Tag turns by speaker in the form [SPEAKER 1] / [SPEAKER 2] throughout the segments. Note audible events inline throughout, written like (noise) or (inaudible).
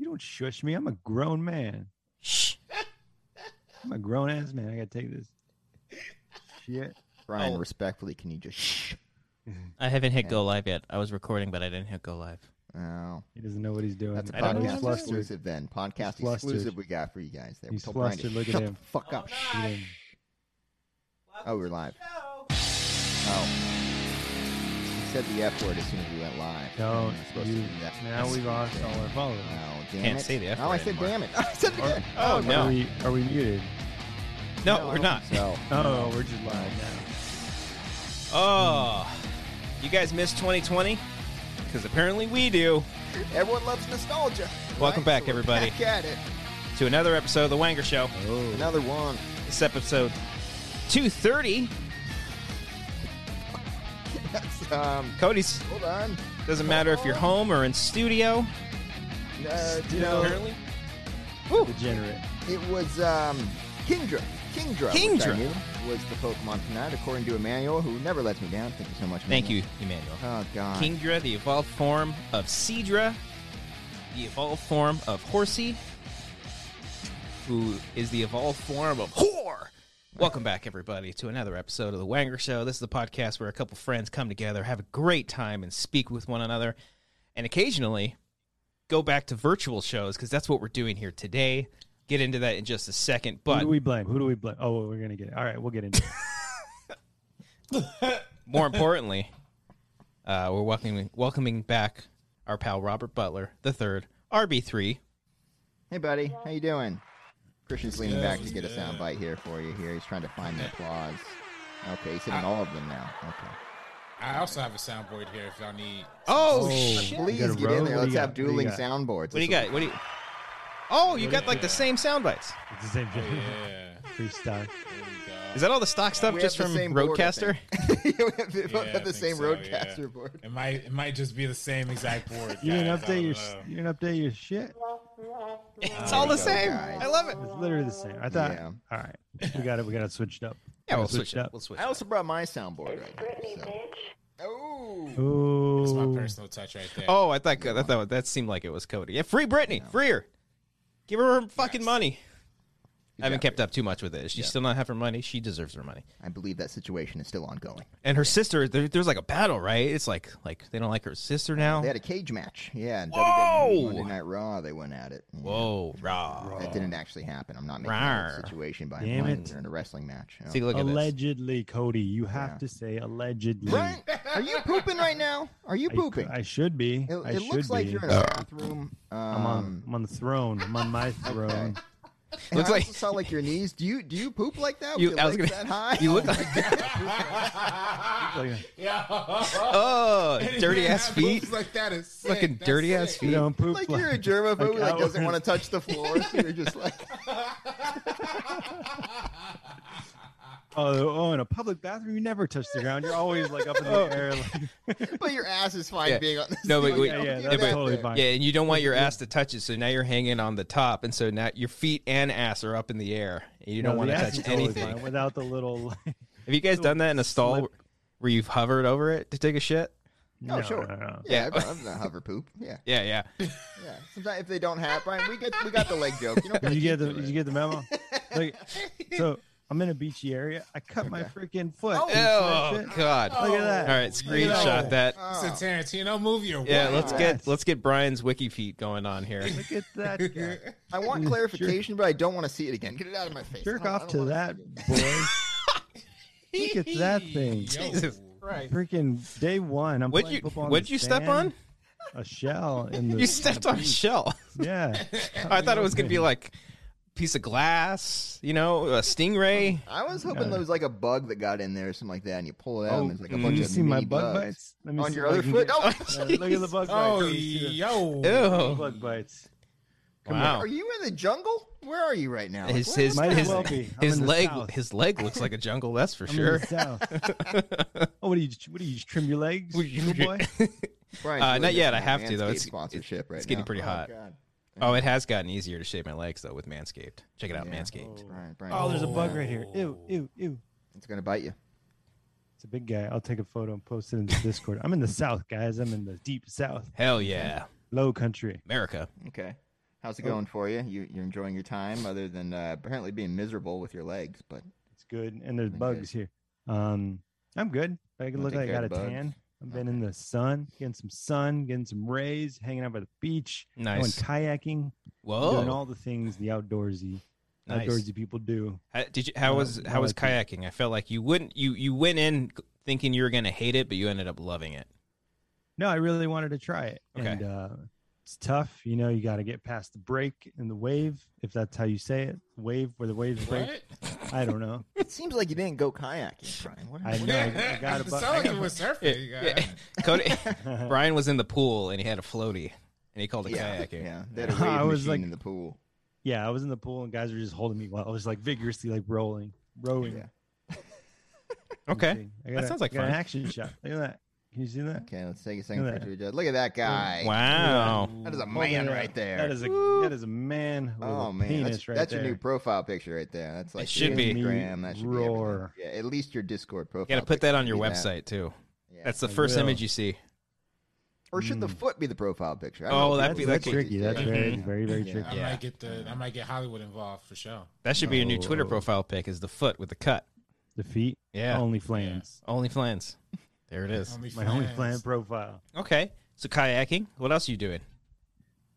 [SPEAKER 1] Don't shush me. I'm a grown man.
[SPEAKER 2] Shh.
[SPEAKER 1] I'm a grown ass man. I gotta take this. Shit.
[SPEAKER 3] Brian,
[SPEAKER 2] Oh.
[SPEAKER 3] respectfully, can you just shh?
[SPEAKER 2] I haven't hit go live yet. I was recording, but I didn't hit go live.
[SPEAKER 3] Oh,
[SPEAKER 1] He doesn't know what he's doing.
[SPEAKER 3] that's a
[SPEAKER 2] I don't know
[SPEAKER 3] podcast
[SPEAKER 2] what I'm
[SPEAKER 3] exclusive then. Podcast
[SPEAKER 1] He's flustered.
[SPEAKER 3] exclusive we got for you guys. There, we
[SPEAKER 1] He's
[SPEAKER 3] told Brian to
[SPEAKER 1] flustered. Look at
[SPEAKER 3] shut
[SPEAKER 1] him.
[SPEAKER 3] the fuck up. Shh. Oh, we're live. Oh, he said the f word as soon as we went live.
[SPEAKER 1] No,
[SPEAKER 3] We're not supposed
[SPEAKER 1] you,
[SPEAKER 3] to do that.
[SPEAKER 1] now we lost all our followers.
[SPEAKER 3] Oh, damn
[SPEAKER 2] Can't
[SPEAKER 3] it.
[SPEAKER 2] say the F
[SPEAKER 3] Oh, I
[SPEAKER 2] word
[SPEAKER 3] said
[SPEAKER 2] anymore.
[SPEAKER 3] damn it. (laughs) I said it again.
[SPEAKER 2] Oh,
[SPEAKER 1] Are
[SPEAKER 2] no.
[SPEAKER 1] we are we muted?
[SPEAKER 2] No,
[SPEAKER 3] I
[SPEAKER 2] we're
[SPEAKER 3] don't
[SPEAKER 2] not.
[SPEAKER 3] think So,
[SPEAKER 1] Oh, we're just live now.
[SPEAKER 2] Oh. You guys miss 2020? Because apparently we do.
[SPEAKER 3] everyone loves nostalgia.
[SPEAKER 2] Welcome
[SPEAKER 3] right?
[SPEAKER 2] back,
[SPEAKER 3] So we're
[SPEAKER 2] everybody.
[SPEAKER 3] Back at it.
[SPEAKER 2] To another episode of The Wanger Show.
[SPEAKER 1] Oh,
[SPEAKER 3] Another one. (laughs)
[SPEAKER 2] This episode 230.
[SPEAKER 3] That's um.
[SPEAKER 2] Cody's
[SPEAKER 3] Hold on.
[SPEAKER 2] doesn't matter if you're home or in studio.
[SPEAKER 3] Uh, you know,
[SPEAKER 2] Apparently.
[SPEAKER 1] Oh, degenerate.
[SPEAKER 3] it was um, Kingdra. Kingdra. which I
[SPEAKER 2] Kingdra.
[SPEAKER 3] knew was the Pokemon tonight, according to Emmanuel, who never lets me down. Thank you so much.
[SPEAKER 2] Thank you,
[SPEAKER 3] Emmanuel.
[SPEAKER 2] Emmanuel.
[SPEAKER 3] Oh God.
[SPEAKER 2] Kingdra, the evolved form of Seedra, the evolved form of Horsey, who is the evolved form of Whore. Welcome back, everybody, to another episode of The Wanger Show. This is the podcast where a couple friends come together, have a great time, and speak with one another, and occasionally go back to virtual shows because that's what we're doing here today. Get into that in just a second,
[SPEAKER 1] Who (laughs)
[SPEAKER 2] but
[SPEAKER 1] do we blame? Who do we blame? Oh, we're gonna get it. All right, we'll get into it.
[SPEAKER 2] more importantly, uh, we're welcoming welcoming back our pal Robert Butler the third, RB three.
[SPEAKER 3] Hey, buddy. How you doing? Christian's leaning back to get a sound bite here for you. Here, he's trying to find the applause. Okay, he's
[SPEAKER 2] Uh,
[SPEAKER 3] hitting all of them now. Okay.
[SPEAKER 4] I also have a soundboard here if y'all need.
[SPEAKER 2] Oh,
[SPEAKER 1] shit. You
[SPEAKER 3] Please
[SPEAKER 1] got a
[SPEAKER 3] get
[SPEAKER 1] row?
[SPEAKER 3] in
[SPEAKER 1] What do
[SPEAKER 3] there.
[SPEAKER 1] you
[SPEAKER 3] Let's
[SPEAKER 1] got?
[SPEAKER 3] have
[SPEAKER 1] What do you
[SPEAKER 3] dueling
[SPEAKER 1] got?
[SPEAKER 3] soundboards.
[SPEAKER 2] What do you got? What do you? Oh, you got like the same sound bites.
[SPEAKER 1] It's the same
[SPEAKER 4] Yeah,
[SPEAKER 1] thing.
[SPEAKER 4] there
[SPEAKER 1] Free stock.
[SPEAKER 4] you
[SPEAKER 2] Is (laughs)
[SPEAKER 4] go.
[SPEAKER 2] that all the stock stuff
[SPEAKER 3] We
[SPEAKER 2] just
[SPEAKER 3] have
[SPEAKER 2] from
[SPEAKER 3] the same board, I
[SPEAKER 2] Roadcaster?
[SPEAKER 3] think. (laughs) we have- we both
[SPEAKER 4] Yeah, I
[SPEAKER 3] have the
[SPEAKER 4] think
[SPEAKER 3] same
[SPEAKER 4] so,
[SPEAKER 3] roadcaster
[SPEAKER 4] yeah.
[SPEAKER 3] board.
[SPEAKER 4] It might it might just be the same exact board.
[SPEAKER 1] You didn't
[SPEAKER 4] guys. I don't
[SPEAKER 1] update your
[SPEAKER 4] know.
[SPEAKER 1] you didn't update your shit.
[SPEAKER 2] (laughs) it's all the
[SPEAKER 3] go,
[SPEAKER 2] same.
[SPEAKER 3] guys.
[SPEAKER 2] I love it.
[SPEAKER 1] It's literally the same. I thought.
[SPEAKER 3] Yeah.
[SPEAKER 1] All right, we got it. We got to switch it up.
[SPEAKER 2] Yeah,
[SPEAKER 1] We
[SPEAKER 2] we'll
[SPEAKER 1] gotta
[SPEAKER 2] switch it up. We'll switch.
[SPEAKER 3] I
[SPEAKER 2] It. up.
[SPEAKER 3] also brought my soundboard right here. So. Oh.
[SPEAKER 1] Oh,
[SPEAKER 4] That's my personal touch right there.
[SPEAKER 2] Oh, I thought I thought that seemed like it was Cody. Yeah, free Britney, free her. Give her her fucking money. I haven't kept up too much with it. Does She still not have her money. She deserves her money.
[SPEAKER 3] I believe that situation is still ongoing.
[SPEAKER 2] And her sister, there, there's like a battle, right? It's like like they don't like her sister now.
[SPEAKER 3] They had a cage match. Yeah. in WWE
[SPEAKER 2] Whoa!
[SPEAKER 3] Monday Night Raw, they went at it. Yeah.
[SPEAKER 2] Whoa, raw.
[SPEAKER 3] That didn't actually happen. I'm not making
[SPEAKER 2] Rawr.
[SPEAKER 3] a situation by
[SPEAKER 1] Damn
[SPEAKER 3] implying
[SPEAKER 1] it.
[SPEAKER 3] they're in a wrestling match. you know.
[SPEAKER 2] See, look at this.
[SPEAKER 1] allegedly, Cody. You have
[SPEAKER 3] Yeah.
[SPEAKER 1] to say allegedly.
[SPEAKER 3] Brian, are you pooping right now? Are you
[SPEAKER 1] I-
[SPEAKER 3] pooping?
[SPEAKER 1] I, should be.
[SPEAKER 3] it
[SPEAKER 1] I
[SPEAKER 3] it
[SPEAKER 1] should
[SPEAKER 3] looks like
[SPEAKER 1] be.
[SPEAKER 3] you're in a bathroom. Um,
[SPEAKER 1] I'm on. I'm on the throne. I'm on my throne.
[SPEAKER 3] (laughs) okay. and
[SPEAKER 2] Looks
[SPEAKER 3] I
[SPEAKER 2] like-
[SPEAKER 3] also saw like your knees. Do you do you poop like that?
[SPEAKER 2] You-
[SPEAKER 3] With
[SPEAKER 2] I
[SPEAKER 3] your
[SPEAKER 2] was
[SPEAKER 3] legs
[SPEAKER 2] (laughs) gonna-
[SPEAKER 3] that high? Oh
[SPEAKER 2] You look like
[SPEAKER 1] Like,
[SPEAKER 4] (laughs) yeah.
[SPEAKER 2] oh, dirty
[SPEAKER 3] (laughs)
[SPEAKER 2] ass
[SPEAKER 4] Yeah,
[SPEAKER 2] feet.
[SPEAKER 4] moves like that is sick.
[SPEAKER 2] Fucking
[SPEAKER 4] That's
[SPEAKER 2] dirty
[SPEAKER 4] sick.
[SPEAKER 2] ass feet.
[SPEAKER 1] you don't (laughs) poop
[SPEAKER 3] like
[SPEAKER 1] like-
[SPEAKER 3] you're a germaphobe who
[SPEAKER 1] like
[SPEAKER 3] like doesn't
[SPEAKER 1] outward-
[SPEAKER 3] want to touch the floor. So you're just like,
[SPEAKER 1] (laughs)
[SPEAKER 3] (laughs)
[SPEAKER 1] oh, oh, in a public bathroom, you never touch the ground. You're always like up in the
[SPEAKER 3] Oh.
[SPEAKER 1] air.
[SPEAKER 3] (laughs)
[SPEAKER 1] Like,
[SPEAKER 3] but your ass is fine
[SPEAKER 2] Yeah.
[SPEAKER 3] being on. This
[SPEAKER 2] No, but we-
[SPEAKER 3] yeah,
[SPEAKER 1] yeah,
[SPEAKER 2] yeah,
[SPEAKER 1] that's
[SPEAKER 2] but-
[SPEAKER 1] totally fine.
[SPEAKER 2] Yeah, and you don't want your ass to touch it, so now you're hanging on the top, and so now your feet and ass are up in the air, and you don't
[SPEAKER 1] No,
[SPEAKER 2] want
[SPEAKER 1] the
[SPEAKER 2] to
[SPEAKER 1] ass
[SPEAKER 2] touch
[SPEAKER 1] is totally
[SPEAKER 2] anything.
[SPEAKER 1] fine without the little. (laughs) Like,
[SPEAKER 2] Have you guys done that in a stall
[SPEAKER 1] slip.
[SPEAKER 2] where you've hovered over it to take a shit?
[SPEAKER 3] Oh,
[SPEAKER 1] no,
[SPEAKER 3] sure.
[SPEAKER 1] no,
[SPEAKER 3] (laughs)
[SPEAKER 1] no.
[SPEAKER 3] Yeah,
[SPEAKER 2] Yeah.
[SPEAKER 3] but I'm not hover poop. Yeah,
[SPEAKER 2] Yeah, yeah.
[SPEAKER 3] yeah. Sometimes if they don't have Brian, we get we got the leg joke. You don't
[SPEAKER 1] Did
[SPEAKER 3] gotta
[SPEAKER 1] you
[SPEAKER 3] keep
[SPEAKER 1] get the?
[SPEAKER 3] doing
[SPEAKER 1] Did
[SPEAKER 3] it.
[SPEAKER 1] you get the
[SPEAKER 3] (laughs)
[SPEAKER 1] memo? Like, so I'm in a beachy area. I cut my freaking foot.
[SPEAKER 3] Oh,
[SPEAKER 1] You see that
[SPEAKER 2] Oh
[SPEAKER 1] shit?
[SPEAKER 2] God!
[SPEAKER 1] Look at that.
[SPEAKER 2] All right, screenshot that.
[SPEAKER 3] Oh.
[SPEAKER 4] It's a Tarantino movie or
[SPEAKER 2] Oh. Yeah,
[SPEAKER 4] what? (laughs)
[SPEAKER 2] let's
[SPEAKER 1] Wow.
[SPEAKER 2] get let's get Brian's wiki feet going on here.
[SPEAKER 1] Look at
[SPEAKER 3] (laughs)
[SPEAKER 1] that. guy. (laughs)
[SPEAKER 3] I want clarification, but I don't want to see it again. Get it out of my face.
[SPEAKER 1] Jerk
[SPEAKER 3] I don't- I
[SPEAKER 1] off
[SPEAKER 3] don't
[SPEAKER 1] to
[SPEAKER 3] wanna
[SPEAKER 1] that,
[SPEAKER 3] see it.
[SPEAKER 1] boy. Look at that
[SPEAKER 4] (laughs)
[SPEAKER 1] thing.
[SPEAKER 4] Yo.
[SPEAKER 2] Jesus Christ!
[SPEAKER 1] Freaking day one. I'm
[SPEAKER 2] What'd
[SPEAKER 1] playing
[SPEAKER 2] you
[SPEAKER 1] football on
[SPEAKER 2] what'd
[SPEAKER 1] the
[SPEAKER 2] you step on?
[SPEAKER 1] sand, A shell
[SPEAKER 2] (laughs)
[SPEAKER 1] in the.
[SPEAKER 2] You
[SPEAKER 1] (laughs)
[SPEAKER 2] stepped on a shell.
[SPEAKER 1] Yeah.
[SPEAKER 2] I thought it was gonna be like a piece of glass, you know, a stingray.
[SPEAKER 3] I was hoping there was like a bug that got in there or something like that, and you pull it out and there's like a
[SPEAKER 2] mm.
[SPEAKER 3] bunch
[SPEAKER 1] Did Mm-hmm. you
[SPEAKER 3] of
[SPEAKER 1] see my
[SPEAKER 3] mini
[SPEAKER 1] bug
[SPEAKER 3] bugs.
[SPEAKER 1] bites? Let me
[SPEAKER 3] on
[SPEAKER 1] see
[SPEAKER 3] your
[SPEAKER 1] if I
[SPEAKER 3] other
[SPEAKER 1] can (laughs)
[SPEAKER 3] foot.
[SPEAKER 1] get-
[SPEAKER 3] (laughs)
[SPEAKER 2] (laughs)
[SPEAKER 3] Oh,
[SPEAKER 1] Uh, look at the bug bites.
[SPEAKER 4] Oh,
[SPEAKER 1] Let me see
[SPEAKER 4] yo.
[SPEAKER 1] the
[SPEAKER 2] Ew!
[SPEAKER 1] Bug bites.
[SPEAKER 2] Wow.
[SPEAKER 3] are you in the jungle? Where are you right now? Like,
[SPEAKER 2] His
[SPEAKER 3] what-
[SPEAKER 2] his
[SPEAKER 1] Might as
[SPEAKER 2] his,
[SPEAKER 1] well be. I'm
[SPEAKER 2] his
[SPEAKER 1] in the
[SPEAKER 2] leg
[SPEAKER 1] South.
[SPEAKER 2] his leg looks like a jungle. That's
[SPEAKER 1] (laughs)
[SPEAKER 2] for
[SPEAKER 1] I'm
[SPEAKER 2] sure.
[SPEAKER 1] in the south.
[SPEAKER 2] (laughs)
[SPEAKER 1] oh, what do you? What do you just trim your legs, (laughs)
[SPEAKER 2] Would you-
[SPEAKER 1] little boy?
[SPEAKER 3] Brian's
[SPEAKER 2] uh,
[SPEAKER 3] really
[SPEAKER 2] not yet. I
[SPEAKER 3] missing out
[SPEAKER 2] have to, though.
[SPEAKER 3] Manscaped
[SPEAKER 2] It's-
[SPEAKER 3] sponsorship right
[SPEAKER 2] it's getting
[SPEAKER 3] now.
[SPEAKER 2] pretty
[SPEAKER 3] Oh,
[SPEAKER 2] hot.
[SPEAKER 3] God.
[SPEAKER 2] (laughs) Oh, it has gotten easier to shave my legs though with Manscaped. Check it out,
[SPEAKER 3] Yeah.
[SPEAKER 2] Manscaped.
[SPEAKER 3] Brian, Brian,
[SPEAKER 1] Oh, there's a bug right here. Ew, ew, ew.
[SPEAKER 3] It's gonna bite you.
[SPEAKER 1] It's a big guy. I'll take a photo and post it in the Discord. I'm in the South, guys. I'm in the deep South,
[SPEAKER 2] Hell yeah,
[SPEAKER 1] low country.
[SPEAKER 2] America.
[SPEAKER 3] Okay. How's it
[SPEAKER 1] Oh.
[SPEAKER 3] going for you? you? You're enjoying your time, other than uh, apparently being miserable with your legs. But
[SPEAKER 1] It's good. And there's
[SPEAKER 3] Okay.
[SPEAKER 1] bugs here. Um, I'm good. I
[SPEAKER 3] Wanna
[SPEAKER 1] look
[SPEAKER 3] take
[SPEAKER 1] like I
[SPEAKER 3] care
[SPEAKER 1] got a
[SPEAKER 3] of the bugs?
[SPEAKER 1] tan. I've been in the sun, getting some sun, getting some rays, hanging out by the beach, going
[SPEAKER 2] Nice.
[SPEAKER 1] kayaking, doing
[SPEAKER 2] Whoa.
[SPEAKER 1] all the things the outdoorsy
[SPEAKER 2] Nice.
[SPEAKER 1] outdoorsy people do.
[SPEAKER 2] How, did you, how
[SPEAKER 1] Uh,
[SPEAKER 2] was
[SPEAKER 1] I
[SPEAKER 2] how was
[SPEAKER 1] like
[SPEAKER 2] kayaking? I felt like you wouldn't you you went in thinking you were gonna hate it, but you ended up loving it.
[SPEAKER 1] No, I really wanted to try it.
[SPEAKER 2] Okay.
[SPEAKER 1] And uh, it's tough, you know. You got to get past the break and the wave, if that's how you say it. Wave where the waves break.
[SPEAKER 4] What?
[SPEAKER 1] I don't know. (laughs)
[SPEAKER 3] it seems like you didn't go kayaking, Brian. What
[SPEAKER 1] I know. I, I got a
[SPEAKER 4] (laughs) It
[SPEAKER 1] bu-
[SPEAKER 4] sounded
[SPEAKER 1] I (laughs)
[SPEAKER 4] like
[SPEAKER 1] got
[SPEAKER 4] you were surfing. you got-
[SPEAKER 2] (laughs) Yeah. Cody
[SPEAKER 3] (laughs)
[SPEAKER 2] (laughs)
[SPEAKER 1] bu-
[SPEAKER 2] Brian was in the pool and he had a floaty and he called it
[SPEAKER 3] yeah,
[SPEAKER 1] (laughs)
[SPEAKER 2] kayaking.
[SPEAKER 3] yeah. They had a wave
[SPEAKER 1] I was
[SPEAKER 3] machine
[SPEAKER 1] like-
[SPEAKER 3] in the pool.
[SPEAKER 1] yeah, I was in the pool and guys were just holding me while I was like vigorously like rolling, rowing.
[SPEAKER 3] Yeah.
[SPEAKER 2] Okay.
[SPEAKER 1] Let's see. I got
[SPEAKER 2] sounds
[SPEAKER 1] I
[SPEAKER 2] like
[SPEAKER 1] got
[SPEAKER 2] fun.
[SPEAKER 1] An action shot. Look at that. Can you see that?
[SPEAKER 3] Okay, let's take a second
[SPEAKER 1] Look
[SPEAKER 3] for
[SPEAKER 1] at
[SPEAKER 3] it to adjust. Look at that guy.
[SPEAKER 2] Oh. Wow.
[SPEAKER 3] That is a
[SPEAKER 1] Hold
[SPEAKER 3] man
[SPEAKER 1] it up.
[SPEAKER 3] right there.
[SPEAKER 1] That is a that is a man. with
[SPEAKER 3] Oh
[SPEAKER 1] a
[SPEAKER 3] man,
[SPEAKER 1] penis
[SPEAKER 3] that's,
[SPEAKER 1] right
[SPEAKER 3] that's
[SPEAKER 1] there.
[SPEAKER 3] your new profile picture right there. That's like
[SPEAKER 2] should
[SPEAKER 3] your
[SPEAKER 2] be.
[SPEAKER 3] Instagram. That should
[SPEAKER 1] Roar.
[SPEAKER 3] be everything. Yeah, at least your Discord profile.
[SPEAKER 2] You gotta put
[SPEAKER 3] picture
[SPEAKER 2] that on
[SPEAKER 3] should
[SPEAKER 2] your
[SPEAKER 3] be that.
[SPEAKER 2] website too.
[SPEAKER 3] Yeah.
[SPEAKER 2] That's the
[SPEAKER 1] I
[SPEAKER 2] first
[SPEAKER 1] will.
[SPEAKER 2] image you see.
[SPEAKER 3] or should the
[SPEAKER 1] Mm.
[SPEAKER 3] foot be the profile picture?
[SPEAKER 2] Oh,
[SPEAKER 3] I don't know if
[SPEAKER 2] that'd
[SPEAKER 3] that's
[SPEAKER 2] be
[SPEAKER 3] the
[SPEAKER 1] that's
[SPEAKER 2] lucky.
[SPEAKER 3] foot is
[SPEAKER 1] tricky.
[SPEAKER 3] there.
[SPEAKER 1] That's (laughs) very very very
[SPEAKER 3] Yeah.
[SPEAKER 1] tricky.
[SPEAKER 4] I
[SPEAKER 2] Yeah.
[SPEAKER 4] might get the I might get Hollywood involved for sure.
[SPEAKER 2] That should be your new Twitter
[SPEAKER 1] Oh.
[SPEAKER 2] profile pic is the foot with the cut.
[SPEAKER 1] The feet
[SPEAKER 2] Yeah.
[SPEAKER 1] only flames.
[SPEAKER 2] Only flans. There it
[SPEAKER 3] Um,
[SPEAKER 2] is.
[SPEAKER 4] Only
[SPEAKER 1] My only
[SPEAKER 4] fans.
[SPEAKER 1] flan profile.
[SPEAKER 2] Okay. So kayaking. What else are you doing?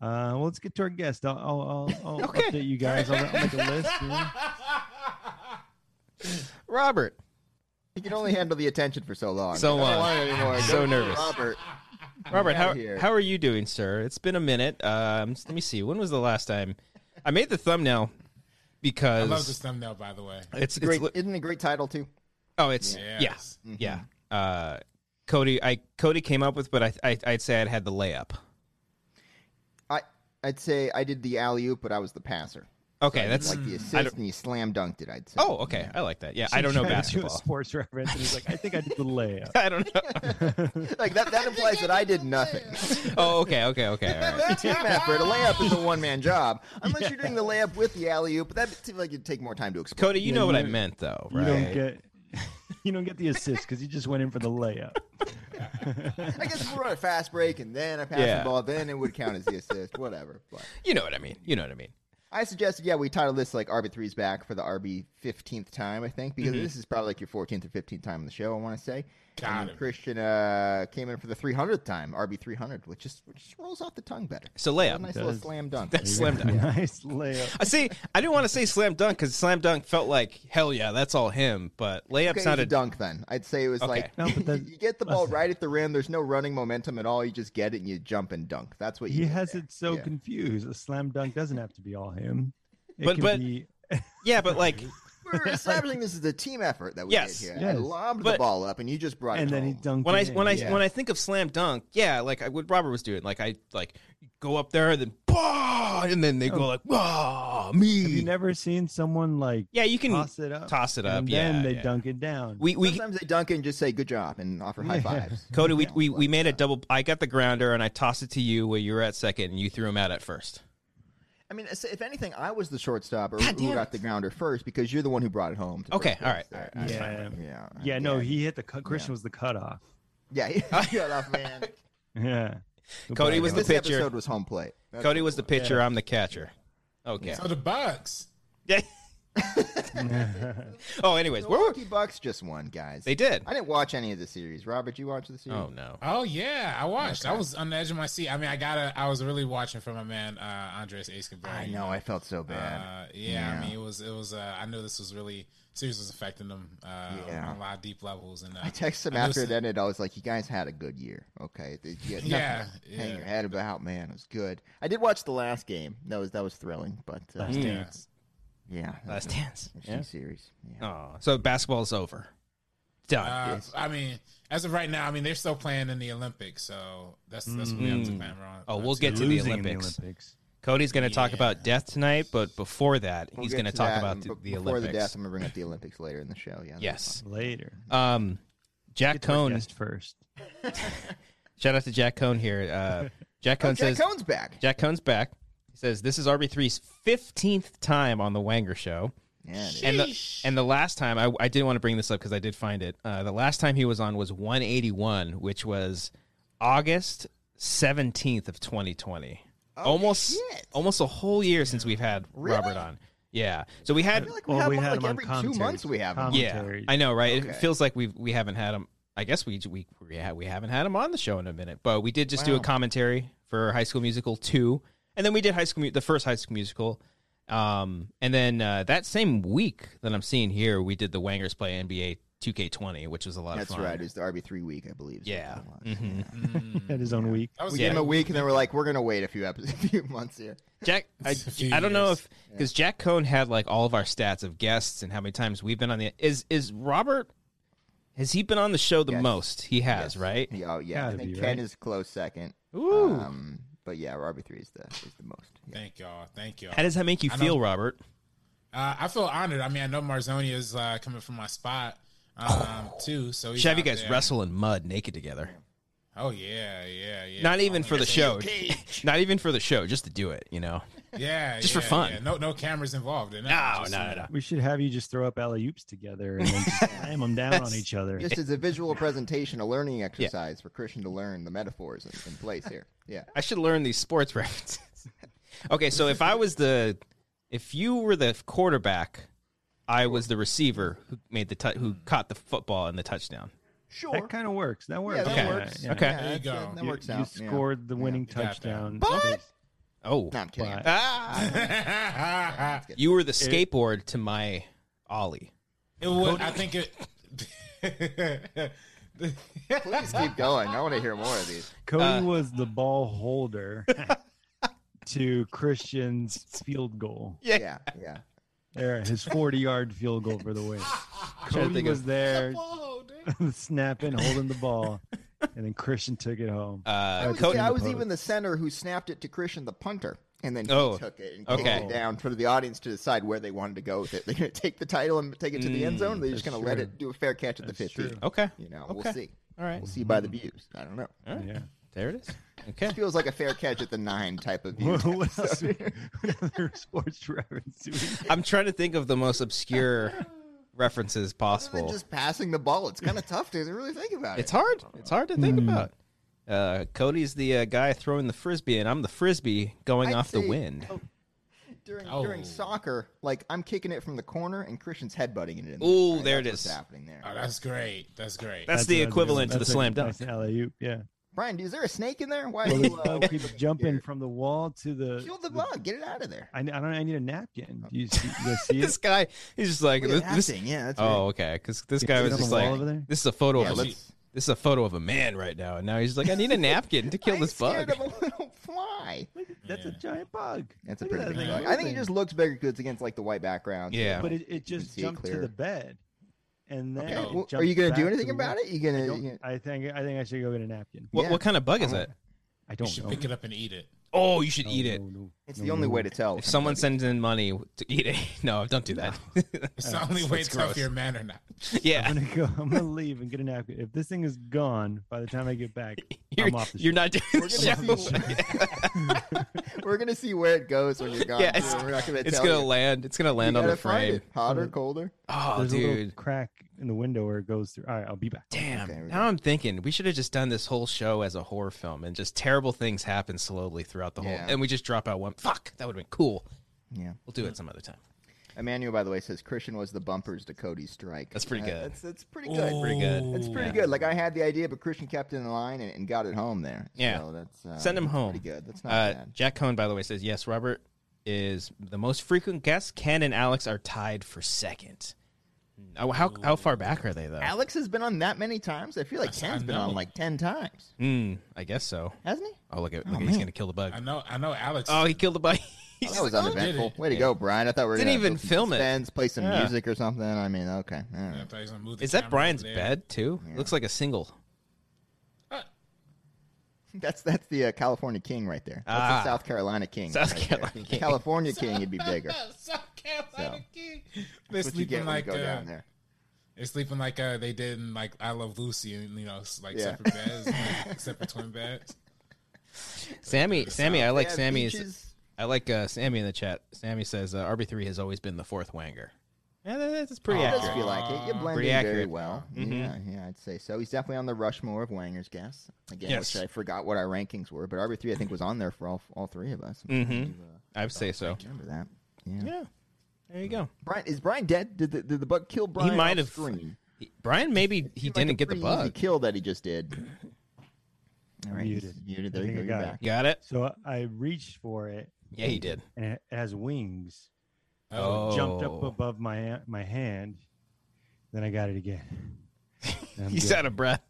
[SPEAKER 1] Uh, well, let's get to our guest. I'll I'll,
[SPEAKER 2] (laughs)
[SPEAKER 1] I'll, I'll
[SPEAKER 2] Okay.
[SPEAKER 1] update you guys. I'll, I'll make a list. you know?
[SPEAKER 2] Robert.
[SPEAKER 3] You can only handle the attention for so long.
[SPEAKER 2] So
[SPEAKER 3] I don't
[SPEAKER 2] long.
[SPEAKER 3] want it anymore.
[SPEAKER 2] So
[SPEAKER 3] Don't-
[SPEAKER 2] nervous.
[SPEAKER 3] Robert.
[SPEAKER 2] Robert,
[SPEAKER 3] outta
[SPEAKER 2] how,
[SPEAKER 3] here.
[SPEAKER 2] how are you doing, sir? It's been a minute. Um, let me see. When was the last time I made the thumbnail?
[SPEAKER 4] I love this
[SPEAKER 2] Because
[SPEAKER 4] thumbnail, by the way.
[SPEAKER 2] it's, it's
[SPEAKER 3] Great,
[SPEAKER 2] li-
[SPEAKER 3] isn't it a great title too?
[SPEAKER 2] oh, it's yeah,
[SPEAKER 4] Yes.
[SPEAKER 3] Mm-hmm.
[SPEAKER 2] yeah. Uh, Cody, I Cody came up with, but I, I I'd say I'd had the layup.
[SPEAKER 3] I I'd say I did the alley oop, but I was the passer.
[SPEAKER 2] Okay, that's
[SPEAKER 3] Like the
[SPEAKER 2] don't-
[SPEAKER 3] assist and you slam dunked it. I'd say.
[SPEAKER 2] oh, okay. I like that. Yeah, (laughs) I don't
[SPEAKER 3] (laughs)
[SPEAKER 2] know
[SPEAKER 1] Trying to do (laughs) a
[SPEAKER 2] basketball.
[SPEAKER 1] sports reference. And he's like, I think I did the
[SPEAKER 2] (laughs)
[SPEAKER 1] layup.
[SPEAKER 2] I don't know.
[SPEAKER 3] like that. That implies that I did nothing. (laughs)
[SPEAKER 2] Oh, okay, okay, okay. all right.
[SPEAKER 3] That's a team effort. A layup is a one man job. Unless you're doing the layup with the alley oop, but that seems like it'd take more time to explain.
[SPEAKER 2] Cody, you
[SPEAKER 1] Yeah,
[SPEAKER 2] know what
[SPEAKER 1] you
[SPEAKER 2] I
[SPEAKER 1] don't-
[SPEAKER 2] meant though,
[SPEAKER 1] You
[SPEAKER 2] right?
[SPEAKER 1] don't get you don't get the assist because you just went in for the layup.
[SPEAKER 3] I guess if we're on a fast break and then I pass
[SPEAKER 2] Yeah.
[SPEAKER 3] the ball, then it would count as the assist, whatever. But
[SPEAKER 2] You know what I mean. You know what I mean.
[SPEAKER 3] I suggested, yeah, we title this like RB3's back for the RB 15th time, I think, because this is probably like your 14th or 15th time on the show, I want to say.
[SPEAKER 4] Got
[SPEAKER 3] And then
[SPEAKER 4] him.
[SPEAKER 3] Christian uh, came in for the 300th time, RB 300, which just, which just rolls off the tongue better.
[SPEAKER 2] So
[SPEAKER 3] A
[SPEAKER 2] layup.
[SPEAKER 3] nice little
[SPEAKER 1] does.
[SPEAKER 3] slam dunk.
[SPEAKER 2] That's (laughs) slam dunk.
[SPEAKER 1] nice layup.
[SPEAKER 2] I see. I didn't want to say slam dunk because slam dunk felt like hell yeah, that's all him. But layup
[SPEAKER 3] Okay, it was a
[SPEAKER 2] sounded
[SPEAKER 3] dunk then. I'd say it was
[SPEAKER 2] Okay.
[SPEAKER 3] like
[SPEAKER 1] No,
[SPEAKER 3] (laughs)
[SPEAKER 1] but then-
[SPEAKER 3] you get the ball right at the rim. There's no running momentum at all. You just get it and you jump and dunk. That's what you
[SPEAKER 1] He
[SPEAKER 3] did
[SPEAKER 1] has
[SPEAKER 3] there.
[SPEAKER 1] it so
[SPEAKER 3] Yeah.
[SPEAKER 1] confused. A slam dunk doesn't have to be all him. It
[SPEAKER 2] But-
[SPEAKER 1] can
[SPEAKER 2] but-
[SPEAKER 1] be
[SPEAKER 2] yeah,
[SPEAKER 1] (laughs)
[SPEAKER 2] but like
[SPEAKER 3] We're establishing this is a team effort that we
[SPEAKER 2] Yes.
[SPEAKER 3] did here. I
[SPEAKER 1] Yes.
[SPEAKER 3] lobbed the
[SPEAKER 2] But-
[SPEAKER 3] ball up, and you just brought
[SPEAKER 1] and
[SPEAKER 3] it
[SPEAKER 1] then he
[SPEAKER 3] home.
[SPEAKER 1] dunked.
[SPEAKER 2] when I
[SPEAKER 1] it in.
[SPEAKER 2] when I
[SPEAKER 3] Yeah.
[SPEAKER 2] when I think of slam dunk, yeah, like I, what Robert was doing, like I like go up there and then bah, and then they go like wah
[SPEAKER 1] Oh. have you
[SPEAKER 2] me.
[SPEAKER 1] never seen someone like
[SPEAKER 2] Yeah, you can
[SPEAKER 1] toss it up,
[SPEAKER 2] toss it up,
[SPEAKER 1] and then
[SPEAKER 2] yeah,
[SPEAKER 1] they
[SPEAKER 2] yeah.
[SPEAKER 1] dunk it down.
[SPEAKER 2] we we
[SPEAKER 3] Sometimes they dunk and just say "good job" and offer high
[SPEAKER 1] Yeah.
[SPEAKER 3] (laughs) fives.
[SPEAKER 2] Cody we
[SPEAKER 3] Yeah,
[SPEAKER 2] we, we
[SPEAKER 3] but,
[SPEAKER 2] made a
[SPEAKER 3] uh,
[SPEAKER 2] double. I got the grounder and I tossed it to you where you were at second and you threw him out at first.
[SPEAKER 3] I mean, so if anything, I was the shortstop or
[SPEAKER 2] God
[SPEAKER 3] who
[SPEAKER 2] damn
[SPEAKER 3] got the grounder first because you're the one who brought it home. to
[SPEAKER 2] Okay,
[SPEAKER 3] first
[SPEAKER 2] all right,
[SPEAKER 3] base
[SPEAKER 2] all
[SPEAKER 3] there.
[SPEAKER 2] right,
[SPEAKER 1] yeah,
[SPEAKER 3] yeah,
[SPEAKER 1] yeah, No,
[SPEAKER 3] yeah.
[SPEAKER 1] he hit the cut. Christian was the cutoff. (laughs)
[SPEAKER 3] yeah, he- (laughs) shut up, man.
[SPEAKER 1] Yeah,
[SPEAKER 2] Cody was
[SPEAKER 1] But-
[SPEAKER 2] the
[SPEAKER 3] this
[SPEAKER 2] pitcher.
[SPEAKER 3] episode was home plate. That's
[SPEAKER 2] Cody
[SPEAKER 3] what
[SPEAKER 2] was
[SPEAKER 3] it
[SPEAKER 2] the pitcher. I'm the catcher. Okay.
[SPEAKER 4] So the bugs.
[SPEAKER 2] Yeah. (laughs) oh, anyways,
[SPEAKER 3] The
[SPEAKER 2] where were
[SPEAKER 3] Milwaukee Bucks just won, guys.
[SPEAKER 2] they? Did
[SPEAKER 3] I didn't watch any of the series. Robert, you watched the series?
[SPEAKER 2] oh no.
[SPEAKER 4] Oh yeah, I watched. I was on the edge of my seat. I mean, I gotta. I was really watching for my man uh, Andres Escobar.
[SPEAKER 3] I
[SPEAKER 4] you
[SPEAKER 3] know. I felt so bad.
[SPEAKER 4] Uh, yeah,
[SPEAKER 3] Yeah.
[SPEAKER 4] I mean, it was. It was. Uh, I knew this was really series was affecting them uh,
[SPEAKER 3] Yeah.
[SPEAKER 4] on a lot of deep levels. And uh,
[SPEAKER 3] I texted him
[SPEAKER 4] I
[SPEAKER 3] after it
[SPEAKER 4] noticed-
[SPEAKER 3] ended. I was like, "You guys had a good year, okay? Th-
[SPEAKER 2] (laughs)
[SPEAKER 3] You had nothing
[SPEAKER 4] Yeah,
[SPEAKER 3] to hang
[SPEAKER 4] yeah.
[SPEAKER 3] your head about, man. It was good. I did watch the last game. That was that was thrilling, but uh,
[SPEAKER 1] Last
[SPEAKER 4] yeah.
[SPEAKER 1] dance.
[SPEAKER 3] yeah, that
[SPEAKER 2] Last
[SPEAKER 3] was
[SPEAKER 2] dance.
[SPEAKER 3] an interesting series. Yeah.
[SPEAKER 2] Oh, so basketball's over. Done.
[SPEAKER 4] Uh, I mean, as of right now, I mean they're still playing in the Olympics, so that's that's what we have to plan around.
[SPEAKER 2] Oh, we'll
[SPEAKER 4] to.
[SPEAKER 2] get to the
[SPEAKER 1] Losing in
[SPEAKER 2] Olympics.
[SPEAKER 1] the Olympics.
[SPEAKER 2] Cody's going to talk
[SPEAKER 4] Yeah.
[SPEAKER 2] about death tonight, but before that,
[SPEAKER 3] We'll
[SPEAKER 2] he's
[SPEAKER 3] get
[SPEAKER 2] going to
[SPEAKER 3] to
[SPEAKER 2] talk
[SPEAKER 3] that,
[SPEAKER 2] about
[SPEAKER 3] and
[SPEAKER 2] the,
[SPEAKER 3] b-
[SPEAKER 2] the
[SPEAKER 3] before
[SPEAKER 2] Olympics.
[SPEAKER 3] the death. I'm gonna bring
[SPEAKER 2] (laughs)
[SPEAKER 3] up the Olympics later in the show. Yeah. that'll be
[SPEAKER 2] Yes.
[SPEAKER 1] Later.
[SPEAKER 2] Um, Jack
[SPEAKER 1] Our
[SPEAKER 2] Cohn.
[SPEAKER 1] guest first.
[SPEAKER 2] Shout out to Jack Cohn here.
[SPEAKER 3] (laughs)
[SPEAKER 2] Uh, Jack
[SPEAKER 3] fun.
[SPEAKER 2] Cohn
[SPEAKER 3] Oh, Jack
[SPEAKER 2] says
[SPEAKER 3] Cohn's back.
[SPEAKER 2] Jack Cohn's back. He says this is RB3's fifteenth time on the Wanger Show,
[SPEAKER 3] Yeah, it is.
[SPEAKER 2] and the and the last time I, I did want to bring this up because I did find it. Uh, the last time he was on was 181, which was August seventeenth of 2020. almost
[SPEAKER 3] shit.
[SPEAKER 2] almost a whole year since we've had
[SPEAKER 3] Really?
[SPEAKER 2] Robert on. Yeah. So we had
[SPEAKER 3] feel like we
[SPEAKER 1] Well,
[SPEAKER 3] have
[SPEAKER 1] we
[SPEAKER 3] one
[SPEAKER 1] had
[SPEAKER 3] like
[SPEAKER 1] him on
[SPEAKER 3] every two
[SPEAKER 1] commentary.
[SPEAKER 3] months. We have one.
[SPEAKER 1] Comment-
[SPEAKER 2] yeah.
[SPEAKER 1] commentary.
[SPEAKER 2] I know, right? It
[SPEAKER 3] Okay.
[SPEAKER 2] feels like we we haven't had him. I guess we we we, ha- we haven't had him on the show in a minute, but we did just do a
[SPEAKER 3] Wow.
[SPEAKER 2] commentary for High School Musical two, and then we did High School Mu- the first High School Musical, um, and then uh, that same week that I'm seeing here, we did the Wangers play NBA 2K20, which was a lot
[SPEAKER 3] That's
[SPEAKER 2] of fun.
[SPEAKER 3] right. It's the RB three week, I believe. is what
[SPEAKER 2] Yeah.
[SPEAKER 3] it was.
[SPEAKER 2] Mhm.
[SPEAKER 4] Mm.
[SPEAKER 1] At his own week.
[SPEAKER 4] That was
[SPEAKER 3] We
[SPEAKER 2] Yeah.
[SPEAKER 3] gave him a week, and then we're like, we're gonna wait a few episodes, a (laughs) few months here.
[SPEAKER 2] Jack, I,
[SPEAKER 4] It's a few
[SPEAKER 2] I don't know
[SPEAKER 4] years.
[SPEAKER 2] if because Jack Cohn had like all of our stats of guests and how many times we've been on the is is Robert has he been on the show the
[SPEAKER 3] Yes.
[SPEAKER 2] most? He has,
[SPEAKER 3] Yes.
[SPEAKER 2] right?
[SPEAKER 3] Yeah, oh, yeah. I
[SPEAKER 1] Gotta
[SPEAKER 3] think
[SPEAKER 1] be,
[SPEAKER 3] Ken
[SPEAKER 1] right?
[SPEAKER 3] is close second.
[SPEAKER 2] Ooh.
[SPEAKER 3] Um, but yeah, RB three is the is the most. Yeah.
[SPEAKER 4] Thank y'all. Thank y'all.
[SPEAKER 2] how does that make you
[SPEAKER 4] I
[SPEAKER 2] feel,
[SPEAKER 4] know.
[SPEAKER 2] Robert?
[SPEAKER 4] Uh, I feel honored. I mean, I know Marzonia is uh, coming from my spot
[SPEAKER 3] Oh.
[SPEAKER 4] um, too. So he's
[SPEAKER 2] Should have you
[SPEAKER 4] out
[SPEAKER 2] guys
[SPEAKER 4] there.
[SPEAKER 2] wrestle in mud naked together.
[SPEAKER 4] Oh yeah, yeah, yeah.
[SPEAKER 2] Not even
[SPEAKER 4] Oh,
[SPEAKER 2] for the
[SPEAKER 4] yeah.
[SPEAKER 2] show. (laughs) Not even for the show, just to do it, you know.
[SPEAKER 4] Yeah,
[SPEAKER 2] Just
[SPEAKER 4] yeah,
[SPEAKER 2] for fun.
[SPEAKER 4] yeah. No, no cameras involved. in that.
[SPEAKER 2] No,
[SPEAKER 4] Just,
[SPEAKER 2] no,
[SPEAKER 4] uh,
[SPEAKER 2] (laughs) no, no.
[SPEAKER 1] We should have you just throw up alley oops together and then
[SPEAKER 3] (laughs)
[SPEAKER 1] just slam them down on each other.
[SPEAKER 3] Just as a visual presentation,
[SPEAKER 2] (laughs)
[SPEAKER 3] a learning exercise for Christian to learn the metaphors in, in place here. Yeah.
[SPEAKER 2] I should learn these sports (laughs) references. okay, so if I was the, if you were the quarterback, I was the receiver who made the tou who caught the football and the touchdown.
[SPEAKER 3] Sure.
[SPEAKER 1] That kind of works. That works.
[SPEAKER 3] yeah, that
[SPEAKER 2] Okay.
[SPEAKER 3] works.
[SPEAKER 1] Yeah.
[SPEAKER 2] Okay.
[SPEAKER 3] Yeah,
[SPEAKER 4] There you
[SPEAKER 3] that's-
[SPEAKER 4] go.
[SPEAKER 3] That, that
[SPEAKER 1] You,
[SPEAKER 3] works
[SPEAKER 1] you
[SPEAKER 3] out. yeah.
[SPEAKER 1] scored the winning
[SPEAKER 4] got that.
[SPEAKER 1] touchdown.
[SPEAKER 2] But- Oh,
[SPEAKER 3] No, I'm kidding.
[SPEAKER 1] But-
[SPEAKER 2] ah, you were the skateboard to my ollie.
[SPEAKER 4] it would. I think it.
[SPEAKER 3] (laughs)
[SPEAKER 4] (laughs)
[SPEAKER 3] Please keep going. I want to hear more
[SPEAKER 2] (laughs)
[SPEAKER 3] of these.
[SPEAKER 2] Uh,
[SPEAKER 1] Cody was the ball
[SPEAKER 3] (laughs)
[SPEAKER 1] holder to Christian's field goal.
[SPEAKER 2] Yeah.
[SPEAKER 3] Yeah. Yeah.
[SPEAKER 1] There, his 40 yard field goal for the
[SPEAKER 3] (laughs)
[SPEAKER 1] win. Cody
[SPEAKER 2] think of-
[SPEAKER 1] was there,
[SPEAKER 4] Whoa,
[SPEAKER 1] (laughs)
[SPEAKER 4] dude.
[SPEAKER 1] snapping, holding the ball, and then Christian took it home.
[SPEAKER 3] I
[SPEAKER 2] Uh,
[SPEAKER 3] was,
[SPEAKER 2] Cody,
[SPEAKER 3] yeah, I was
[SPEAKER 1] Post.
[SPEAKER 3] even the center who snapped it to Christian, the punter, and then he
[SPEAKER 2] Oh,
[SPEAKER 3] took it and kicked
[SPEAKER 2] okay.
[SPEAKER 3] it down for the audience to decide where they wanted to go with it. (laughs) They're going to take the title and take it to the
[SPEAKER 2] Mm,
[SPEAKER 3] end zone. or They're just
[SPEAKER 1] that's
[SPEAKER 3] going to let
[SPEAKER 1] true.
[SPEAKER 3] it do a fair catch at the
[SPEAKER 1] That's
[SPEAKER 3] 50.
[SPEAKER 1] true.
[SPEAKER 2] okay,
[SPEAKER 3] You know,
[SPEAKER 2] Okay.
[SPEAKER 3] we'll see.
[SPEAKER 2] all right,
[SPEAKER 3] We'll see by the views. I don't know.
[SPEAKER 2] Mm-hmm. all right.
[SPEAKER 1] Yeah.
[SPEAKER 2] There it is. Okay.
[SPEAKER 3] It feels like a fair catch at the nine
[SPEAKER 2] (laughs)
[SPEAKER 3] type of view.
[SPEAKER 1] What, what
[SPEAKER 3] (laughs)
[SPEAKER 1] else? What other sports reference? do we-
[SPEAKER 2] I'm trying to think of the most obscure references
[SPEAKER 3] Other than
[SPEAKER 2] possible.
[SPEAKER 3] just passing the ball, it's kind of tough to really think about
[SPEAKER 2] It's
[SPEAKER 3] it.
[SPEAKER 2] hard. It's hard to think
[SPEAKER 1] Hmm.
[SPEAKER 2] about. Uh, Cody's the uh, guy throwing the frisbee, and I'm the frisbee going
[SPEAKER 3] I'd
[SPEAKER 2] off the
[SPEAKER 3] say- Oh,
[SPEAKER 2] wind.
[SPEAKER 3] During
[SPEAKER 4] Oh.
[SPEAKER 3] during soccer, like I'm kicking it from the corner and Christian's headbutting it. in the
[SPEAKER 2] Ooh,
[SPEAKER 3] corner.
[SPEAKER 2] there it
[SPEAKER 3] That's what's
[SPEAKER 2] is.
[SPEAKER 3] happening there.
[SPEAKER 4] Oh, that's great. That's great.
[SPEAKER 2] That's
[SPEAKER 1] what
[SPEAKER 2] the
[SPEAKER 1] I was
[SPEAKER 2] equivalent to
[SPEAKER 1] gonna-
[SPEAKER 2] the slam dunk. (laughs)
[SPEAKER 1] that's alley-oop,
[SPEAKER 3] (laughs)
[SPEAKER 1] Yeah.
[SPEAKER 3] Brian, is there a snake in there? Why
[SPEAKER 1] Well,
[SPEAKER 3] are
[SPEAKER 1] the
[SPEAKER 3] you uh,
[SPEAKER 1] bug keeps jumping
[SPEAKER 3] here.
[SPEAKER 1] from the wall to
[SPEAKER 3] (laughs)
[SPEAKER 1] the.
[SPEAKER 3] kill the bug? Get it out of there.
[SPEAKER 1] I, I don't. I need a napkin. Do you see,
[SPEAKER 3] (laughs)
[SPEAKER 1] you guys see
[SPEAKER 2] this
[SPEAKER 1] it?
[SPEAKER 2] guy he's just like
[SPEAKER 3] Look at that
[SPEAKER 2] this,
[SPEAKER 3] thing. Yeah, that's
[SPEAKER 2] oh okay because this guy
[SPEAKER 1] see it
[SPEAKER 2] was
[SPEAKER 1] on
[SPEAKER 2] just
[SPEAKER 1] the wall
[SPEAKER 2] like
[SPEAKER 1] over there?
[SPEAKER 2] this is a photo
[SPEAKER 3] Yeah,
[SPEAKER 2] of a, this
[SPEAKER 4] let's-
[SPEAKER 2] is a photo of a man right now and now he's like i need a
[SPEAKER 3] (laughs)
[SPEAKER 2] napkin to kill
[SPEAKER 3] I'm
[SPEAKER 2] this
[SPEAKER 3] scared
[SPEAKER 2] bug
[SPEAKER 3] of a little (laughs) fly.
[SPEAKER 1] Look, that's a
[SPEAKER 4] Yeah.
[SPEAKER 1] giant bug.
[SPEAKER 3] That's a
[SPEAKER 1] Look at
[SPEAKER 3] pretty
[SPEAKER 1] that
[SPEAKER 3] big
[SPEAKER 1] thing
[SPEAKER 3] bug.
[SPEAKER 1] moving.
[SPEAKER 3] I think it just looks bigger because it's against like the white background.
[SPEAKER 2] yeah
[SPEAKER 1] But it, it just
[SPEAKER 3] see it
[SPEAKER 1] jumped to
[SPEAKER 3] clear.
[SPEAKER 1] the bed, and then.
[SPEAKER 3] Okay.
[SPEAKER 4] Yeah,
[SPEAKER 1] it
[SPEAKER 4] it
[SPEAKER 3] well, are
[SPEAKER 1] jumped
[SPEAKER 3] you gonna
[SPEAKER 1] back
[SPEAKER 3] do
[SPEAKER 1] to
[SPEAKER 3] anything
[SPEAKER 1] the
[SPEAKER 3] about
[SPEAKER 1] wall.
[SPEAKER 3] it? You gonna?
[SPEAKER 1] I,
[SPEAKER 3] you
[SPEAKER 1] don't,
[SPEAKER 3] gonna-
[SPEAKER 1] I think. I think I should go get a napkin.
[SPEAKER 2] what,
[SPEAKER 3] yeah.
[SPEAKER 2] what kind of bug is it
[SPEAKER 1] I
[SPEAKER 4] You
[SPEAKER 1] don't
[SPEAKER 4] should
[SPEAKER 1] know.
[SPEAKER 4] pick it up and eat it.
[SPEAKER 2] oh you should
[SPEAKER 1] No,
[SPEAKER 2] eat it
[SPEAKER 1] no, no,
[SPEAKER 3] it's
[SPEAKER 1] no,
[SPEAKER 3] the only
[SPEAKER 1] no.
[SPEAKER 3] way (laughs) to tell.
[SPEAKER 2] if Oh, someone sends in money to eat it (laughs) no don't do that (laughs)
[SPEAKER 4] It's the only way
[SPEAKER 2] that's
[SPEAKER 4] to tell if
[SPEAKER 2] gross.
[SPEAKER 4] you're a man or not.
[SPEAKER 2] yeah
[SPEAKER 1] I'm gonna go. I'm gonna leave and get a napkin. If this thing is gone by the time I get back,
[SPEAKER 2] you're,
[SPEAKER 1] I'm off the
[SPEAKER 2] you're not doing
[SPEAKER 3] We're
[SPEAKER 2] the
[SPEAKER 3] gonna
[SPEAKER 2] show
[SPEAKER 3] see- (laughs) we're gonna see where it goes when you're gone.
[SPEAKER 2] Yeah, it's-
[SPEAKER 3] we're not gonna
[SPEAKER 2] it's
[SPEAKER 3] tell
[SPEAKER 2] gonna
[SPEAKER 3] you.
[SPEAKER 2] land it's gonna land
[SPEAKER 3] You
[SPEAKER 2] on the
[SPEAKER 3] gotta find
[SPEAKER 2] frame
[SPEAKER 3] it. Hotter,
[SPEAKER 1] Hold it.
[SPEAKER 3] colder.
[SPEAKER 2] oh
[SPEAKER 1] There's a
[SPEAKER 2] dude
[SPEAKER 1] little crack in the window where it goes through. All right, I'll be back.
[SPEAKER 2] Damn.
[SPEAKER 3] Okay, we
[SPEAKER 2] now I'm thinking we should have just done this whole show as a horror film and just terrible things happen slowly throughout the whole
[SPEAKER 3] Yeah.
[SPEAKER 2] and we just drop out one. Fuck, that would have been cool.
[SPEAKER 3] Yeah.
[SPEAKER 2] We'll do it some other time.
[SPEAKER 3] Emmanuel, by the way, says Christian was the bumpers to Cody's strike.
[SPEAKER 2] That's pretty
[SPEAKER 3] Uh,
[SPEAKER 2] good.
[SPEAKER 3] That's that's pretty good.
[SPEAKER 2] Pretty good.
[SPEAKER 3] That's pretty
[SPEAKER 4] Ooh.
[SPEAKER 3] good. Like I had the idea, but Christian kept it in line and, and got it home there.
[SPEAKER 2] Yeah.
[SPEAKER 3] So that's uh,
[SPEAKER 2] Send him
[SPEAKER 3] that's
[SPEAKER 2] home.
[SPEAKER 3] Pretty good. That's not
[SPEAKER 2] Uh,
[SPEAKER 3] bad.
[SPEAKER 2] Jack Cohen, by the way, says yes, Robert is the most frequent guest. Ken and Alex are tied for second. Oh, how how far back are they though?
[SPEAKER 3] Alex has been on that many times. I feel like
[SPEAKER 4] Yes,
[SPEAKER 3] Ken's
[SPEAKER 4] I
[SPEAKER 3] been on
[SPEAKER 4] know.
[SPEAKER 3] like ten times,
[SPEAKER 2] Hmm, I guess so.
[SPEAKER 3] hasn't he?
[SPEAKER 2] Oh look at
[SPEAKER 3] Oh,
[SPEAKER 2] look at he's
[SPEAKER 3] man.
[SPEAKER 2] gonna kill the bug.
[SPEAKER 4] I know. I know. Alex.
[SPEAKER 2] Oh, he killed the bug. (laughs) He's
[SPEAKER 3] That was
[SPEAKER 2] like, "Oh."
[SPEAKER 3] uneventful.
[SPEAKER 4] did it.
[SPEAKER 3] Way to go, Brian. I thought we were
[SPEAKER 2] Didn't
[SPEAKER 3] gonna
[SPEAKER 2] even
[SPEAKER 3] do some
[SPEAKER 2] film it.
[SPEAKER 3] suspense, play some
[SPEAKER 2] Yeah.
[SPEAKER 3] music or something. I mean, okay. all
[SPEAKER 4] I
[SPEAKER 3] right.
[SPEAKER 4] thought he was gonna move the
[SPEAKER 2] Is that
[SPEAKER 4] camera
[SPEAKER 2] Brian's
[SPEAKER 4] over there. (laughs)
[SPEAKER 2] bed too? Looks like a single.
[SPEAKER 4] Uh,
[SPEAKER 3] (laughs) That's that's the uh, California King right there. That's
[SPEAKER 2] Ah.
[SPEAKER 3] the South Carolina King.
[SPEAKER 2] South
[SPEAKER 3] right there.
[SPEAKER 2] Carolina
[SPEAKER 3] The
[SPEAKER 2] King.
[SPEAKER 3] California King would be
[SPEAKER 4] (laughs)
[SPEAKER 3] bigger.
[SPEAKER 4] South Carolina
[SPEAKER 3] So,
[SPEAKER 4] King. They're
[SPEAKER 3] That's what you
[SPEAKER 4] sleeping
[SPEAKER 3] get when you
[SPEAKER 4] like
[SPEAKER 3] go
[SPEAKER 4] uh,
[SPEAKER 3] down there.
[SPEAKER 4] they're sleeping like uh, they did in like I Love Lucy and you know s- like
[SPEAKER 3] Yeah.
[SPEAKER 4] separate beds,
[SPEAKER 2] (laughs)
[SPEAKER 4] like, separate twin beds.
[SPEAKER 2] Sammy, Sammy, I like
[SPEAKER 3] Yeah,
[SPEAKER 2] Sammy's.
[SPEAKER 3] beaches.
[SPEAKER 2] I like uh, Sammy in the chat. Sammy says uh, RB three has always been the fourth wanger. Yeah, that- that's pretty
[SPEAKER 4] Oh,
[SPEAKER 3] It does
[SPEAKER 2] accurate.
[SPEAKER 3] feel like it. You
[SPEAKER 4] Pretty
[SPEAKER 3] blend in very
[SPEAKER 2] accurate.
[SPEAKER 3] well.
[SPEAKER 2] Mhm.
[SPEAKER 3] Yeah, yeah, I'd say so. He's definitely on the Rushmore of Wanger's guess again,
[SPEAKER 2] Yes.
[SPEAKER 3] which I forgot what our rankings were, but RB3 I think was on there for all all three of us. I'm trying
[SPEAKER 2] Mhm.
[SPEAKER 3] to, uh,
[SPEAKER 2] I would say so.
[SPEAKER 3] remember that? Yeah.
[SPEAKER 2] Yeah. There you go.
[SPEAKER 3] Brian is Brian dead? Did the, did the bug kill Brian?
[SPEAKER 2] might
[SPEAKER 3] off
[SPEAKER 2] have-
[SPEAKER 3] Screen?
[SPEAKER 2] Brian, maybe he
[SPEAKER 3] Seemed like a
[SPEAKER 2] didn't get the
[SPEAKER 3] pretty easy
[SPEAKER 2] bug.
[SPEAKER 3] kill that he just (clears throat) did. All right, he's
[SPEAKER 1] Muted.
[SPEAKER 3] Muted.
[SPEAKER 1] I
[SPEAKER 3] There you
[SPEAKER 1] think
[SPEAKER 3] go.
[SPEAKER 1] I
[SPEAKER 3] You're
[SPEAKER 1] got it.
[SPEAKER 3] back.
[SPEAKER 2] Got it?
[SPEAKER 1] So I reached for it,
[SPEAKER 2] Yeah, he did.
[SPEAKER 1] and it has wings.
[SPEAKER 2] Oh.
[SPEAKER 1] Jumped up above my my hand. Then I got it
[SPEAKER 3] (laughs)
[SPEAKER 1] again. And I'm
[SPEAKER 2] (laughs) He's
[SPEAKER 1] good.
[SPEAKER 2] out of breath,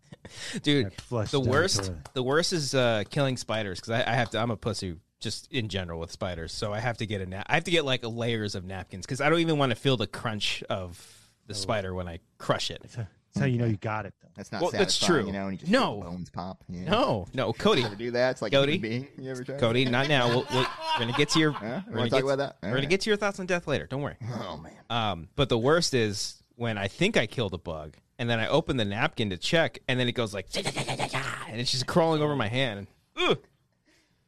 [SPEAKER 2] dude.
[SPEAKER 1] I flushed
[SPEAKER 2] The
[SPEAKER 1] down
[SPEAKER 2] worst,
[SPEAKER 1] toilet.
[SPEAKER 2] the worst is uh, killing spiders because I, I have to. I'm a pussy just in general with spiders, so I have to get a nap. I have to get like layers of napkins because I don't even want to feel the crunch of the spider when I crush it.
[SPEAKER 1] That's how you know you got it, though.
[SPEAKER 3] That's not
[SPEAKER 2] Well, that's
[SPEAKER 3] satisfying,
[SPEAKER 2] true.
[SPEAKER 3] You know, and he just
[SPEAKER 2] No.
[SPEAKER 3] the bones pop. Yeah.
[SPEAKER 2] No, no, Cody,
[SPEAKER 3] You ever do that? It's like
[SPEAKER 2] Cody.
[SPEAKER 3] Cody. Being. You ever try that?
[SPEAKER 2] Cody, not now. We'll, we'll, we're gonna get to your.
[SPEAKER 3] Huh?
[SPEAKER 2] We're
[SPEAKER 3] Want
[SPEAKER 2] gonna
[SPEAKER 3] to talk
[SPEAKER 2] get,
[SPEAKER 3] about that?
[SPEAKER 2] We're gonna get to your thoughts on death later. Don't worry.
[SPEAKER 3] Oh man.
[SPEAKER 2] Um, but the worst is when I think I killed a bug and then I open the napkin to check and then it goes like (laughs) and it's just crawling over my hand. Ugh.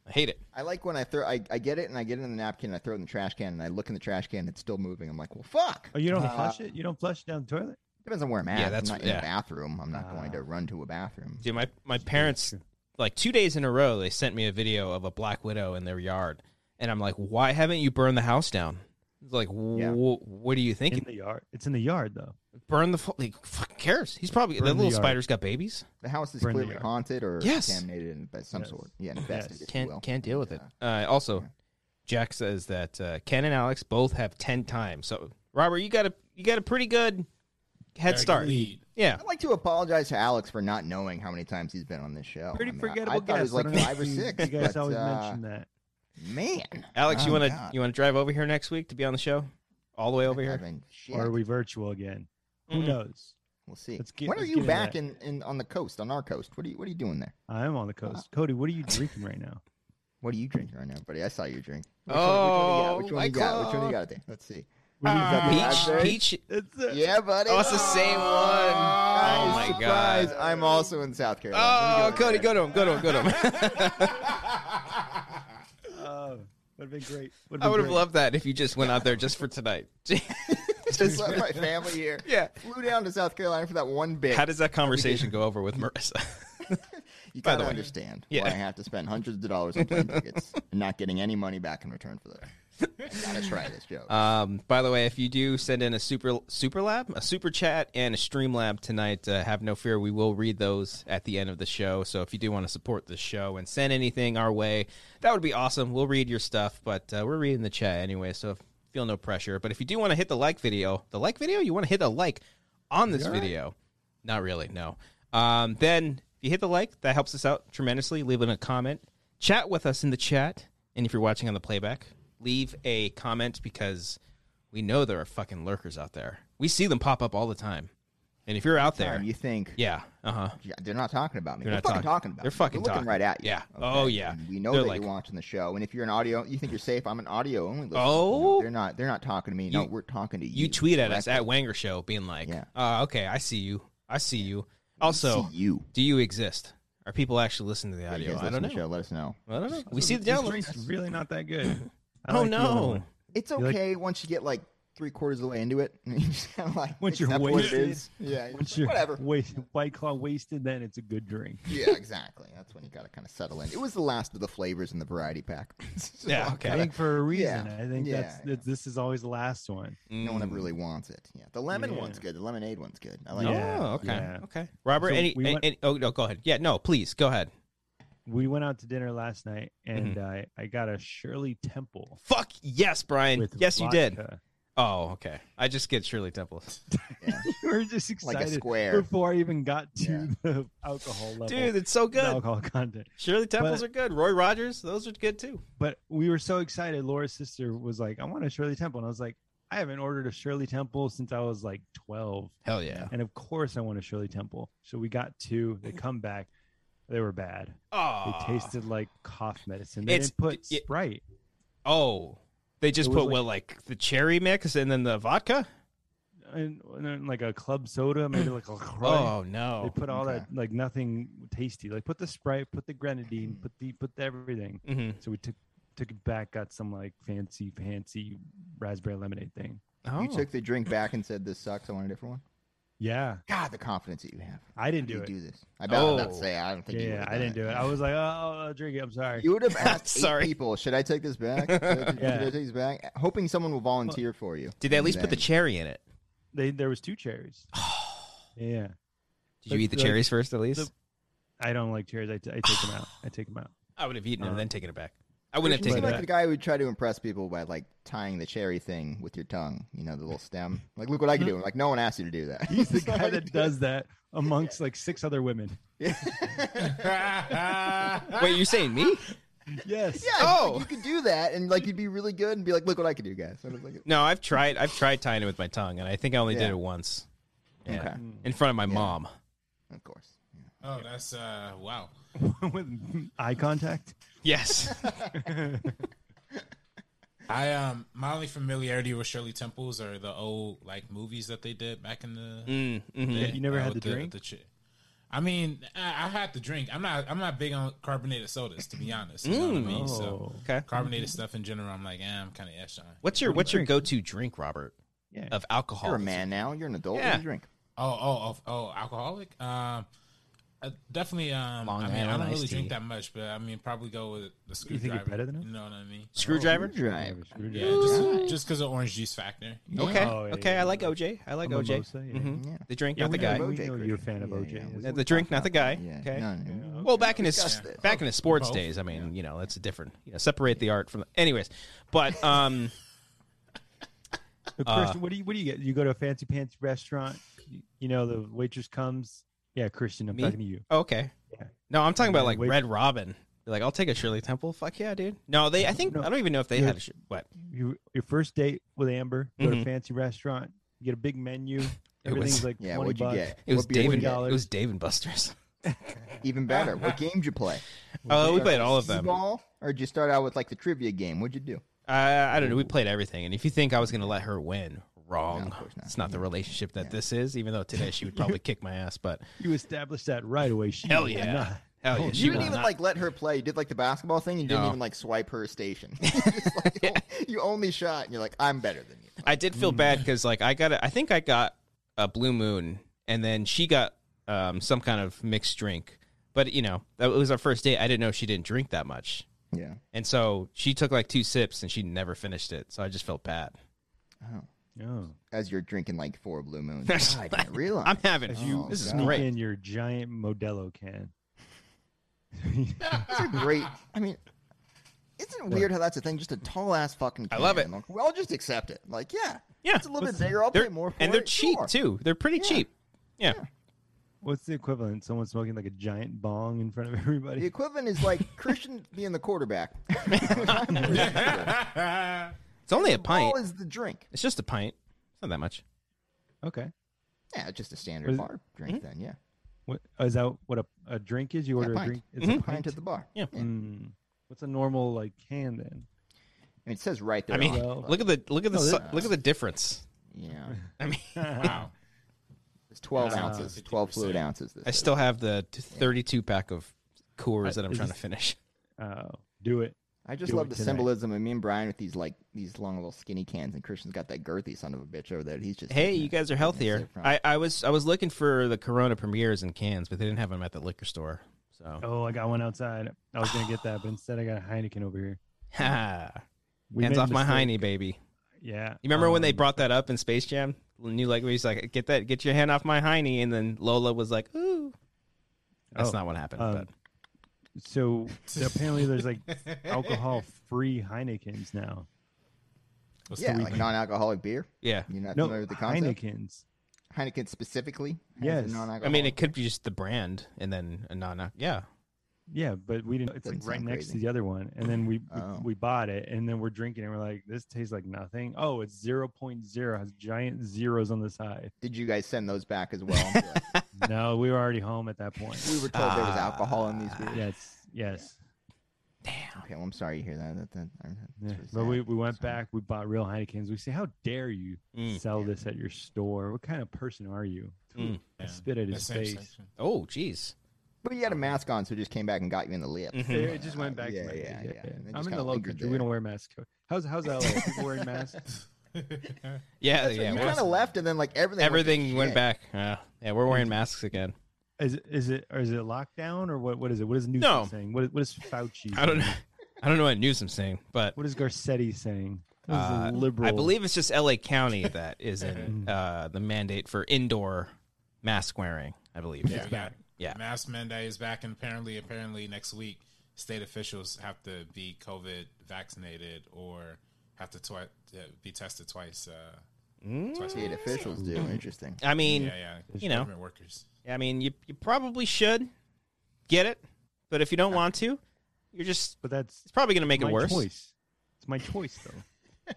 [SPEAKER 2] I hate it.
[SPEAKER 3] I like when I throw, I, I get it and I get it in the napkin and I throw it in the trash can and I look in the trash can and it's still moving. I'm like, well, fuck.
[SPEAKER 1] Oh, you don't
[SPEAKER 3] Uh,
[SPEAKER 1] flush it? You don't flush it down the toilet?
[SPEAKER 3] Depends on where I'm at.
[SPEAKER 2] Yeah,
[SPEAKER 3] If
[SPEAKER 2] that's-
[SPEAKER 3] I'm not in
[SPEAKER 2] yeah.
[SPEAKER 3] a bathroom. I'm not going
[SPEAKER 1] Ah.
[SPEAKER 3] to run to a bathroom.
[SPEAKER 2] Dude, my, my parents like two days in a row they sent me a video of a black widow in their yard and I'm like, why haven't you burned the house down? It's like, wh-
[SPEAKER 3] Yeah.
[SPEAKER 2] what do you think?
[SPEAKER 1] In the yard. It's in the yard, though.
[SPEAKER 2] burn the fu- like, fuck cares? He's probably
[SPEAKER 1] Burn
[SPEAKER 2] the
[SPEAKER 1] the
[SPEAKER 2] little
[SPEAKER 1] yard.
[SPEAKER 2] spider's got babies.
[SPEAKER 3] The house is
[SPEAKER 1] Bring the
[SPEAKER 3] clearly
[SPEAKER 1] yard.
[SPEAKER 3] haunted or
[SPEAKER 2] Yes.
[SPEAKER 3] contaminated in by some
[SPEAKER 1] Yes.
[SPEAKER 3] sort. Yeah, infested. if you
[SPEAKER 2] Can't
[SPEAKER 3] will.
[SPEAKER 2] can't deal with it.
[SPEAKER 3] Yeah.
[SPEAKER 2] Uh, also, Jack says that uh, Ken and Alex both have ten times. So Robert, you got a you got a pretty good head start.
[SPEAKER 4] Lead.
[SPEAKER 2] Yeah,
[SPEAKER 3] I'd like to apologize to Alex for not knowing how many times he's been on this show.
[SPEAKER 1] Pretty
[SPEAKER 3] Oh, I mean, I-
[SPEAKER 1] forgettable
[SPEAKER 3] I, thought it was
[SPEAKER 1] guess. I
[SPEAKER 3] like
[SPEAKER 1] don't know
[SPEAKER 3] five or
[SPEAKER 1] if (laughs) you-
[SPEAKER 3] six.
[SPEAKER 1] You guys
[SPEAKER 3] but,
[SPEAKER 1] always
[SPEAKER 3] uh,
[SPEAKER 1] mention that.
[SPEAKER 3] Man.
[SPEAKER 2] Alex, you
[SPEAKER 3] Oh,
[SPEAKER 2] want to
[SPEAKER 3] God.
[SPEAKER 2] you want to drive over here next week to be on the show, all the way over
[SPEAKER 3] I
[SPEAKER 2] here.
[SPEAKER 3] mean, shit.
[SPEAKER 1] Or are we virtual again? Who
[SPEAKER 2] Mm-mm.
[SPEAKER 1] knows?
[SPEAKER 3] We'll see.
[SPEAKER 1] Let's get-
[SPEAKER 3] when are
[SPEAKER 1] let's
[SPEAKER 3] you
[SPEAKER 1] get into
[SPEAKER 3] back
[SPEAKER 1] that.
[SPEAKER 3] in, in on the coast, on our coast? What are you What are you doing there?
[SPEAKER 1] I am on the coast. Cody, what are you drinking right now?
[SPEAKER 3] What are you drinking right now, buddy? I saw you drink. Which
[SPEAKER 2] Oh,
[SPEAKER 3] one, which one you got? Which one you got? Which one you
[SPEAKER 2] White
[SPEAKER 3] got today? Let's see.
[SPEAKER 1] What are you
[SPEAKER 4] Uh,
[SPEAKER 1] drinking?
[SPEAKER 2] Peach,
[SPEAKER 3] Blackberry?
[SPEAKER 2] peach.
[SPEAKER 1] It's uh, a-
[SPEAKER 3] Yeah, buddy.
[SPEAKER 2] Oh, it's the same one. Oh
[SPEAKER 3] Nice.
[SPEAKER 2] my
[SPEAKER 3] Surprise.
[SPEAKER 2] god.
[SPEAKER 3] I'm also in South Carolina. Let
[SPEAKER 2] Oh,
[SPEAKER 3] me
[SPEAKER 2] Cody,
[SPEAKER 3] there.
[SPEAKER 2] go to him, go to him, go to him.
[SPEAKER 3] (laughs)
[SPEAKER 2] (laughs)
[SPEAKER 1] Oh, would have been great. Would've
[SPEAKER 2] I
[SPEAKER 1] been
[SPEAKER 2] would have
[SPEAKER 1] great.
[SPEAKER 2] loved that if you just went out there just for tonight. (laughs)
[SPEAKER 3] (laughs) Just left my family here.
[SPEAKER 2] yeah.
[SPEAKER 3] Flew down to South Carolina for that one bit.
[SPEAKER 2] How does that conversation go over with Marissa? (laughs)
[SPEAKER 3] you
[SPEAKER 2] by
[SPEAKER 3] gotta
[SPEAKER 2] the way.
[SPEAKER 3] understand
[SPEAKER 2] Yeah.
[SPEAKER 3] why I have to spend hundreds of dollars
[SPEAKER 2] (laughs)
[SPEAKER 3] on plane tickets and not getting any money back in return for that. I gotta try this joke.
[SPEAKER 2] Um, by the way, if you do send in a super super lab, a super chat, and a stream lab tonight, uh, have no fear, we will read those at the end of the show. So if you do want to support the show and send anything our way, that would be awesome. We'll read your stuff, but uh, we're reading the chat anyway, so feel no pressure. But if you do want to hit the like video, the like video, you want to hit a like on this video. Not really, no. Um, then if you hit the like, that helps us out tremendously. Leave in a comment, chat with us in the chat, and if you're watching on the playback, leave a comment because we know there are fucking lurkers out there. We see them pop up all the time, and if you're out there,
[SPEAKER 3] You think
[SPEAKER 2] yeah, uh huh,
[SPEAKER 3] Yeah, they're not talking about me.
[SPEAKER 2] They're
[SPEAKER 3] They're,
[SPEAKER 2] not
[SPEAKER 3] fucking
[SPEAKER 2] talking-
[SPEAKER 3] talking about
[SPEAKER 2] they're
[SPEAKER 3] me.
[SPEAKER 2] fucking
[SPEAKER 3] looking
[SPEAKER 2] talking.
[SPEAKER 3] right at you.
[SPEAKER 2] Yeah. Oh, yeah.
[SPEAKER 3] And we know
[SPEAKER 2] They're
[SPEAKER 3] that
[SPEAKER 2] like-
[SPEAKER 3] you're watching the show, and if you're an audio, you think you're safe. I'm an audio only listener.
[SPEAKER 2] Oh.
[SPEAKER 3] No, they're not. They're not talking to me. No,
[SPEAKER 2] You-
[SPEAKER 3] we're talking to you.
[SPEAKER 2] you tweet at us
[SPEAKER 3] directly.
[SPEAKER 2] at Wanger Show, being like,
[SPEAKER 3] Yeah.
[SPEAKER 2] "Uh, okay, I see you, I see you." Also,
[SPEAKER 3] See you.
[SPEAKER 2] do you exist? Are people actually listening to the
[SPEAKER 3] If you
[SPEAKER 2] audio?
[SPEAKER 3] guys
[SPEAKER 2] I
[SPEAKER 3] listen
[SPEAKER 2] don't
[SPEAKER 3] to the
[SPEAKER 2] know.
[SPEAKER 3] Show, let us know.
[SPEAKER 2] I don't know.
[SPEAKER 1] So
[SPEAKER 2] We see the
[SPEAKER 1] this
[SPEAKER 2] downloads.
[SPEAKER 1] drink's really not that good. I
[SPEAKER 2] Oh
[SPEAKER 1] like the other
[SPEAKER 2] no.
[SPEAKER 1] one.
[SPEAKER 3] It's
[SPEAKER 1] like-
[SPEAKER 3] okay once you get like three quarters of the way into it, (laughs) and you just kind of like
[SPEAKER 1] Once you're
[SPEAKER 3] accept what it
[SPEAKER 1] wasted.
[SPEAKER 3] is. Yeah. you're
[SPEAKER 1] Once
[SPEAKER 3] like,
[SPEAKER 1] you're
[SPEAKER 3] whatever.
[SPEAKER 1] Waste, white claw wasted, then it's a good drink.
[SPEAKER 3] yeah, exactly. That's when you got to kind of settle in. It was the last of the flavors in the variety pack. (laughs) So
[SPEAKER 2] Yeah,
[SPEAKER 3] I'll
[SPEAKER 2] okay.
[SPEAKER 1] I
[SPEAKER 3] kinda-
[SPEAKER 1] think for a reason.
[SPEAKER 3] (laughs) Yeah.
[SPEAKER 1] I think
[SPEAKER 3] Yeah,
[SPEAKER 1] that's
[SPEAKER 3] yeah.
[SPEAKER 1] That this is always the last one.
[SPEAKER 3] no one ever really wants it. Yeah, the lemon
[SPEAKER 1] Yeah.
[SPEAKER 3] one's good. The lemonade one's good. I like.
[SPEAKER 1] Yeah.
[SPEAKER 3] that.
[SPEAKER 2] oh, okay,
[SPEAKER 1] yeah.
[SPEAKER 2] okay. Robert,
[SPEAKER 1] So
[SPEAKER 2] any,
[SPEAKER 1] we
[SPEAKER 2] any-
[SPEAKER 1] went-
[SPEAKER 2] any- oh no, go ahead. Yeah, no, please go ahead.
[SPEAKER 1] We went out to dinner last night, and
[SPEAKER 2] Mm-hmm.
[SPEAKER 1] I, I got a Shirley Temple.
[SPEAKER 2] Fuck yes, Brian.
[SPEAKER 1] with
[SPEAKER 2] yes, you did.
[SPEAKER 1] vodka. (laughs)
[SPEAKER 2] Oh, okay. I just get Shirley Temple,
[SPEAKER 1] you were just
[SPEAKER 3] Like a
[SPEAKER 1] excited
[SPEAKER 3] square.
[SPEAKER 1] before I even got to
[SPEAKER 3] Yeah.
[SPEAKER 1] the alcohol level,
[SPEAKER 2] dude. It's so
[SPEAKER 1] the
[SPEAKER 2] good.
[SPEAKER 1] alcohol content.
[SPEAKER 2] Shirley Temples
[SPEAKER 1] But-
[SPEAKER 2] are good. Roy Rogers, those are good too.
[SPEAKER 1] But we were so excited. Laura's sister was like, "I want a Shirley Temple," and I was like, "I haven't ordered a Shirley Temple since I was like 12."
[SPEAKER 2] Hell yeah.
[SPEAKER 1] And of course, I want a Shirley Temple. So we got two. They come back. They were bad. They
[SPEAKER 2] Oh,
[SPEAKER 1] tasted like cough medicine. They
[SPEAKER 2] It's-
[SPEAKER 1] didn't put
[SPEAKER 2] y-
[SPEAKER 1] Sprite.
[SPEAKER 2] Oh, they just
[SPEAKER 1] It was
[SPEAKER 2] put what like the cherry mix and then the vodka.
[SPEAKER 1] And, and then like a club soda, maybe like (clears throat) a Croix.
[SPEAKER 2] Oh no.
[SPEAKER 1] They put all
[SPEAKER 3] okay.
[SPEAKER 1] that like nothing tasty. Like put the Sprite, put the grenadine, put the put the everything.
[SPEAKER 2] hmm
[SPEAKER 1] So we took took it back, got some like fancy fancy raspberry lemonade thing.
[SPEAKER 2] Oh.
[SPEAKER 3] You took the drink back and said, "This sucks. I want a different one."
[SPEAKER 1] Yeah,
[SPEAKER 3] God, the confidence that you have.
[SPEAKER 1] I didn't do
[SPEAKER 3] How you
[SPEAKER 1] it.
[SPEAKER 3] do this. I bet I'm about
[SPEAKER 2] Oh.
[SPEAKER 3] to say I don't think. you
[SPEAKER 1] yeah,
[SPEAKER 3] would've
[SPEAKER 1] I
[SPEAKER 3] done
[SPEAKER 1] didn't do it. I was like, oh, I'll drink it. I'm sorry.
[SPEAKER 3] You
[SPEAKER 1] (laughs)
[SPEAKER 3] would have asked eight
[SPEAKER 2] Sorry.
[SPEAKER 3] people, "Should I take this back? Should I, take- should
[SPEAKER 1] Yeah.
[SPEAKER 3] I take this back?" Hoping someone will volunteer for you.
[SPEAKER 2] Did they at least put the
[SPEAKER 3] Then-
[SPEAKER 2] cherry in it?
[SPEAKER 1] They, there was two
[SPEAKER 3] (sighs)
[SPEAKER 1] cherries. yeah,
[SPEAKER 2] Did you
[SPEAKER 1] But
[SPEAKER 2] eat the
[SPEAKER 1] the-
[SPEAKER 2] cherries first, at least?
[SPEAKER 1] the- I don't like cherries. I, t- I take them out. I take them
[SPEAKER 3] (laughs)
[SPEAKER 1] out.
[SPEAKER 2] I would have eaten it
[SPEAKER 1] Uh,
[SPEAKER 2] and then taken it back. I wouldn't have
[SPEAKER 3] You seem
[SPEAKER 2] taken it
[SPEAKER 1] but-
[SPEAKER 3] like
[SPEAKER 2] back.
[SPEAKER 3] the guy who would try to impress people by like tying the cherry thing with your tongue. You know, the little stem. Like, look what I can do. Like, no one asked you to do that.
[SPEAKER 1] He's
[SPEAKER 3] (laughs)
[SPEAKER 1] the guy that does that amongst like six other women. (laughs)
[SPEAKER 2] Wait, you're saying me?
[SPEAKER 1] Yes.
[SPEAKER 3] Yeah,
[SPEAKER 2] Oh.
[SPEAKER 3] like, you could do that, and like you'd be really good, and be like, "Look what I can do, guys." I was like,
[SPEAKER 2] No, I've tried. I've tried tying it with my tongue, and I think I only
[SPEAKER 3] Yeah.
[SPEAKER 2] did it once. Yeah.
[SPEAKER 3] Okay.
[SPEAKER 2] In front of my
[SPEAKER 3] Yeah.
[SPEAKER 2] mom.
[SPEAKER 3] "Of course." Yeah.
[SPEAKER 4] (laughs) Oh, that's uh, wow.
[SPEAKER 1] (laughs) With eye contact.
[SPEAKER 2] Yes.
[SPEAKER 4] I um, my only familiarity with Shirley Temples are the old like movies that they did back in the
[SPEAKER 2] (laughs) Mm, mhm.
[SPEAKER 4] Yeah,
[SPEAKER 1] you never
[SPEAKER 4] uh,
[SPEAKER 1] had
[SPEAKER 4] with
[SPEAKER 1] the drink?
[SPEAKER 4] chi- I mean, I, I had the drink. I'm not. I'm not big on carbonated sodas, to be honest. You know what I mean? So
[SPEAKER 1] Oh.
[SPEAKER 2] Okay.
[SPEAKER 4] carbonated stuff in general, I'm like, eh, I'm kind of ash on.
[SPEAKER 2] What's your
[SPEAKER 1] What do you
[SPEAKER 2] What's your
[SPEAKER 1] drink?
[SPEAKER 2] go to drink, Robert,
[SPEAKER 1] Yeah.
[SPEAKER 2] of alcohol?
[SPEAKER 3] You're a man now. You're an adult. What do
[SPEAKER 2] Yeah.
[SPEAKER 3] you drink?
[SPEAKER 4] Oh, oh, oh, oh, alcoholic. Um, uh, definitely. Um,
[SPEAKER 2] Long
[SPEAKER 4] I mean, I
[SPEAKER 2] Island
[SPEAKER 4] don't really
[SPEAKER 2] iced tea.
[SPEAKER 4] drink that much, but I mean, probably go with the
[SPEAKER 1] You
[SPEAKER 4] screwdriver.
[SPEAKER 1] think it's better than us?
[SPEAKER 4] You know what I mean?
[SPEAKER 2] Screwdriver.
[SPEAKER 3] Drive.
[SPEAKER 4] Yeah,
[SPEAKER 3] Right.
[SPEAKER 4] just just because of orange juice factor.
[SPEAKER 2] Okay.
[SPEAKER 1] Oh, yeah,
[SPEAKER 2] okay.
[SPEAKER 1] yeah,
[SPEAKER 2] I like
[SPEAKER 1] yeah.
[SPEAKER 2] OJ. I like
[SPEAKER 1] A
[SPEAKER 2] OJ.
[SPEAKER 1] mimosa, yeah.
[SPEAKER 2] Mhm.
[SPEAKER 3] Yeah.
[SPEAKER 2] The drink,
[SPEAKER 1] Yeah,
[SPEAKER 2] not the
[SPEAKER 1] we know
[SPEAKER 2] guy.
[SPEAKER 1] about
[SPEAKER 3] OJ,
[SPEAKER 1] know
[SPEAKER 3] Chris.
[SPEAKER 1] you're a fan of
[SPEAKER 3] Yeah,
[SPEAKER 1] OJ.
[SPEAKER 3] yeah, we-
[SPEAKER 1] The
[SPEAKER 3] we
[SPEAKER 2] the
[SPEAKER 3] talked
[SPEAKER 2] drink, not the
[SPEAKER 3] about
[SPEAKER 2] guy.
[SPEAKER 3] that. Yeah.
[SPEAKER 2] Okay.
[SPEAKER 3] No, no, no.
[SPEAKER 2] Well, back in his
[SPEAKER 4] Disgusting.
[SPEAKER 2] back in his sports
[SPEAKER 4] Both.
[SPEAKER 2] days, I mean, you know, that's a different. You know, separate the art from. The, anyways, but um,
[SPEAKER 1] But
[SPEAKER 2] uh,
[SPEAKER 1] Christian, what do you what do you get? You go to a fancy pants restaurant. You, you know the waitress comes. Yeah, Christian, I'm
[SPEAKER 2] Me?
[SPEAKER 1] talking to you.
[SPEAKER 2] Oh, okay.
[SPEAKER 1] Yeah.
[SPEAKER 2] No, I'm talking
[SPEAKER 1] And
[SPEAKER 2] about
[SPEAKER 1] then
[SPEAKER 2] like
[SPEAKER 1] wait-
[SPEAKER 2] Red Robin. You're like, I'll take a Shirley Temple. Fuck yeah, dude. No, they. I think
[SPEAKER 1] No.
[SPEAKER 2] I don't even know if they
[SPEAKER 1] You're-
[SPEAKER 2] had a. Sh- what?
[SPEAKER 1] You your first date with Amber. Go to
[SPEAKER 2] Mhm.
[SPEAKER 1] a fancy restaurant. You get a big
[SPEAKER 2] (laughs)
[SPEAKER 1] menu. Everything's
[SPEAKER 2] was-
[SPEAKER 1] like
[SPEAKER 3] Yeah,
[SPEAKER 1] twenty
[SPEAKER 3] what'd you
[SPEAKER 1] bucks.
[SPEAKER 3] get?
[SPEAKER 2] It was
[SPEAKER 3] What beer
[SPEAKER 2] Dave
[SPEAKER 1] David-
[SPEAKER 3] did
[SPEAKER 2] and
[SPEAKER 3] you
[SPEAKER 1] $20?
[SPEAKER 2] It was Dave
[SPEAKER 1] (laughs)
[SPEAKER 2] and Buster's. (laughs)
[SPEAKER 3] get? Even better. what game'd you play?
[SPEAKER 2] Oh, we
[SPEAKER 3] Start
[SPEAKER 2] played
[SPEAKER 3] with
[SPEAKER 2] all of them. Uh,
[SPEAKER 3] Ball, or did you start out with like the trivia game? What'd you do?
[SPEAKER 2] I don't know. We played everything. And if you think I was going to let her win, wrong.
[SPEAKER 3] No, of course not.
[SPEAKER 2] It's not the relationship that this is. Even though
[SPEAKER 1] (laughs)
[SPEAKER 2] today she would probably kick my ass, but
[SPEAKER 1] You established that right away. She
[SPEAKER 2] Hell
[SPEAKER 1] was
[SPEAKER 2] yeah.
[SPEAKER 1] not-
[SPEAKER 2] hell yeah,
[SPEAKER 1] Oh, You
[SPEAKER 2] she
[SPEAKER 3] you
[SPEAKER 2] will
[SPEAKER 3] didn't even
[SPEAKER 2] not.
[SPEAKER 3] like let her play. You did like the basketball thing. You didn't
[SPEAKER 2] No.
[SPEAKER 3] even like swipe her
[SPEAKER 2] (laughs)
[SPEAKER 3] station. (laughs) Just, like, (laughs) You only shot, and you're like, I'm better than you.
[SPEAKER 2] I did
[SPEAKER 1] Mm.
[SPEAKER 2] feel bad because like I got a, I think I got a blue moon and then she got um, some kind of mixed drink. But you know that was our first date. I didn't know she didn't drink that much,
[SPEAKER 3] Yeah.
[SPEAKER 2] and so she took like two sips and she never finished it. So I just felt bad.
[SPEAKER 3] Oh.
[SPEAKER 1] Oh.
[SPEAKER 3] As you're drinking like four blue moons.
[SPEAKER 2] That's
[SPEAKER 3] God, I didn't realize.
[SPEAKER 2] I'm having
[SPEAKER 1] As
[SPEAKER 3] you
[SPEAKER 1] you
[SPEAKER 3] Oh,
[SPEAKER 2] this is
[SPEAKER 1] sneak
[SPEAKER 2] great.
[SPEAKER 1] in your giant Modelo can.
[SPEAKER 3] That's a great. I mean, isn't it weird how that's a thing? Just a tall ass fucking.
[SPEAKER 2] I
[SPEAKER 3] Can.
[SPEAKER 2] love it.
[SPEAKER 3] Like, we all just accept it. Like, yeah,
[SPEAKER 2] Yeah.
[SPEAKER 3] it's a little bit bigger. I'll
[SPEAKER 2] They're-
[SPEAKER 3] pay more for
[SPEAKER 2] and
[SPEAKER 3] it.
[SPEAKER 2] they're cheap
[SPEAKER 3] sure.
[SPEAKER 2] too. They're pretty
[SPEAKER 3] Yeah.
[SPEAKER 2] cheap. Yeah.
[SPEAKER 1] What's the equivalent? Someone smoking like a giant bong in front of (laughs)
[SPEAKER 3] The
[SPEAKER 1] everybody.
[SPEAKER 3] equivalent is like Christian being the
[SPEAKER 2] (laughs)
[SPEAKER 3] quarterback. (laughs)
[SPEAKER 2] It's only a pint.
[SPEAKER 3] All is the drink.
[SPEAKER 2] It's just a pint. It's not that much.
[SPEAKER 1] Okay.
[SPEAKER 3] Yeah, it's just a
[SPEAKER 1] Was
[SPEAKER 3] standard
[SPEAKER 1] it-
[SPEAKER 3] bar drink.
[SPEAKER 2] Hmm?
[SPEAKER 3] Then, yeah,
[SPEAKER 1] What is that? What a, a drink is? You
[SPEAKER 3] Yeah,
[SPEAKER 1] order a
[SPEAKER 3] pint.
[SPEAKER 1] drink? It's
[SPEAKER 3] a
[SPEAKER 1] a
[SPEAKER 3] pint, at the bar.
[SPEAKER 2] Yeah.
[SPEAKER 3] I mean,
[SPEAKER 1] Mm. What's a normal like can then?
[SPEAKER 3] it says right there.
[SPEAKER 2] I mean,
[SPEAKER 3] on it,
[SPEAKER 1] Well-
[SPEAKER 2] (laughs)
[SPEAKER 3] but,
[SPEAKER 2] look at the look at the
[SPEAKER 1] No,
[SPEAKER 2] su-
[SPEAKER 1] this-
[SPEAKER 2] look at the difference.
[SPEAKER 3] yeah,
[SPEAKER 2] I mean, (laughs)
[SPEAKER 4] wow.
[SPEAKER 3] it's twelve
[SPEAKER 4] Uh,
[SPEAKER 3] ounces, twelve fluid
[SPEAKER 4] 50%.
[SPEAKER 3] ounces. This
[SPEAKER 2] I
[SPEAKER 3] is.
[SPEAKER 2] still have the t- 32 pack of Coors
[SPEAKER 1] I-
[SPEAKER 2] that I'm
[SPEAKER 1] is
[SPEAKER 2] trying to
[SPEAKER 1] this-
[SPEAKER 2] finish.
[SPEAKER 1] Oh, do it.
[SPEAKER 3] I just
[SPEAKER 1] do
[SPEAKER 3] love
[SPEAKER 1] it
[SPEAKER 3] the
[SPEAKER 1] tonight.
[SPEAKER 3] symbolism of me and Brian with these like these long little skinny cans, and Christian's got that girthy son of a bitch over there. He's just
[SPEAKER 2] Hey,
[SPEAKER 3] taking
[SPEAKER 2] you
[SPEAKER 3] it.
[SPEAKER 2] guys are healthier.
[SPEAKER 3] from-
[SPEAKER 2] I, I was I was looking for the Corona premieres in cans, but they didn't have them at the liquor store.
[SPEAKER 1] (laughs)
[SPEAKER 2] So,
[SPEAKER 1] Oh, I got one outside. I was gonna get that, but instead I got a Heineken over here.
[SPEAKER 2] ha,
[SPEAKER 1] We
[SPEAKER 2] (laughs) hands
[SPEAKER 1] made a
[SPEAKER 2] off my
[SPEAKER 1] mistake.
[SPEAKER 2] hiney, baby.
[SPEAKER 1] Yeah.
[SPEAKER 2] You remember when they
[SPEAKER 1] um,
[SPEAKER 2] brought that up in Space Jam? New like he's like, get that, get your hand off my hiney, and then Lola was like, ooh. That's
[SPEAKER 1] Oh,
[SPEAKER 2] not what happened.
[SPEAKER 1] um,
[SPEAKER 2] but (laughs)
[SPEAKER 1] So apparently there's like alcohol-free Heinekens now.
[SPEAKER 4] What's
[SPEAKER 3] Yeah,
[SPEAKER 4] the
[SPEAKER 3] like
[SPEAKER 4] weekend?
[SPEAKER 3] non-alcoholic beer.
[SPEAKER 2] yeah,
[SPEAKER 3] You're not
[SPEAKER 1] No,
[SPEAKER 3] familiar with the concept?
[SPEAKER 1] Heinekens.
[SPEAKER 3] Heineken, specifically? has a
[SPEAKER 1] Yes.
[SPEAKER 3] non-alcoholic
[SPEAKER 2] I mean, it could
[SPEAKER 3] beer.
[SPEAKER 2] be just the brand, and then a non. Yeah,
[SPEAKER 1] Yeah, but we didn't. It's
[SPEAKER 3] Doesn't
[SPEAKER 1] like right
[SPEAKER 3] sound
[SPEAKER 1] next to
[SPEAKER 3] crazy.
[SPEAKER 1] the other one, and then we we,
[SPEAKER 3] Oh.
[SPEAKER 1] we bought it, and then we're drinking, and we're like, this tastes like nothing. Oh, it's 0.0, has giant zeros on the side.
[SPEAKER 3] Did you guys send those back
[SPEAKER 2] (laughs)
[SPEAKER 3] as well? Yeah.
[SPEAKER 1] no, we were already home at that point.
[SPEAKER 3] we were told there was
[SPEAKER 2] Ah.
[SPEAKER 3] alcohol in these beers.
[SPEAKER 1] Yes, yes.
[SPEAKER 2] damn.
[SPEAKER 3] Okay, well, I'm sorry you hear that. that, that, I- that's
[SPEAKER 1] Yeah.
[SPEAKER 3] really
[SPEAKER 1] But
[SPEAKER 3] sad.
[SPEAKER 1] we, we went
[SPEAKER 3] Sorry.
[SPEAKER 1] back, we bought real Heinekens. We say, How dare you
[SPEAKER 2] Mm.
[SPEAKER 1] sell this at your store? What kind of person are you?
[SPEAKER 2] Mm.
[SPEAKER 1] I
[SPEAKER 4] Yeah.
[SPEAKER 1] Spit at
[SPEAKER 4] That
[SPEAKER 1] his
[SPEAKER 4] same
[SPEAKER 1] face.
[SPEAKER 4] section. (laughs)
[SPEAKER 2] Oh, jeez.
[SPEAKER 3] But you had a mask on, so it just came back and got you in the lip.
[SPEAKER 2] Mhm.
[SPEAKER 1] They- (laughs) It just went back
[SPEAKER 3] Yeah,
[SPEAKER 1] to my
[SPEAKER 3] yeah,
[SPEAKER 1] face,
[SPEAKER 3] yeah. And they just
[SPEAKER 1] I'm in
[SPEAKER 3] kinda
[SPEAKER 1] the low
[SPEAKER 3] lingered
[SPEAKER 1] country. We
[SPEAKER 3] there.
[SPEAKER 1] (laughs) don't wear masks. How's how's LA? People wearing masks?
[SPEAKER 2] (laughs) Yeah, yeah.
[SPEAKER 3] you
[SPEAKER 2] we're-
[SPEAKER 3] kind of left, and then like everything. went to
[SPEAKER 2] everything went
[SPEAKER 3] shit.
[SPEAKER 2] back. Yeah, yeah, we're wearing masks again.
[SPEAKER 1] Is is it or is it lockdown or what? What is it? What is Newsom
[SPEAKER 2] No.
[SPEAKER 1] saying? What what is Fauci?
[SPEAKER 2] I don't
[SPEAKER 1] saying?
[SPEAKER 2] know. (laughs) I don't know what Newsom's saying, but
[SPEAKER 1] What is Garcetti saying? What is
[SPEAKER 2] uh,
[SPEAKER 1] the liberal? Mm.
[SPEAKER 2] I believe it's just L.A. County that
[SPEAKER 1] (laughs)
[SPEAKER 2] is in uh, the mandate for indoor mask wearing. I believe.
[SPEAKER 4] Yeah. yeah.
[SPEAKER 2] Yeah.
[SPEAKER 4] Mass mandate is back, and apparently, apparently next week, state officials have to be COVID vaccinated or have to twi- uh, be tested twice. Uh, twice a
[SPEAKER 3] State
[SPEAKER 4] week.
[SPEAKER 3] officials do. Interesting.
[SPEAKER 2] Mm. I mean,
[SPEAKER 4] Yeah, yeah.
[SPEAKER 2] you know.
[SPEAKER 4] Government workers.
[SPEAKER 2] I mean, you you probably should get it, but if you don't want to, you're just
[SPEAKER 1] but that's
[SPEAKER 2] it's probably going to make
[SPEAKER 1] my
[SPEAKER 2] it worse.
[SPEAKER 1] choice. It's my choice though.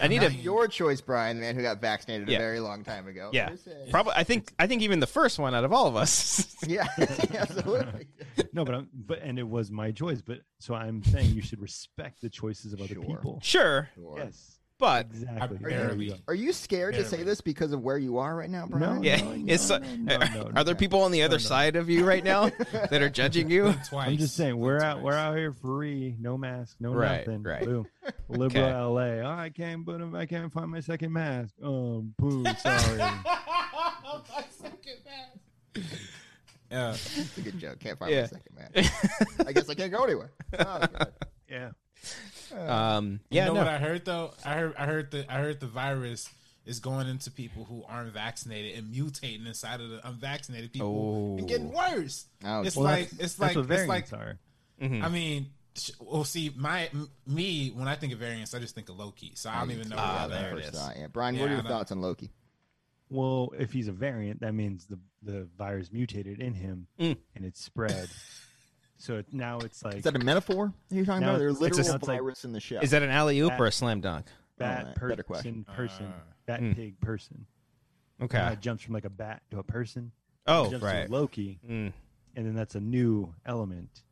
[SPEAKER 2] I need a
[SPEAKER 3] (clears throat) Your choice, Brian, man, who got vaccinated
[SPEAKER 2] Yeah.
[SPEAKER 3] a very long time ago.
[SPEAKER 2] yeah.
[SPEAKER 3] Just saying.
[SPEAKER 2] Probably, I think I think even the first one out of all of us.
[SPEAKER 3] (laughs)
[SPEAKER 2] (laughs)
[SPEAKER 3] Yeah, (laughs) absolutely.
[SPEAKER 1] No, but I'm, but and it was my choice. But so I'm saying you should respect the choices of other
[SPEAKER 3] Sure.
[SPEAKER 1] people.
[SPEAKER 2] sure,
[SPEAKER 1] Yes,
[SPEAKER 2] but
[SPEAKER 1] exactly.
[SPEAKER 4] I
[SPEAKER 1] There you
[SPEAKER 4] barely-
[SPEAKER 1] go.
[SPEAKER 3] Are you scared to say
[SPEAKER 4] Barely.
[SPEAKER 3] this because of where you are right now, Brian?
[SPEAKER 1] No,
[SPEAKER 2] yeah,
[SPEAKER 1] no, no,
[SPEAKER 2] it's so-
[SPEAKER 1] no, no, no,
[SPEAKER 2] are there people on the other side of you right
[SPEAKER 1] (laughs)
[SPEAKER 2] now that are judging you?
[SPEAKER 4] Twice.
[SPEAKER 1] I'm just saying we're out we're
[SPEAKER 4] Twice.
[SPEAKER 1] out here free, no mask, no
[SPEAKER 2] Right,
[SPEAKER 1] nothing.
[SPEAKER 2] right.
[SPEAKER 1] Boom. Liberal LA. Oh, I can't put 'em- I can't find my second mask. Um, boo. Sorry.
[SPEAKER 4] (laughs) Yeah.
[SPEAKER 3] It's a good joke. Can't find
[SPEAKER 2] Yeah.
[SPEAKER 3] my second man. I guess I can't go anywhere. Oh, God.
[SPEAKER 1] yeah.
[SPEAKER 2] Um,
[SPEAKER 4] You
[SPEAKER 2] yeah,
[SPEAKER 4] know
[SPEAKER 2] no.
[SPEAKER 4] what I heard though? I heard I heard the I heard the virus is going into people who aren't vaccinated and mutating inside of the unvaccinated people
[SPEAKER 2] Oh.
[SPEAKER 4] and getting worse.
[SPEAKER 3] Oh,
[SPEAKER 4] it's
[SPEAKER 1] Well,
[SPEAKER 4] like
[SPEAKER 1] that's,
[SPEAKER 4] it's
[SPEAKER 1] that's
[SPEAKER 4] like
[SPEAKER 1] what
[SPEAKER 4] it's like
[SPEAKER 1] variants are.
[SPEAKER 2] Mhm.
[SPEAKER 4] I mean, sh- well, see, my m- me when I think of variants, I just think of Loki, so I
[SPEAKER 3] Mm.
[SPEAKER 4] don't even know.
[SPEAKER 2] Ah,
[SPEAKER 4] Ah,
[SPEAKER 2] there it
[SPEAKER 4] there.
[SPEAKER 2] is.
[SPEAKER 3] First thought, yeah. Brian, what
[SPEAKER 4] Yeah,
[SPEAKER 3] are
[SPEAKER 4] I
[SPEAKER 3] your
[SPEAKER 4] know.
[SPEAKER 3] thoughts on Loki?
[SPEAKER 1] Well, if he's a variant, that means the the virus mutated in him
[SPEAKER 2] Mm.
[SPEAKER 1] and it spread. so it, now it's like
[SPEAKER 3] Is that a metaphor you're talking
[SPEAKER 1] Now
[SPEAKER 3] about? There's
[SPEAKER 1] it's- it's
[SPEAKER 3] literal
[SPEAKER 1] a- it's like-
[SPEAKER 3] virus in the show.
[SPEAKER 2] Is that an alley oop or a slam dunk?
[SPEAKER 1] bat
[SPEAKER 3] Alright, better
[SPEAKER 1] person
[SPEAKER 3] question.
[SPEAKER 1] person
[SPEAKER 4] Ah.
[SPEAKER 1] bat
[SPEAKER 2] Mm.
[SPEAKER 1] pig person. Now
[SPEAKER 2] Okay.
[SPEAKER 1] it jumps from like a bat to a person.
[SPEAKER 2] Oh,
[SPEAKER 1] jumps
[SPEAKER 2] right.
[SPEAKER 1] to Loki,
[SPEAKER 2] Mm.
[SPEAKER 1] and then that's a new element.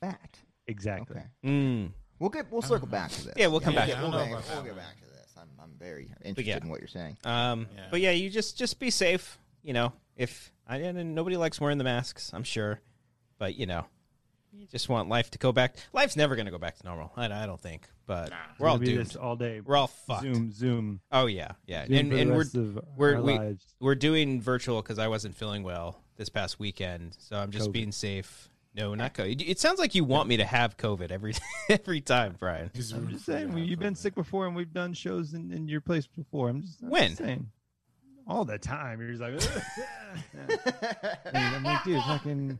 [SPEAKER 3] fact?
[SPEAKER 1] Exactly.
[SPEAKER 3] Okay.
[SPEAKER 2] Mm.
[SPEAKER 3] We'll get we'll circle back to this.
[SPEAKER 2] Yeah, we'll come
[SPEAKER 4] back.
[SPEAKER 3] Get,
[SPEAKER 4] Yeah, I
[SPEAKER 3] we'll,
[SPEAKER 4] don't know
[SPEAKER 3] get-
[SPEAKER 4] about
[SPEAKER 3] we'll
[SPEAKER 4] that
[SPEAKER 3] get
[SPEAKER 4] one.
[SPEAKER 3] back to this. I'm, I'm very interested
[SPEAKER 2] yeah.
[SPEAKER 3] in what you're saying.
[SPEAKER 2] Um,
[SPEAKER 4] Yeah.
[SPEAKER 2] but yeah, you just just be safe. You know, if I and nobody likes wearing the masks, I'm sure, but you know, you just want life to go back. Life's never going to go back to normal. I, I don't think, but
[SPEAKER 4] Nah.
[SPEAKER 2] we're all
[SPEAKER 1] Gonna be
[SPEAKER 2] doomed.
[SPEAKER 1] this all day.
[SPEAKER 2] We're all fucked.
[SPEAKER 1] Zoom, Zoom.
[SPEAKER 2] Oh yeah, yeah,
[SPEAKER 1] Zoom
[SPEAKER 2] and
[SPEAKER 1] for the
[SPEAKER 2] and we're
[SPEAKER 1] rest of
[SPEAKER 2] we're
[SPEAKER 1] our
[SPEAKER 2] we,
[SPEAKER 1] lives.
[SPEAKER 2] we're doing virtual because I wasn't feeling well this past weekend, so I'm just
[SPEAKER 1] COVID.
[SPEAKER 2] being safe. No, not COVID. It sounds like you want me to have COVID every (laughs) every time, Brian.
[SPEAKER 4] Just
[SPEAKER 1] I'm
[SPEAKER 4] root
[SPEAKER 1] just
[SPEAKER 4] for
[SPEAKER 1] saying,
[SPEAKER 4] that
[SPEAKER 1] we- you've been
[SPEAKER 4] person.
[SPEAKER 1] sick before, and we've done shows in, in your place before. I'm just I'm just
[SPEAKER 2] When?
[SPEAKER 1] saying, all the time. You're just like, (laughs) I mean, I'm like, dude, (laughs) fucking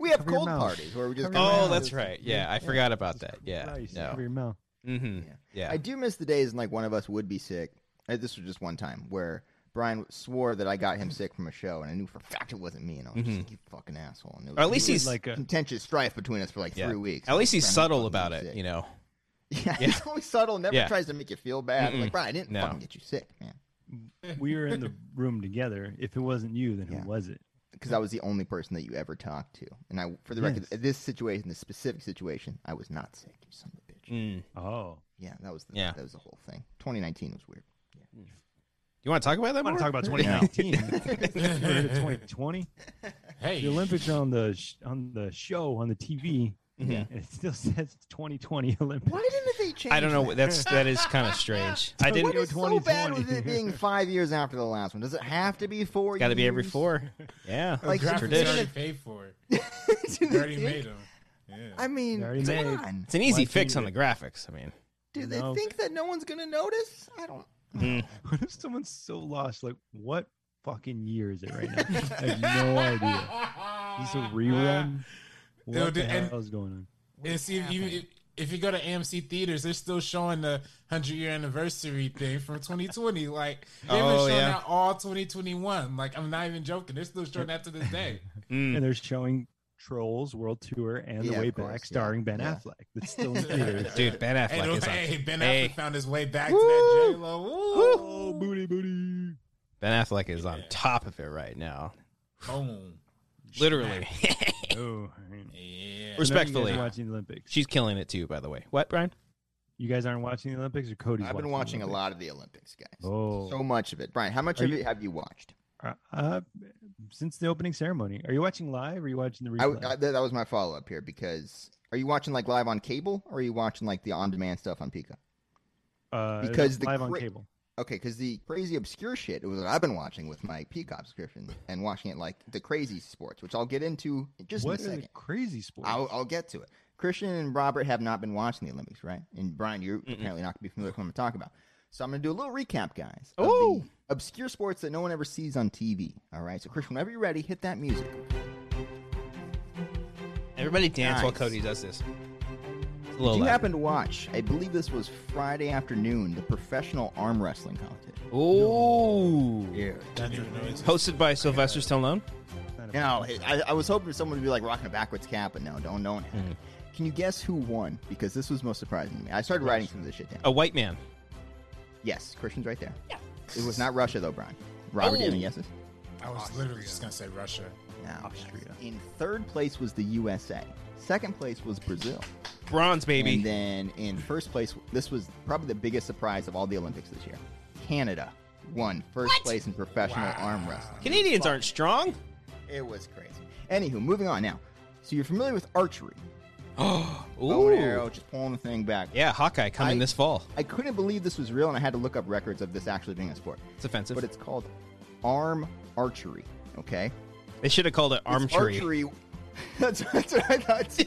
[SPEAKER 3] we have
[SPEAKER 1] Cover your
[SPEAKER 3] cold
[SPEAKER 1] mouth.
[SPEAKER 3] parties where we just
[SPEAKER 1] Cover
[SPEAKER 3] go
[SPEAKER 1] your
[SPEAKER 2] Oh,
[SPEAKER 3] around.
[SPEAKER 1] mouth.
[SPEAKER 2] that's right. Yeah, I forgot about that. Yeah,
[SPEAKER 1] Christ, over
[SPEAKER 2] no.
[SPEAKER 1] your mouth.
[SPEAKER 2] Mm-hmm.
[SPEAKER 3] Yeah.
[SPEAKER 2] Yeah.
[SPEAKER 3] I do miss the days and like one of us would be sick. Uh, This was just one time where Brian swore that I got him sick from a show, and I knew for a fact it wasn't me. And I was just like, "You fucking asshole!" And it was-
[SPEAKER 2] Mm-hmm. Or at least
[SPEAKER 3] it
[SPEAKER 2] he's
[SPEAKER 3] was
[SPEAKER 1] (laughs) Like, uh, a,
[SPEAKER 3] contentious strife between us for like
[SPEAKER 2] yeah.
[SPEAKER 3] three weeks.
[SPEAKER 2] At least he's
[SPEAKER 3] Brian, I'm
[SPEAKER 2] subtle
[SPEAKER 3] fucking
[SPEAKER 2] about it,
[SPEAKER 3] sick.
[SPEAKER 2] you know.
[SPEAKER 3] (laughs) Yeah, he's always subtle. Never
[SPEAKER 2] Yeah.
[SPEAKER 3] tries to make you feel bad.
[SPEAKER 2] Mm-mm.
[SPEAKER 3] Like Brian, I didn't
[SPEAKER 2] No.
[SPEAKER 3] fucking get you sick, man,
[SPEAKER 1] we were in the room together. If it wasn't you, then
[SPEAKER 3] Yeah.
[SPEAKER 1] who was it?
[SPEAKER 3] because I was the only person that you ever talked to. And I, for the
[SPEAKER 1] Yes.
[SPEAKER 3] record, this situation, this specific situation, I was not sick. You son of a bitch.
[SPEAKER 2] Mm.
[SPEAKER 1] Oh,
[SPEAKER 3] Yeah, that was the,
[SPEAKER 2] Yeah.
[SPEAKER 3] that was the whole thing. 2019 was weird.
[SPEAKER 2] You want to talk about that?
[SPEAKER 1] I want to
[SPEAKER 2] more?
[SPEAKER 1] talk about
[SPEAKER 2] (laughs)
[SPEAKER 1] 2019. You heard of 2020.
[SPEAKER 4] Hey,
[SPEAKER 1] The Olympics are on the sh- on the show on the TV.
[SPEAKER 2] Yeah.
[SPEAKER 1] And it still (laughs) says 2020 Olympics.
[SPEAKER 3] Why didn't they
[SPEAKER 2] (laughs)
[SPEAKER 3] change?
[SPEAKER 2] I don't know.
[SPEAKER 3] that?
[SPEAKER 2] That's that is kind of
[SPEAKER 3] (laughs)
[SPEAKER 2] strange. I didn't.
[SPEAKER 3] What
[SPEAKER 1] go
[SPEAKER 3] is so bad
[SPEAKER 1] 2020?
[SPEAKER 3] with
[SPEAKER 1] (laughs)
[SPEAKER 3] it being five years after the last one? Does it have to be four?
[SPEAKER 2] Got to be every
[SPEAKER 3] years? (laughs)
[SPEAKER 2] four. Yeah.
[SPEAKER 3] Like,
[SPEAKER 4] graphics
[SPEAKER 2] tradition.
[SPEAKER 4] already paid for it.
[SPEAKER 3] Do
[SPEAKER 4] They
[SPEAKER 3] they
[SPEAKER 4] already
[SPEAKER 1] (laughs)
[SPEAKER 3] think-
[SPEAKER 4] made them. Yeah.
[SPEAKER 3] I mean,
[SPEAKER 1] They already
[SPEAKER 3] come
[SPEAKER 1] made-
[SPEAKER 3] on.
[SPEAKER 2] It's an easy
[SPEAKER 1] Why
[SPEAKER 2] fix
[SPEAKER 1] change
[SPEAKER 2] on
[SPEAKER 1] it?
[SPEAKER 2] the graphics. I mean,
[SPEAKER 3] Do they
[SPEAKER 1] No.
[SPEAKER 3] think that no one's gonna notice? I don't.
[SPEAKER 1] What if someone's so lost? Like, what fucking year is it right now? (laughs) I have no idea. Is this a rerun? What
[SPEAKER 4] Dude,
[SPEAKER 1] the
[SPEAKER 4] and-
[SPEAKER 1] hell is going on?
[SPEAKER 4] And see if you if, if you go to AMC theaters, they're still showing the hundred year anniversary thing from 2020. Like they've been
[SPEAKER 2] Oh,
[SPEAKER 4] showing
[SPEAKER 2] yeah.
[SPEAKER 4] that all 2021. Like I'm not even joking. They're still showing that to this
[SPEAKER 2] (laughs)
[SPEAKER 4] day.
[SPEAKER 2] mm.
[SPEAKER 1] And they're showing Trolls World Tour and
[SPEAKER 3] Yeah,
[SPEAKER 1] The Way
[SPEAKER 3] of course,
[SPEAKER 1] Back,
[SPEAKER 3] yeah,
[SPEAKER 1] starting Ben
[SPEAKER 3] yeah.
[SPEAKER 1] Affleck. That's still in theaters.
[SPEAKER 2] dude, Ben
[SPEAKER 4] Hey,
[SPEAKER 2] Affleck
[SPEAKER 4] no-
[SPEAKER 2] is on.
[SPEAKER 4] hey, Ben
[SPEAKER 2] Hey.
[SPEAKER 4] Affleck found his way back to
[SPEAKER 2] Woo!
[SPEAKER 4] that J Lo.
[SPEAKER 1] Oh, booty, booty.
[SPEAKER 2] Ben Affleck is on top of it right now.
[SPEAKER 4] Boom.
[SPEAKER 2] Literally. (laughs)
[SPEAKER 1] Oh,
[SPEAKER 4] Yeah.
[SPEAKER 2] Res- Respectfully.
[SPEAKER 1] you guys are watching the Olympics.
[SPEAKER 2] She's killing it too, by the way. What, Brian?
[SPEAKER 1] You guys aren't watching the Olympics, or Cody's?
[SPEAKER 3] I've been
[SPEAKER 1] watching
[SPEAKER 3] watching
[SPEAKER 1] the
[SPEAKER 3] a
[SPEAKER 1] Olympics?
[SPEAKER 3] lot of the Olympics, guys.
[SPEAKER 1] Oh,
[SPEAKER 3] So much of it, Brian. How much
[SPEAKER 1] Are
[SPEAKER 3] of
[SPEAKER 1] you-
[SPEAKER 3] it have you watched?
[SPEAKER 1] Uh, uh, since the opening ceremony, are you watching live? or Are you watching the
[SPEAKER 3] I,
[SPEAKER 1] replay?
[SPEAKER 3] I- that that was my follow up here because are you watching like live on cable or are you watching like the on demand stuff on Peacock?
[SPEAKER 1] Uh, it's
[SPEAKER 3] Because the
[SPEAKER 1] live on
[SPEAKER 3] cra-
[SPEAKER 1] cable.
[SPEAKER 3] Okay, because the crazy obscure shit was what I've been watching with my Peacock subscription and watching it like the crazy sports, which I'll get into in just
[SPEAKER 1] What
[SPEAKER 3] in
[SPEAKER 1] are
[SPEAKER 3] a second.
[SPEAKER 1] the crazy sports?
[SPEAKER 3] I'll, I'll get to it. Christian and Robert have not been watching the Olympics, right? And Brian, you're
[SPEAKER 2] Mm-mm.
[SPEAKER 3] apparently not going to be familiar with what I'm talking about. So I'm going to do a little recap, guys. of
[SPEAKER 2] Ooh.
[SPEAKER 3] the Obscure sports that no one ever sees on TV. All right. So, Christian, whenever you're ready, hit that music.
[SPEAKER 2] Everybody dance while
[SPEAKER 3] Nice.
[SPEAKER 2] Cody does this. It's a
[SPEAKER 3] Did
[SPEAKER 2] little
[SPEAKER 3] you
[SPEAKER 2] loud.
[SPEAKER 3] happen to watch, I believe this was Friday afternoon, the professional arm wrestling competition?
[SPEAKER 2] Ooh.
[SPEAKER 4] Didn't even know it
[SPEAKER 2] Hosted by Sylvester Stallone.
[SPEAKER 1] Kind of-
[SPEAKER 3] Now, I, I was hoping someone would be like rocking a backwards cap, but no, don't, don't.
[SPEAKER 2] Mm.
[SPEAKER 3] Can you guess who won? Because this was most surprising to me. I started writing some of this shit down.
[SPEAKER 2] A white man.
[SPEAKER 3] Yes, Christian's right there. Yeah. It was not Russia, though, Brian. Robert, do you have any guesses?
[SPEAKER 4] existed. I was literally just gonna say Russia.
[SPEAKER 3] Now,
[SPEAKER 1] Austria.
[SPEAKER 3] In third place was the USA. Second place was Brazil.
[SPEAKER 2] Bronze, baby.
[SPEAKER 3] And then in first place, this was probably the biggest surprise of all the Olympics this year. Canada won first place in professional arm wrestling.
[SPEAKER 2] Canadians aren't strong.
[SPEAKER 3] It was crazy. Anywho, moving on now. So you're familiar with archery.
[SPEAKER 2] Oh.
[SPEAKER 3] (gasps) Bow and arrow, just pulling the thing back.
[SPEAKER 2] Yeah, Hawkeye coming
[SPEAKER 3] I-
[SPEAKER 2] this fall.
[SPEAKER 3] I couldn't believe this was real, and I had to look up records of this actually being a sport.
[SPEAKER 2] It's offensive.
[SPEAKER 3] But it's called arm archery. Okay.
[SPEAKER 2] they should have called it
[SPEAKER 3] It's
[SPEAKER 2] armtree.
[SPEAKER 3] (laughs) archery. That's, that's what I thought. Too.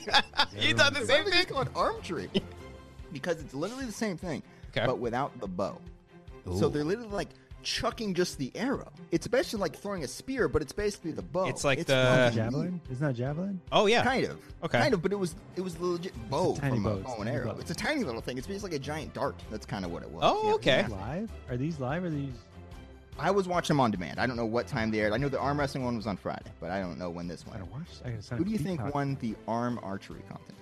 [SPEAKER 2] you thought the
[SPEAKER 3] Why
[SPEAKER 2] same
[SPEAKER 3] do they
[SPEAKER 2] thing?
[SPEAKER 3] call it archery? (laughs) Because it's literally the same thing,
[SPEAKER 2] Okay.
[SPEAKER 3] but without the bow. So
[SPEAKER 2] Ooh.
[SPEAKER 3] they're literally like chucking just the arrow. It's basically like throwing a spear, but it's basically the bow.
[SPEAKER 2] It's like
[SPEAKER 3] fucking
[SPEAKER 2] the-
[SPEAKER 3] neat.
[SPEAKER 1] javelin? Isn't that javelin?
[SPEAKER 2] Oh yeah.
[SPEAKER 3] Kind of.
[SPEAKER 2] Okay.
[SPEAKER 3] Kind of, but it was it was the legit bow
[SPEAKER 1] tiny
[SPEAKER 3] from
[SPEAKER 1] bow,
[SPEAKER 3] a
[SPEAKER 1] it's
[SPEAKER 3] bow
[SPEAKER 1] a
[SPEAKER 3] and
[SPEAKER 1] tiny
[SPEAKER 3] arrow.
[SPEAKER 1] bow.
[SPEAKER 3] It's a tiny little thing. It's basically like a giant dart. That's kind of what it was.
[SPEAKER 2] Oh,
[SPEAKER 3] Yeah.
[SPEAKER 2] okay.
[SPEAKER 1] Live? Are these live? Or are these?
[SPEAKER 3] I was watching them on demand. I don't know what time they aired. I know the arm wrestling one was on Friday, but I don't know when this
[SPEAKER 1] I
[SPEAKER 3] one.
[SPEAKER 1] don't watch. I gotta sign
[SPEAKER 3] Who
[SPEAKER 1] up
[SPEAKER 3] do you
[SPEAKER 1] for
[SPEAKER 3] think
[SPEAKER 1] Peacock.
[SPEAKER 3] won the arm archery contest?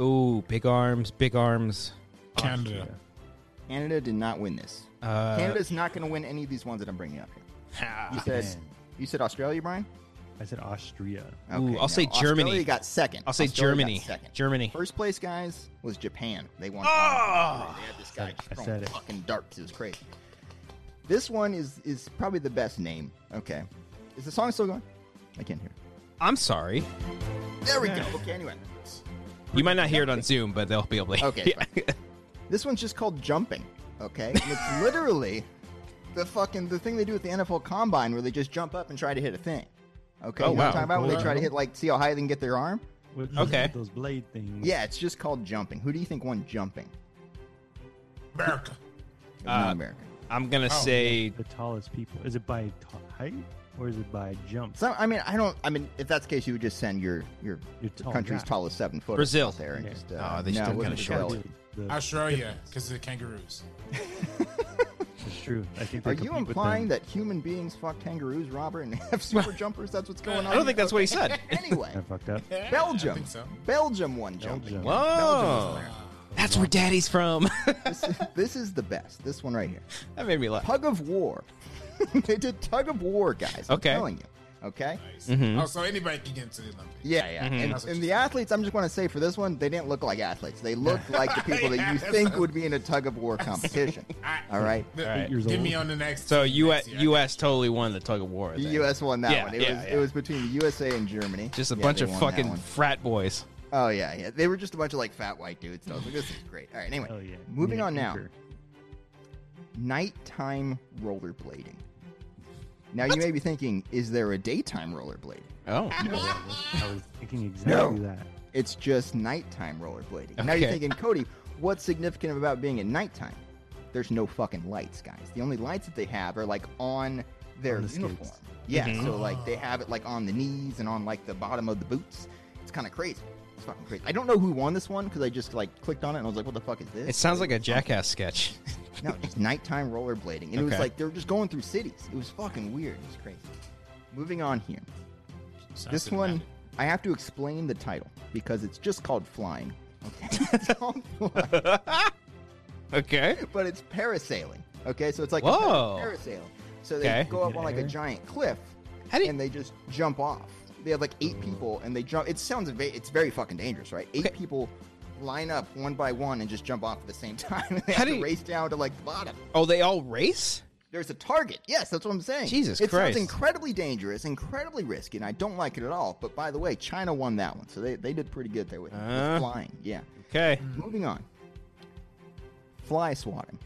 [SPEAKER 2] Ooh, big arms, big arms.
[SPEAKER 4] Canada.
[SPEAKER 1] Austria.
[SPEAKER 3] Canada did not win this.
[SPEAKER 2] Uh, Ah,
[SPEAKER 3] Canada's not going to win any of these ones that I'm bringing up here. You said
[SPEAKER 1] Man.
[SPEAKER 3] you said Australia, Brian.
[SPEAKER 1] I said Austria.
[SPEAKER 2] Ooh, I'll say Germany.
[SPEAKER 3] Australia got second.
[SPEAKER 2] I'll say
[SPEAKER 3] Australia got
[SPEAKER 2] Germany.
[SPEAKER 3] second.
[SPEAKER 2] Germany.
[SPEAKER 3] First place, guys, was Japan. They won.
[SPEAKER 2] Oh!
[SPEAKER 3] They had this guy
[SPEAKER 1] I
[SPEAKER 3] throwing
[SPEAKER 1] said it.
[SPEAKER 3] fucking darts. It was crazy. This one is is probably the best name. Okay, is the song still going? I can't hear. it.
[SPEAKER 2] (sighs) I'm sorry.
[SPEAKER 3] There we go. Okay, anyway,
[SPEAKER 2] You might not hear it on Zoom, but they'll be able to.
[SPEAKER 3] Okay, this one's just called jumping. Okay, and
[SPEAKER 2] (laughs)
[SPEAKER 3] it's literally the fucking the thing they do at the NFL Combine where they just jump up and try to hit a thing. Okay,
[SPEAKER 2] Oh,
[SPEAKER 3] you know what
[SPEAKER 2] wow.
[SPEAKER 3] I'm talking about when they
[SPEAKER 1] Cool.
[SPEAKER 3] try to hit like see how high they can get their arm.
[SPEAKER 1] With with
[SPEAKER 2] Okay.
[SPEAKER 1] Those blade
[SPEAKER 2] Mm.
[SPEAKER 1] things.
[SPEAKER 3] Yeah, it's just called jumping. Who do you think won jumping?
[SPEAKER 2] (laughs)
[SPEAKER 4] America.
[SPEAKER 3] It was not
[SPEAKER 2] Uh,
[SPEAKER 3] America.
[SPEAKER 2] (laughs) I'm gonna
[SPEAKER 4] Oh.
[SPEAKER 2] say
[SPEAKER 1] The tallest people. Is it by t- height or is it by jump?
[SPEAKER 3] So I mean, I don't. I mean, if that's the case, you would just send your your,
[SPEAKER 1] Your tall
[SPEAKER 3] country's
[SPEAKER 1] guy.
[SPEAKER 3] tallest seven foot
[SPEAKER 2] Brazil.
[SPEAKER 3] there and
[SPEAKER 1] Yeah.
[SPEAKER 3] just uh,
[SPEAKER 2] Oh, they still
[SPEAKER 3] no, it
[SPEAKER 2] kinda
[SPEAKER 3] wasn't
[SPEAKER 1] It's
[SPEAKER 2] short.
[SPEAKER 1] gotta
[SPEAKER 3] Brazil.
[SPEAKER 1] be the-
[SPEAKER 4] Australia, because of the kangaroos.
[SPEAKER 1] It's true. I think. they
[SPEAKER 3] Are you
[SPEAKER 1] compete with
[SPEAKER 3] implying
[SPEAKER 1] them.
[SPEAKER 3] that human beings fuck kangaroos, Robert, and have super jumpers? That's what's going on.
[SPEAKER 2] I don't think that's what he said.
[SPEAKER 3] Anyway,
[SPEAKER 1] I fucked up?
[SPEAKER 4] (laughs)
[SPEAKER 3] Belgium.
[SPEAKER 4] I think so.
[SPEAKER 3] Belgium won
[SPEAKER 1] Belgium.
[SPEAKER 3] jumping.
[SPEAKER 2] Whoa! That's where Daddy's from. (laughs)
[SPEAKER 3] This is, this is the best. This one right here.
[SPEAKER 2] that made me laugh.
[SPEAKER 3] Tug of war. (laughs) they did tug of war, guys. I'm
[SPEAKER 2] Okay.
[SPEAKER 3] telling you. Okay.
[SPEAKER 4] Nice.
[SPEAKER 2] Mm-hmm.
[SPEAKER 4] Oh, so anybody can get into the Olympics.
[SPEAKER 3] Yeah, yeah. And, and the athletes, I'm just going to say for this one, they didn't look like athletes. They looked
[SPEAKER 4] (laughs)
[SPEAKER 3] like the people that you
[SPEAKER 4] Yes.
[SPEAKER 3] think would be in a tug of war competition.
[SPEAKER 4] (laughs) I-
[SPEAKER 3] All right.
[SPEAKER 4] The-
[SPEAKER 2] All right.
[SPEAKER 1] Years
[SPEAKER 4] Give me
[SPEAKER 1] old.
[SPEAKER 4] on the next. E.
[SPEAKER 2] So
[SPEAKER 4] team
[SPEAKER 2] U.S.
[SPEAKER 4] next year.
[SPEAKER 2] U.S. totally won the tug of war.
[SPEAKER 3] The
[SPEAKER 2] then.
[SPEAKER 3] U.S. won that
[SPEAKER 2] Yeah,
[SPEAKER 3] one. It
[SPEAKER 2] yeah,
[SPEAKER 3] was
[SPEAKER 2] yeah.
[SPEAKER 3] it was between the USA and Germany.
[SPEAKER 2] Just a
[SPEAKER 3] Yeah,
[SPEAKER 2] bunch
[SPEAKER 3] they
[SPEAKER 2] of
[SPEAKER 3] won that
[SPEAKER 2] fucking
[SPEAKER 3] one.
[SPEAKER 2] frat boys.
[SPEAKER 3] Oh yeah, yeah. They were just a bunch of like fat white dudes. So I was like, this is great. All right. Anyway,
[SPEAKER 1] Oh yeah.
[SPEAKER 3] moving
[SPEAKER 1] Nick
[SPEAKER 3] on now.
[SPEAKER 1] Cooper.
[SPEAKER 3] Nighttime rollerblading. Now you may be thinking, is there a daytime rollerblading?
[SPEAKER 2] Oh,
[SPEAKER 1] I was thinking exactly that.
[SPEAKER 3] It's just nighttime rollerblading. Now you're
[SPEAKER 2] Okay.
[SPEAKER 3] thinking, Cody, what's significant about being at nighttime? There's no fucking lights, guys. The only lights that they have are like on their
[SPEAKER 1] On the skates.
[SPEAKER 3] uniform. Yeah,
[SPEAKER 2] Mhm.
[SPEAKER 3] so like they have it like on the knees and on like the bottom of the boots. It's kind of crazy. It's fucking crazy. I don't know who won this one because I just like clicked on it and I was like, what the fuck is this?
[SPEAKER 2] it sounds like a Jackass sketch.
[SPEAKER 3] no, just nighttime rollerblading. And it was
[SPEAKER 2] Okay.
[SPEAKER 3] like they were just going through cities. It was fucking weird. It was crazy. Moving on here.
[SPEAKER 4] Sounds
[SPEAKER 3] This
[SPEAKER 4] good,
[SPEAKER 3] one,
[SPEAKER 4] man.
[SPEAKER 3] I have to explain the title because it's just called flying. Okay. (laughs) It's called
[SPEAKER 2] (laughs)
[SPEAKER 3] flying,
[SPEAKER 2] Okay.
[SPEAKER 3] but it's parasailing. Okay, so it's like
[SPEAKER 2] Whoa.
[SPEAKER 3] competitive parasailing. So they
[SPEAKER 2] Okay.
[SPEAKER 3] go up on like a
[SPEAKER 1] Okay.
[SPEAKER 3] giant cliff,
[SPEAKER 2] How do you-
[SPEAKER 3] and they just jump off. They have like eight
[SPEAKER 1] Ooh.
[SPEAKER 3] people, and they jump. It sounds va- it's very fucking dangerous, right? Eight
[SPEAKER 2] Okay.
[SPEAKER 3] people line up one by one and just jump off at the same (laughs) time. And they
[SPEAKER 2] How
[SPEAKER 3] have
[SPEAKER 2] do
[SPEAKER 3] to
[SPEAKER 2] you-
[SPEAKER 3] race down to like the bottom.
[SPEAKER 2] Oh, they all race.
[SPEAKER 3] There's a target. Yes, that's what I'm saying.
[SPEAKER 2] Jesus
[SPEAKER 3] it
[SPEAKER 2] Christ.
[SPEAKER 3] sounds incredibly dangerous, incredibly risky, and I don't like it at all. But by the way, China won that
[SPEAKER 2] Uh-huh.
[SPEAKER 3] one, so they, they did pretty good there with, with
[SPEAKER 2] Uh.
[SPEAKER 3] flying. Yeah.
[SPEAKER 2] Okay.
[SPEAKER 3] Moving on.
[SPEAKER 2] (laughs)
[SPEAKER 3] Fly swatting.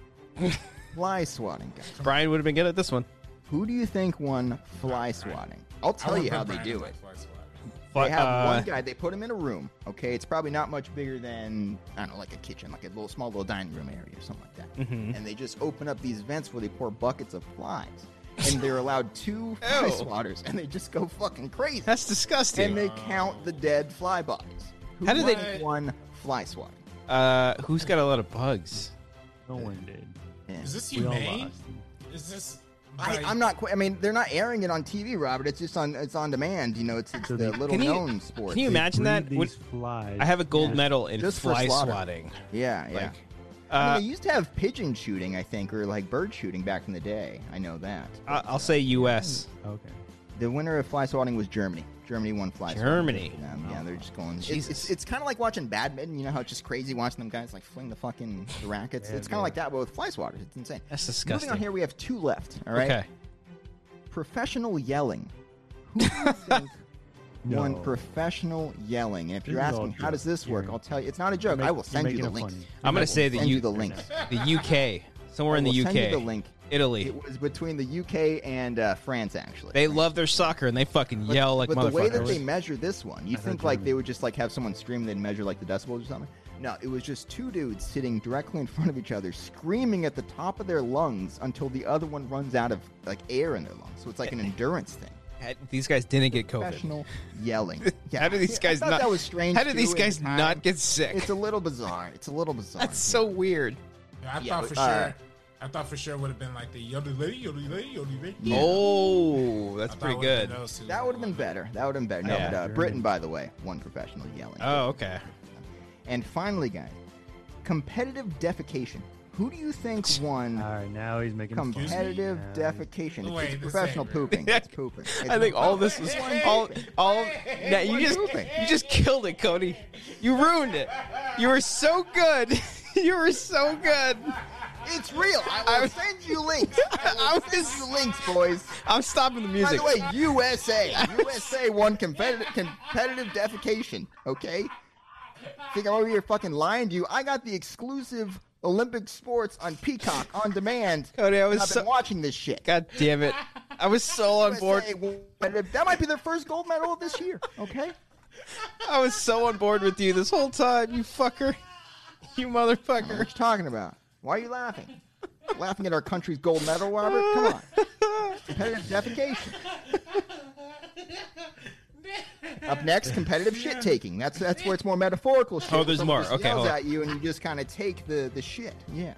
[SPEAKER 3] fly swatting, guys.
[SPEAKER 2] Brian would have been good at this one.
[SPEAKER 3] Who do you think won fly swatting? I'll
[SPEAKER 4] I
[SPEAKER 3] tell
[SPEAKER 4] wanna
[SPEAKER 3] you
[SPEAKER 4] put
[SPEAKER 3] how they
[SPEAKER 4] Brian
[SPEAKER 3] do
[SPEAKER 4] in
[SPEAKER 3] it.
[SPEAKER 4] that flex spot.
[SPEAKER 2] But,
[SPEAKER 3] They have
[SPEAKER 2] uh,
[SPEAKER 3] one guy. They put him in a room. Okay, it's probably not much bigger than I don't know, like a kitchen, like a little small little dining room area or something like that.
[SPEAKER 2] Mm-hmm.
[SPEAKER 3] And they just open up these vents where they pour buckets of flies, and they're allowed two fly
[SPEAKER 2] (laughs) Ew.
[SPEAKER 3] swatters, and they just go fucking
[SPEAKER 2] (laughs)
[SPEAKER 3] crazy.
[SPEAKER 2] That's disgusting.
[SPEAKER 3] and they count the dead fly bodies. Who
[SPEAKER 2] How did they-
[SPEAKER 3] won one fly swatting?
[SPEAKER 2] uh, who's got a lot of bugs?
[SPEAKER 1] No one did.
[SPEAKER 3] Yeah.
[SPEAKER 4] Is this
[SPEAKER 1] We all
[SPEAKER 4] humane?
[SPEAKER 1] lost.
[SPEAKER 4] Is this?
[SPEAKER 3] I,
[SPEAKER 4] like-
[SPEAKER 3] I'm not. Qu- I mean, they're not airing it on TV, Robert. It's just on. It's on demand. You know, it's, it's
[SPEAKER 1] So
[SPEAKER 3] the
[SPEAKER 1] they-
[SPEAKER 3] little
[SPEAKER 2] Can you-
[SPEAKER 3] known sport.
[SPEAKER 2] Can you imagine
[SPEAKER 1] Breed
[SPEAKER 2] that?
[SPEAKER 1] These
[SPEAKER 2] Would-
[SPEAKER 1] flies.
[SPEAKER 2] I have a gold medal in
[SPEAKER 3] Just for
[SPEAKER 2] fly
[SPEAKER 3] slaughter.
[SPEAKER 2] swatting.
[SPEAKER 3] yeah, yeah.
[SPEAKER 2] Like,
[SPEAKER 3] I
[SPEAKER 2] uh,
[SPEAKER 3] mean, they used to have pigeon shooting, I think, or like bird shooting back in the day. I know that.
[SPEAKER 2] I- I'll say U.S.
[SPEAKER 1] Okay.
[SPEAKER 3] The winner of fly swatting was Germany. Germany won fly swatting.
[SPEAKER 2] Germany.
[SPEAKER 3] Yeah, yeah, they're just going. It's,
[SPEAKER 2] Jesus.
[SPEAKER 3] it's, it's kind of like watching badminton. You know how it's just crazy watching them guys like fling the fucking (laughs) the rackets. it's kind of like that, but with fly swatters. It's insane.
[SPEAKER 2] That's
[SPEAKER 3] Moving on
[SPEAKER 2] disgusting.
[SPEAKER 3] here, we have two left. All right.
[SPEAKER 2] Okay.
[SPEAKER 3] Professional yelling. Who do you think won
[SPEAKER 1] No.
[SPEAKER 3] professional yelling? And if
[SPEAKER 1] This
[SPEAKER 3] you're
[SPEAKER 1] is all
[SPEAKER 3] asking, how
[SPEAKER 1] joke,
[SPEAKER 3] does this work?
[SPEAKER 1] Gary.
[SPEAKER 3] I'll tell you. It's not a joke. I will send you the link.
[SPEAKER 2] I'm gonna say
[SPEAKER 3] Send
[SPEAKER 2] the
[SPEAKER 3] you
[SPEAKER 2] U-
[SPEAKER 3] the link.
[SPEAKER 2] (laughs) the U.K. Somewhere in the
[SPEAKER 3] I will
[SPEAKER 2] U.K.
[SPEAKER 3] send you the link.
[SPEAKER 2] Italy.
[SPEAKER 3] It was between the UK and uh, France, actually.
[SPEAKER 2] They love their soccer and they fucking
[SPEAKER 3] But-
[SPEAKER 2] yell like
[SPEAKER 3] but
[SPEAKER 2] motherfuckers.
[SPEAKER 3] the way that they measure this one, you
[SPEAKER 1] I heard
[SPEAKER 3] think like
[SPEAKER 1] Germany.
[SPEAKER 3] they would just like have someone scream, and then measure like the decibels or something. No, it was just two dudes sitting directly in front of each other, screaming at the top of their lungs until the other one runs out of like air in their lungs. So
[SPEAKER 2] (laughs)
[SPEAKER 3] it's like an endurance thing.
[SPEAKER 2] Had- These guys didn't get COVID.
[SPEAKER 3] Professional yelling.
[SPEAKER 2] (laughs)
[SPEAKER 3] Yeah,
[SPEAKER 2] How did
[SPEAKER 3] I
[SPEAKER 2] these guys
[SPEAKER 3] thought
[SPEAKER 2] not?
[SPEAKER 3] That was strange.
[SPEAKER 2] How did
[SPEAKER 3] too
[SPEAKER 2] these
[SPEAKER 3] at
[SPEAKER 2] guys
[SPEAKER 3] the time.
[SPEAKER 2] not get sick?
[SPEAKER 3] (laughs) It's a little bizarre. It's a little bizarre.
[SPEAKER 2] (laughs) That's so weird.
[SPEAKER 4] I
[SPEAKER 3] Yeah,
[SPEAKER 4] thought for
[SPEAKER 3] but- uh,
[SPEAKER 4] sure. I thought for sure would have been like the yodelay, yodelay, yodelay.
[SPEAKER 3] Yeah.
[SPEAKER 2] Oh, that's
[SPEAKER 4] I thought
[SPEAKER 2] pretty
[SPEAKER 4] it would've
[SPEAKER 2] good.
[SPEAKER 4] been those two.
[SPEAKER 3] That would have been better. That would have been better. No,
[SPEAKER 2] Yeah.
[SPEAKER 3] but, uh, Britain, by the way, won professional yelling.
[SPEAKER 2] Oh, okay.
[SPEAKER 3] And finally, guys, competitive defecation. Who do you think
[SPEAKER 1] All
[SPEAKER 2] uh,
[SPEAKER 3] won
[SPEAKER 1] right, now he's making fun.
[SPEAKER 3] competitive
[SPEAKER 1] Now he's-
[SPEAKER 3] defecation? It's-
[SPEAKER 4] Wait,
[SPEAKER 3] It's,
[SPEAKER 4] this
[SPEAKER 3] professional
[SPEAKER 4] ain't real.
[SPEAKER 3] pooping. It's pooping.
[SPEAKER 2] I think all this was all all. Nah, you just
[SPEAKER 3] pooping.
[SPEAKER 2] you just killed it, Cody. You ruined it. You were so good. (laughs) You were so good.
[SPEAKER 3] It's real. I will
[SPEAKER 2] I'm-
[SPEAKER 3] send you
[SPEAKER 2] (laughs)
[SPEAKER 3] links.
[SPEAKER 2] I
[SPEAKER 3] I will
[SPEAKER 2] was-
[SPEAKER 3] send
[SPEAKER 2] (laughs)
[SPEAKER 3] you links, boys.
[SPEAKER 2] I'm stopping the
[SPEAKER 3] By
[SPEAKER 2] music.
[SPEAKER 3] the way,
[SPEAKER 2] (laughs)
[SPEAKER 3] USA, USA won competitive competitive defecation. Okay, think I'm over here fucking lying to you? I got the exclusive Olympic sports on Peacock on demand.
[SPEAKER 2] Cody, I was
[SPEAKER 3] I've
[SPEAKER 2] so
[SPEAKER 3] been watching this shit.
[SPEAKER 2] God damn it. I was so on board.
[SPEAKER 3] USA won- that might be their first gold medal of this year. Okay.
[SPEAKER 2] I was so on board with you this whole time, you fucker. (laughs) You
[SPEAKER 3] What
[SPEAKER 2] motherfucker.
[SPEAKER 3] you talking about? Why are you laughing? laughing at our country's gold medal, Robert? Come on. Competitive defecation. Up next, competitive shit taking. That's that's where it's more metaphorical. Shit.
[SPEAKER 2] Oh, there's
[SPEAKER 3] Someone
[SPEAKER 2] more.
[SPEAKER 3] just
[SPEAKER 2] Okay,
[SPEAKER 3] yells
[SPEAKER 2] hold on.
[SPEAKER 3] at you and you just kind of take the the shit. Yeah.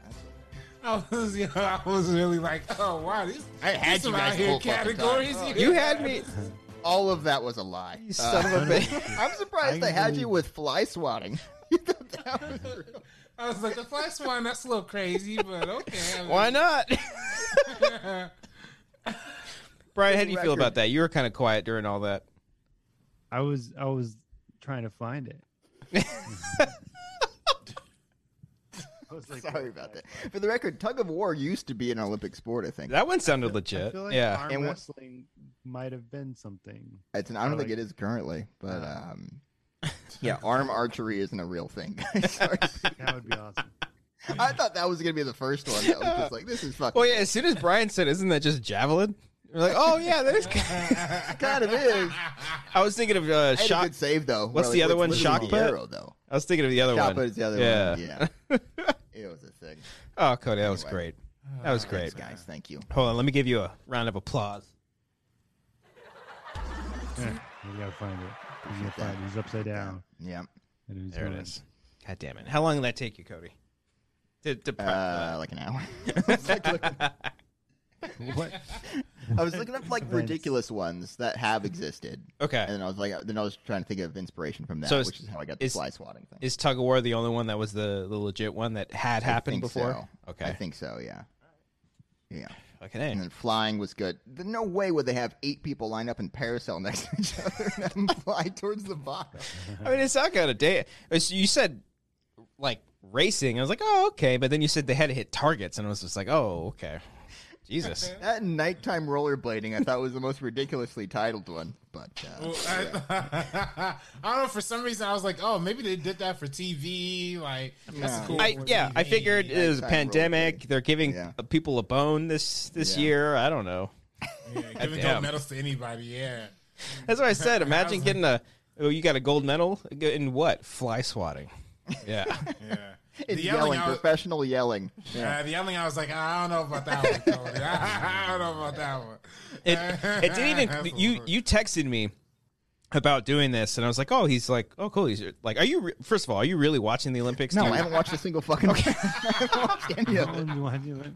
[SPEAKER 4] I was, (laughs) you know, I was really like, oh wow, these.
[SPEAKER 3] I had
[SPEAKER 4] these
[SPEAKER 3] you
[SPEAKER 4] some
[SPEAKER 3] guys
[SPEAKER 4] out
[SPEAKER 3] the
[SPEAKER 4] here
[SPEAKER 3] whole fucking
[SPEAKER 4] categories.
[SPEAKER 3] time.
[SPEAKER 2] You
[SPEAKER 4] (laughs)
[SPEAKER 2] had me.
[SPEAKER 3] All of that was a lie. Uh,
[SPEAKER 2] You son of a bitch. (laughs)
[SPEAKER 3] I'm surprised they had you with fly swatting. (laughs) You thought that was real.
[SPEAKER 4] I was like, the flex one, that's a little crazy, but okay. I mean,
[SPEAKER 2] Why not?
[SPEAKER 4] (laughs)
[SPEAKER 2] Brian, how do you feel about
[SPEAKER 3] Record.
[SPEAKER 2] that? You were kind of quiet during all that.
[SPEAKER 1] I was I was trying to find (laughs) it. I was like,
[SPEAKER 3] Sorry about that. For the record, tug of war used to be an Olympic sport. I think
[SPEAKER 2] That one sounded
[SPEAKER 1] I
[SPEAKER 2] legit.
[SPEAKER 1] feel like
[SPEAKER 2] yeah.
[SPEAKER 1] arm
[SPEAKER 3] And what-
[SPEAKER 1] wrestling might have been something.
[SPEAKER 3] it's. An, I don't
[SPEAKER 1] I
[SPEAKER 3] think
[SPEAKER 1] like-
[SPEAKER 3] it is currently,
[SPEAKER 2] Oh.
[SPEAKER 3] but
[SPEAKER 2] (laughs)
[SPEAKER 3] um, yeah, arm archery isn't a real thing. (laughs) guys. Sorry.
[SPEAKER 1] That would be awesome.
[SPEAKER 3] I thought that was gonna be the first one. That was just like this is fucking.
[SPEAKER 2] Well, yeah,
[SPEAKER 3] (laughs)
[SPEAKER 2] as soon as Brian said, isn't that just javelin? We're like, oh, yeah, that is.
[SPEAKER 3] (laughs) It kind of is.
[SPEAKER 2] I was thinking of uh,
[SPEAKER 3] I had a
[SPEAKER 2] shock.
[SPEAKER 3] good save though.
[SPEAKER 2] What's
[SPEAKER 3] Well,
[SPEAKER 2] the other
[SPEAKER 3] it's
[SPEAKER 2] one?
[SPEAKER 3] literally
[SPEAKER 2] Shock
[SPEAKER 3] the
[SPEAKER 2] put?
[SPEAKER 3] arrow though.
[SPEAKER 2] I was thinking of the other
[SPEAKER 3] Shock
[SPEAKER 2] one.
[SPEAKER 3] put is the other
[SPEAKER 2] yeah.
[SPEAKER 3] one. Yeah,
[SPEAKER 2] (laughs)
[SPEAKER 3] it was a thing.
[SPEAKER 2] Oh, Cody, that was
[SPEAKER 3] Anyway. Uh,
[SPEAKER 2] great. That was great.
[SPEAKER 3] Thanks, guys. Thank you.
[SPEAKER 2] Hold on, let me give you a round of applause.
[SPEAKER 1] (laughs) Yeah, we gotta find it. We gotta find it. He's upside down.
[SPEAKER 3] Yeah.
[SPEAKER 1] And it was
[SPEAKER 2] There it
[SPEAKER 1] going.
[SPEAKER 2] is. God damn it. How long did that take you, Cody? To, to prep
[SPEAKER 3] Uh, like
[SPEAKER 2] (laughs)
[SPEAKER 3] an hour. I was like looking- (laughs)
[SPEAKER 1] What?
[SPEAKER 3] I was looking up like ridiculous ones that have existed,
[SPEAKER 2] that? Okay.
[SPEAKER 3] and then I was like, then I was trying to think of inspiration from that,
[SPEAKER 2] So is-
[SPEAKER 3] which is how I got the
[SPEAKER 2] is-
[SPEAKER 3] fly swatting thing.
[SPEAKER 2] Is tug of war the only one that was the, the legit one that had happened
[SPEAKER 3] think
[SPEAKER 2] before?
[SPEAKER 3] so.
[SPEAKER 2] Okay.
[SPEAKER 3] I think so. Yeah. Yeah.
[SPEAKER 2] okay.
[SPEAKER 3] And
[SPEAKER 2] dang.
[SPEAKER 3] then flying was good. Th- No way would they have eight people lined up in parasail (laughs) next to each other and have them fly towards the bottom.
[SPEAKER 2] I mean, it's not got a day. it's- You said like racing. I was like, oh, okay. But then you said they had to hit targets, and I was just like, oh, okay.
[SPEAKER 3] (laughs)
[SPEAKER 2] Jesus.
[SPEAKER 3] That and nighttime rollerblading, I thought was the most ridiculously titled one. But uh,
[SPEAKER 4] Well, I, I don't know. For some reason, I was like, oh, maybe they did that for TV. Like, that's
[SPEAKER 3] Yeah.
[SPEAKER 4] cool.
[SPEAKER 2] I,
[SPEAKER 4] for
[SPEAKER 2] yeah, I
[SPEAKER 4] TV.
[SPEAKER 2] figured uh, it was a
[SPEAKER 3] Nighttime roller
[SPEAKER 2] pandemic.
[SPEAKER 3] skating.
[SPEAKER 2] They're giving
[SPEAKER 3] Yeah.
[SPEAKER 2] uh, people a bone this this
[SPEAKER 3] Yeah.
[SPEAKER 2] year. I don't know.
[SPEAKER 4] Yeah, giving
[SPEAKER 2] Damn.
[SPEAKER 4] gold medals to anybody. Yeah.
[SPEAKER 2] That's what I said.
[SPEAKER 4] I
[SPEAKER 2] Imagine
[SPEAKER 4] was
[SPEAKER 2] getting a oh, you got a gold medal in what? Fly swatting. Yeah.
[SPEAKER 4] Yeah.
[SPEAKER 3] (laughs) it's
[SPEAKER 4] the yelling,
[SPEAKER 3] yelling,
[SPEAKER 4] I was,
[SPEAKER 3] professional yelling.
[SPEAKER 4] uh, the yelling, I was like, I don't know about that one. Cody. (laughs) I don't know about that one.
[SPEAKER 2] It, it didn't even you you texted me about doing this and I was like, "Oh, he's like, oh cool, he's like, are you re- first of all, are you really watching the Olympics?"
[SPEAKER 3] No,
[SPEAKER 2] dude?
[SPEAKER 3] I haven't watched a single fucking. (laughs) I haven't watched any of it.
[SPEAKER 1] You want- you want-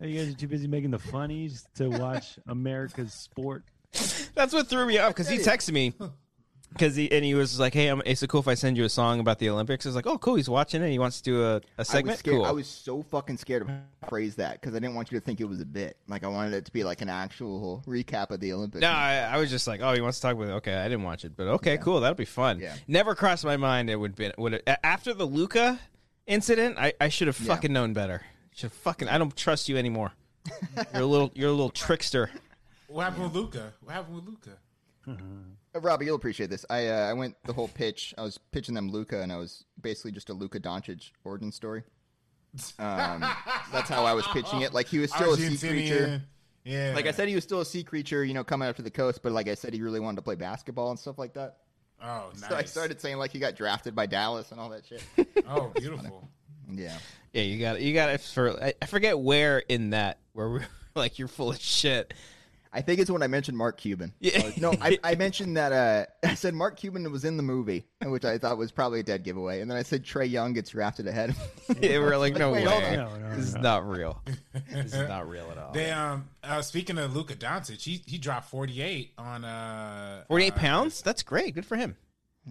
[SPEAKER 1] you guys are too busy making the funnies to
[SPEAKER 3] (laughs)
[SPEAKER 1] watch America's sport.
[SPEAKER 2] That's what threw me off because he texted me because he and he was like, "Hey, I'm, it's cool if I send you a song about the Olympics." I was like, "Oh, cool, he's watching it. He wants to do a, a
[SPEAKER 3] I
[SPEAKER 2] (laughs)
[SPEAKER 3] was
[SPEAKER 2] segment.
[SPEAKER 3] scared.
[SPEAKER 2] cool."
[SPEAKER 3] I was so fucking scared of phrase that because I didn't want you to think it was a bit. Like I wanted it to be like an actual recap of the Olympics.
[SPEAKER 2] no, I, I was just like, "Oh, he wants to talk about it. Okay, I didn't watch it, but okay, cool. That'll be fun."
[SPEAKER 3] Yeah.
[SPEAKER 2] Never crossed my mind it would be would a- after the Luca incident. I, I should have fucking known better. Should fucking I don't trust you
[SPEAKER 3] (laughs)
[SPEAKER 2] anymore. You're a little you're a little trickster.
[SPEAKER 4] What happened with Luca? What happened with Luca?
[SPEAKER 3] Uh, Robbie, you'll appreciate this. I uh, I went the whole pitch. I was pitching them Luca, and I was basically just a Luca Doncic origin story. Um, that's how I was pitching it. Like he was still a sea creature.
[SPEAKER 4] Argentinian. Yeah.
[SPEAKER 3] Like I said, he was still a sea creature, you know, coming after the coast. But like I said, he really wanted to play basketball and stuff like that.
[SPEAKER 4] Oh, nice.
[SPEAKER 3] So I started saying like he got drafted by Dallas and all that
[SPEAKER 4] (laughs)
[SPEAKER 3] shit.
[SPEAKER 4] Oh,
[SPEAKER 3] (laughs)
[SPEAKER 4] beautiful.
[SPEAKER 3] yeah,
[SPEAKER 2] Yeah, you got it. You got it for I, I forget where in that where we like you're full of shit. (laughs)
[SPEAKER 3] I think it's when I mentioned Mark Cuban.
[SPEAKER 2] Yeah.
[SPEAKER 3] No, I, I mentioned that uh, (laughs) I said Mark Cuban was in the movie, which I thought was probably a dead giveaway. And then I said Trey Young gets drafted ahead. (laughs) of him.
[SPEAKER 2] Yeah, we're like, no
[SPEAKER 3] Wait, hold
[SPEAKER 2] way.
[SPEAKER 1] on. No, no,
[SPEAKER 2] this is
[SPEAKER 1] no.
[SPEAKER 2] not real. This is not real at all.
[SPEAKER 4] They um uh, speaking of Luka Doncic, he he dropped forty eight on uh
[SPEAKER 2] 48
[SPEAKER 4] uh,
[SPEAKER 2] pounds? That's great. Good for him.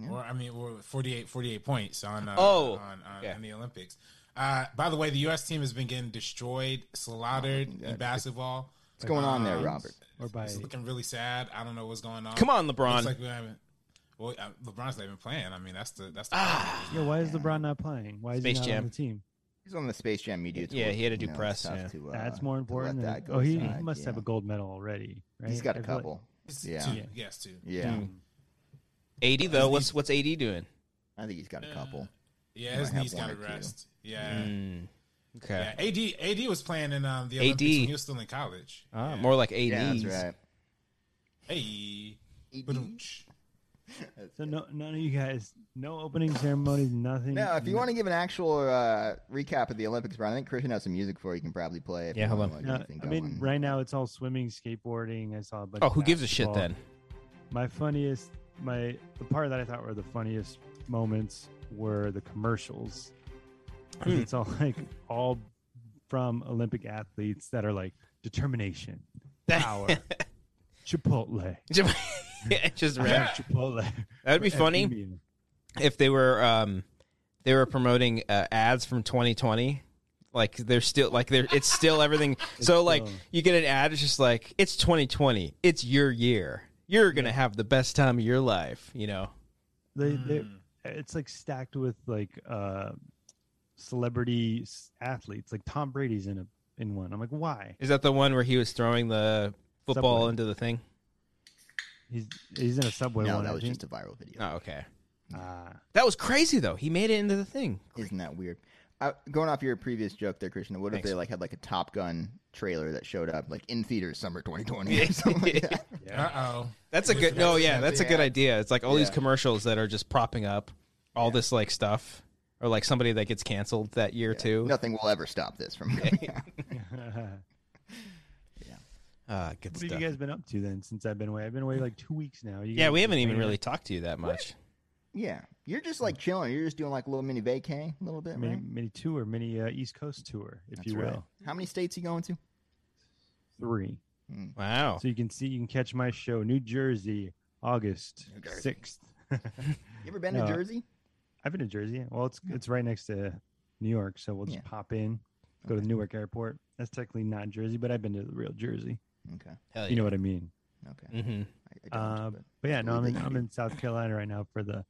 [SPEAKER 4] or I mean or 48, 48 points on uh,
[SPEAKER 2] Oh,
[SPEAKER 4] on, on
[SPEAKER 2] yeah.
[SPEAKER 4] in the Olympics. Uh, by the way, the U.S. team has been getting destroyed, slaughtered in basketball.
[SPEAKER 3] What's going on there, Robert?
[SPEAKER 1] Or by
[SPEAKER 4] It's looking really sad. I don't know what's going on.
[SPEAKER 2] Come on, LeBron.
[SPEAKER 4] Looks like we haven't. Well, uh, LeBron's not even playing. I mean, that's the that's the.
[SPEAKER 2] Ah,
[SPEAKER 1] yeah, why is LeBron not playing? Why is
[SPEAKER 2] Space
[SPEAKER 1] he not
[SPEAKER 2] Jam.
[SPEAKER 1] on the team?
[SPEAKER 3] He's on the Space Jam media.
[SPEAKER 2] Yeah,
[SPEAKER 3] tour.
[SPEAKER 2] he had to do
[SPEAKER 3] You know, it's
[SPEAKER 2] press,
[SPEAKER 3] tough
[SPEAKER 2] yeah.
[SPEAKER 3] to, uh,
[SPEAKER 1] That's more
[SPEAKER 3] to let
[SPEAKER 1] important. Than,
[SPEAKER 3] that go
[SPEAKER 1] oh, he, he
[SPEAKER 3] aside,
[SPEAKER 1] must have
[SPEAKER 3] yeah.
[SPEAKER 1] a gold medal already, right?
[SPEAKER 3] He's got a
[SPEAKER 1] I feel like-
[SPEAKER 3] couple.
[SPEAKER 4] It's
[SPEAKER 3] Yeah.
[SPEAKER 4] two.
[SPEAKER 1] Yeah.
[SPEAKER 4] Yes, two.
[SPEAKER 3] Yeah,
[SPEAKER 2] Hmm. Mm. AD, though, what's what's AD doing?
[SPEAKER 3] I think he's got a couple.
[SPEAKER 4] Yeah, his
[SPEAKER 3] might have
[SPEAKER 4] knees
[SPEAKER 3] one
[SPEAKER 4] got to
[SPEAKER 3] or two.
[SPEAKER 4] rest. Yeah.
[SPEAKER 2] Mm. Okay.
[SPEAKER 4] Yeah, AD AD was playing in um, the Olympics
[SPEAKER 2] AD.
[SPEAKER 4] when he was still in college.
[SPEAKER 2] Ah, more like AD.
[SPEAKER 3] Yeah, that's right. uh,
[SPEAKER 4] Hey,
[SPEAKER 3] AD?
[SPEAKER 4] Ba-dum-tsh.
[SPEAKER 1] So no, none of you guys, no opening ceremonies, nothing.
[SPEAKER 3] Now, if you want to give an actual uh, recap of the Olympics, Brian, I think Christian has some music for you. can probably play it.
[SPEAKER 2] Yeah, hold on.
[SPEAKER 1] No, I mean, right now it's all swimming, skateboarding. I saw a bunch.
[SPEAKER 2] Oh,
[SPEAKER 1] of
[SPEAKER 2] who gives a shit
[SPEAKER 1] basketball.
[SPEAKER 2] then?
[SPEAKER 1] My funniest, my the part that I thought were the funniest moments were the commercials.
[SPEAKER 2] Hmm.
[SPEAKER 1] 'Cause It's all (laughs) like all from Olympic athletes that are like determination,
[SPEAKER 2] (laughs)
[SPEAKER 1] power, Chipotle.
[SPEAKER 2] Yeah,
[SPEAKER 1] (laughs)
[SPEAKER 2] just
[SPEAKER 1] I
[SPEAKER 2] random.
[SPEAKER 1] have Chipotle. (laughs) E
[SPEAKER 2] That'd be
[SPEAKER 1] for
[SPEAKER 2] funny.
[SPEAKER 1] every meal.
[SPEAKER 2] if they were um they were promoting uh, ads from 2020 like they're still like they're it's still everything so like
[SPEAKER 1] still-
[SPEAKER 2] you get an ad it's just like it's 2020 it's your year you're gonna have the best time of your life you know
[SPEAKER 1] They,
[SPEAKER 2] Hmm.
[SPEAKER 1] they,
[SPEAKER 4] Mm.
[SPEAKER 1] it's like stacked with like uh, celebrity s- athletes. Like Tom Brady's in a in one. I'm like, why?
[SPEAKER 2] is that the one where he was throwing the football
[SPEAKER 1] Subway.
[SPEAKER 2] into the thing
[SPEAKER 1] He's he's in a subway
[SPEAKER 3] No,
[SPEAKER 1] one.
[SPEAKER 3] that was
[SPEAKER 1] I think.
[SPEAKER 3] just a viral video.
[SPEAKER 2] oh okay
[SPEAKER 1] Ah.
[SPEAKER 2] that was crazy though he made it into the thing
[SPEAKER 3] Isn't that weird? I, going off your previous joke there, Christian, what if
[SPEAKER 2] Thanks.
[SPEAKER 3] they like had like a Top Gun trailer that showed up like in theaters summer
[SPEAKER 2] (laughs)
[SPEAKER 3] 2020 or something like that?
[SPEAKER 4] Uh oh.
[SPEAKER 2] that's a
[SPEAKER 4] We
[SPEAKER 2] good
[SPEAKER 4] forgot
[SPEAKER 2] no
[SPEAKER 4] to
[SPEAKER 2] yeah
[SPEAKER 4] mention
[SPEAKER 2] that's a
[SPEAKER 3] the
[SPEAKER 2] good
[SPEAKER 3] ad.
[SPEAKER 2] idea it's like all these
[SPEAKER 3] Yeah.
[SPEAKER 2] commercials that are just propping up all this like stuff or like somebody that gets canceled that year too
[SPEAKER 3] Nothing will ever stop
[SPEAKER 2] (laughs)
[SPEAKER 3] this
[SPEAKER 1] (laughs)
[SPEAKER 3] from.
[SPEAKER 1] what
[SPEAKER 2] uh, good
[SPEAKER 1] have
[SPEAKER 2] stuff
[SPEAKER 1] you guys been up to then since I've been away? I've been away like two weeks now. You
[SPEAKER 2] Yeah,
[SPEAKER 1] guys
[SPEAKER 2] we
[SPEAKER 1] just
[SPEAKER 2] haven't even
[SPEAKER 1] hanging
[SPEAKER 2] really
[SPEAKER 1] out?
[SPEAKER 2] talked to you that much.
[SPEAKER 3] yeah, you're just
[SPEAKER 1] Hmm.
[SPEAKER 3] like chilling. You're just doing like a little mini vacay, a little bit,
[SPEAKER 1] mini,
[SPEAKER 3] right?
[SPEAKER 1] mini tour, mini uh, East Coast tour, if you will.
[SPEAKER 3] How many states you going to?
[SPEAKER 1] Three.
[SPEAKER 2] Wow.
[SPEAKER 1] So you can see, you can catch my show, New Jersey, August
[SPEAKER 3] New Jersey.
[SPEAKER 1] sixth.
[SPEAKER 3] You ever been
[SPEAKER 1] No.
[SPEAKER 3] to Jersey?
[SPEAKER 1] I've been to Jersey. Well, it's it's right next to New York, so we'll just
[SPEAKER 3] Yeah.
[SPEAKER 1] pop in, go to Newark Airport. That's technically not Jersey, but I've been to the real Jersey.
[SPEAKER 3] Okay,
[SPEAKER 2] Hell
[SPEAKER 1] You know what I mean?
[SPEAKER 3] okay.
[SPEAKER 2] hmm
[SPEAKER 3] I, I don't,
[SPEAKER 1] Uh,
[SPEAKER 3] but-
[SPEAKER 1] But yeah,
[SPEAKER 3] I
[SPEAKER 1] no, I'm
[SPEAKER 3] believe
[SPEAKER 1] in,
[SPEAKER 3] they
[SPEAKER 1] I'm
[SPEAKER 3] do.
[SPEAKER 1] in South Carolina right now for the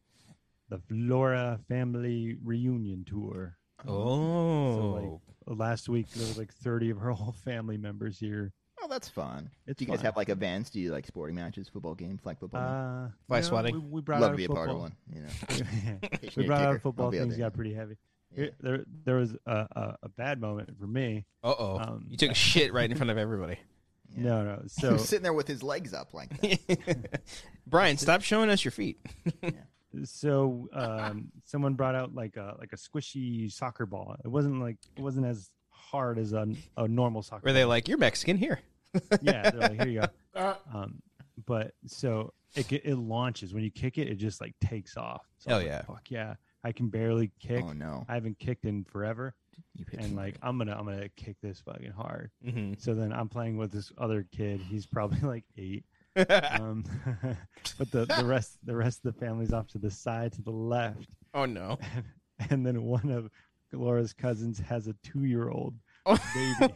[SPEAKER 1] the Flora family reunion tour.
[SPEAKER 3] uh-huh.
[SPEAKER 2] Oh.
[SPEAKER 1] So, like, a last week there was like 30 of her (laughs) whole family members here.
[SPEAKER 3] Oh, that's fun.
[SPEAKER 1] It's
[SPEAKER 3] do you guys
[SPEAKER 1] fun.
[SPEAKER 3] have like events? Do you like sporting matches, football game, flag football? game?
[SPEAKER 1] Uh,
[SPEAKER 2] Fly
[SPEAKER 1] no,
[SPEAKER 2] swatting.
[SPEAKER 1] We, we brought
[SPEAKER 3] Love
[SPEAKER 1] out
[SPEAKER 3] to be a part of
[SPEAKER 1] football.
[SPEAKER 3] one. (laughs)
[SPEAKER 1] (laughs)
[SPEAKER 3] You know,
[SPEAKER 1] we brought
[SPEAKER 3] Stationary kicker.
[SPEAKER 1] out
[SPEAKER 3] I'll
[SPEAKER 1] football.
[SPEAKER 3] be out
[SPEAKER 1] Things
[SPEAKER 3] there.
[SPEAKER 1] got pretty heavy.
[SPEAKER 3] Yeah.
[SPEAKER 1] Here- There, there was a, a, a bad moment for me.
[SPEAKER 2] Uh oh.
[SPEAKER 1] Um,
[SPEAKER 2] you
[SPEAKER 1] (laughs)
[SPEAKER 2] took a shit right in front of everybody. (laughs)
[SPEAKER 3] Yeah.
[SPEAKER 1] No, no.
[SPEAKER 3] He
[SPEAKER 1] So
[SPEAKER 3] (laughs) was sitting there with his legs up like that.
[SPEAKER 2] Brian, stop showing us your feet.
[SPEAKER 1] so um, someone brought out like a like a squishy soccer ball. It wasn't like it wasn't as hard as a, a normal soccer.
[SPEAKER 2] Were they like, you're Mexican here?
[SPEAKER 1] ball. yeah, they're like, here you go.
[SPEAKER 4] Uh,
[SPEAKER 1] Um, but so it ge- it launches when you kick it, it just like takes off. So I
[SPEAKER 2] Hell
[SPEAKER 1] was like,
[SPEAKER 2] yeah.
[SPEAKER 1] fuck yeah! I can barely kick.
[SPEAKER 3] oh no,
[SPEAKER 1] I haven't kicked in forever,
[SPEAKER 3] you hit
[SPEAKER 1] and like
[SPEAKER 3] somebody.
[SPEAKER 1] I'm gonna I'm gonna kick this fucking hard.
[SPEAKER 2] Mm-hmm. (laughs)
[SPEAKER 1] So then I'm playing with this other kid. He's probably (laughs) like eight. Um, (laughs) but the, the rest the rest of the family's off to the side to the left,
[SPEAKER 2] oh no.
[SPEAKER 1] (laughs) and then one of Laura's cousins has a two year old
[SPEAKER 2] Oh.
[SPEAKER 1] baby.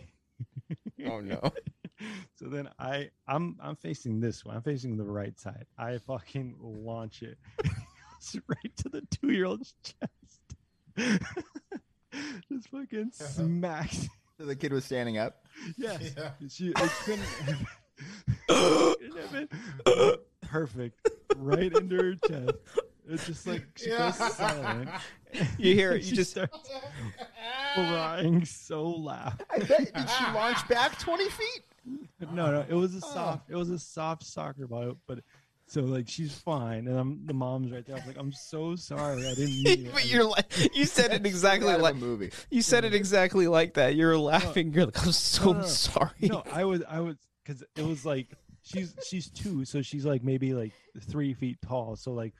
[SPEAKER 2] (laughs) Oh no.
[SPEAKER 1] (laughs)
[SPEAKER 2] (laughs)
[SPEAKER 1] so then I I'm I'm facing this one. I'm facing the right side. I fucking launch it (laughs) straight to the two year old's chest. (laughs) Just fucking
[SPEAKER 2] (laughs)
[SPEAKER 1] smacks.
[SPEAKER 3] So the kid was standing up.
[SPEAKER 1] Yes.
[SPEAKER 4] yeah.
[SPEAKER 1] She it couldn't,
[SPEAKER 2] (laughs)
[SPEAKER 1] (laughs) couldn't have been perfect. Right into her chest. It's just like she
[SPEAKER 4] Yeah.
[SPEAKER 1] goes silent.
[SPEAKER 4] (laughs)
[SPEAKER 2] You hear it,
[SPEAKER 1] (laughs) She
[SPEAKER 2] you just-
[SPEAKER 1] starts crying so loud.
[SPEAKER 3] I bet did
[SPEAKER 1] (laughs)
[SPEAKER 3] she launch back twenty feet?
[SPEAKER 1] No, no, it was a soft, it was a soft soccer ball, but so like she's fine, and I'm the mom's right there. I'm like, I'm so sorry, I didn't
[SPEAKER 3] (laughs)
[SPEAKER 1] mean it.
[SPEAKER 2] but you're like, you
[SPEAKER 1] (laughs)
[SPEAKER 2] said it exactly
[SPEAKER 3] Out of
[SPEAKER 2] like
[SPEAKER 3] a movie.
[SPEAKER 2] you said it exactly like that. You were laughing. You're like, I'm so
[SPEAKER 1] no, no.
[SPEAKER 2] sorry.
[SPEAKER 1] no, I was, I was, because it was like she's she's two, so she's like maybe like three feet tall, so like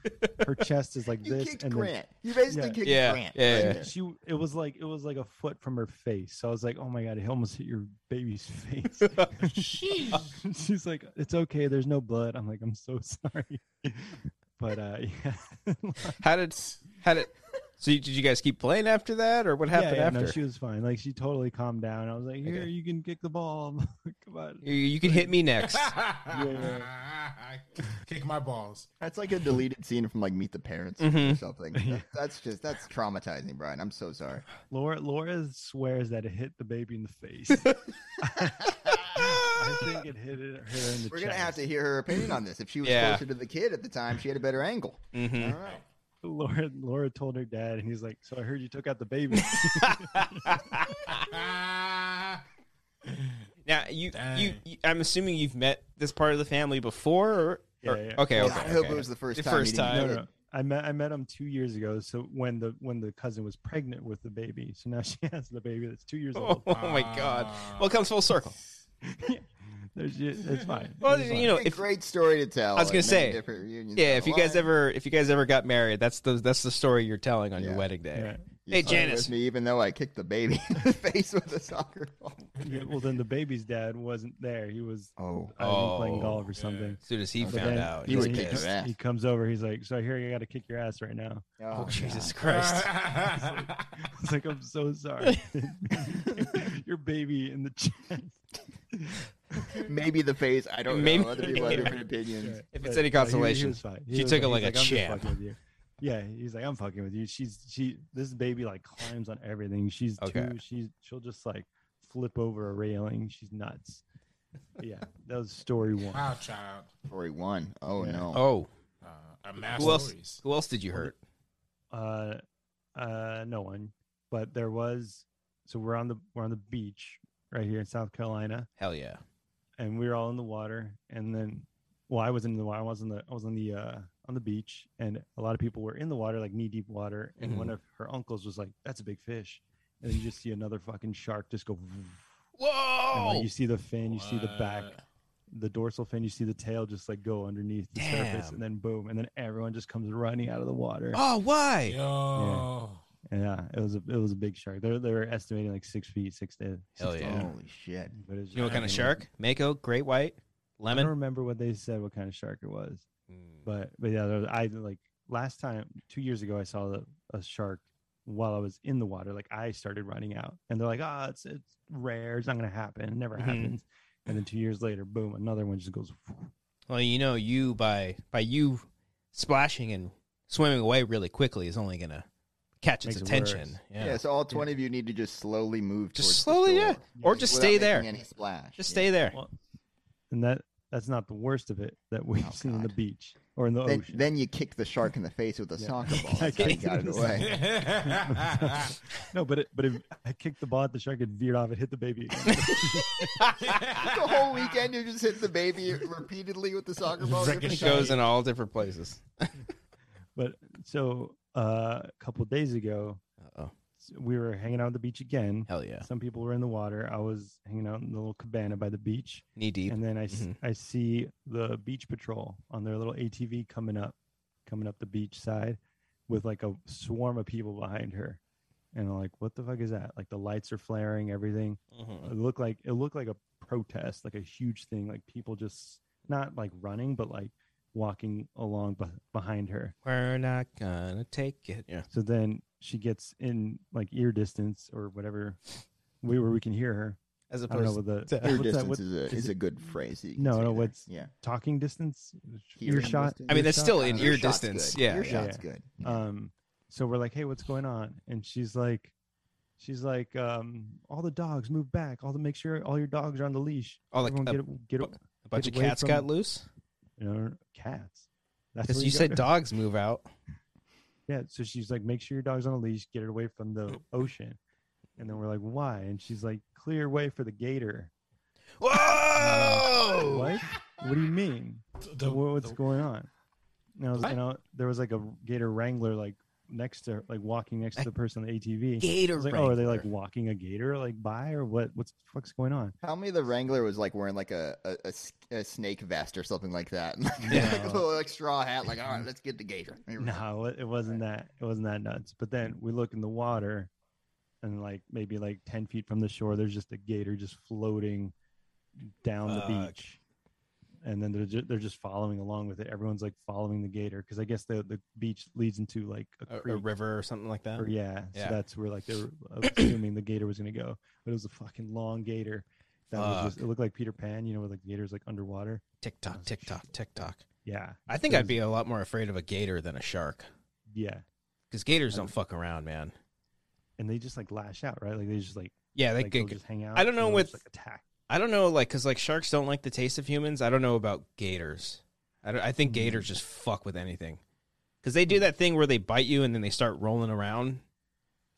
[SPEAKER 1] her chest is like
[SPEAKER 3] (laughs) You
[SPEAKER 1] this,
[SPEAKER 3] kicked
[SPEAKER 1] and then
[SPEAKER 3] Grant. you basically
[SPEAKER 1] yeah.
[SPEAKER 3] kicked
[SPEAKER 2] Yeah,
[SPEAKER 3] Grant.
[SPEAKER 2] yeah,
[SPEAKER 3] right
[SPEAKER 2] yeah.
[SPEAKER 3] there.
[SPEAKER 1] she it was like it was like a foot from her face so i was like oh my god it almost hit your baby's (laughs)
[SPEAKER 3] (laughs)
[SPEAKER 1] face she's like it's okay there's no blood i'm like i'm so (laughs) sorry but uh (laughs) yeah
[SPEAKER 2] How did how did so you, did you guys keep playing after that or what
[SPEAKER 1] yeah,
[SPEAKER 2] happened
[SPEAKER 1] yeah
[SPEAKER 2] after?
[SPEAKER 1] no she was fine like she totally calmed down i was like here
[SPEAKER 2] Okay.
[SPEAKER 1] you can kick the ball (laughs) come on
[SPEAKER 2] you, you can hit me
[SPEAKER 3] (laughs)
[SPEAKER 2] next.
[SPEAKER 4] (laughs) Kick my
[SPEAKER 1] (laughs)
[SPEAKER 4] balls.
[SPEAKER 3] That's like a deleted scene from like Meet the Parents or
[SPEAKER 2] Mhm. (laughs)
[SPEAKER 3] something. That- That's just that's traumatizing, Brian. I'm so sorry.
[SPEAKER 1] laura laura swears that it hit the baby in the
[SPEAKER 2] (laughs)
[SPEAKER 1] face (laughs) i think it hit, it, hit her in the
[SPEAKER 3] We're
[SPEAKER 1] chest
[SPEAKER 3] gonna have to hear her opinion on this. If she was
[SPEAKER 2] Yeah.
[SPEAKER 3] closer to the kid at the time, she had a better angle. I
[SPEAKER 2] Mhm.
[SPEAKER 3] don't know.
[SPEAKER 1] laura laura told her dad and he's like so i heard you took out the
[SPEAKER 2] (laughs)
[SPEAKER 1] baby
[SPEAKER 4] Ah.
[SPEAKER 2] (laughs) Now you, you
[SPEAKER 4] Dang.
[SPEAKER 2] you I'm assuming you've met this part of the family before or,
[SPEAKER 1] Yeah,
[SPEAKER 2] or-
[SPEAKER 1] yeah.
[SPEAKER 2] okay,
[SPEAKER 3] Yeah,
[SPEAKER 2] okay.
[SPEAKER 3] I hope
[SPEAKER 2] okay.
[SPEAKER 3] it was the first
[SPEAKER 2] The
[SPEAKER 3] time.
[SPEAKER 2] first
[SPEAKER 3] you didn't
[SPEAKER 2] time.
[SPEAKER 1] no,
[SPEAKER 3] get
[SPEAKER 1] no,
[SPEAKER 3] it.
[SPEAKER 1] no. (laughs) I met I met him two years ago. So when the when the cousin was pregnant with the baby, so now (laughs) she has the baby that's two years
[SPEAKER 2] (laughs) Oh,
[SPEAKER 1] old.
[SPEAKER 2] my god.
[SPEAKER 1] Ah.
[SPEAKER 2] Well, it comes full circle.
[SPEAKER 1] There's, ju- it's fine.
[SPEAKER 2] Oh. (laughs) Well,
[SPEAKER 1] It's fine.
[SPEAKER 2] you know,
[SPEAKER 3] a
[SPEAKER 2] if
[SPEAKER 3] great story to tell.
[SPEAKER 2] I was gonna
[SPEAKER 3] and many
[SPEAKER 2] say,
[SPEAKER 3] different reunions
[SPEAKER 2] yeah,
[SPEAKER 3] down
[SPEAKER 2] if
[SPEAKER 3] the
[SPEAKER 2] you guys
[SPEAKER 3] line.
[SPEAKER 2] ever if you guys ever got married, that's the that's the story you're telling on your
[SPEAKER 3] Yeah.
[SPEAKER 2] wedding day.
[SPEAKER 1] Yeah.
[SPEAKER 3] You
[SPEAKER 2] Hey,
[SPEAKER 3] saw it with
[SPEAKER 2] Janice.
[SPEAKER 3] me, even though I kicked the baby in the (laughs) face with a soccer ball.
[SPEAKER 1] Yeah, well, then the baby's dad wasn't there. He was
[SPEAKER 3] Oh,
[SPEAKER 1] I think, playing
[SPEAKER 2] Oh,
[SPEAKER 1] golf or
[SPEAKER 4] yeah.
[SPEAKER 1] something.
[SPEAKER 2] As soon as he
[SPEAKER 1] But
[SPEAKER 2] found
[SPEAKER 1] then-
[SPEAKER 2] out,
[SPEAKER 3] he
[SPEAKER 2] he was
[SPEAKER 3] would kick
[SPEAKER 2] pissed.
[SPEAKER 3] her ass.
[SPEAKER 1] He comes over. He's like, "So I hear you got to kick your ass right now." (laughs)
[SPEAKER 2] Oh, Jesus
[SPEAKER 4] (laughs)
[SPEAKER 2] Christ!
[SPEAKER 4] Christ.
[SPEAKER 1] It's like, "I'm so
[SPEAKER 3] (laughs)
[SPEAKER 1] sorry." (laughs) your baby in the chest.
[SPEAKER 3] God. Maybe the face. I don't
[SPEAKER 2] Maybe-
[SPEAKER 3] know. Other people
[SPEAKER 2] (laughs)
[SPEAKER 3] have
[SPEAKER 2] Yeah.
[SPEAKER 3] different opinions.
[SPEAKER 2] If
[SPEAKER 1] But,
[SPEAKER 2] it's
[SPEAKER 1] uh,
[SPEAKER 2] any
[SPEAKER 1] he-
[SPEAKER 2] consolation,
[SPEAKER 1] he was fine. He
[SPEAKER 2] she
[SPEAKER 1] was
[SPEAKER 2] took it
[SPEAKER 1] fine.
[SPEAKER 2] like
[SPEAKER 1] He's
[SPEAKER 2] a
[SPEAKER 1] "I'm just
[SPEAKER 2] champ."
[SPEAKER 1] fucking with you." Yeah, he's like, I'm fucking with you. She's she. This baby like climbs on everything. She's
[SPEAKER 2] Okay.
[SPEAKER 1] two. She's she'll just like flip over a railing. She's nuts. Yeah, that was story one.
[SPEAKER 4] Wow, child.
[SPEAKER 3] Story one. Oh
[SPEAKER 1] Yeah.
[SPEAKER 3] no.
[SPEAKER 2] oh,
[SPEAKER 4] Uh, a mass
[SPEAKER 2] Who else-
[SPEAKER 4] stories.
[SPEAKER 2] who else did you hurt?
[SPEAKER 1] Uh, uh, no one. But there was. So we're on the we're on the beach right here in South Carolina,
[SPEAKER 2] Hell yeah!
[SPEAKER 1] and we were all in the water. And then, well, I wasn't in the water. I was on the I was on the uh on the beach, and a lot of people were in the water, like knee deep water. And
[SPEAKER 2] Mm-hmm.
[SPEAKER 1] one of her uncles was like, "That's a big fish," and then you just see another fucking shark just go. And
[SPEAKER 2] Whoa!
[SPEAKER 1] like you see the fin, you see the back,
[SPEAKER 4] What?
[SPEAKER 1] the dorsal fin, you see the tail just like go underneath the surface,
[SPEAKER 2] Damn.
[SPEAKER 1] and then boom, and then everyone just comes running out of the water.
[SPEAKER 2] oh, why?
[SPEAKER 4] Yo.
[SPEAKER 1] And yeah, it was a it was a big shark. They were- they were estimating like six feet, six to
[SPEAKER 2] Hell
[SPEAKER 1] six to
[SPEAKER 2] yeah.
[SPEAKER 1] eight.
[SPEAKER 3] Holy shit.
[SPEAKER 1] But it's
[SPEAKER 2] You know what kind of
[SPEAKER 1] giant.
[SPEAKER 2] shark? Mako, great white,
[SPEAKER 1] I don't
[SPEAKER 2] lemon. Hmm.
[SPEAKER 1] remember what they said. What kind of shark it was, but but yeah, there was, I like last time two years ago I saw the, a shark while I was in the water. Like I started running out, and they're like, "Ah, it's it's rare. It's not gonna happen. It never
[SPEAKER 2] Mhm.
[SPEAKER 3] Mm-hmm.
[SPEAKER 1] happens." And then two years later, boom, another one just goes. (laughs)
[SPEAKER 2] Well, you know, you by by you splashing and swimming away really quickly is only gonna catch
[SPEAKER 1] Makes
[SPEAKER 2] its
[SPEAKER 1] it
[SPEAKER 2] attention.
[SPEAKER 1] worse.
[SPEAKER 2] Yeah.
[SPEAKER 3] so all twenty of you need to just slowly move.
[SPEAKER 2] Just
[SPEAKER 3] towards the
[SPEAKER 2] slowly, yeah.
[SPEAKER 3] shore
[SPEAKER 2] Or just
[SPEAKER 3] without
[SPEAKER 2] stay
[SPEAKER 3] making
[SPEAKER 2] there.
[SPEAKER 3] Any splash.
[SPEAKER 2] Just
[SPEAKER 3] yeah.
[SPEAKER 2] stay there. (laughs)
[SPEAKER 1] Well, (laughs) and that that's not the worst of it that we've
[SPEAKER 3] Oh,
[SPEAKER 1] seen on the
[SPEAKER 3] God.
[SPEAKER 1] beach or in the
[SPEAKER 3] Then,
[SPEAKER 1] ocean.
[SPEAKER 3] then you kick the shark in the face with a
[SPEAKER 1] Oh, Yeah.
[SPEAKER 3] soccer
[SPEAKER 1] (laughs)
[SPEAKER 3] ball.
[SPEAKER 1] I
[SPEAKER 3] That's how you
[SPEAKER 1] kicked it
[SPEAKER 3] got
[SPEAKER 1] in
[SPEAKER 3] it
[SPEAKER 1] the
[SPEAKER 3] away.
[SPEAKER 4] (laughs)
[SPEAKER 1] no, but it, but if I kicked the ball at the shark, it veered off, it hit the baby.
[SPEAKER 3] (laughs)
[SPEAKER 1] Again.
[SPEAKER 3] (laughs) the whole weekend you just hit the baby repeatedly with the soccer ball.
[SPEAKER 2] it
[SPEAKER 4] Ricochet.
[SPEAKER 2] goes in all different places.
[SPEAKER 1] but so uh, a couple days ago,
[SPEAKER 2] Oh,
[SPEAKER 1] we were hanging out at the beach again.
[SPEAKER 2] hell yeah.
[SPEAKER 1] Some people were in the water. I was hanging out in the little cabana by the beach,
[SPEAKER 2] Knee deep.
[SPEAKER 1] and then I, s-
[SPEAKER 3] Mm-hmm.
[SPEAKER 2] Mhm.
[SPEAKER 1] I see the beach patrol on their little ATV coming up, coming up the beach side, with like a swarm of people behind her, and I'm like, what the fuck is that? Like the lights are flaring, everything.
[SPEAKER 2] Mhm.
[SPEAKER 1] It looked like it looked like a protest, like a huge thing, like people just not like running, but like walking along beh behind her.
[SPEAKER 2] We're not gonna take it. Yeah.
[SPEAKER 1] So then she gets in like ear distance or whatever, we where we can hear her.
[SPEAKER 2] As
[SPEAKER 1] I don't know
[SPEAKER 2] opposed
[SPEAKER 1] what the
[SPEAKER 2] to-
[SPEAKER 1] what's
[SPEAKER 3] Ear
[SPEAKER 1] that-
[SPEAKER 3] distance
[SPEAKER 1] what-
[SPEAKER 3] is a is,
[SPEAKER 1] is
[SPEAKER 3] a
[SPEAKER 1] it
[SPEAKER 3] good phrase. that you can
[SPEAKER 1] No,
[SPEAKER 3] say
[SPEAKER 1] no,
[SPEAKER 3] there.
[SPEAKER 1] what's-
[SPEAKER 3] yeah.
[SPEAKER 1] talking distance,
[SPEAKER 3] Hearing
[SPEAKER 1] earshot.
[SPEAKER 3] distance.
[SPEAKER 2] I mean, that's
[SPEAKER 1] Earshot?
[SPEAKER 2] still in ear
[SPEAKER 3] Earshot's
[SPEAKER 2] distance.
[SPEAKER 3] good.
[SPEAKER 2] Yeah.
[SPEAKER 3] Earshot's
[SPEAKER 1] Yeah.
[SPEAKER 3] good. Yeah.
[SPEAKER 1] Um, so we're like, hey, what's going on? And she's like, she's like, um, all the dogs move back. All the make sure all your dogs are on the leash.
[SPEAKER 2] Oh, like
[SPEAKER 1] Everyone
[SPEAKER 2] a-
[SPEAKER 1] get it, get it.
[SPEAKER 2] A bunch of
[SPEAKER 1] away
[SPEAKER 2] cats got
[SPEAKER 1] from-
[SPEAKER 2] loose.
[SPEAKER 1] You know, cats. That's
[SPEAKER 2] Because
[SPEAKER 1] where
[SPEAKER 2] you
[SPEAKER 1] go.
[SPEAKER 2] said dogs move out.
[SPEAKER 1] (laughs) Yeah, so she's like, make sure your dog's on a leash, get it away from the ocean. And then we're like, why? And she's like, clear way for the gator.
[SPEAKER 2] Whoa!
[SPEAKER 1] What? What do you mean?
[SPEAKER 4] The-
[SPEAKER 1] What- What's
[SPEAKER 4] the-
[SPEAKER 1] going on? And I was,
[SPEAKER 4] What?
[SPEAKER 1] you know, there was like a gator wrangler like next to like walking next to the person on the ATV. I
[SPEAKER 2] Gator
[SPEAKER 1] was like, oh, are they like walking a gator like by or what? What's the fuck's going on?
[SPEAKER 3] How many of the Wrangler was like wearing like a a, a s- a snake vest or something like that? (laughs)
[SPEAKER 1] Yeah.
[SPEAKER 3] Like a little like straw hat. Like, all right, let's get the gator. Here we go.
[SPEAKER 1] No, it- it wasn't that. It wasn't that nuts. But then we look in the water, and like maybe like ten feet from the shore, there's just a gator just floating down the
[SPEAKER 2] Fuck.
[SPEAKER 1] beach, and then they're just, they're just following along with it. Everyone's like following the gator because I guess the the beach leads into like a
[SPEAKER 2] a, a
[SPEAKER 1] creek.
[SPEAKER 2] river or something like that.
[SPEAKER 1] or yeah,
[SPEAKER 2] Yeah.
[SPEAKER 1] so that's where like they
[SPEAKER 2] (clears throat)
[SPEAKER 1] were assuming the gator was gonna go, but it was a fucking long gator. That was just, it looked like Peter Pan, you know, where like the gator's like underwater.
[SPEAKER 2] Tick tock, tick tock, tick tock.
[SPEAKER 1] Yeah,
[SPEAKER 2] I think
[SPEAKER 1] It
[SPEAKER 2] I'd
[SPEAKER 1] was-
[SPEAKER 2] be a lot more afraid of a gator than a shark.
[SPEAKER 1] yeah,
[SPEAKER 2] Because gators don't fuck around, man.
[SPEAKER 1] and they just like lash out, right? Like they just like
[SPEAKER 2] Yeah, they
[SPEAKER 1] like,
[SPEAKER 2] could-
[SPEAKER 1] they'll just hang out.
[SPEAKER 2] I don't know
[SPEAKER 1] and they'll just,
[SPEAKER 2] with-
[SPEAKER 1] like attack.
[SPEAKER 2] I don't know, like, because like sharks don't like the taste of humans. I don't know about gators. I, don't- I think
[SPEAKER 1] Hmm.
[SPEAKER 2] gators just fuck with anything. Because they do that thing where they bite you and then they start rolling around.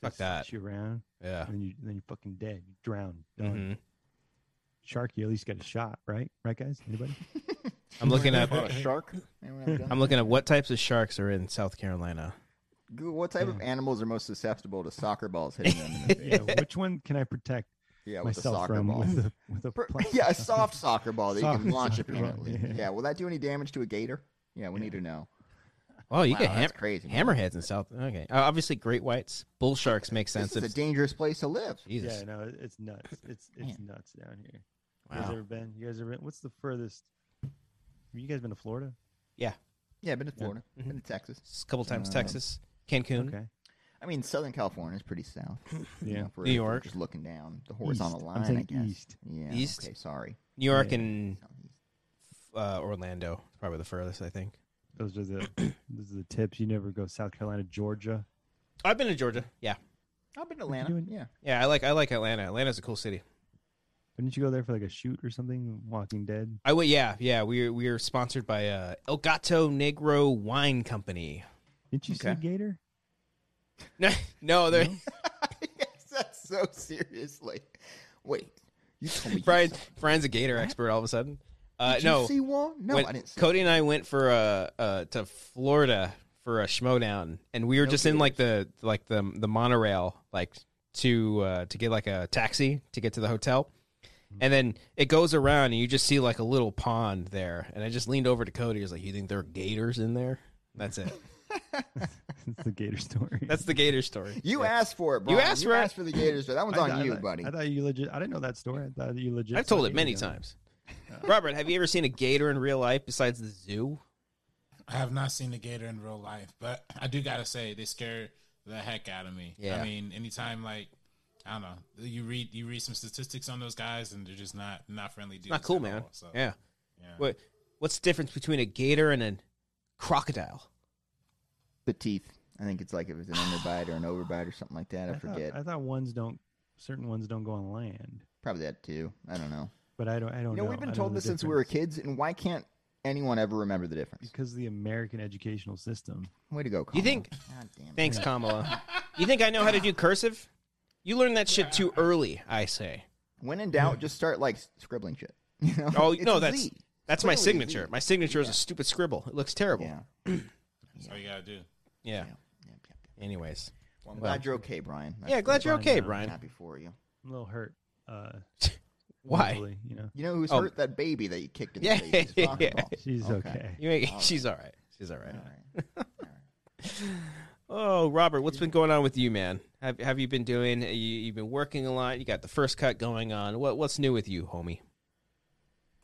[SPEAKER 2] Fuck
[SPEAKER 1] They snatch
[SPEAKER 2] that.
[SPEAKER 1] You around,
[SPEAKER 2] Yeah.
[SPEAKER 1] and then you then you're fucking dead. You drown. Done.
[SPEAKER 2] hmm
[SPEAKER 1] Shark, you at least got a shot, right? Right, guys? (laughs)
[SPEAKER 2] (laughs)
[SPEAKER 1] Anybody?
[SPEAKER 2] Mm-hmm. I'm looking
[SPEAKER 3] Anyone
[SPEAKER 2] up.
[SPEAKER 3] ever fought a (laughs) shark. Anyone ever done
[SPEAKER 2] I'm looking at what types of sharks are in South Carolina.
[SPEAKER 3] that? Google what type of animals are most susceptible to soccer balls hitting them?
[SPEAKER 1] (laughs)
[SPEAKER 3] In the face?
[SPEAKER 1] yeah. Which one can I protect
[SPEAKER 3] yeah, with a
[SPEAKER 1] myself
[SPEAKER 3] soccer
[SPEAKER 1] from (laughs)
[SPEAKER 3] ball.
[SPEAKER 1] with a with a
[SPEAKER 3] Per-
[SPEAKER 1] plastic
[SPEAKER 3] (laughs) yeah, a
[SPEAKER 1] soccer- (laughs)
[SPEAKER 3] soft soccer ball that you
[SPEAKER 1] Soft
[SPEAKER 3] can launch
[SPEAKER 1] soccer ball,
[SPEAKER 3] apparently.
[SPEAKER 1] yeah.
[SPEAKER 3] Yeah. will that do any damage to a gator? Yeah, we need to know.
[SPEAKER 2] Oh, you
[SPEAKER 3] Wow,
[SPEAKER 2] get
[SPEAKER 3] that's
[SPEAKER 2] ham-
[SPEAKER 3] crazy. man.
[SPEAKER 2] hammerheads in South. Okay, uh, obviously great whites, bull sharks make sense.
[SPEAKER 3] This is a
[SPEAKER 2] It's-
[SPEAKER 3] dangerous place to live.
[SPEAKER 2] Jesus,
[SPEAKER 1] Yeah, no, it- it's nuts. It's it's nuts down here. You guys
[SPEAKER 2] wow.
[SPEAKER 1] ever been? You guys ever been? What's the furthest? Have you guys been to Florida?
[SPEAKER 3] Yeah, been to Florida,
[SPEAKER 1] Mm-hmm.
[SPEAKER 3] been to Texas.
[SPEAKER 2] It's a couple times
[SPEAKER 3] Uh,
[SPEAKER 2] Texas, Cancun.
[SPEAKER 1] Okay.
[SPEAKER 3] I mean, Southern California is pretty south. you
[SPEAKER 1] (laughs) Yeah.
[SPEAKER 3] know, if we're-
[SPEAKER 2] New
[SPEAKER 3] if we're
[SPEAKER 2] York.
[SPEAKER 3] just looking down the horizontal
[SPEAKER 1] East. I'm
[SPEAKER 3] line.
[SPEAKER 1] saying
[SPEAKER 3] I guess.
[SPEAKER 1] east. Mm.
[SPEAKER 3] Yeah.
[SPEAKER 2] East.
[SPEAKER 3] Okay. Sorry.
[SPEAKER 2] New York
[SPEAKER 1] Yeah.
[SPEAKER 2] and uh, Orlando, probably the furthest I think.
[SPEAKER 1] Those are the those are the tips. You never go South Carolina, Georgia.
[SPEAKER 2] I've been to Georgia. Yeah,
[SPEAKER 3] I've been to Atlanta.
[SPEAKER 1] doing-
[SPEAKER 3] Yeah.
[SPEAKER 2] yeah, I like I like Atlanta. Atlanta's a cool city.
[SPEAKER 1] Didn't you go there for like a shoot or something? Walking Dead.
[SPEAKER 2] I would, yeah, yeah. We we are sponsored by uh, El Gato Negro Wine Company.
[SPEAKER 1] Didn't you
[SPEAKER 3] Okay.
[SPEAKER 1] see Gator?
[SPEAKER 2] No, no, they're
[SPEAKER 3] (laughs) yes, that's so seriously. Wait. You told me. you
[SPEAKER 2] Brian.
[SPEAKER 3] saw-
[SPEAKER 2] Brian's a gator expert all of a sudden. Uh,
[SPEAKER 3] Did
[SPEAKER 2] no,
[SPEAKER 3] You see one? No,
[SPEAKER 2] when
[SPEAKER 3] I didn't. See
[SPEAKER 2] Cody and I went for a uh, to Florida for a schmodown, and we were just in like the like the the monorail, like to uh, to get like a taxi to get to the hotel, and then it goes around, and you just see like a little pond there, and I just leaned over to Cody, I was like, "You think there are gators in there?" That's it.
[SPEAKER 1] it's the Gator (laughs) story.
[SPEAKER 2] That's the gator story.
[SPEAKER 3] (laughs) You asked for it, Brian.
[SPEAKER 2] asked for it.
[SPEAKER 3] for the Gators, but that one's
[SPEAKER 1] I
[SPEAKER 3] on
[SPEAKER 1] thought-
[SPEAKER 3] you,
[SPEAKER 1] I thought-
[SPEAKER 3] buddy.
[SPEAKER 1] I thought you legit. I didn't know that story. I thought you legit.
[SPEAKER 2] I've
[SPEAKER 1] saw
[SPEAKER 2] told it
[SPEAKER 1] Gator
[SPEAKER 2] many
[SPEAKER 1] down there.
[SPEAKER 2] times. (laughs) Robert, have you ever seen a gator in real life besides the zoo?
[SPEAKER 4] I have not seen a gator in real life, but I do gotta say they scare the heck out of me.
[SPEAKER 2] Yeah.
[SPEAKER 4] I mean, anytime like I don't know, you read you read some statistics on those guys, and they're just not not friendly dudes.
[SPEAKER 2] Not cool,
[SPEAKER 4] at
[SPEAKER 2] man.
[SPEAKER 4] all, so,
[SPEAKER 2] Yeah.
[SPEAKER 4] yeah.
[SPEAKER 2] What what's the difference between a gator and a crocodile?
[SPEAKER 3] the teeth. I think it's like if it's an underbite or an overbite or something like that. I,
[SPEAKER 1] thought-
[SPEAKER 3] forget.
[SPEAKER 1] I thought ones don't certain ones don't go on land,
[SPEAKER 3] Probably that too. I don't know.
[SPEAKER 1] but I don't. I don't
[SPEAKER 3] You know,
[SPEAKER 1] know.
[SPEAKER 3] we've
[SPEAKER 1] Oh, I
[SPEAKER 3] been
[SPEAKER 1] know
[SPEAKER 3] told
[SPEAKER 1] the
[SPEAKER 3] this since we were
[SPEAKER 1] difference.
[SPEAKER 3] kids, and why can't anyone ever remember the difference?
[SPEAKER 1] Because of the American educational system.
[SPEAKER 3] Way to go,
[SPEAKER 2] You
[SPEAKER 3] Colin.
[SPEAKER 2] think-
[SPEAKER 3] God damn it.
[SPEAKER 2] Thanks, Kamala. You think I know how to do cursive? You learned that shit too early, I say.
[SPEAKER 3] When in doubt, just start like scribbling shit. (laughs) You know?
[SPEAKER 2] Oh
[SPEAKER 3] It's
[SPEAKER 2] no,
[SPEAKER 3] a
[SPEAKER 2] that's
[SPEAKER 3] Z.
[SPEAKER 2] that's my
[SPEAKER 3] Clearly a
[SPEAKER 2] signature.
[SPEAKER 3] Z.
[SPEAKER 2] My signature is a stupid scribble. It looks terrible.
[SPEAKER 3] Yeah.
[SPEAKER 2] Yeah.
[SPEAKER 4] That's all you gotta do.
[SPEAKER 3] yeah, yeah, yeah.
[SPEAKER 2] Anyways.
[SPEAKER 3] Well, I'm glad you're okay, Brian. That's
[SPEAKER 2] yeah, glad you're
[SPEAKER 1] fine
[SPEAKER 2] okay,
[SPEAKER 1] now.
[SPEAKER 3] I'm
[SPEAKER 2] Brian.
[SPEAKER 3] happy for you.
[SPEAKER 1] I'm a little hurt. Uh,
[SPEAKER 2] Why?
[SPEAKER 1] mentally, You know,
[SPEAKER 3] You know who's
[SPEAKER 2] Oh.
[SPEAKER 3] hurt? That baby that you kicked in
[SPEAKER 2] Yeah,
[SPEAKER 3] the face.
[SPEAKER 2] (laughs)
[SPEAKER 3] It's
[SPEAKER 2] yeah.
[SPEAKER 3] possible.
[SPEAKER 1] she's
[SPEAKER 3] Okay.
[SPEAKER 1] okay.
[SPEAKER 2] You (laughs) ain't, she's all right. She's all right.
[SPEAKER 3] All right.
[SPEAKER 2] Oh, Robert, what's been going on with you, man? Have Have you been doing? You, you've been working a lot. You got the first cut going on. What What's new with you, homie?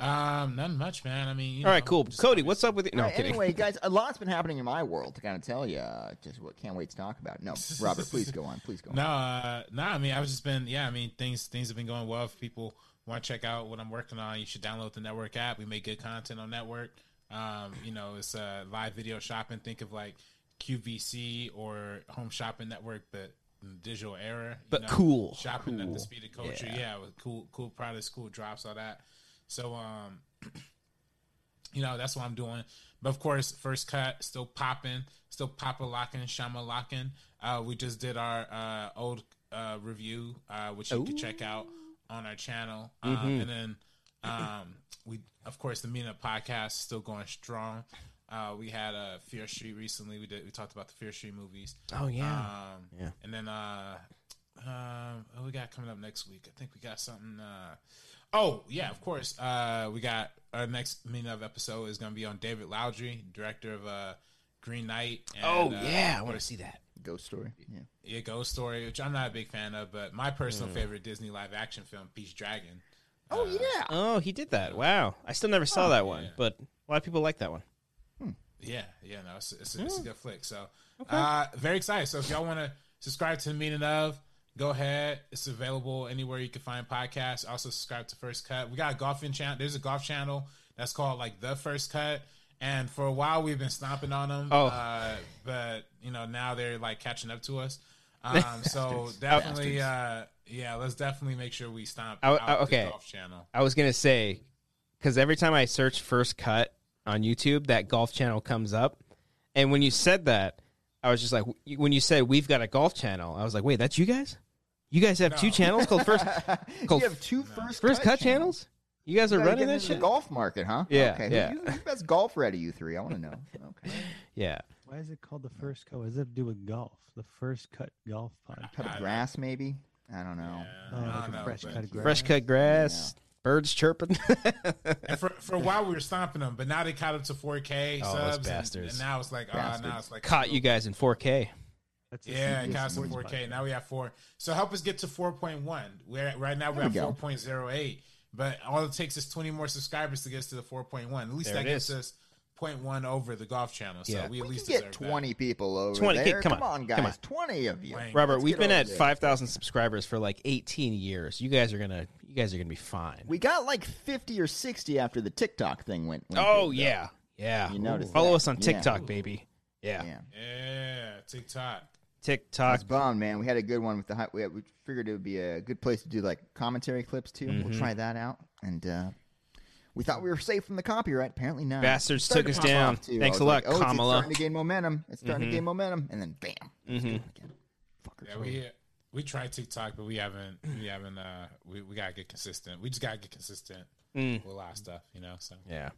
[SPEAKER 4] Um, nothing much, man. I mean, you
[SPEAKER 2] All right,
[SPEAKER 4] know,
[SPEAKER 2] cool.
[SPEAKER 4] just-
[SPEAKER 2] Cody, what's up with you? No,
[SPEAKER 3] All
[SPEAKER 2] I'm
[SPEAKER 3] right,
[SPEAKER 2] kidding. (laughs)
[SPEAKER 3] anyway, guys, a lot's been happening in my world. To kind of tell you, just what can't wait to talk about. No, Robert, please go on. Please go on.
[SPEAKER 4] (laughs) No, uh, no. I mean, I've just been, yeah. I mean, things things have been going well. If people want to check out what I'm working on, you should download the network app. We make good content on network. Um, you know, it's uh, live video shopping. Think of like QVC or Home Shopping Network, but in the digital era. you
[SPEAKER 2] But
[SPEAKER 4] know,
[SPEAKER 2] cool.
[SPEAKER 4] shopping at
[SPEAKER 2] Cool.
[SPEAKER 4] the speed of culture. Yeah. with cool cool products, cool drops, all that. So, um, you know, that's what I'm doing. But of course, first cut still popping, still papa locking, shama locking. Uh, we just did our uh, old uh, review, uh, which you can check out on our channel, um, and then um, we, of course, the Meetup podcast is still going strong. Uh, we had uh, Fear Street recently. We did. We talked about the Fear Street movies.
[SPEAKER 2] Oh yeah.
[SPEAKER 4] Um,
[SPEAKER 2] Yeah.
[SPEAKER 4] And then uh, um, what we got coming up next week? I think we got something. Uh, oh yeah, of course. Uh, we got our next meeting of episode is going to be on David Loudry, director of uh, Green Knight. And,
[SPEAKER 2] oh
[SPEAKER 4] uh,
[SPEAKER 2] yeah. I want to see that.
[SPEAKER 3] Ghost story. Yeah.
[SPEAKER 2] (laughs)
[SPEAKER 4] yeah, Ghost Story, which I'm not a big fan of, but my personal favorite Disney live action film, Peach Dragon. Uh,
[SPEAKER 3] Oh yeah.
[SPEAKER 2] Oh, he did that. Wow. I still never saw that one,
[SPEAKER 4] yeah.
[SPEAKER 2] but a lot of people like that one.
[SPEAKER 4] Yeah, yeah, no, it's, it's, it's a
[SPEAKER 2] Hmm.
[SPEAKER 4] good flick. So, uh, very excited. So, if y'all want to subscribe to the meaning of, go ahead. It's available anywhere you can find podcasts. Also, subscribe to First Cut. We got a golfing channel. There's a golf channel that's called like the First Cut. And for a while, we've been stomping on them.
[SPEAKER 2] Oh.
[SPEAKER 4] Uh, but you know now they're like catching up
[SPEAKER 2] (laughs)
[SPEAKER 4] to us. Um, so definitely, uh, yeah, let's definitely make sure we stomp
[SPEAKER 2] Oh,
[SPEAKER 4] out
[SPEAKER 2] oh, okay.
[SPEAKER 4] the golf channel.
[SPEAKER 2] I was gonna say because every time I search first cut on YouTube, that golf channel comes up, and when you said that, I was just like, when you said we've got a golf channel, I was like, wait, that's you guys? You guys have two
[SPEAKER 4] No.
[SPEAKER 2] channels called first
[SPEAKER 3] you
[SPEAKER 2] called
[SPEAKER 3] have two first
[SPEAKER 2] first cut
[SPEAKER 3] channels.
[SPEAKER 2] channels? You guys are
[SPEAKER 3] Gotta
[SPEAKER 2] running
[SPEAKER 3] get
[SPEAKER 2] that
[SPEAKER 3] into the
[SPEAKER 2] shit?
[SPEAKER 3] golf market, huh?
[SPEAKER 2] Yeah,
[SPEAKER 3] Okay. Who-
[SPEAKER 2] yeah.
[SPEAKER 3] Who's the best golfer out of you three? I want
[SPEAKER 2] (laughs)
[SPEAKER 3] to know. Okay.
[SPEAKER 2] Yeah.
[SPEAKER 1] Why is it called the first cut? What does it have to do with golf? The first cut golf
[SPEAKER 3] Cut
[SPEAKER 1] podcast.
[SPEAKER 3] of grass, maybe. I don't know.
[SPEAKER 1] Oh,
[SPEAKER 4] I
[SPEAKER 1] like
[SPEAKER 4] don't
[SPEAKER 1] a
[SPEAKER 4] know,
[SPEAKER 1] fresh
[SPEAKER 4] but-
[SPEAKER 1] cut of grass.
[SPEAKER 2] Fresh cut grass, birds chirping. (laughs)
[SPEAKER 4] And for, for a while we were stomping them, but now they caught up to 4K
[SPEAKER 2] Oh, those
[SPEAKER 4] subs, and-
[SPEAKER 2] bastards.
[SPEAKER 4] And, now it's like, ah, now it's like oh,
[SPEAKER 2] Caught you guys in 4K.
[SPEAKER 1] That's a
[SPEAKER 4] Yeah, it
[SPEAKER 1] serious
[SPEAKER 4] caught us to
[SPEAKER 1] sports
[SPEAKER 4] 4K.
[SPEAKER 1] podcast.
[SPEAKER 4] Now we have four. So help us get to 4.1. We're at, right now we're at
[SPEAKER 3] we go.
[SPEAKER 4] 4.08, but all it takes is 20 more subsubscribers to get us to the 4.1. At least
[SPEAKER 2] There
[SPEAKER 4] that
[SPEAKER 2] it
[SPEAKER 4] gives
[SPEAKER 2] is.
[SPEAKER 4] us 0.1 over the golf channel. So
[SPEAKER 2] Yeah.
[SPEAKER 4] we at
[SPEAKER 3] We
[SPEAKER 4] least
[SPEAKER 3] can get
[SPEAKER 4] deserve that.
[SPEAKER 3] 20 people over
[SPEAKER 2] 20
[SPEAKER 3] there.
[SPEAKER 2] kid, come on,
[SPEAKER 3] guys.
[SPEAKER 2] come on.
[SPEAKER 3] 20 of you.
[SPEAKER 4] Wayne.
[SPEAKER 2] Robert,
[SPEAKER 3] Let's
[SPEAKER 2] we've
[SPEAKER 3] get
[SPEAKER 2] been
[SPEAKER 3] over
[SPEAKER 2] at
[SPEAKER 3] there.
[SPEAKER 2] 5,000 subscribers for like 18 years. You guys are going to you guys are going to be fine.
[SPEAKER 3] We got like 50 or 60 after the TikTok thing went. went
[SPEAKER 2] oh
[SPEAKER 3] big,
[SPEAKER 2] yeah. Yeah.
[SPEAKER 3] You noticed
[SPEAKER 2] Follow
[SPEAKER 3] that.
[SPEAKER 2] us on
[SPEAKER 3] Yeah.
[SPEAKER 2] TikTok, baby.
[SPEAKER 3] though.
[SPEAKER 2] Yeah.
[SPEAKER 3] Yeah.
[SPEAKER 4] Yeah, TikTok.
[SPEAKER 3] I
[SPEAKER 2] TikTok.
[SPEAKER 3] was bummed, man. We had a good one with the high. We, had- we figured it would be a good place to do like commentary clips too.
[SPEAKER 2] Mm-hmm.
[SPEAKER 3] We'll try that out. And uh, we thought we were safe from the copyright. Apparently not.
[SPEAKER 2] Bastards
[SPEAKER 3] Started
[SPEAKER 2] took us
[SPEAKER 3] to pop
[SPEAKER 2] down.
[SPEAKER 3] off, too. I
[SPEAKER 2] Thanks
[SPEAKER 3] was
[SPEAKER 2] a lot,
[SPEAKER 3] like, oh, it's-
[SPEAKER 2] Kamala." Mm-hmm.
[SPEAKER 3] It's starting to gain momentum. It's starting to gain momentum. And then bam. Let's do it again. Fuckers.
[SPEAKER 4] Yeah, we we tried TikTok, but we haven't we haven't uh we, we gotta get consistent. We just gotta get consistent
[SPEAKER 2] Mm.
[SPEAKER 4] with a lot of stuff, you know. So
[SPEAKER 2] Yeah.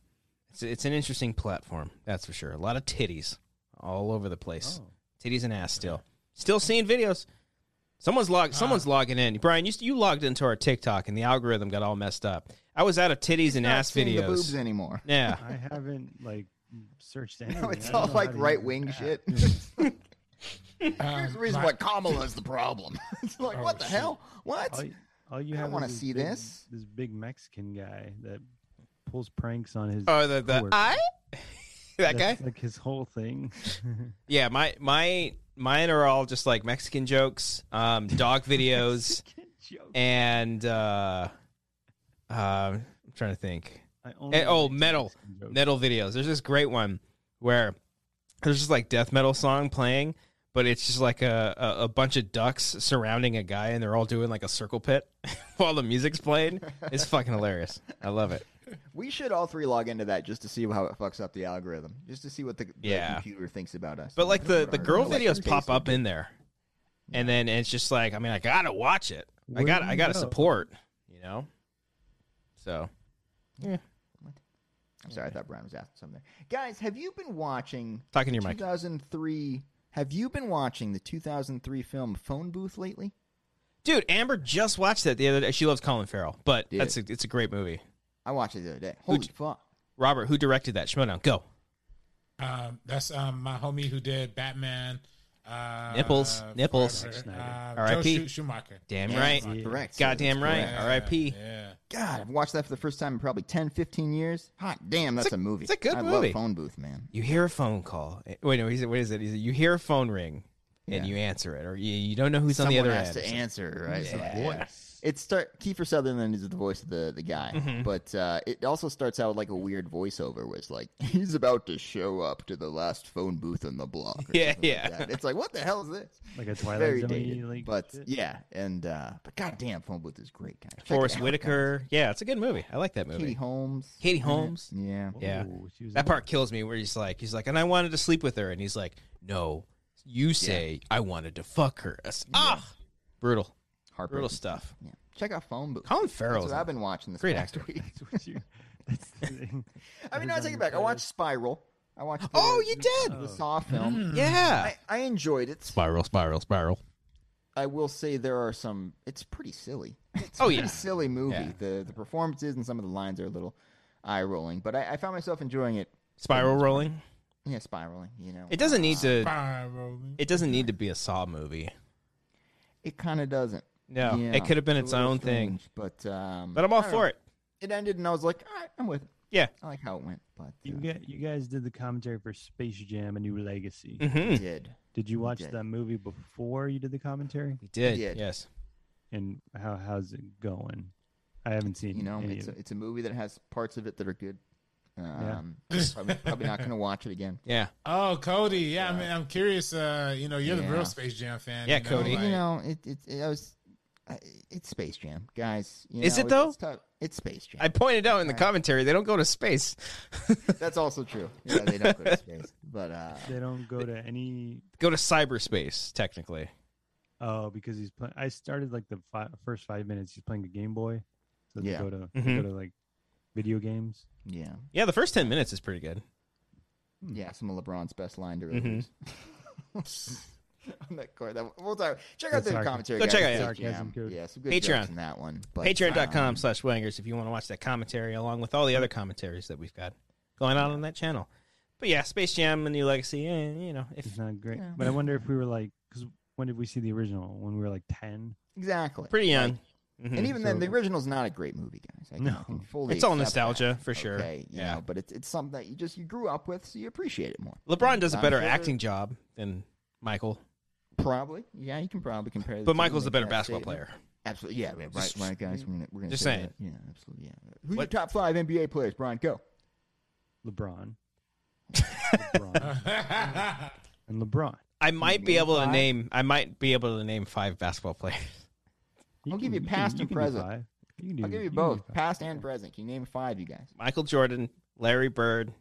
[SPEAKER 2] It's it's an interesting platform. That's for sure. A lot of titties all over the place.
[SPEAKER 1] Oh.
[SPEAKER 2] Titties and ass still. Still seeing videos. Someone's log
[SPEAKER 3] Ah.
[SPEAKER 2] someone's logging in. Brian, you you logged into our TikTok and the algorithm got all messed up. I was out of titties and
[SPEAKER 3] Not
[SPEAKER 2] ass
[SPEAKER 3] seeing the boobs
[SPEAKER 2] videos.
[SPEAKER 3] anymore. (laughs)
[SPEAKER 2] Yeah.
[SPEAKER 1] I haven't like searched anything.
[SPEAKER 3] No,
[SPEAKER 1] I
[SPEAKER 3] it's
[SPEAKER 1] don't
[SPEAKER 3] all
[SPEAKER 1] know how
[SPEAKER 3] like
[SPEAKER 1] to use
[SPEAKER 3] right
[SPEAKER 1] this
[SPEAKER 3] wing
[SPEAKER 1] app.
[SPEAKER 3] shit. (laughs) Here's the
[SPEAKER 4] Um,
[SPEAKER 3] reason
[SPEAKER 4] my-
[SPEAKER 3] why Kamala is the problem. (laughs) it's
[SPEAKER 1] Oh,
[SPEAKER 3] like, what the hell? What?
[SPEAKER 1] All you, all you
[SPEAKER 3] I
[SPEAKER 1] have
[SPEAKER 3] wanna
[SPEAKER 1] is this
[SPEAKER 3] see
[SPEAKER 1] big-
[SPEAKER 3] this.
[SPEAKER 1] This big Mexican guy that pulls pranks on his.
[SPEAKER 2] Oh, the the
[SPEAKER 1] coworkers.
[SPEAKER 2] I (laughs) that guy.
[SPEAKER 1] That's, like his whole
[SPEAKER 2] (laughs)
[SPEAKER 1] thing.
[SPEAKER 2] Yeah, my my mine are all just like Mexican jokes, um, dog
[SPEAKER 3] (laughs)
[SPEAKER 2] videos,
[SPEAKER 1] Joke.
[SPEAKER 2] and uh, uh, I'm trying to think.
[SPEAKER 1] I only
[SPEAKER 2] Eh, oh,
[SPEAKER 1] like
[SPEAKER 2] metal.
[SPEAKER 1] Mexican jokes.
[SPEAKER 2] metal videos. There's this great one where there's just like death metal song playing, but it's just like a, a, a bunch of ducks surrounding a guy and they're all doing like a circle pit (laughs) while the music's playing. It's fucking hilarious. I love it.
[SPEAKER 3] We should all three log into that just to see how it fucks up the algorithm, just to see what the, the
[SPEAKER 2] Yeah.
[SPEAKER 3] computer thinks about us.
[SPEAKER 2] But like the, the
[SPEAKER 3] Our
[SPEAKER 2] girl
[SPEAKER 3] electric
[SPEAKER 2] videos pop
[SPEAKER 3] taste would
[SPEAKER 2] up
[SPEAKER 3] be-
[SPEAKER 2] in there. And then it's just like, I mean, I gotta watch it. I
[SPEAKER 1] Where
[SPEAKER 2] got
[SPEAKER 1] do
[SPEAKER 2] I
[SPEAKER 1] you
[SPEAKER 2] gotta
[SPEAKER 1] go?
[SPEAKER 2] support, you know? So
[SPEAKER 3] I'm sorry, I thought Brian was asking something. there. Guys, have you been watching
[SPEAKER 2] talking to your mic.
[SPEAKER 3] 2003? Have you been watching the 2003 film Phone Booth lately?
[SPEAKER 2] Dude, Amber just watched that the other day. She loves Colin Farrell, but
[SPEAKER 3] Yeah.
[SPEAKER 2] that's a, it's a great movie.
[SPEAKER 3] I watched it the other day. Holy fuck!
[SPEAKER 2] Robert, who directed that? Schmodown, go.
[SPEAKER 4] Um, that's um, my homie who did Batman. Uh,
[SPEAKER 2] Nipples. Nipples.
[SPEAKER 4] forever,
[SPEAKER 1] Snyder.
[SPEAKER 4] Uh,
[SPEAKER 2] R.I.P..
[SPEAKER 4] Joe Schu- Schumacher.
[SPEAKER 2] Damn
[SPEAKER 3] Yeah,
[SPEAKER 2] right.
[SPEAKER 3] that's Correct.
[SPEAKER 2] Goddamn right.
[SPEAKER 4] Yeah,
[SPEAKER 2] R.I.P.
[SPEAKER 4] Yeah.
[SPEAKER 3] God, I've watched that for the first time in probably 10, 15 years. Hot damn, that's
[SPEAKER 2] a-
[SPEAKER 3] a, movie.
[SPEAKER 2] it's a good
[SPEAKER 3] I
[SPEAKER 2] movie.
[SPEAKER 3] love Phone Booth, man.
[SPEAKER 2] You hear a phone call. Eh, Wait, no, he's, what is it? He's, you hear a phone ring and
[SPEAKER 3] Yeah.
[SPEAKER 2] you answer it, or you, you don't know who's
[SPEAKER 3] Someone
[SPEAKER 2] on the other
[SPEAKER 3] has
[SPEAKER 2] end.
[SPEAKER 3] to answer, right? So-
[SPEAKER 2] Yeah.
[SPEAKER 1] Voice.
[SPEAKER 3] It start Kiefer Sutherland is the voice of the, the guy,
[SPEAKER 2] Mm-hmm.
[SPEAKER 3] but uh, it also starts out with like a weird voiceover where it's like he's about to show up to the last phone booth on the block. or
[SPEAKER 2] (laughs) Yeah,
[SPEAKER 3] something like
[SPEAKER 2] yeah.
[SPEAKER 3] that. It's like what the hell is this?
[SPEAKER 1] Like a
[SPEAKER 3] It's
[SPEAKER 1] Twilight
[SPEAKER 3] very
[SPEAKER 1] Zone-y,
[SPEAKER 3] dated,
[SPEAKER 1] like,
[SPEAKER 3] but
[SPEAKER 1] shit.
[SPEAKER 3] yeah, and uh, but goddamn, phone booth is great. Guys. Check
[SPEAKER 2] Forrest
[SPEAKER 3] it out,
[SPEAKER 2] Whitaker. Yeah, it's a good movie. I like that
[SPEAKER 3] guys.
[SPEAKER 2] movie.
[SPEAKER 3] Katie
[SPEAKER 2] Katie,
[SPEAKER 3] Holmes, Mm-hmm.
[SPEAKER 2] Holmes.
[SPEAKER 3] yeah,
[SPEAKER 2] Yeah.
[SPEAKER 1] Whoa, she was
[SPEAKER 2] That
[SPEAKER 1] in
[SPEAKER 2] part kills me where he's like, he's like, and I wanted to sleep with her. And he's like, no, you say I wanted to fuck her. That's- Ah, brutal,
[SPEAKER 3] Harper.
[SPEAKER 2] brutal stuff.
[SPEAKER 3] Yeah. Check out phone booth.
[SPEAKER 2] Colin
[SPEAKER 3] Mm-hmm. That's
[SPEAKER 2] Farrell's
[SPEAKER 3] what I've been watching this
[SPEAKER 2] Great
[SPEAKER 3] past
[SPEAKER 1] (laughs)
[SPEAKER 3] week.
[SPEAKER 1] That's what you- (laughs) that's the thing.
[SPEAKER 3] (laughs) I mean, no, I
[SPEAKER 1] Every
[SPEAKER 3] take
[SPEAKER 1] time
[SPEAKER 3] it back. I
[SPEAKER 1] you
[SPEAKER 3] watched Spiral. I watched. the-
[SPEAKER 2] Oh, you did? Mm.
[SPEAKER 3] the Saw film.
[SPEAKER 2] Yeah.
[SPEAKER 3] I, Mm-hmm. I enjoyed it.
[SPEAKER 2] Spiral, spiral, spiral.
[SPEAKER 3] I will say there are some. It's pretty silly. (laughs) It's
[SPEAKER 2] Oh,
[SPEAKER 3] a pretty
[SPEAKER 2] yeah.
[SPEAKER 3] silly movie.
[SPEAKER 2] Yeah.
[SPEAKER 3] The the performances and some of the lines are a little eye rolling, but I, I found myself enjoying it.
[SPEAKER 2] Spiral rolling.
[SPEAKER 3] Yeah, spiraling. You know,
[SPEAKER 2] It doesn't need to.
[SPEAKER 4] Spiral.
[SPEAKER 2] It doesn't need to be a Saw movie.
[SPEAKER 3] It kind of doesn't.
[SPEAKER 2] No,
[SPEAKER 3] Yeah,
[SPEAKER 2] it could have been its,
[SPEAKER 3] a little
[SPEAKER 2] own thing.
[SPEAKER 3] strange, but um,
[SPEAKER 2] But I'm all
[SPEAKER 3] I don't know.
[SPEAKER 2] for it.
[SPEAKER 3] It ended, and I was like, all right, I'm with it.
[SPEAKER 2] Yeah.
[SPEAKER 3] I like how it went, but
[SPEAKER 1] You,
[SPEAKER 3] uh,
[SPEAKER 1] get, you guys did the commentary for Space Jam: A New Legacy.
[SPEAKER 3] (laughs)
[SPEAKER 2] Mm-hmm.
[SPEAKER 3] it did.
[SPEAKER 1] Did you watch
[SPEAKER 3] did.
[SPEAKER 1] that movie before you did the commentary?
[SPEAKER 2] We did.
[SPEAKER 3] did.
[SPEAKER 2] Yes.
[SPEAKER 1] And how how's it going? I haven't seen.
[SPEAKER 3] You know,
[SPEAKER 1] any
[SPEAKER 3] it's
[SPEAKER 1] of
[SPEAKER 3] a,
[SPEAKER 1] it.
[SPEAKER 3] it's a movie that has parts of it that are good. Um, probably, probably not going to watch it again.
[SPEAKER 2] Yeah.
[SPEAKER 4] Oh, Cody. Yeah, I mean, I'm curious. Uh, you know, you're the
[SPEAKER 3] Yeah.
[SPEAKER 4] real Space Jam fan.
[SPEAKER 2] Yeah,
[SPEAKER 4] you know,
[SPEAKER 2] Cody.
[SPEAKER 4] like-
[SPEAKER 3] You (laughs) know, it it, it I was. I- It's Space Jam, guys. You
[SPEAKER 2] Is
[SPEAKER 3] know,
[SPEAKER 2] it,
[SPEAKER 3] it's-
[SPEAKER 2] though?
[SPEAKER 3] It's, tough. It's Space Jam.
[SPEAKER 2] I pointed out in the commentary they don't go to space.
[SPEAKER 3] That's also true. Yeah, they don't go
[SPEAKER 2] (laughs)
[SPEAKER 3] to space. But uh,
[SPEAKER 1] They don't go to any.
[SPEAKER 2] Go to cyberspace technically.
[SPEAKER 1] Oh, because he's playing. I started like the fi- first five minutes. He's playing a Game Boy. So they
[SPEAKER 3] Yeah.
[SPEAKER 1] go to they
[SPEAKER 2] Mhm.
[SPEAKER 1] go to like video games.
[SPEAKER 3] yeah,
[SPEAKER 2] Yeah, the first 10 minutes is pretty good.
[SPEAKER 3] yeah, some of LeBron's best line
[SPEAKER 2] Mhm.
[SPEAKER 3] deliveries. (laughs) On that court, that we'll talk. Check out
[SPEAKER 1] That's
[SPEAKER 3] the
[SPEAKER 1] sarc-
[SPEAKER 3] commentary.
[SPEAKER 2] Mm-hmm. Go
[SPEAKER 3] guys.
[SPEAKER 2] check out,
[SPEAKER 3] It's
[SPEAKER 2] yeah.
[SPEAKER 3] Space
[SPEAKER 1] Sarcasm
[SPEAKER 3] Jam.
[SPEAKER 1] code.
[SPEAKER 3] Yeah, some good
[SPEAKER 2] Patreon.
[SPEAKER 3] jokes in that one. But,
[SPEAKER 2] Patreon.com
[SPEAKER 3] um,
[SPEAKER 2] slash wangers if you want to watch that commentary along with all the other commentaries that we've got going on on that channel. But yeah, Space Jam and New Legacy, and you know, if
[SPEAKER 3] Mm-hmm.
[SPEAKER 1] It's not great.
[SPEAKER 3] Yeah.
[SPEAKER 1] But I wonder if we were like, because when did we see the original? When we were like ten.
[SPEAKER 3] exactly.
[SPEAKER 2] pretty young. Mhm.
[SPEAKER 3] and even then, the
[SPEAKER 1] so-
[SPEAKER 3] original's not a great movie, guys. I can,
[SPEAKER 1] No.
[SPEAKER 3] I can fully
[SPEAKER 2] It's all
[SPEAKER 3] accept that,
[SPEAKER 2] nostalgia for sure.
[SPEAKER 3] Okay, you
[SPEAKER 2] yeah.
[SPEAKER 3] know, but it's it's something that you just you grew up with, so you appreciate it more.
[SPEAKER 2] LeBron does a
[SPEAKER 3] I'm
[SPEAKER 2] better
[SPEAKER 3] sure-
[SPEAKER 2] acting job than Michael,
[SPEAKER 3] Probably, yeah, you can probably compare. the
[SPEAKER 2] but
[SPEAKER 3] two,
[SPEAKER 2] Michael's the
[SPEAKER 3] make
[SPEAKER 2] better
[SPEAKER 3] that
[SPEAKER 2] basketball
[SPEAKER 3] statement.
[SPEAKER 2] player.
[SPEAKER 3] Absolutely, yeah, yeah, right,
[SPEAKER 2] Just-
[SPEAKER 3] right, guys. We're gonna, we're gonna
[SPEAKER 2] just
[SPEAKER 3] say
[SPEAKER 2] saying.
[SPEAKER 3] that. Yeah, absolutely, yeah. Who's your
[SPEAKER 2] What-
[SPEAKER 3] top five NBA players, Brian? Go.
[SPEAKER 1] LeBron.
[SPEAKER 2] (laughs) Uh-huh.
[SPEAKER 1] LeBron. And LeBron.
[SPEAKER 2] I might be able to
[SPEAKER 3] five?
[SPEAKER 2] name. I might be able to name five basketball players.
[SPEAKER 3] I'll give you past and present.
[SPEAKER 1] Do five. You can do,
[SPEAKER 3] I'll give you
[SPEAKER 1] can do
[SPEAKER 3] both,
[SPEAKER 1] five.
[SPEAKER 3] past and present. Can you name five, you guys?
[SPEAKER 2] Michael Jordan, Larry Bird,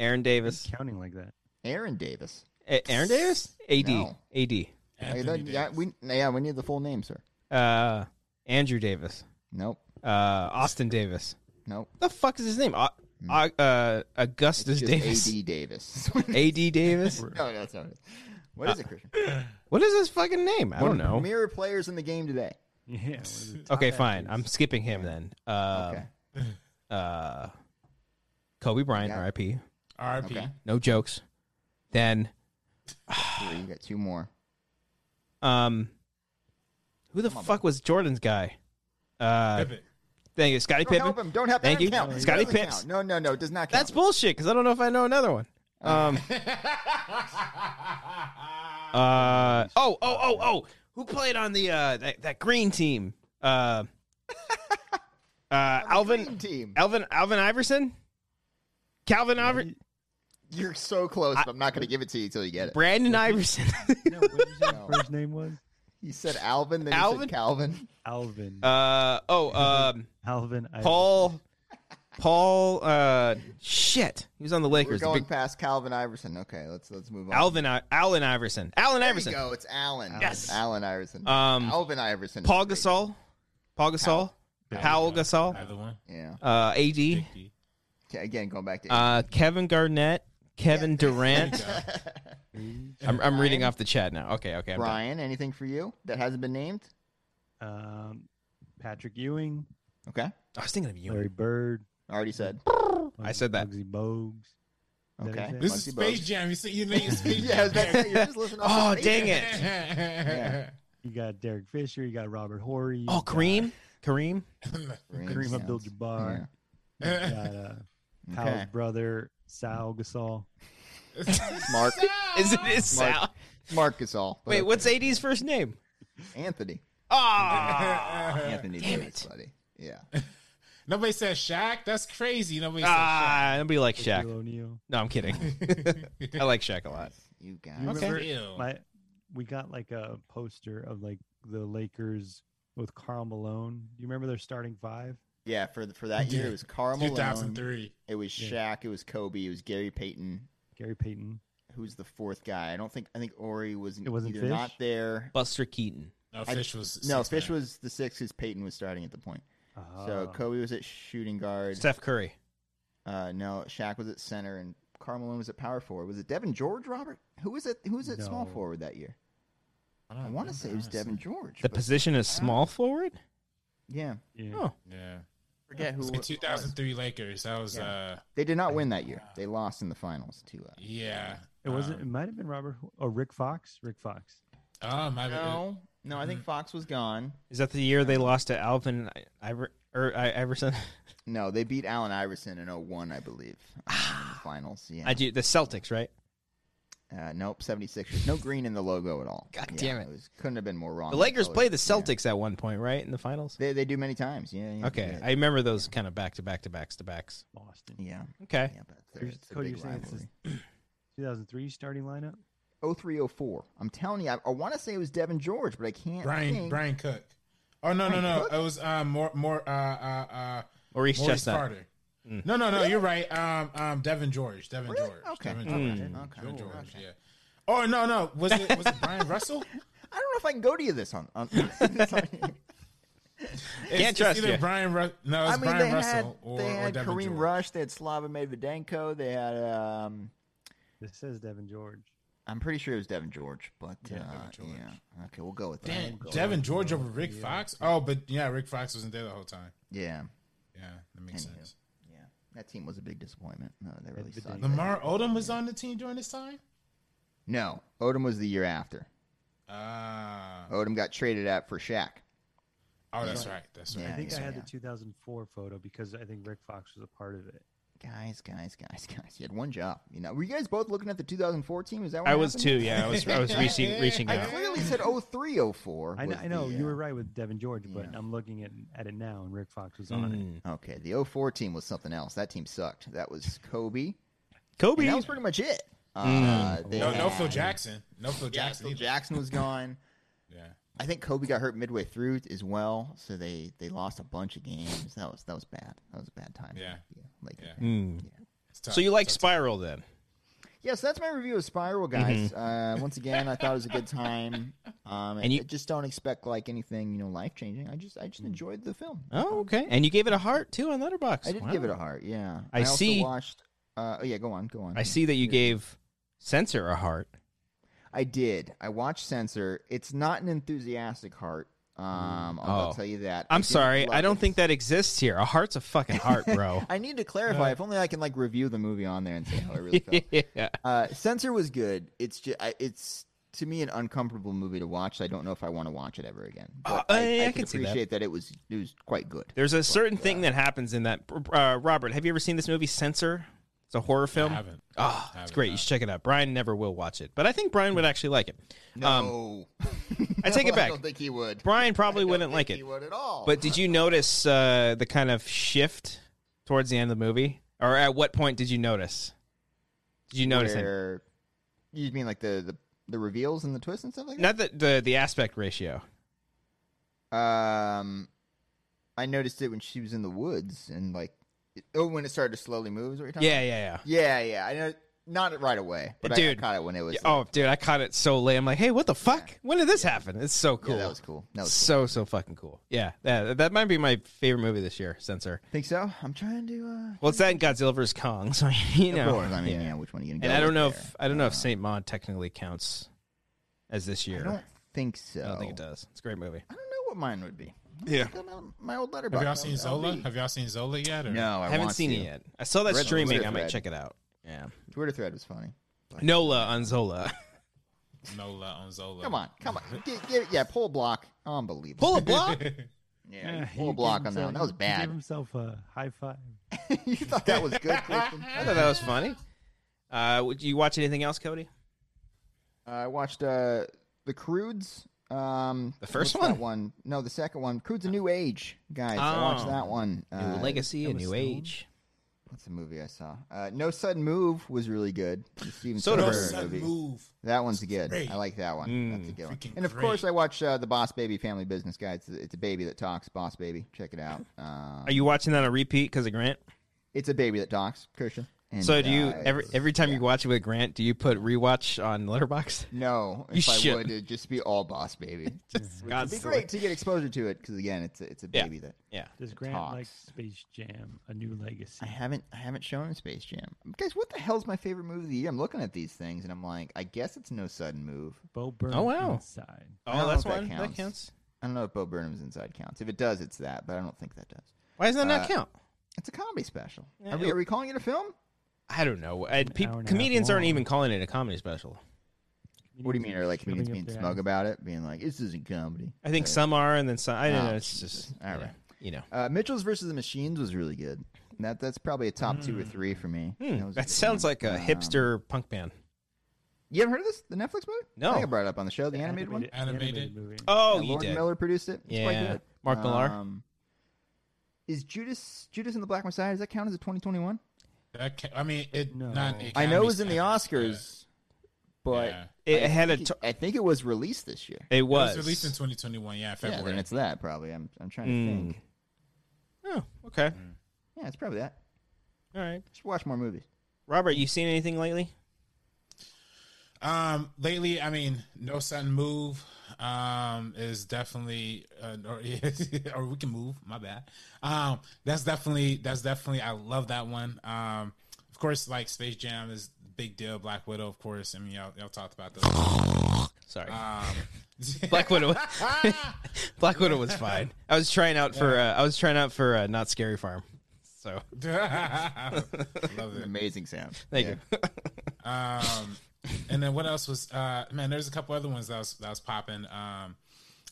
[SPEAKER 2] Aaron Davis.
[SPEAKER 1] Counting like that. (laughs)
[SPEAKER 3] Aaron Davis.
[SPEAKER 2] A- Aaron Davis? AD.
[SPEAKER 3] No.
[SPEAKER 2] AD.
[SPEAKER 3] Like,
[SPEAKER 4] (laughs) Anthony
[SPEAKER 3] that- yeah,
[SPEAKER 4] Davis.
[SPEAKER 3] we, yeah, we need the full name, sir.
[SPEAKER 2] Uh, Andrew Davis.
[SPEAKER 3] Nope,
[SPEAKER 2] Uh, Austin Davis.
[SPEAKER 3] nope.
[SPEAKER 2] The fuck is his name? Au- Au- uh, Augustus
[SPEAKER 3] Hmm. Just
[SPEAKER 2] Davis. (laughs)
[SPEAKER 3] AD Davis.
[SPEAKER 2] AD Davis?
[SPEAKER 3] (laughs) no, that's not it. What
[SPEAKER 2] Uh,
[SPEAKER 3] is it, Christian?
[SPEAKER 2] What is his fucking name? I don't
[SPEAKER 3] One of the
[SPEAKER 2] know.
[SPEAKER 3] Premier players in the game today.
[SPEAKER 1] Yeah. what is
[SPEAKER 2] (laughs)
[SPEAKER 1] it?
[SPEAKER 2] Okay, fine. I'm skipping him then. Uh,
[SPEAKER 3] Okay.
[SPEAKER 2] uh, Kobe Bryant,
[SPEAKER 3] Yeah.
[SPEAKER 2] RIP.
[SPEAKER 4] RIP.
[SPEAKER 3] Okay.
[SPEAKER 2] No jokes. Then,
[SPEAKER 3] Three. You got two more.
[SPEAKER 2] um, who the fuck was Jordan's guy? Uh,
[SPEAKER 4] Pivot.
[SPEAKER 2] thank you, Scotty
[SPEAKER 3] Don't
[SPEAKER 2] Pippen.
[SPEAKER 3] help him. Don't help
[SPEAKER 2] Thank
[SPEAKER 3] that
[SPEAKER 2] you.
[SPEAKER 3] doesn't count.
[SPEAKER 2] Scotty
[SPEAKER 3] That doesn't
[SPEAKER 2] Pips.
[SPEAKER 3] count. No, no, no. It does not count.
[SPEAKER 2] That's bullshit because I don't know if I know another one.
[SPEAKER 3] (laughs)
[SPEAKER 2] Um, uh, oh, oh, oh, oh. Who played on the uh, that, that green team?
[SPEAKER 3] (laughs)
[SPEAKER 2] Uh, uh,
[SPEAKER 3] The
[SPEAKER 2] Alvin,
[SPEAKER 3] green team.
[SPEAKER 2] Alvin, Alvin Iverson, Calvin Iverson.
[SPEAKER 3] You're so close, but I'm not going to give it to you until you get it.
[SPEAKER 2] Brandon
[SPEAKER 3] (laughs)
[SPEAKER 2] Iverson.
[SPEAKER 1] No, what did you say
[SPEAKER 3] No. (laughs)
[SPEAKER 1] his first name was?
[SPEAKER 3] You said Alvin, then you
[SPEAKER 2] Alvin?
[SPEAKER 3] said Calvin.
[SPEAKER 1] Alvin.
[SPEAKER 2] uh oh, um,
[SPEAKER 1] Alvin. Iverson.
[SPEAKER 2] Paul. Paul. Uh, shit. He was on the
[SPEAKER 3] We're
[SPEAKER 2] Lakers. The
[SPEAKER 3] going
[SPEAKER 2] big-
[SPEAKER 3] past Calvin Iverson. Okay, let's let's move on.
[SPEAKER 2] Alvin. I- Allen Iverson. Allen
[SPEAKER 3] there
[SPEAKER 2] Iverson.
[SPEAKER 3] You go. It's Allen.
[SPEAKER 2] Yes.
[SPEAKER 3] Allen Iverson.
[SPEAKER 2] Um,
[SPEAKER 3] Alvin Iverson. is
[SPEAKER 2] Paul
[SPEAKER 3] great.
[SPEAKER 2] Gasol. Paul Gasol. Powell Gasol.
[SPEAKER 4] Another one.
[SPEAKER 3] Yeah.
[SPEAKER 2] Uh, AD.
[SPEAKER 4] Dickie.
[SPEAKER 3] Okay, again, going back to.
[SPEAKER 2] Uh, Kevin Garnett. Kevin Durant. I'm, I'm reading
[SPEAKER 3] Brian.
[SPEAKER 2] off the chat now. Okay, okay. I'm done.
[SPEAKER 3] (laughs) Brian, anything for you that hasn't been named?
[SPEAKER 1] Um, Patrick Ewing.
[SPEAKER 3] Okay,
[SPEAKER 2] I was thinking of you.
[SPEAKER 1] Larry Bird.
[SPEAKER 3] already said.
[SPEAKER 2] I said that.
[SPEAKER 1] Muggsy Bogues. Is that
[SPEAKER 3] Okay.
[SPEAKER 1] his
[SPEAKER 4] This
[SPEAKER 1] name?
[SPEAKER 4] is
[SPEAKER 3] Muncie
[SPEAKER 4] Space
[SPEAKER 3] Bogues.
[SPEAKER 4] Jam. You see,
[SPEAKER 3] (laughs)
[SPEAKER 4] you name is Space
[SPEAKER 3] yeah, I was about to
[SPEAKER 4] Jam.
[SPEAKER 3] say, you're just listening.
[SPEAKER 2] Oh,
[SPEAKER 3] off the
[SPEAKER 2] dang
[SPEAKER 3] page.
[SPEAKER 2] it.
[SPEAKER 1] You got Derek Fisher. You got Robert Horry. you
[SPEAKER 2] Oh,
[SPEAKER 1] got
[SPEAKER 2] Kareem. Kareem.
[SPEAKER 3] Kareem
[SPEAKER 1] Kareem
[SPEAKER 3] sounds-
[SPEAKER 1] Abdul-Jabbar. You
[SPEAKER 4] (laughs)
[SPEAKER 1] got uh,
[SPEAKER 3] yeah.
[SPEAKER 1] Powell's
[SPEAKER 3] Okay.
[SPEAKER 1] brother, Sal Gasol.
[SPEAKER 4] (laughs)
[SPEAKER 3] Mark,
[SPEAKER 2] Is it is
[SPEAKER 3] Mark.
[SPEAKER 2] Sal?
[SPEAKER 3] Mark Gasol.
[SPEAKER 2] Wait, what's AD's first name?
[SPEAKER 3] Anthony?
[SPEAKER 2] Ah.
[SPEAKER 3] (laughs) Anthony
[SPEAKER 2] damn
[SPEAKER 3] Davis,
[SPEAKER 2] it.
[SPEAKER 3] buddy. Yeah.
[SPEAKER 4] Nobody says Shaq. That's crazy. Nobody says Shaq.
[SPEAKER 2] Ah, nobody likes
[SPEAKER 1] Shaquille
[SPEAKER 2] Shaq.
[SPEAKER 1] O'Neal.
[SPEAKER 2] No, I'm kidding.
[SPEAKER 3] (laughs)
[SPEAKER 4] (laughs)
[SPEAKER 2] I like Shaq a lot.
[SPEAKER 3] You
[SPEAKER 1] You
[SPEAKER 3] guys.
[SPEAKER 4] Okay.
[SPEAKER 1] remember
[SPEAKER 4] Ew.
[SPEAKER 1] my we got like a poster of like the Lakers with Carl Malone. Do you remember their starting five?
[SPEAKER 3] Yeah, for the, for that year it was Carl Malone.
[SPEAKER 4] 2003.
[SPEAKER 3] It was Shaq. It was Kobe. It was Gary Payton.
[SPEAKER 1] Gary Payton.
[SPEAKER 3] Who's the fourth guy? I don't think. I think Ori was
[SPEAKER 1] It wasn't
[SPEAKER 3] either
[SPEAKER 1] Fish?
[SPEAKER 3] not there.
[SPEAKER 2] Buster Keaton.
[SPEAKER 4] No,
[SPEAKER 3] I-
[SPEAKER 4] Fish was.
[SPEAKER 3] no,
[SPEAKER 4] six,
[SPEAKER 3] Fish
[SPEAKER 4] man.
[SPEAKER 3] was the sixth because Peyton was starting at the point. so
[SPEAKER 1] Ah,
[SPEAKER 3] Kobe was at shooting guard.
[SPEAKER 2] Steph Curry.
[SPEAKER 3] Uh, no, Shaq was at center, and Karl Malone was at power forward. Was it Devin George, Robert? Who was it? Who was at small
[SPEAKER 1] No.
[SPEAKER 3] forward that year?
[SPEAKER 4] don't
[SPEAKER 3] I want
[SPEAKER 4] remember,
[SPEAKER 3] to say it was
[SPEAKER 4] honestly.
[SPEAKER 3] Devin George.
[SPEAKER 2] The
[SPEAKER 3] but-
[SPEAKER 2] position is small forward?
[SPEAKER 3] yeah,
[SPEAKER 1] yeah.
[SPEAKER 2] Oh.
[SPEAKER 4] Yeah.
[SPEAKER 3] forget who.
[SPEAKER 4] It was
[SPEAKER 3] it
[SPEAKER 4] the
[SPEAKER 3] was.
[SPEAKER 4] 2003 Lakers. That was. uh
[SPEAKER 3] They did not win that year. They lost in the finals to. Uh,
[SPEAKER 4] Yeah.
[SPEAKER 1] It wasn't. It
[SPEAKER 4] Um,
[SPEAKER 1] might have been Robert Ho- or Rick Fox. Rick Fox.
[SPEAKER 4] oh, my
[SPEAKER 3] no, no, I think Fox was gone.
[SPEAKER 2] Is that the year they lost to Alvin Iver- or I- Iverson?
[SPEAKER 3] No, they beat Allen Iverson in 01, I believe. in the finals. Yeah.
[SPEAKER 2] Ah. I do, the Celtics, right?
[SPEAKER 3] Uh, nope, 76ers. No green in the logo at all.
[SPEAKER 2] God
[SPEAKER 3] Yeah,
[SPEAKER 2] damn it.
[SPEAKER 3] was- couldn't have been more wrong.
[SPEAKER 2] The Lakers
[SPEAKER 3] Colors,
[SPEAKER 2] played the
[SPEAKER 3] yeah.
[SPEAKER 2] Celtics at one point, right? In the finals?
[SPEAKER 3] They, they do many times. Yeah. yeah
[SPEAKER 2] Okay.
[SPEAKER 3] Yeah.
[SPEAKER 2] I remember those kind of back to back to backs to backs.
[SPEAKER 1] Boston.
[SPEAKER 3] yeah.
[SPEAKER 2] Okay.
[SPEAKER 3] yeah, but
[SPEAKER 1] There's-
[SPEAKER 3] it's a
[SPEAKER 1] Cody,
[SPEAKER 3] big
[SPEAKER 1] you're saying it's
[SPEAKER 3] rivalry.
[SPEAKER 1] 2003 starting lineup.
[SPEAKER 3] 0304. I'm telling you, I, I want to say it was Devin George, but I can't.
[SPEAKER 4] Brian
[SPEAKER 3] think.
[SPEAKER 4] Brian Cook. Oh no no
[SPEAKER 3] Brian
[SPEAKER 4] no!
[SPEAKER 3] Cook?
[SPEAKER 4] It was um more more uh uh uh
[SPEAKER 2] Maurice
[SPEAKER 4] Maurice
[SPEAKER 2] Chestnut.
[SPEAKER 4] Carter. No no no! You're right. Um um Devin George. Devin
[SPEAKER 3] Mm. Really?
[SPEAKER 4] George.
[SPEAKER 3] Okay.
[SPEAKER 4] Devin
[SPEAKER 3] Okay.
[SPEAKER 4] George.
[SPEAKER 3] Okay.
[SPEAKER 4] Devin George.
[SPEAKER 3] Okay.
[SPEAKER 4] Yeah. Oh no no! Was it was it
[SPEAKER 3] (laughs)
[SPEAKER 4] Brian Russell?
[SPEAKER 3] I don't know if I can go to you this on.
[SPEAKER 4] (laughs)
[SPEAKER 3] on this on here.
[SPEAKER 4] It's, it's
[SPEAKER 2] trust
[SPEAKER 4] either
[SPEAKER 2] you.
[SPEAKER 4] Brian Ru- No, it's
[SPEAKER 3] I mean,
[SPEAKER 4] Brian
[SPEAKER 3] they
[SPEAKER 4] Russell
[SPEAKER 3] had,
[SPEAKER 4] or,
[SPEAKER 3] they had
[SPEAKER 4] or Devin
[SPEAKER 3] Kareem
[SPEAKER 4] George.
[SPEAKER 3] Rush, they had Slava Medvedenko, they had. um
[SPEAKER 1] This says Devin George.
[SPEAKER 3] I'm pretty sure it was Devin George, but uh,
[SPEAKER 4] Yeah, Devin George.
[SPEAKER 3] yeah. Okay, we'll go with that.
[SPEAKER 4] Damn,
[SPEAKER 3] We'll go
[SPEAKER 4] Devin
[SPEAKER 3] with-
[SPEAKER 4] George over Rick Fox. Oh, but yeah, Rick Fox wasn't there the whole time.
[SPEAKER 3] Yeah,
[SPEAKER 4] Yeah, that makes
[SPEAKER 3] Anywho.
[SPEAKER 4] sense.
[SPEAKER 3] yeah. That team was a big disappointment. No, they really
[SPEAKER 1] Medvedenko.
[SPEAKER 3] sucked.
[SPEAKER 4] Lamar Odom was on the team during this time.
[SPEAKER 3] No, Odom was the year after.
[SPEAKER 4] Ah,
[SPEAKER 3] Odom got traded out for Shaq.
[SPEAKER 4] oh, that's right. That's right.
[SPEAKER 1] I
[SPEAKER 3] Yeah,
[SPEAKER 1] think I
[SPEAKER 3] yeah,
[SPEAKER 1] had
[SPEAKER 3] yeah.
[SPEAKER 1] the 2004 photo because I think Rick Fox was a part of it.
[SPEAKER 3] Guys, guys, guys, (laughs) guys. You had one job. You know, were you guys both looking at the 2004 team? Is that what
[SPEAKER 2] I was
[SPEAKER 3] happened?
[SPEAKER 2] too, yeah. I was I
[SPEAKER 3] (laughs)
[SPEAKER 2] was reaching reaching
[SPEAKER 3] I
[SPEAKER 2] out.
[SPEAKER 3] clearly said 0304.
[SPEAKER 1] I know,
[SPEAKER 3] was
[SPEAKER 1] I know
[SPEAKER 3] the,
[SPEAKER 1] you
[SPEAKER 3] uh,
[SPEAKER 1] were right with Devin George, but
[SPEAKER 3] yeah. Mm.
[SPEAKER 1] I'm looking at, at it now, and Rick Fox was
[SPEAKER 2] Mm.
[SPEAKER 1] on it.
[SPEAKER 3] Okay, the 04 team was something else. That team sucked. That was Kobe. And
[SPEAKER 2] Kobe.
[SPEAKER 3] that was pretty much it.
[SPEAKER 1] Mm.
[SPEAKER 3] Uh, they
[SPEAKER 4] No, no Phil
[SPEAKER 3] had-
[SPEAKER 4] Jackson. No Phil
[SPEAKER 3] Yeah,
[SPEAKER 4] Jackson.
[SPEAKER 3] Phil
[SPEAKER 4] either.
[SPEAKER 3] Jackson was gone.
[SPEAKER 4] Yeah.
[SPEAKER 3] I think Kobe got hurt midway through as well, so they they lost a bunch of games. That was that was bad. That was a bad time.
[SPEAKER 4] Yeah.
[SPEAKER 3] yeah. Like,
[SPEAKER 4] Yeah. It's tough.
[SPEAKER 2] Mm. So you like Spiral then?
[SPEAKER 3] Yeah, so that's my review of Spiral,
[SPEAKER 2] Mm-hmm.
[SPEAKER 3] guys. Uh, once again, I thought it was a good time. Um, and
[SPEAKER 2] you- Mm.
[SPEAKER 3] you just don't expect like anything, you know, life changing. I just I just enjoyed the film.
[SPEAKER 2] Oh, okay. And you gave it a heart too on Letterbox.
[SPEAKER 3] I did give it a heart. Yeah,
[SPEAKER 2] I see-
[SPEAKER 3] Also watched. Uh, oh yeah, go on, go on.
[SPEAKER 2] I see that you gave Censor a heart.
[SPEAKER 3] I did. I watched Censor. It's not an enthusiastic heart. Um, I'll,
[SPEAKER 2] Oh.
[SPEAKER 3] I'll tell you that.
[SPEAKER 2] I'm
[SPEAKER 3] didn't
[SPEAKER 2] sorry, I
[SPEAKER 3] love
[SPEAKER 2] don't
[SPEAKER 3] it.
[SPEAKER 2] think that exists here. A heart's a fucking
[SPEAKER 3] (laughs)
[SPEAKER 2] heart, bro.
[SPEAKER 3] I need to
[SPEAKER 2] Uh.
[SPEAKER 3] clarify. if only I can like review the movie on there and say how
[SPEAKER 2] (laughs)
[SPEAKER 3] I really felt.
[SPEAKER 2] yeah.
[SPEAKER 3] Uh, Censor was good. It's just I, it's to me an uncomfortable movie to watch. I don't know if I want to watch it ever again.
[SPEAKER 2] Uh,
[SPEAKER 3] I,
[SPEAKER 2] I- I can see that.
[SPEAKER 3] appreciate that. it was it was quite good.
[SPEAKER 2] There's a certain thing that happens in that. Uh, Robert, have you ever seen this movie Censor? It's a horror film.
[SPEAKER 4] I haven't.
[SPEAKER 2] Oh,
[SPEAKER 4] I
[SPEAKER 2] it's
[SPEAKER 4] haven't,
[SPEAKER 2] great. You
[SPEAKER 4] no.
[SPEAKER 2] should check it out. Brian never will watch it, but I think Brian would
[SPEAKER 3] Hmm.
[SPEAKER 2] actually like it.
[SPEAKER 3] No,
[SPEAKER 2] Um,
[SPEAKER 3] (laughs)
[SPEAKER 2] I take it
[SPEAKER 3] I
[SPEAKER 2] back.
[SPEAKER 3] don't think he would.
[SPEAKER 2] Brian
[SPEAKER 3] I
[SPEAKER 2] probably
[SPEAKER 3] don't
[SPEAKER 2] wouldn't
[SPEAKER 3] think
[SPEAKER 2] like
[SPEAKER 3] He
[SPEAKER 2] it.
[SPEAKER 3] would at all.
[SPEAKER 2] But did you notice uh, the kind of shift towards the end of the movie? Or at what point did you notice? Did you notice it?
[SPEAKER 3] where you mean like the, the the reveals and the twists and stuff like that?
[SPEAKER 2] Not the, the the aspect ratio.
[SPEAKER 3] Um, I noticed it when she was in the woods and like it, oh when it started to slowly move. Is what you're talking
[SPEAKER 2] Yeah, yeah,
[SPEAKER 3] about? Yeah, yeah. I know not right away, but I- I,
[SPEAKER 2] Dude.
[SPEAKER 3] caught it when it was.
[SPEAKER 2] yeah.
[SPEAKER 3] like-
[SPEAKER 2] Oh, dude, I caught it so late. I'm like, hey, what the fuck? When did this happen? It's so Oh, cool.
[SPEAKER 3] yeah, that was cool. That was
[SPEAKER 2] so so fucking cool. Yeah, that that might be my favorite movie this year. Censor.
[SPEAKER 3] cool. think so. I'm trying to. Uh,
[SPEAKER 2] Well, it's that and Godzilla vs Kong. (laughs) So you know,
[SPEAKER 3] of course. I mean, yeah. which one are you gonna
[SPEAKER 2] and
[SPEAKER 3] go
[SPEAKER 2] I don't
[SPEAKER 3] with
[SPEAKER 2] know
[SPEAKER 3] there?
[SPEAKER 2] if I don't know if Saint Maud technically counts as this year.
[SPEAKER 3] I don't think so.
[SPEAKER 2] I don't think it does. It's a great movie.
[SPEAKER 3] I don't know what mine would be.
[SPEAKER 2] Yeah.
[SPEAKER 3] Go down My old letterbox.
[SPEAKER 4] Have y'all
[SPEAKER 3] I'll-
[SPEAKER 4] seen
[SPEAKER 3] I'll
[SPEAKER 4] Zola?
[SPEAKER 3] be-
[SPEAKER 4] Have y'all seen Zola yet? Or?
[SPEAKER 3] No, I
[SPEAKER 2] I haven't
[SPEAKER 3] want
[SPEAKER 2] seen
[SPEAKER 3] to.
[SPEAKER 2] it yet. I saw that
[SPEAKER 3] Read the
[SPEAKER 2] streaming. I
[SPEAKER 3] Twitter
[SPEAKER 2] might
[SPEAKER 3] thread.
[SPEAKER 2] check it out. Yeah.
[SPEAKER 3] Twitter thread was funny.
[SPEAKER 2] Nola on Zola.
[SPEAKER 4] Nola on Zola.
[SPEAKER 3] Come on, come on. Get, get, yeah, pull a block. Unbelievable.
[SPEAKER 2] (laughs) Pull a (laughs) block.
[SPEAKER 3] yeah,
[SPEAKER 1] Yeah,
[SPEAKER 3] you
[SPEAKER 1] Eh, he
[SPEAKER 3] pull a
[SPEAKER 1] gave
[SPEAKER 3] block on that
[SPEAKER 1] himself-
[SPEAKER 3] one. That was
[SPEAKER 1] he gave
[SPEAKER 3] (laughs) bad.
[SPEAKER 1] himself a high five.
[SPEAKER 3] you thought that was good,
[SPEAKER 2] (laughs)
[SPEAKER 3] Christian?
[SPEAKER 2] I thought that was funny. Uh, would you watch anything else, Cody?
[SPEAKER 3] I watched uh, The Crudes. Um,
[SPEAKER 2] The first
[SPEAKER 3] what's That
[SPEAKER 2] one?
[SPEAKER 3] one. No, the second one. Crude's a New Age, guys. I watched
[SPEAKER 2] Oh.
[SPEAKER 3] that one. Uh,
[SPEAKER 2] New Legacy, A
[SPEAKER 1] Emma
[SPEAKER 2] New
[SPEAKER 1] Stone.
[SPEAKER 2] Age.
[SPEAKER 3] What's a movie I saw? Uh, no Sudden Move was really good. The Steven
[SPEAKER 2] So
[SPEAKER 4] No
[SPEAKER 2] Whatever,
[SPEAKER 3] Soderbergh
[SPEAKER 4] sudden
[SPEAKER 3] movie.
[SPEAKER 4] move.
[SPEAKER 3] That one's good.
[SPEAKER 4] great.
[SPEAKER 3] I like that one.
[SPEAKER 2] Mm,
[SPEAKER 3] That's a good one.
[SPEAKER 4] freaking
[SPEAKER 3] And of
[SPEAKER 4] great.
[SPEAKER 3] course, I watch uh, the Boss Baby Family Business Guy. It's, it's a baby that talks. Boss Baby, check
[SPEAKER 2] (laughs)
[SPEAKER 3] it out. Uh,
[SPEAKER 2] Are you watching that on repeat because of Grant?
[SPEAKER 3] it's a baby that talks, Christian. And,
[SPEAKER 2] so do you
[SPEAKER 3] uh,
[SPEAKER 2] every every time you watch it with Grant, do you put rewatch on
[SPEAKER 3] (laughs)
[SPEAKER 2] Letterbox?
[SPEAKER 3] No,
[SPEAKER 2] You
[SPEAKER 3] if I
[SPEAKER 2] should.
[SPEAKER 3] would, it'd just be all
[SPEAKER 2] (laughs)
[SPEAKER 3] Boss Baby. It'd be great to get exposure to it because again, it's a, it's a
[SPEAKER 2] Yeah.
[SPEAKER 3] baby that
[SPEAKER 2] Yeah.
[SPEAKER 1] Does Grant like
[SPEAKER 3] talks.
[SPEAKER 1] Space Jam: A New Legacy?
[SPEAKER 3] I haven't I haven't shown in Space Jam. Guys, what the hell's my favorite movie of the year? I'm looking at these things and I'm like, I guess it's no sudden move.
[SPEAKER 1] Bo Burnham
[SPEAKER 2] Oh, wow.
[SPEAKER 1] inside.
[SPEAKER 3] I
[SPEAKER 2] Oh,
[SPEAKER 3] don't
[SPEAKER 2] that's
[SPEAKER 3] know if
[SPEAKER 2] one
[SPEAKER 3] that
[SPEAKER 2] that
[SPEAKER 3] counts.
[SPEAKER 2] counts.
[SPEAKER 3] I don't know if Bo Burnham's inside counts. If it does, it's that, but I don't think that does.
[SPEAKER 2] Why does that
[SPEAKER 3] Uh,
[SPEAKER 2] not count?
[SPEAKER 3] It's a comedy special.
[SPEAKER 2] Yeah,
[SPEAKER 3] are, we,
[SPEAKER 2] it-
[SPEAKER 3] are we calling it a film?
[SPEAKER 2] I don't know. I, peop-
[SPEAKER 1] hour and a half
[SPEAKER 2] comedians aren't
[SPEAKER 1] long.
[SPEAKER 2] even calling it a comedy special.
[SPEAKER 3] What do you mean? Are like comedians
[SPEAKER 1] shoving
[SPEAKER 3] being
[SPEAKER 1] up their
[SPEAKER 3] smug
[SPEAKER 1] ass.
[SPEAKER 3] about it, being like, "This isn't comedy"?
[SPEAKER 2] I think some are, and then some. I don't
[SPEAKER 3] Oh,
[SPEAKER 2] know. It's just
[SPEAKER 3] All
[SPEAKER 2] yeah,
[SPEAKER 3] right.
[SPEAKER 2] You know,
[SPEAKER 3] Uh, Mitchell's versus the Machines was really good. That that's probably a top two or three for me.
[SPEAKER 2] Hmm, that
[SPEAKER 3] was a good
[SPEAKER 2] sounds
[SPEAKER 3] one.
[SPEAKER 2] like a
[SPEAKER 3] Um,
[SPEAKER 2] hipster punk band.
[SPEAKER 3] You ever heard of this? The Netflix movie?
[SPEAKER 2] No.
[SPEAKER 3] I think I brought it up on the show. The animated one.
[SPEAKER 4] Animated.
[SPEAKER 1] movie.
[SPEAKER 2] Oh,
[SPEAKER 3] Yeah,
[SPEAKER 2] you
[SPEAKER 3] Lord
[SPEAKER 2] did.
[SPEAKER 3] Miller produced it. It's quite
[SPEAKER 2] Yeah.
[SPEAKER 3] good.
[SPEAKER 2] Mark Millar.
[SPEAKER 3] Um, is Judas Judas and the Black Messiah? Does that count as a 2021?
[SPEAKER 4] That ca- I mean, it.
[SPEAKER 1] No.
[SPEAKER 4] Not an
[SPEAKER 3] I know it was in
[SPEAKER 4] Academy
[SPEAKER 3] the
[SPEAKER 4] Standard,
[SPEAKER 3] Oscars, but
[SPEAKER 4] Yeah.
[SPEAKER 2] It
[SPEAKER 3] I
[SPEAKER 2] had a.
[SPEAKER 3] think
[SPEAKER 2] T-
[SPEAKER 3] it- I think it was released this year.
[SPEAKER 2] it
[SPEAKER 4] It
[SPEAKER 2] was.
[SPEAKER 4] was released in 2021. Yeah,
[SPEAKER 3] Yeah,
[SPEAKER 4] February.
[SPEAKER 3] then it's that probably. I'm I'm trying to
[SPEAKER 2] Mm.
[SPEAKER 3] think.
[SPEAKER 2] oh, okay.
[SPEAKER 3] Mm. Yeah, it's probably that.
[SPEAKER 2] All right,
[SPEAKER 3] Just watch more movies.
[SPEAKER 2] Robert. You seen anything lately?
[SPEAKER 4] Um, lately, I mean, no sudden move. Um, is definitely uh, or, (laughs) or we can move. My bad. Um, that's definitely that's definitely I love that one. Um, of course, like Space Jam is big deal. Black Widow, of course. I mean, y'all, y'all talked about those.
[SPEAKER 2] Sorry,
[SPEAKER 3] Uh,
[SPEAKER 2] (laughs)
[SPEAKER 4] Um,
[SPEAKER 2] Black (laughs) Widow. Black Widow was fine. I was trying out for. Uh, I was trying out for uh, not Scary Farm. So
[SPEAKER 4] (laughs) love it.
[SPEAKER 3] Amazing sound.
[SPEAKER 2] thank
[SPEAKER 3] Yeah.
[SPEAKER 2] you.
[SPEAKER 4] Um, (laughs) and then what else was uh man? There's a couple other ones that was that was popping. Um,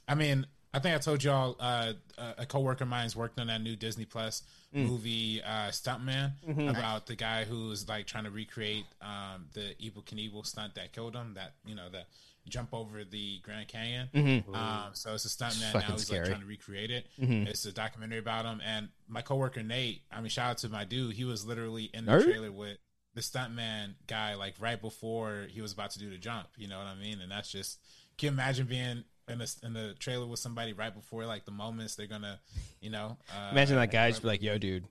[SPEAKER 4] I mean, I think I told y'all uh, a a coworker of mine's working on that new Disney Plus
[SPEAKER 2] Mm.
[SPEAKER 4] movie uh, Stuntman
[SPEAKER 2] Mm-hmm.
[SPEAKER 4] about the guy who's like trying to recreate um the evil Knievel stunt that killed him. That you know the jump over the Grand Canyon. Um, so it's a stuntman now.
[SPEAKER 2] Mm-hmm. fucking
[SPEAKER 4] He's like
[SPEAKER 2] scary.
[SPEAKER 4] trying to recreate it.
[SPEAKER 2] (laughs) Mm-hmm.
[SPEAKER 4] It's a documentary about him. And my coworker Nate, I mean, shout out to my dude. He was literally in the
[SPEAKER 2] Nerd?
[SPEAKER 4] trailer with the stuntman guy, like right before he was about to do the jump. You know what I mean? And that's just can you imagine being in a in the trailer with somebody right before like the moments they're gonna, you know, uh,
[SPEAKER 2] Imagine that guy just be like, "Yo, dude,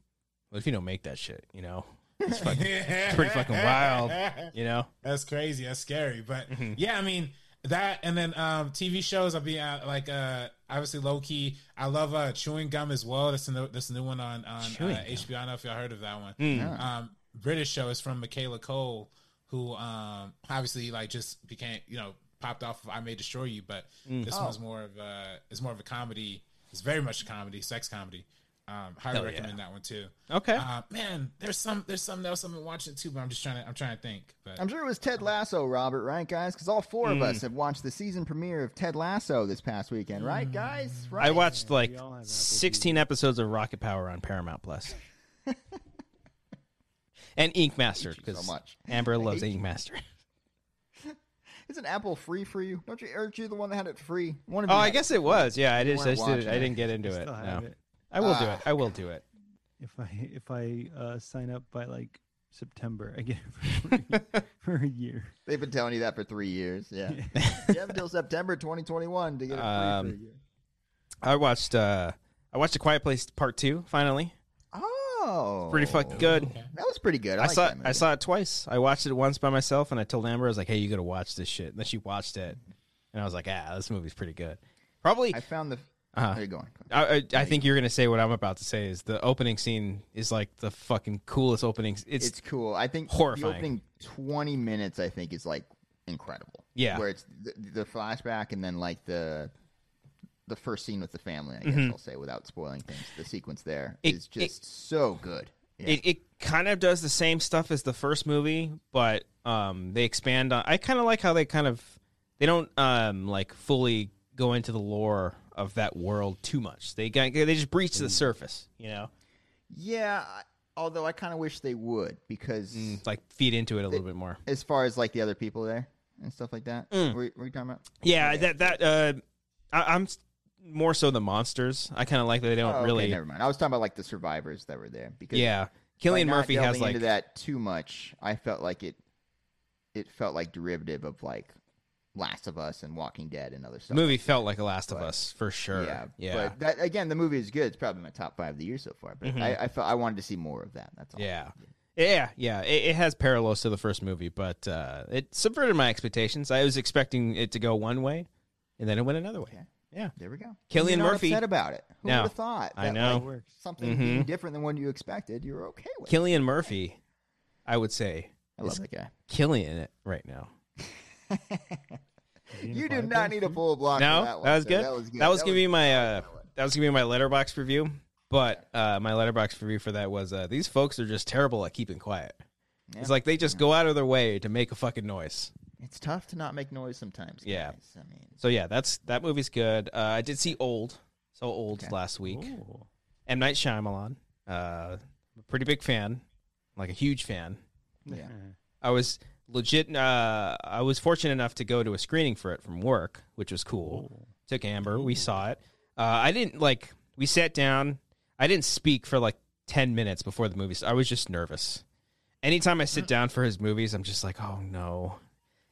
[SPEAKER 2] what if you don't make that shit? You know, it's fucking,
[SPEAKER 4] (laughs) it's
[SPEAKER 2] pretty fucking wild."
[SPEAKER 4] (laughs)
[SPEAKER 2] you know."
[SPEAKER 4] That's crazy. That's scary. But
[SPEAKER 2] Mm-hmm.
[SPEAKER 4] yeah, I mean that, and then um, TV shows. I'll be uh, like, uh, obviously low key. I love uh, chewing gum as well. That's a new, that's a new one on on
[SPEAKER 2] Chewing
[SPEAKER 4] uh,
[SPEAKER 2] Gum.
[SPEAKER 4] HBO. I don't know if y'all heard of that one.
[SPEAKER 2] Mm.
[SPEAKER 4] Um, British show is from Michaela Cole, who um, obviously like just became you know popped off of I May Destroy You, but
[SPEAKER 2] Mm.
[SPEAKER 4] this
[SPEAKER 3] Oh.
[SPEAKER 4] one's more of a it's more of a comedy. It's very much a comedy, sex comedy. Um,
[SPEAKER 2] Hell
[SPEAKER 4] highly
[SPEAKER 2] yeah.
[SPEAKER 4] recommend that one too.
[SPEAKER 2] Hmm. Okay.
[SPEAKER 4] Uh, man, there's some there's something else I've been watching too, but I'm just trying to I'm trying to think. But
[SPEAKER 3] I'm sure it was Ted Lasso, Robert, right, guys? Because all four
[SPEAKER 2] Hmm.
[SPEAKER 3] of us have watched the season premiere of Ted Lasso this past weekend, right, guys? Right.
[SPEAKER 2] Hmm. I watched like
[SPEAKER 1] all have Apple
[SPEAKER 2] 16 episodes of Rocket Power on Paramount
[SPEAKER 3] (laughs)
[SPEAKER 2] Plus. and Ink Master
[SPEAKER 3] you so
[SPEAKER 2] because
[SPEAKER 3] much.
[SPEAKER 2] Amber loves Ink Master.
[SPEAKER 3] Isn't Apple free for you? Don't you, Eric? You the one that had it free. One of
[SPEAKER 2] Oh,
[SPEAKER 3] you
[SPEAKER 2] I
[SPEAKER 3] had it
[SPEAKER 2] guess
[SPEAKER 3] free.
[SPEAKER 2] it was. Yeah, I just, I, just
[SPEAKER 3] weren't
[SPEAKER 2] didn't,
[SPEAKER 3] watching
[SPEAKER 2] I
[SPEAKER 3] it.
[SPEAKER 2] didn't get
[SPEAKER 1] I
[SPEAKER 2] into it.
[SPEAKER 1] still have
[SPEAKER 2] No.
[SPEAKER 1] it.
[SPEAKER 2] I will do
[SPEAKER 1] (laughs)
[SPEAKER 3] Ah.
[SPEAKER 2] it. I will do it.
[SPEAKER 1] If I if I uh, sign up by like September. I get it for, free for a year. (laughs)
[SPEAKER 3] They've been telling you that for three years. Yeah.
[SPEAKER 2] (laughs)
[SPEAKER 3] you have until September 2021 to get it free
[SPEAKER 2] Um,
[SPEAKER 3] for a year.
[SPEAKER 2] I watched uh I watched A Quiet Place Part Two finally.
[SPEAKER 3] Oh.
[SPEAKER 2] Pretty fucking good.
[SPEAKER 4] Okay.
[SPEAKER 3] That was pretty good. I,
[SPEAKER 2] I
[SPEAKER 3] like
[SPEAKER 2] saw
[SPEAKER 3] that
[SPEAKER 2] I
[SPEAKER 3] movie.
[SPEAKER 2] saw it twice. I watched it once by myself, and I told Amber I was like, "Hey, you gotta watch this shit." And then she watched it, and I was like, "Ah, this movie's pretty good." Probably.
[SPEAKER 3] I found the.
[SPEAKER 2] uh,
[SPEAKER 3] There you going.
[SPEAKER 2] I, I, I think you're gonna say what I'm about to say is the opening scene is like the fucking coolest opening. s- It's,
[SPEAKER 3] It's, cool. I think
[SPEAKER 2] horrifying.
[SPEAKER 3] the opening 20 minutes, I think, is like incredible.
[SPEAKER 2] Yeah.
[SPEAKER 3] Where it's the, the flashback and then like the the first scene with the family, I guess I'll say without spoiling things. The sequence there is
[SPEAKER 2] Mm-hmm. It- it-
[SPEAKER 3] just so good. Yeah.
[SPEAKER 2] it, it kind of does the same stuff as the first movie, but um, they expand on. I kind of like how they kind of they don't um, like fully go into the lore of that world too much. They got, they just breach the surface, you know,
[SPEAKER 3] yeah. I- Although I kind of wish they would because
[SPEAKER 2] like feed into it a little bit more.
[SPEAKER 3] as far as like the other people there and stuff like that,
[SPEAKER 2] Mm.
[SPEAKER 3] were, were you talking about?
[SPEAKER 2] Yeah, that that uh, I, I'm s- more so the monsters. I kind of like that they don't
[SPEAKER 3] Oh, okay,
[SPEAKER 2] really.
[SPEAKER 3] Never mind. I was talking about like the survivors that were there because
[SPEAKER 2] yeah,
[SPEAKER 3] by
[SPEAKER 2] Killian
[SPEAKER 3] not
[SPEAKER 2] Murphy has
[SPEAKER 3] delving
[SPEAKER 2] like
[SPEAKER 3] into that too much. I felt like it. It felt like derivative of like Last of Us and Walking Dead and other
[SPEAKER 2] the
[SPEAKER 3] stuff.
[SPEAKER 2] movie felt like a Last of
[SPEAKER 3] But-
[SPEAKER 2] Us for sure.
[SPEAKER 3] Yeah,
[SPEAKER 2] Yeah,
[SPEAKER 3] But that again, the movie is good. It's probably my top five of the year so far. But
[SPEAKER 2] Mhm.
[SPEAKER 3] I, I felt I wanted to see more of that. That's all.
[SPEAKER 2] Yeah. Yeah, yeah, it, it has parallels to the first movie, but uh, it subverted my expectations. I was expecting it to go one way, and then it went another way.
[SPEAKER 3] Okay.
[SPEAKER 2] Yeah,
[SPEAKER 3] There we go.
[SPEAKER 2] Killian
[SPEAKER 3] You're not
[SPEAKER 2] Murphy.
[SPEAKER 3] upset about it. Who
[SPEAKER 2] No.
[SPEAKER 3] would have thought?
[SPEAKER 2] I
[SPEAKER 3] that,
[SPEAKER 2] know.
[SPEAKER 1] It
[SPEAKER 3] like,
[SPEAKER 1] works.
[SPEAKER 3] something
[SPEAKER 2] Mhm.
[SPEAKER 3] being different than what you expected. You're okay with.
[SPEAKER 2] Killian Murphy, I would say,
[SPEAKER 3] I love that guy.
[SPEAKER 2] (laughs) killing it right now.
[SPEAKER 1] Is he in
[SPEAKER 3] You
[SPEAKER 1] a
[SPEAKER 3] do
[SPEAKER 1] quiet
[SPEAKER 3] not
[SPEAKER 1] place,
[SPEAKER 3] need a
[SPEAKER 1] too?
[SPEAKER 3] full block.
[SPEAKER 2] no,
[SPEAKER 3] for
[SPEAKER 2] that
[SPEAKER 3] that,
[SPEAKER 2] was,
[SPEAKER 3] one. So
[SPEAKER 2] good.
[SPEAKER 3] That was good.
[SPEAKER 2] gonna be my uh, that was gonna be my letterbox review. But uh, my letterbox review for that was uh, these folks are just terrible at keeping quiet.
[SPEAKER 3] Yeah.
[SPEAKER 2] It's like they just go out of their way to make a fucking noise.
[SPEAKER 3] It's tough to not make noise sometimes.
[SPEAKER 2] Yeah.
[SPEAKER 3] guys. I mean,
[SPEAKER 2] So yeah, that's that movie's good. Uh, I did see Old, so Old
[SPEAKER 3] Okay.
[SPEAKER 2] last week.
[SPEAKER 1] Cool.
[SPEAKER 2] M Night Shyamalan. Uh, pretty big fan, like a huge fan.
[SPEAKER 3] Yeah.
[SPEAKER 2] I was legit. Uh, I was fortunate enough to go to a screening for it from work, which was cool.
[SPEAKER 1] Cool.
[SPEAKER 2] Took Amber. We saw it. Uh, I didn't like. We sat down. I didn't speak for like ten minutes before the movie. started. I was just nervous. Anytime I sit down for his movies, I'm just like, oh no,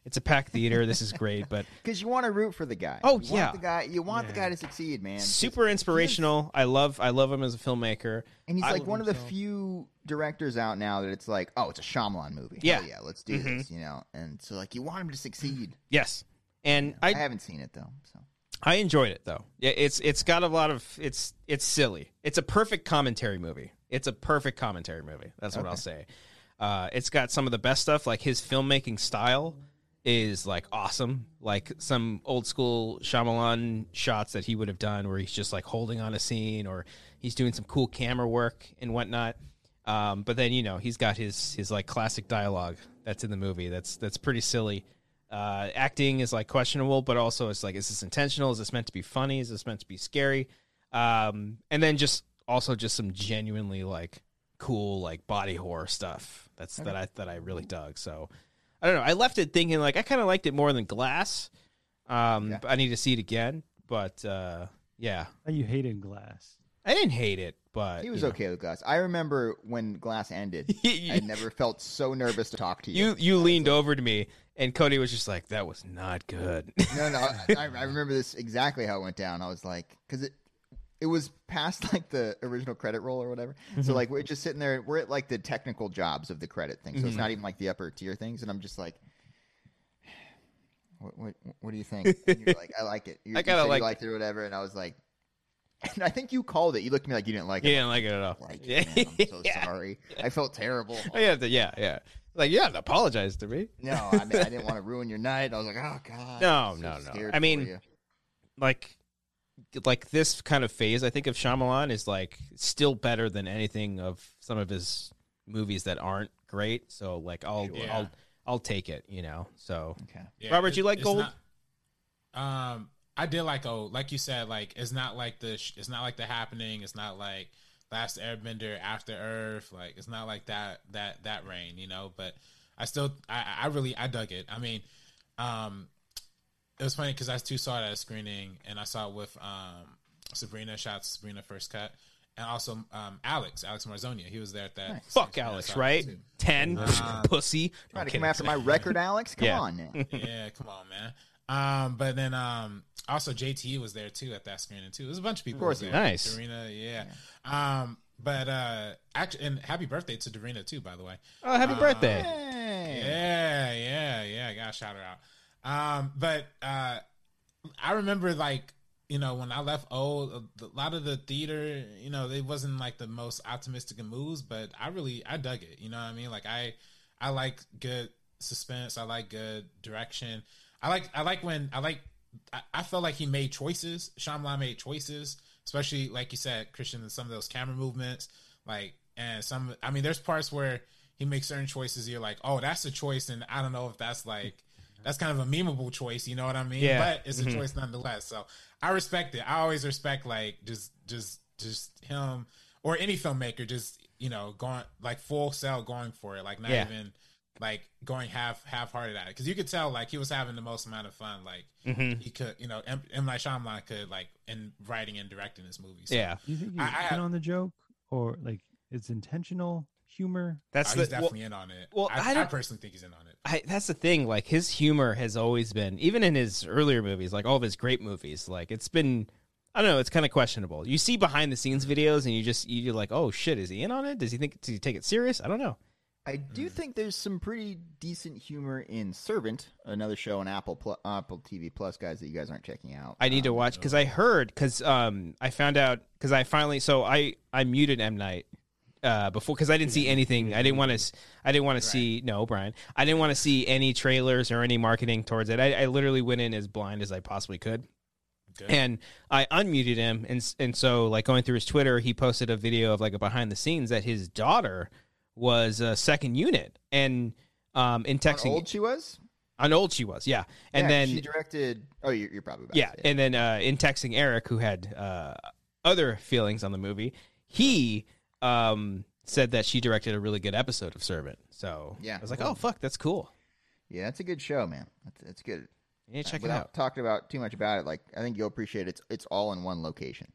[SPEAKER 2] it's a packed theater. This is great, but
[SPEAKER 3] because you want to root for the guy.
[SPEAKER 2] Oh,
[SPEAKER 3] You want
[SPEAKER 2] yeah.
[SPEAKER 3] the guy. You want the
[SPEAKER 1] Yeah.
[SPEAKER 3] guy to succeed, man. 'Cause-
[SPEAKER 2] super inspirational. I love. I love him as a filmmaker.
[SPEAKER 3] And he's
[SPEAKER 2] I
[SPEAKER 3] like
[SPEAKER 2] love
[SPEAKER 3] one of the
[SPEAKER 1] himself.
[SPEAKER 3] few directors out now that it's like, oh, it's a Shyamalan movie. Hell
[SPEAKER 2] Yeah. Mm-hmm.
[SPEAKER 3] yeah, let's do this. You know, and so like you want him to succeed.
[SPEAKER 2] Yes, and
[SPEAKER 3] I,
[SPEAKER 2] I
[SPEAKER 3] haven't seen it though. So
[SPEAKER 2] I enjoyed it though. Yeah, it's it's got a lot of it's it's silly. It's a perfect commentary movie. It's a perfect commentary movie. That's what I'll say. Uh, it's got some of the best stuff. Like his filmmaking style is like awesome. Like some old school Shyamalan shots that he would have done, where he's just like holding on a scene, or he's doing some cool camera work and whatnot. Um, but then you know he's got his his like classic dialogue that's in the movie. That's that's pretty silly uh, acting is like questionable, but also it's like, is this intentional? Is this meant to be funny? Is this meant to be scary? Um, and then just also just some genuinely like cool like body horror stuff. That's that I that I really dug. So I don't know. I left it thinking like I kind of liked it more than Glass. Um,
[SPEAKER 3] Yeah.
[SPEAKER 2] but I need to see it again, but uh, yeah,
[SPEAKER 1] How you hated Glass?
[SPEAKER 2] I didn't hate it, but
[SPEAKER 3] he was
[SPEAKER 2] you know.
[SPEAKER 3] okay with Glass. I remember when Glass
[SPEAKER 2] (laughs)
[SPEAKER 3] ended, I never felt so nervous to talk to you.
[SPEAKER 2] you you leaned over to me, and Cody was just like, "That was not good." (laughs)
[SPEAKER 3] No, no, I, I I remember this exactly how it went down. I was like, because it it was past like the original credit roll or whatever.
[SPEAKER 2] Mm-hmm.
[SPEAKER 3] So like we're just sitting there. We're at like the technical jobs of the credit thing. So it's
[SPEAKER 2] Mm-hmm.
[SPEAKER 3] not even like the upper tier things. And I'm just like. What, what, what do you think? And you're like,
[SPEAKER 2] (laughs)
[SPEAKER 3] I like it. You,
[SPEAKER 2] I
[SPEAKER 3] you
[SPEAKER 2] kinda
[SPEAKER 3] said you
[SPEAKER 2] liked
[SPEAKER 3] liked it or whatever. And I was like, (laughs) and I think you called it. You looked at me like you didn't like
[SPEAKER 2] he
[SPEAKER 3] it.
[SPEAKER 2] didn't like it at all. (laughs)
[SPEAKER 3] I'm Like,
[SPEAKER 2] Yeah.
[SPEAKER 3] man, I'm so sorry. I felt terrible.
[SPEAKER 2] Oh, (laughs) yeah, the, yeah, yeah. Like you have to apologize to me.
[SPEAKER 3] No, I mean, I didn't want to ruin your night. I was like, oh god.
[SPEAKER 2] No,
[SPEAKER 3] I'm
[SPEAKER 2] no, no.
[SPEAKER 3] scared
[SPEAKER 2] I
[SPEAKER 3] for
[SPEAKER 2] mean,
[SPEAKER 3] you.
[SPEAKER 2] Like, like this kind of phase, I think of Shyamalan is like still better than anything of some of his movies that aren't great. So like, I'll
[SPEAKER 4] Sure.
[SPEAKER 2] I'll I'll take it. You know. So
[SPEAKER 3] okay.
[SPEAKER 4] Yeah,
[SPEAKER 2] Robert,
[SPEAKER 4] it-
[SPEAKER 2] you like
[SPEAKER 4] it's
[SPEAKER 2] gold?
[SPEAKER 4] not- um, I did like oh, like you said, like it's not like the sh- it's not like the happening. It's not like Last Airbender, After Earth. Like it's not like that that that rain, you know. But I still, I, I really, I dug it. I mean, um, it was funny because I too saw it at a screening, and I saw it with um Sabrina. Shout out to Sabrina First Cut, and also um, Alex, Alex Marzonia. He was there at that.
[SPEAKER 2] Fuck
[SPEAKER 4] session.
[SPEAKER 2] Alex,
[SPEAKER 4] That's all I
[SPEAKER 2] right?
[SPEAKER 4] did.
[SPEAKER 2] Ten (laughs) pussy.
[SPEAKER 3] Try
[SPEAKER 2] I'm
[SPEAKER 3] to
[SPEAKER 2] kidding.
[SPEAKER 3] come after my record, Alex. Come
[SPEAKER 2] Yeah.
[SPEAKER 3] on now.
[SPEAKER 2] (laughs)
[SPEAKER 4] yeah, come on, man. Um, but then um, also JT was there too at that screening too. There's a bunch of people.
[SPEAKER 3] Of course
[SPEAKER 4] there.
[SPEAKER 3] he
[SPEAKER 2] was. Nice.
[SPEAKER 4] Serena, yeah. Um, but uh, actually, and happy birthday to Dorina too, by the way.
[SPEAKER 2] Oh, happy
[SPEAKER 4] Uh,
[SPEAKER 2] birthday!
[SPEAKER 3] Hey.
[SPEAKER 4] Yeah, yeah, yeah. I gotta shout her out. Um, but uh, I remember like you know when I left old, a lot of the theater, you know, it wasn't like the most optimistic of moves, but I really I dug it. You know what I mean? Like I I like good suspense. I like good direction. I like I like when I like I, I felt like he made choices. Shyamalan made choices, especially like you said, Christian, in some of those camera movements. Like and some, I mean, there's parts where he makes certain choices. You're like, oh, that's a choice, and I don't know if that's like that's kind of a memeable choice. You know what I mean?
[SPEAKER 2] Yeah.
[SPEAKER 4] But it's a
[SPEAKER 2] Mhm.
[SPEAKER 4] choice nonetheless. So I respect it. I always respect like just just just him or any filmmaker just you know going like full sell going for it, like not
[SPEAKER 2] Yeah.
[SPEAKER 4] even like going half half hearted at it because you could tell like he was having the most amount of fun like
[SPEAKER 2] Mhm.
[SPEAKER 4] he could, you know, M. M. Night Shyamalan could like in writing and directing this movie. So
[SPEAKER 2] Yeah,
[SPEAKER 1] Do you think he's
[SPEAKER 4] I- I
[SPEAKER 1] in
[SPEAKER 4] have-
[SPEAKER 1] on the joke or like it's intentional humor?
[SPEAKER 2] that's
[SPEAKER 4] oh,
[SPEAKER 2] the
[SPEAKER 4] he's
[SPEAKER 2] well,
[SPEAKER 4] definitely in on it.
[SPEAKER 2] well,
[SPEAKER 4] Well,
[SPEAKER 2] I
[SPEAKER 4] I, I,
[SPEAKER 2] don't-
[SPEAKER 4] personally think he's in on it.
[SPEAKER 2] I, that's the thing. Like his humor has always been, even in his earlier movies, like all of his great movies, like it's been. I don't know. It's kind of questionable. You see behind the scenes videos, and you just you're like, oh shit, is he in on it? Does he think? Does he take it serious? I don't know.
[SPEAKER 3] I do think there's some pretty decent humor in Servant, another show on Apple Pl- Apple TV Plus, guys that you guys aren't checking out.
[SPEAKER 2] I need to watch because I heard because um I found out because I finally so I I muted M Night uh before because I didn't see anything I didn't want to I didn't want to see no Brian I didn't want to see any trailers or any marketing towards it I, I literally went in as blind as I possibly could
[SPEAKER 4] Good.
[SPEAKER 2] and I unmuted him and s- and so like going through his Twitter he posted a video of like a behind the scenes that his daughter was a second unit and um in
[SPEAKER 3] How
[SPEAKER 2] texting
[SPEAKER 3] old she was,
[SPEAKER 2] on old she was yeah and
[SPEAKER 3] Yeah,
[SPEAKER 2] then
[SPEAKER 3] she directed. Oh, you're, you're probably about
[SPEAKER 2] yeah,
[SPEAKER 3] To say it.
[SPEAKER 2] and then uh, in texting Eric, who had uh, other feelings on the movie, he um, said that she directed a really good episode of Servant. So
[SPEAKER 3] Yeah.
[SPEAKER 2] I was like, oh fuck, that's cool.
[SPEAKER 3] yeah, that's a good show, man. That's, that's good.
[SPEAKER 2] You need to check it
[SPEAKER 3] Without
[SPEAKER 2] out.
[SPEAKER 3] talking about too much about it, like I think you'll appreciate it's it's all in one location.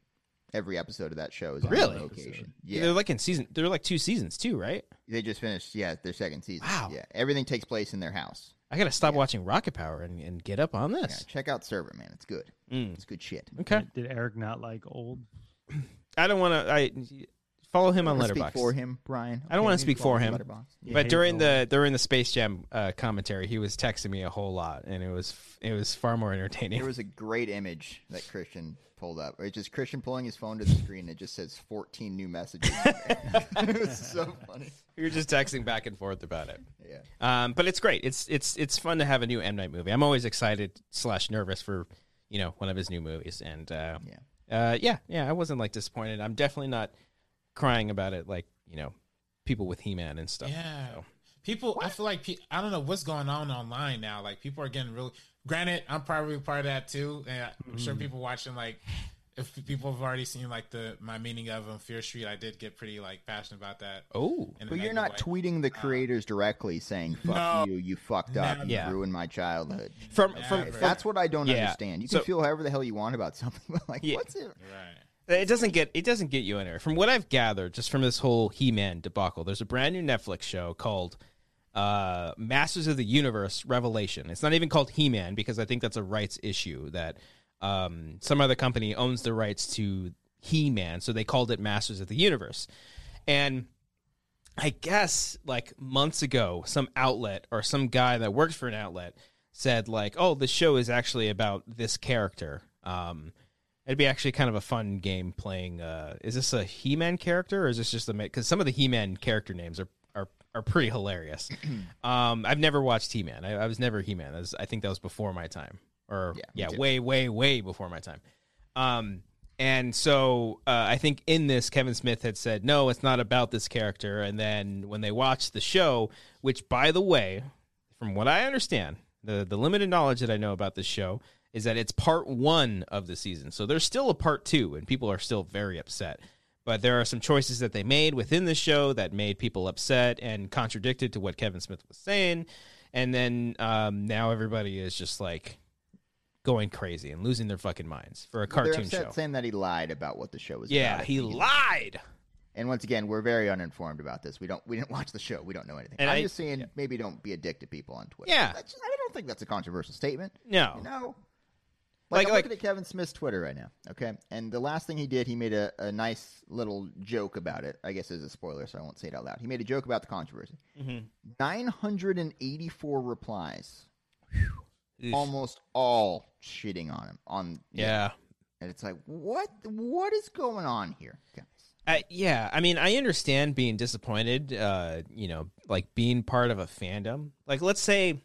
[SPEAKER 3] Every episode of that show is on one
[SPEAKER 2] Really?
[SPEAKER 3] location.
[SPEAKER 2] They're
[SPEAKER 3] Yeah,
[SPEAKER 2] like in season. They're like two seasons too, right?
[SPEAKER 3] they just finished. Yeah, their second season.
[SPEAKER 2] Wow.
[SPEAKER 3] Yeah, everything takes place in their house.
[SPEAKER 2] I gotta stop watching Rocket Power and, and get up on
[SPEAKER 3] Yeah,
[SPEAKER 2] this.
[SPEAKER 3] check out Servant, man. It's good.
[SPEAKER 2] Mm.
[SPEAKER 3] It's good shit.
[SPEAKER 2] Okay,
[SPEAKER 1] Did, did Eric not like old?
[SPEAKER 2] I don't want to. I follow him on
[SPEAKER 3] Wanna speak
[SPEAKER 2] Letterboxd.
[SPEAKER 3] for him, Brian.
[SPEAKER 2] I don't wanna
[SPEAKER 3] you can
[SPEAKER 2] speak
[SPEAKER 3] follow
[SPEAKER 2] for
[SPEAKER 3] him
[SPEAKER 2] him.
[SPEAKER 3] on Letterboxd. Yeah.
[SPEAKER 2] But
[SPEAKER 1] hate
[SPEAKER 2] during
[SPEAKER 1] Nolan.
[SPEAKER 2] the during the Space Jam uh, commentary, he was texting me a whole lot, and it was it was far more entertaining. (laughs)
[SPEAKER 3] There was a great image that Christian pulled up. It's just Christian pulling his phone to the screen. And it just says 14 new (laughs) messages. it was so funny.
[SPEAKER 2] we were just texting back and forth about it.
[SPEAKER 3] Yeah.
[SPEAKER 2] Um, but it's great. It's it's it's fun to have a new M Night movie. I'm always excited slash nervous for you know one of his new movies, and uh,
[SPEAKER 3] Yeah.
[SPEAKER 2] uh, yeah, yeah. I wasn't like disappointed. I'm definitely not crying about it like you know people with He Man and stuff.
[SPEAKER 4] Yeah.
[SPEAKER 2] So,
[SPEAKER 4] People, I feel like pe- I don't know what's going on online now. Like people are getting really. Granted, I'm probably part of that too, and I'm
[SPEAKER 2] Mm-hmm.
[SPEAKER 4] sure people watching like if people have already seen like the my meaning of on Fear Street, I did get pretty like passionate about that.
[SPEAKER 2] oh,
[SPEAKER 4] in a
[SPEAKER 3] But you're
[SPEAKER 4] negative
[SPEAKER 3] not
[SPEAKER 4] way.
[SPEAKER 3] tweeting the creators directly saying, fuck you, you fucked up, you
[SPEAKER 2] Yeah.
[SPEAKER 3] ruined my childhood.
[SPEAKER 2] from from,
[SPEAKER 4] Never.
[SPEAKER 2] from
[SPEAKER 3] That's what I don't
[SPEAKER 2] Yeah.
[SPEAKER 3] understand. You can
[SPEAKER 2] So-
[SPEAKER 3] feel however the hell you want about something, (laughs) but like,
[SPEAKER 2] Yeah.
[SPEAKER 3] what's it?
[SPEAKER 4] right.
[SPEAKER 2] it doesn't get it doesn't get you anywhere. From what I've gathered, just from this whole He Man debacle, there's a brand new Netflix show called uh, Masters of the Universe Revelation. It's not even called He Man because I think that's a rights issue that um, some other company owns the rights to He Man, so they called it Masters of the Universe. And I guess like months ago, some outlet or some guy that works for an outlet said like, "Oh, the show is actually about this character." Um, it'd be actually kind of a fun game playing. Uh, is this a He-Man character or is this just the because some of the He-Man character names are are, are pretty
[SPEAKER 3] (clears throat)
[SPEAKER 2] hilarious. um, I've never watched He-Man. I, I was never He-Man. That was, I think that was before my time, or
[SPEAKER 3] Yeah, me
[SPEAKER 2] yeah,
[SPEAKER 3] too.
[SPEAKER 2] way way way before my time. Um, and so uh, I think in this, Kevin Smith had said, no, it's not about this character. And then when they watched the show, which, by the way, from what I understand, the, the limited knowledge that I know about this show is that it's part one of the season. So there's still a part two, and people are still very upset. But there are some choices that they made within the show that made people upset and contradicted to what Kevin Smith was saying. And then um, now everybody is just like going crazy and losing their fucking minds for a
[SPEAKER 3] They're
[SPEAKER 2] cartoon
[SPEAKER 3] upset
[SPEAKER 2] show.
[SPEAKER 3] saying that he lied about what the show was
[SPEAKER 2] Yeah,
[SPEAKER 3] about.
[SPEAKER 2] he lied.
[SPEAKER 3] And once again, we're very uninformed about this. We don't we didn't watch the show. We don't know anything.
[SPEAKER 2] And
[SPEAKER 3] I'm
[SPEAKER 2] I-
[SPEAKER 3] just saying, maybe don't be a dick to people on Twitter.
[SPEAKER 2] Yeah.
[SPEAKER 3] That's- I don't think that's a controversial statement.
[SPEAKER 2] No.
[SPEAKER 3] You know? Like,
[SPEAKER 2] Like-
[SPEAKER 3] I'm
[SPEAKER 2] like-
[SPEAKER 3] looking at Kevin Smith's Twitter right now. Okay, and the last thing he did, he made a, a nice little joke about it. I guess it's a spoiler, so I won't say it out loud. He made a joke about the controversy.
[SPEAKER 2] Mm-hmm.
[SPEAKER 3] Nine hundred and eighty-four replies,
[SPEAKER 2] Oof.
[SPEAKER 3] almost all shitting on him. On
[SPEAKER 2] Yeah.
[SPEAKER 3] and it's like, what? What is going on here, guys?
[SPEAKER 2] I, yeah, I mean, I understand being disappointed. Uh, you know, like being part of a fandom. Like, let's say,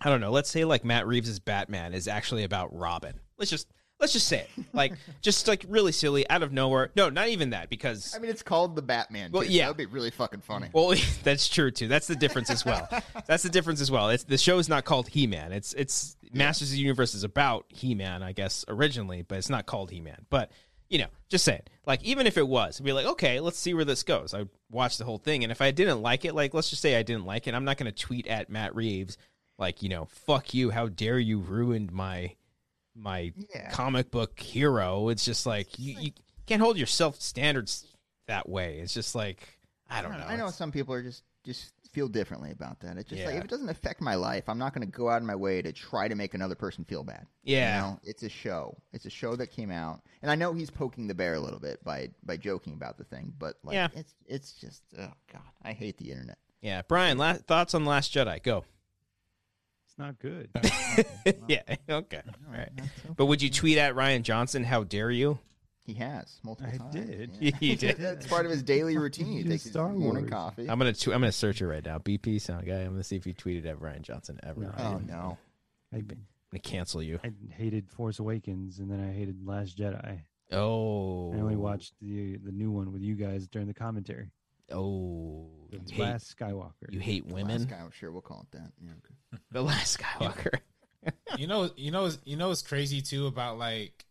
[SPEAKER 2] I don't know. Let's say like Matt Reeves' Batman is actually about Robin. Let's just let's just say it.
[SPEAKER 3] (laughs)
[SPEAKER 2] Like, just like really silly out of nowhere. No, not even that because.
[SPEAKER 3] I mean, it's called the Batman.
[SPEAKER 2] Well,
[SPEAKER 3] too, so
[SPEAKER 2] yeah.
[SPEAKER 3] that would be really fucking funny.
[SPEAKER 2] well, (laughs) that's true too. That's the difference as well. That's the difference as well. It's the show is not called He Man. It's it's Masters of the Universe is about He Man, I guess originally, but it's not called He Man. But you know, just saying. Like even if it was, it'd be like, okay, let's see where this goes. I watched the whole thing, and if I didn't like it, like let's just say I didn't like it, I'm not going to tweet at Matt Reeves, like you know, fuck you, how dare you ruined my my
[SPEAKER 3] Yeah.
[SPEAKER 2] comic book hero. It's just like you, you can't hold yourself standards that way. It's just like I don't know.
[SPEAKER 3] I know
[SPEAKER 2] It's-
[SPEAKER 3] some people are just just feel differently about that. It's just like
[SPEAKER 2] Yeah.
[SPEAKER 3] if it doesn't affect my life, I'm not going to go out of my way to try to make another person feel bad.
[SPEAKER 2] Yeah.
[SPEAKER 3] you know? it's a show. It's a show that came out, and I know he's poking the bear a little bit by by joking about the thing, but like
[SPEAKER 2] Yeah.
[SPEAKER 3] it's it's just oh god, I hate the internet.
[SPEAKER 2] Yeah, Brian, la- thoughts on Last Jedi? Go.
[SPEAKER 1] It's not good.
[SPEAKER 2] (laughs) yeah. Okay. All right. But would you tweet at Ryan Johnson? How dare you?
[SPEAKER 3] He has multiple
[SPEAKER 1] I
[SPEAKER 3] times.
[SPEAKER 1] did.
[SPEAKER 3] yeah.
[SPEAKER 2] (laughs) He did.
[SPEAKER 3] (laughs) That's part of
[SPEAKER 1] (laughs)
[SPEAKER 3] his daily routine. He
[SPEAKER 1] Use
[SPEAKER 3] takes his
[SPEAKER 1] Star
[SPEAKER 3] morning
[SPEAKER 1] Wars.
[SPEAKER 3] coffee.
[SPEAKER 2] I'm gonna tw- I'm gonna search it right now. BP sound guy. I'm gonna see if he tweeted at Ryan Johnson ever.
[SPEAKER 1] No.
[SPEAKER 2] I'm
[SPEAKER 3] oh no.
[SPEAKER 1] I,
[SPEAKER 2] gonna cancel you.
[SPEAKER 1] I hated Force Awakens, and then I hated Last Jedi.
[SPEAKER 2] Oh.
[SPEAKER 1] I only watched the the new one with you guys during the commentary.
[SPEAKER 2] Oh. You
[SPEAKER 1] It's
[SPEAKER 2] hate,
[SPEAKER 1] Last Skywalker.
[SPEAKER 2] you hate
[SPEAKER 3] The Last
[SPEAKER 2] women.
[SPEAKER 3] guy, I'm sure we'll call it that. Yeah, okay.
[SPEAKER 2] The last
[SPEAKER 3] (laughs)
[SPEAKER 2] Skywalker.
[SPEAKER 4] you know you know you know it's crazy too about like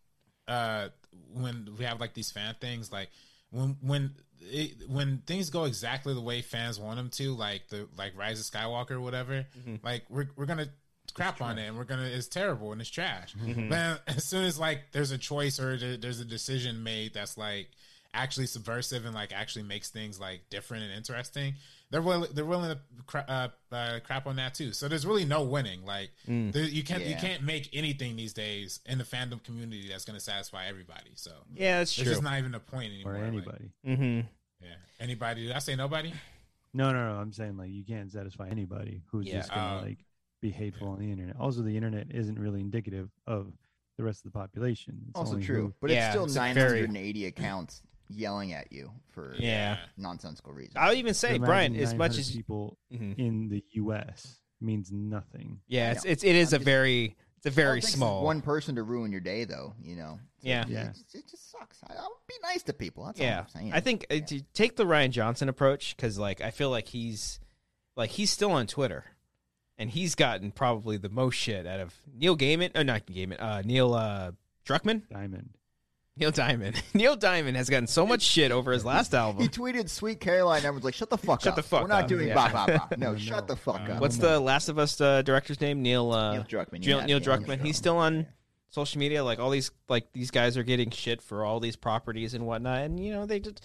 [SPEAKER 4] uh when we have like these fan things like when when it, when things go exactly the way fans want them to like the like rise of skywalker or whatever like we're, we're gonna crap on it and we're gonna it's terrible and it's trash but as soon as like there's a choice or there- there's a decision made that's like actually subversive and like actually makes things like different and interesting they're willing they're willing to cra- uh, uh, crap on that too so there's really no winning like there, you can't you
[SPEAKER 3] Yeah.
[SPEAKER 4] can't make anything these days in the fandom community that's going to satisfy everybody so
[SPEAKER 2] yeah, that's
[SPEAKER 4] there's
[SPEAKER 2] true.
[SPEAKER 4] just not even a point anymore
[SPEAKER 1] or
[SPEAKER 4] like,
[SPEAKER 1] anybody.
[SPEAKER 2] mm-hmm.
[SPEAKER 4] yeah anybody did i say nobody
[SPEAKER 1] No, no, no. I'm saying like you can't satisfy anybody who's
[SPEAKER 2] Yeah. um,
[SPEAKER 1] just gonna
[SPEAKER 4] Oh.
[SPEAKER 1] like be hateful on the internet. Also, the internet isn't really indicative of the rest of the population. It's
[SPEAKER 3] Also
[SPEAKER 1] only
[SPEAKER 3] true,
[SPEAKER 1] who-
[SPEAKER 3] but
[SPEAKER 2] Yeah,
[SPEAKER 3] it's still
[SPEAKER 2] it's a very-
[SPEAKER 3] 980 accounts yelling at you for
[SPEAKER 2] Yeah.
[SPEAKER 3] nonsensical reasons.
[SPEAKER 2] I'll even say,
[SPEAKER 1] imagine
[SPEAKER 2] Brian, as much
[SPEAKER 1] 900
[SPEAKER 2] as
[SPEAKER 1] people
[SPEAKER 2] Mhm.
[SPEAKER 1] in the U.S. means nothing.
[SPEAKER 2] yeah, it's, it's it is a
[SPEAKER 3] I'm just-
[SPEAKER 2] very it's a
[SPEAKER 3] All
[SPEAKER 2] very
[SPEAKER 3] it takes is
[SPEAKER 2] small.
[SPEAKER 3] one person to ruin your day, though. You know.
[SPEAKER 2] Yeah.
[SPEAKER 3] It,
[SPEAKER 1] Yeah.
[SPEAKER 3] just- it just sucks. I, I'll be nice to people. That's all
[SPEAKER 2] yeah,
[SPEAKER 3] I'm saying.
[SPEAKER 2] I think uh, to take the Ryan Johnson approach because like I feel like he's like he's still on Twitter, and he's gotten probably the most shit out of Neil Gaiman. Oh, not Gaiman. Uh, Neil uh, Druckmann. (laughs)
[SPEAKER 1] Diamond.
[SPEAKER 2] Neil Diamond. (laughs) Neil Diamond has gotten so much shit over his last
[SPEAKER 3] (laughs) he
[SPEAKER 2] album.
[SPEAKER 3] tweeted "Sweet Caroline." I was like, "Shut the fuck
[SPEAKER 2] Shut
[SPEAKER 3] up!
[SPEAKER 2] the fuck
[SPEAKER 3] We're not
[SPEAKER 2] up."
[SPEAKER 3] doing
[SPEAKER 2] Yeah. Uh,
[SPEAKER 3] bah bah
[SPEAKER 2] (laughs)
[SPEAKER 3] bah. No,
[SPEAKER 1] No,
[SPEAKER 3] shut
[SPEAKER 1] no.
[SPEAKER 3] the fuck up."
[SPEAKER 2] What's the Last of Us uh, director's name? Neil. Uh,
[SPEAKER 3] Neil Druckmann?
[SPEAKER 2] Neil,
[SPEAKER 3] yeah,
[SPEAKER 2] Neil
[SPEAKER 3] yeah,
[SPEAKER 2] Druckmann. He's still on social media. Like all these, like these guys are getting shit for all these properties and whatnot. And you know, they just.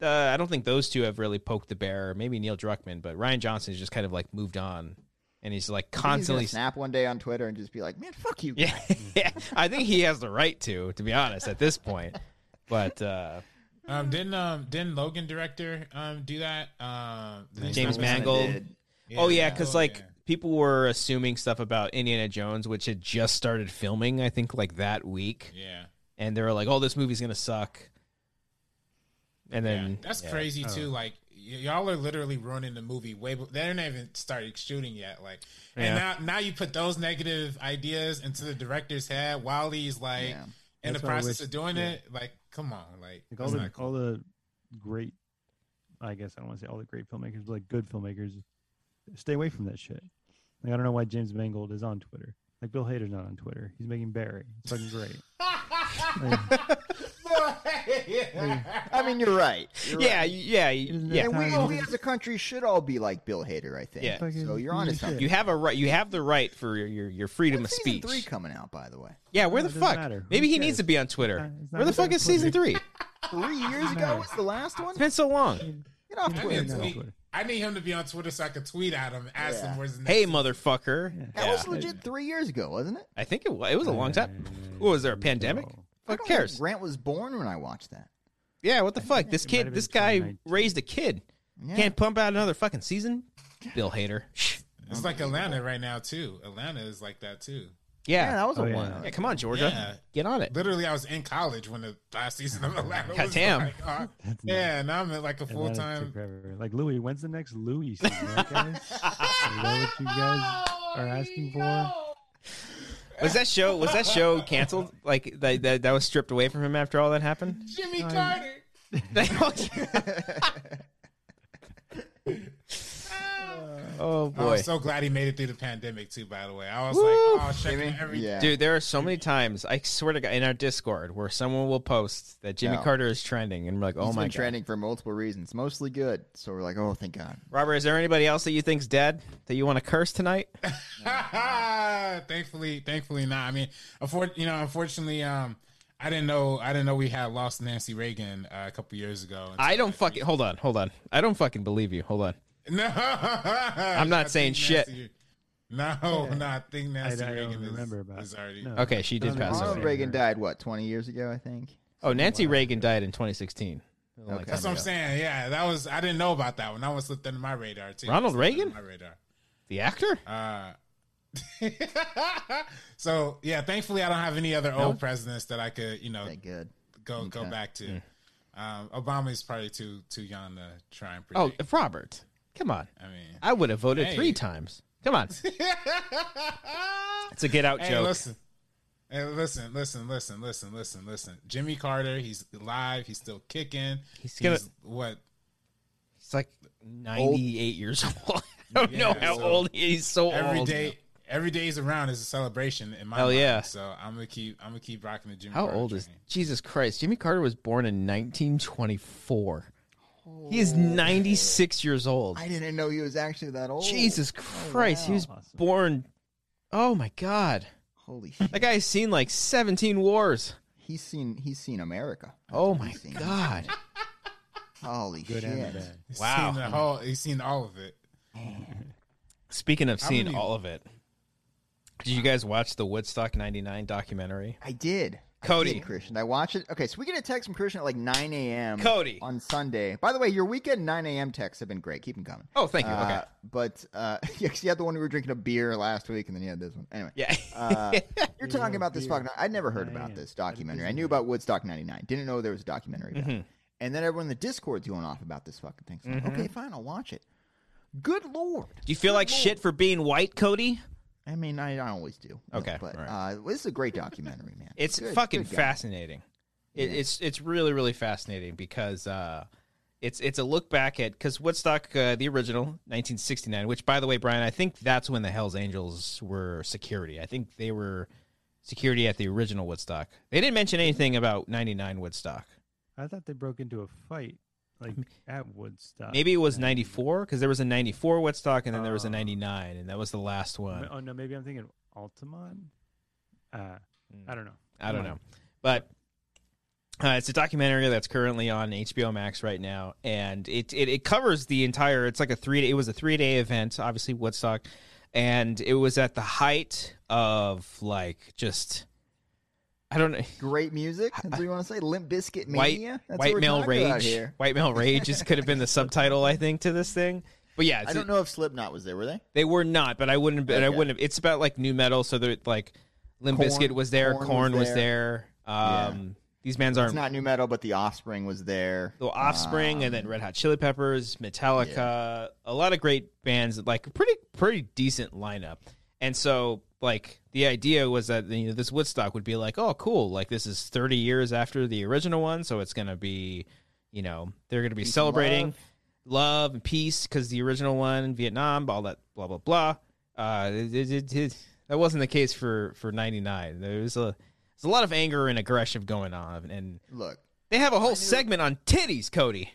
[SPEAKER 2] Uh, I don't think those two have really poked the bear. Or maybe Neil Druckmann, but Ryan Johnson has just kind of like moved on, and he's like
[SPEAKER 3] I think he's
[SPEAKER 2] (laughs)
[SPEAKER 3] gonna
[SPEAKER 2] constantly.
[SPEAKER 3] snap one day on Twitter and just be like, "Man, fuck you."
[SPEAKER 2] Yeah, yeah. I think he has the right to, to be honest, at this point. But uh,
[SPEAKER 4] um didn't um didn't logan director um do that um didn't he
[SPEAKER 2] James
[SPEAKER 4] start with-
[SPEAKER 2] Mangold. oh yeah, because
[SPEAKER 4] Oh,
[SPEAKER 2] like
[SPEAKER 4] yeah.
[SPEAKER 2] people were assuming stuff about Indiana Jones, which had just started filming, I think, like that week,
[SPEAKER 4] yeah
[SPEAKER 2] and they were like, "Oh, this movie's gonna suck," and then
[SPEAKER 4] yeah, that's
[SPEAKER 2] yeah.
[SPEAKER 4] crazy
[SPEAKER 1] Oh.
[SPEAKER 4] too. Like y- y'all are literally ruining the movie. Way be- they didn't even started shooting yet. Like, and
[SPEAKER 2] Yeah.
[SPEAKER 4] now now you put those negative ideas into the director's head while he's like
[SPEAKER 3] Yeah.
[SPEAKER 4] in
[SPEAKER 1] That's
[SPEAKER 4] the
[SPEAKER 1] why I
[SPEAKER 4] process
[SPEAKER 1] wish-
[SPEAKER 4] of doing
[SPEAKER 1] yeah.
[SPEAKER 4] it. Like, come on, like,
[SPEAKER 1] Like all
[SPEAKER 4] that's
[SPEAKER 1] the
[SPEAKER 4] not cool.
[SPEAKER 1] all the great, I guess I don't want to say all the great filmmakers, but like good filmmakers, stay away from that shit. Like I don't know why James Mangold is on Twitter. Like Bill Hader's not on Twitter. He's
[SPEAKER 2] (laughs)
[SPEAKER 1] making Barry. It's fucking great.
[SPEAKER 4] Yeah.
[SPEAKER 3] I mean, you're right. You're
[SPEAKER 2] yeah,
[SPEAKER 3] right.
[SPEAKER 2] y- yeah, y-
[SPEAKER 1] Isn't it
[SPEAKER 2] yeah. Uh,
[SPEAKER 3] And we,
[SPEAKER 1] Time.
[SPEAKER 3] we as a country should all be like Bill Hader, I think.
[SPEAKER 2] Yeah.
[SPEAKER 1] Fucking
[SPEAKER 3] So you're onto
[SPEAKER 1] piece of
[SPEAKER 3] something.
[SPEAKER 1] shit.
[SPEAKER 2] You have a right. You have the right for your your, your freedom
[SPEAKER 3] When's
[SPEAKER 2] of
[SPEAKER 3] season
[SPEAKER 2] speech.
[SPEAKER 3] three coming out, by the way.
[SPEAKER 2] yeah, where
[SPEAKER 1] No,
[SPEAKER 2] the
[SPEAKER 1] it doesn't
[SPEAKER 2] fuck?
[SPEAKER 1] matter. Who
[SPEAKER 2] Maybe he
[SPEAKER 1] cares?
[SPEAKER 2] needs to be on Twitter.
[SPEAKER 1] It's not- it's not
[SPEAKER 2] where the
[SPEAKER 1] on
[SPEAKER 2] fuck is season three?
[SPEAKER 3] Three years ago
[SPEAKER 1] matter.
[SPEAKER 3] was the last one.
[SPEAKER 2] It's been
[SPEAKER 1] (laughs)
[SPEAKER 2] so long.
[SPEAKER 3] Get off
[SPEAKER 4] I
[SPEAKER 1] Twitter now.
[SPEAKER 4] need,
[SPEAKER 3] Twitter.
[SPEAKER 4] to
[SPEAKER 1] Twitter.
[SPEAKER 4] tweet- I need him to be on Twitter so I can tweet at him, ask
[SPEAKER 3] Yeah.
[SPEAKER 4] him where's the next.
[SPEAKER 2] Hey, motherfucker.
[SPEAKER 3] That
[SPEAKER 2] Yeah.
[SPEAKER 3] was legit three years ago, wasn't it?
[SPEAKER 2] I think it was. It was a long time. What was there a pandemic?
[SPEAKER 3] I
[SPEAKER 2] Fuck
[SPEAKER 3] don't think
[SPEAKER 2] cares.
[SPEAKER 3] Grant was born when I watched that.
[SPEAKER 2] Yeah, what the fuck? This
[SPEAKER 1] it might
[SPEAKER 2] kid,
[SPEAKER 1] have
[SPEAKER 2] this
[SPEAKER 1] been
[SPEAKER 2] guy
[SPEAKER 1] 2019.
[SPEAKER 2] raised a kid.
[SPEAKER 3] Yeah.
[SPEAKER 2] Can't pump out another fucking season. Bill Hader.
[SPEAKER 4] It's like Atlanta right now too. Atlanta is like that too.
[SPEAKER 2] Yeah.
[SPEAKER 3] Yeah, that was a
[SPEAKER 1] Oh, yeah.
[SPEAKER 3] one.
[SPEAKER 2] Yeah, come on, Georgia.
[SPEAKER 4] Yeah.
[SPEAKER 2] Get on it.
[SPEAKER 4] Literally, I was in college when the last season
[SPEAKER 1] (laughs)
[SPEAKER 4] of Atlanta. was
[SPEAKER 2] Goddamn.
[SPEAKER 4] like, uh,
[SPEAKER 1] That's
[SPEAKER 4] yeah, now I'm at like a
[SPEAKER 1] nuts. And that
[SPEAKER 4] full
[SPEAKER 1] took
[SPEAKER 4] time.
[SPEAKER 1] forever. Like Louis, when's the next Louis season, right, guys? Is that what you
[SPEAKER 4] (laughs)
[SPEAKER 1] guys are
[SPEAKER 4] Oh,
[SPEAKER 1] asking for?
[SPEAKER 2] Was that show was that show canceled? Like that that, that was stripped away from him after all that
[SPEAKER 4] (laughs)
[SPEAKER 2] happened?
[SPEAKER 4] Jimmy
[SPEAKER 1] Um,
[SPEAKER 4] Carter.
[SPEAKER 1] uh,
[SPEAKER 2] oh
[SPEAKER 4] I
[SPEAKER 2] boy.
[SPEAKER 4] was so glad he made it through the pandemic too. By the way, I was
[SPEAKER 2] Woo!
[SPEAKER 4] like, oh, checking every.
[SPEAKER 3] Yeah.
[SPEAKER 2] Dude, there are so many times I swear to God in our Discord where someone will post that Jimmy
[SPEAKER 3] No.
[SPEAKER 2] Carter is trending, and we're like, "Oh
[SPEAKER 3] He's
[SPEAKER 2] my
[SPEAKER 3] been
[SPEAKER 2] god!"
[SPEAKER 3] trending for multiple reasons, mostly good. So we're like, oh, thank God.
[SPEAKER 2] Robert, is there anybody else that you think's dead that you want to curse
[SPEAKER 4] (laughs)
[SPEAKER 2] tonight?
[SPEAKER 4] thankfully, thankfully not. I mean, unfor- you know, unfortunately, um, I didn't know, I didn't know we had lost Nancy Reagan uh, a couple years ago.
[SPEAKER 2] I don't fucking hold on, hold on. I don't fucking believe you. Hold on.
[SPEAKER 4] (laughs) no, I'm
[SPEAKER 2] not saying shit.
[SPEAKER 4] No, no, I think Nancy
[SPEAKER 1] I don't
[SPEAKER 4] Reagan is,
[SPEAKER 1] remember about
[SPEAKER 4] is
[SPEAKER 1] it.
[SPEAKER 4] already.
[SPEAKER 1] No.
[SPEAKER 2] Okay, she did
[SPEAKER 1] Donald
[SPEAKER 2] pass
[SPEAKER 1] Trump.
[SPEAKER 3] Ronald
[SPEAKER 2] away.
[SPEAKER 1] Right.
[SPEAKER 3] Reagan died, what, 20 years ago, I think?
[SPEAKER 2] Oh, Nancy Reagan died in 2016. A long
[SPEAKER 3] Okay.
[SPEAKER 2] time
[SPEAKER 4] That's what I'm
[SPEAKER 2] ago.
[SPEAKER 4] saying. Yeah, that was I didn't know about that one. That one slipped under my radar too.
[SPEAKER 2] Ronald
[SPEAKER 4] Slipped under
[SPEAKER 2] Reagan?
[SPEAKER 4] my radar.
[SPEAKER 2] The actor?
[SPEAKER 4] Uh, (laughs) so yeah, thankfully I don't have any other old presidents that I could you
[SPEAKER 2] Oh.
[SPEAKER 4] know
[SPEAKER 3] Thank good.
[SPEAKER 4] go go
[SPEAKER 3] Okay.
[SPEAKER 4] back to.
[SPEAKER 2] Mm.
[SPEAKER 4] Um, Obama is probably too too young to try and
[SPEAKER 2] Oh,
[SPEAKER 4] predict.
[SPEAKER 2] Robert. Come on. (laughs)
[SPEAKER 4] I mean,
[SPEAKER 2] I would have voted
[SPEAKER 4] Hey.
[SPEAKER 2] three times. Come
[SPEAKER 4] (laughs)
[SPEAKER 2] on. It's a get out
[SPEAKER 4] hey,
[SPEAKER 2] joke.
[SPEAKER 4] listen. Hey, listen, listen, listen, listen, listen, listen. Jimmy Carter, he's alive. He's still kicking.
[SPEAKER 2] He's
[SPEAKER 4] He's,
[SPEAKER 2] gonna-
[SPEAKER 4] what?
[SPEAKER 2] He's like 98 years (laughs) old. I don't know
[SPEAKER 4] Yeah,
[SPEAKER 2] how
[SPEAKER 4] so
[SPEAKER 2] old he is. He's so
[SPEAKER 4] Every
[SPEAKER 2] old.
[SPEAKER 4] day, every day's around is a celebration in my
[SPEAKER 2] Oh, Hell
[SPEAKER 4] mind.
[SPEAKER 2] yeah.
[SPEAKER 4] So I'm gonna keep, I'm gonna keep rocking the Jimmy.
[SPEAKER 2] How
[SPEAKER 4] Carter
[SPEAKER 2] old is
[SPEAKER 4] train.
[SPEAKER 2] Jesus Christ? Jimmy Carter was born in 1924. He is 96 years old.
[SPEAKER 3] I didn't know he was actually that old.
[SPEAKER 2] Jesus Christ. He
[SPEAKER 3] wow.
[SPEAKER 2] was
[SPEAKER 1] Awesome.
[SPEAKER 2] born. Oh my God.
[SPEAKER 3] Holy shit.
[SPEAKER 2] That guy's seen like 17 wars.
[SPEAKER 3] He's seen he's seen America. That's
[SPEAKER 2] Oh
[SPEAKER 3] what
[SPEAKER 2] my
[SPEAKER 3] he's seen.
[SPEAKER 4] (laughs)
[SPEAKER 2] God.
[SPEAKER 3] Holy
[SPEAKER 1] Good
[SPEAKER 3] shit.
[SPEAKER 1] and bad.
[SPEAKER 4] He's
[SPEAKER 2] Wow.
[SPEAKER 4] seen the whole. He's seen all of it.
[SPEAKER 2] Speaking of
[SPEAKER 4] How
[SPEAKER 2] seeing
[SPEAKER 4] many-
[SPEAKER 2] all of it, did you guys watch the Woodstock 99 documentary?
[SPEAKER 3] I did. I
[SPEAKER 2] Cody.
[SPEAKER 3] did, Christian. I watched it. Okay, so we get a text from Christian at like 9 a.m.
[SPEAKER 2] Cody.
[SPEAKER 3] On Sunday. By the way, your weekend 9 a.m. texts have been great. Keep them coming.
[SPEAKER 2] Oh, thank you.
[SPEAKER 3] Uh,
[SPEAKER 2] Okay.
[SPEAKER 3] But uh, (laughs) yeah, 'cause you had the one we were drinking a beer last week, and then you had this one. Anyway.
[SPEAKER 2] (laughs) Yeah.
[SPEAKER 3] Uh, you're talking about this
[SPEAKER 1] beer.
[SPEAKER 3] fucking. I'd never heard about
[SPEAKER 1] Man,
[SPEAKER 3] this
[SPEAKER 1] that
[SPEAKER 3] documentary. I
[SPEAKER 1] doesn't
[SPEAKER 3] knew
[SPEAKER 1] work.
[SPEAKER 3] about Woodstock '99. Didn't know there was a documentary. About
[SPEAKER 2] Mhm.
[SPEAKER 3] it. And then everyone in the Discord's going off about this fucking thing. So
[SPEAKER 2] Mm-hmm.
[SPEAKER 3] I'm like, okay, fine, I'll watch it. Good lord.
[SPEAKER 2] Do you feel like shit for being white, Cody?
[SPEAKER 3] I mean, I, I always do.
[SPEAKER 2] Okay,
[SPEAKER 3] but
[SPEAKER 2] all
[SPEAKER 3] uh, this is a great documentary, man.
[SPEAKER 2] It's
[SPEAKER 3] Good-
[SPEAKER 2] fucking
[SPEAKER 3] good guy.
[SPEAKER 2] fascinating. It,
[SPEAKER 3] Yeah.
[SPEAKER 2] It's it's really really fascinating because uh, it's it's a look back at because Woodstock uh, the original 1969, which by the way, Brian, I think that's when the Hell's Angels were security. I think they were security at the original Woodstock. They didn't mention anything about 99 Woodstock.
[SPEAKER 1] I thought they broke into a fight, like at Woodstock.
[SPEAKER 2] Maybe it was 94 because there was a 94 Woodstock and then there was a
[SPEAKER 1] Uh,
[SPEAKER 2] 99 and that was the last
[SPEAKER 1] Ma-
[SPEAKER 2] one.
[SPEAKER 1] Oh no, maybe I'm thinking Altamont. Uh, I don't know.
[SPEAKER 2] I don't
[SPEAKER 1] Come on.
[SPEAKER 2] know. But uh, it's a documentary that's currently on HBO Max right now, and it, it it covers the entire. It's like a three. It was a three day event, obviously Woodstock, and it was at the height of like just. I don't know.
[SPEAKER 3] Great music. That's what you want to say? Limp Biscuit
[SPEAKER 2] White
[SPEAKER 3] Mania. That's what
[SPEAKER 2] white
[SPEAKER 3] we're
[SPEAKER 2] male
[SPEAKER 3] talking about
[SPEAKER 2] rage.
[SPEAKER 3] here.
[SPEAKER 2] (laughs) White male rage is could have
[SPEAKER 3] (laughs)
[SPEAKER 2] been the subtitle I think to this thing. But yeah,
[SPEAKER 3] I
[SPEAKER 2] it's,
[SPEAKER 3] don't know if Slipknot was there. Were they?
[SPEAKER 2] they were not, but I wouldn't. But I
[SPEAKER 3] Okay.
[SPEAKER 2] wouldn't. It's about like new metal, so they're like, Limp
[SPEAKER 3] Korn-
[SPEAKER 2] Bizkit was there,
[SPEAKER 3] Korn was
[SPEAKER 2] Corn was there.
[SPEAKER 3] Yeah.
[SPEAKER 2] Um, These bands aren't
[SPEAKER 3] It's not new metal, but The Offspring was there.
[SPEAKER 2] the Offspring, and
[SPEAKER 3] Um,
[SPEAKER 2] then Red Hot Chili Peppers, Metallica, a lot of great bands, like pretty pretty decent lineup. And so, like the idea was that you know this Woodstock would be like, oh, cool, like this is 30 years after the original one, so it's gonna be, you know, they're gonna be
[SPEAKER 3] Peace and
[SPEAKER 2] celebrating
[SPEAKER 3] love.
[SPEAKER 2] love. and peace because the original one, Vietnam, all that, blah blah blah. Uh, it- it- it- it- that wasn't the case for for 99. There was a there's a lot of anger and aggression going on, and
[SPEAKER 3] Um, Look,
[SPEAKER 2] They have a whole segment on titties,
[SPEAKER 3] (laughs)
[SPEAKER 2] Cody.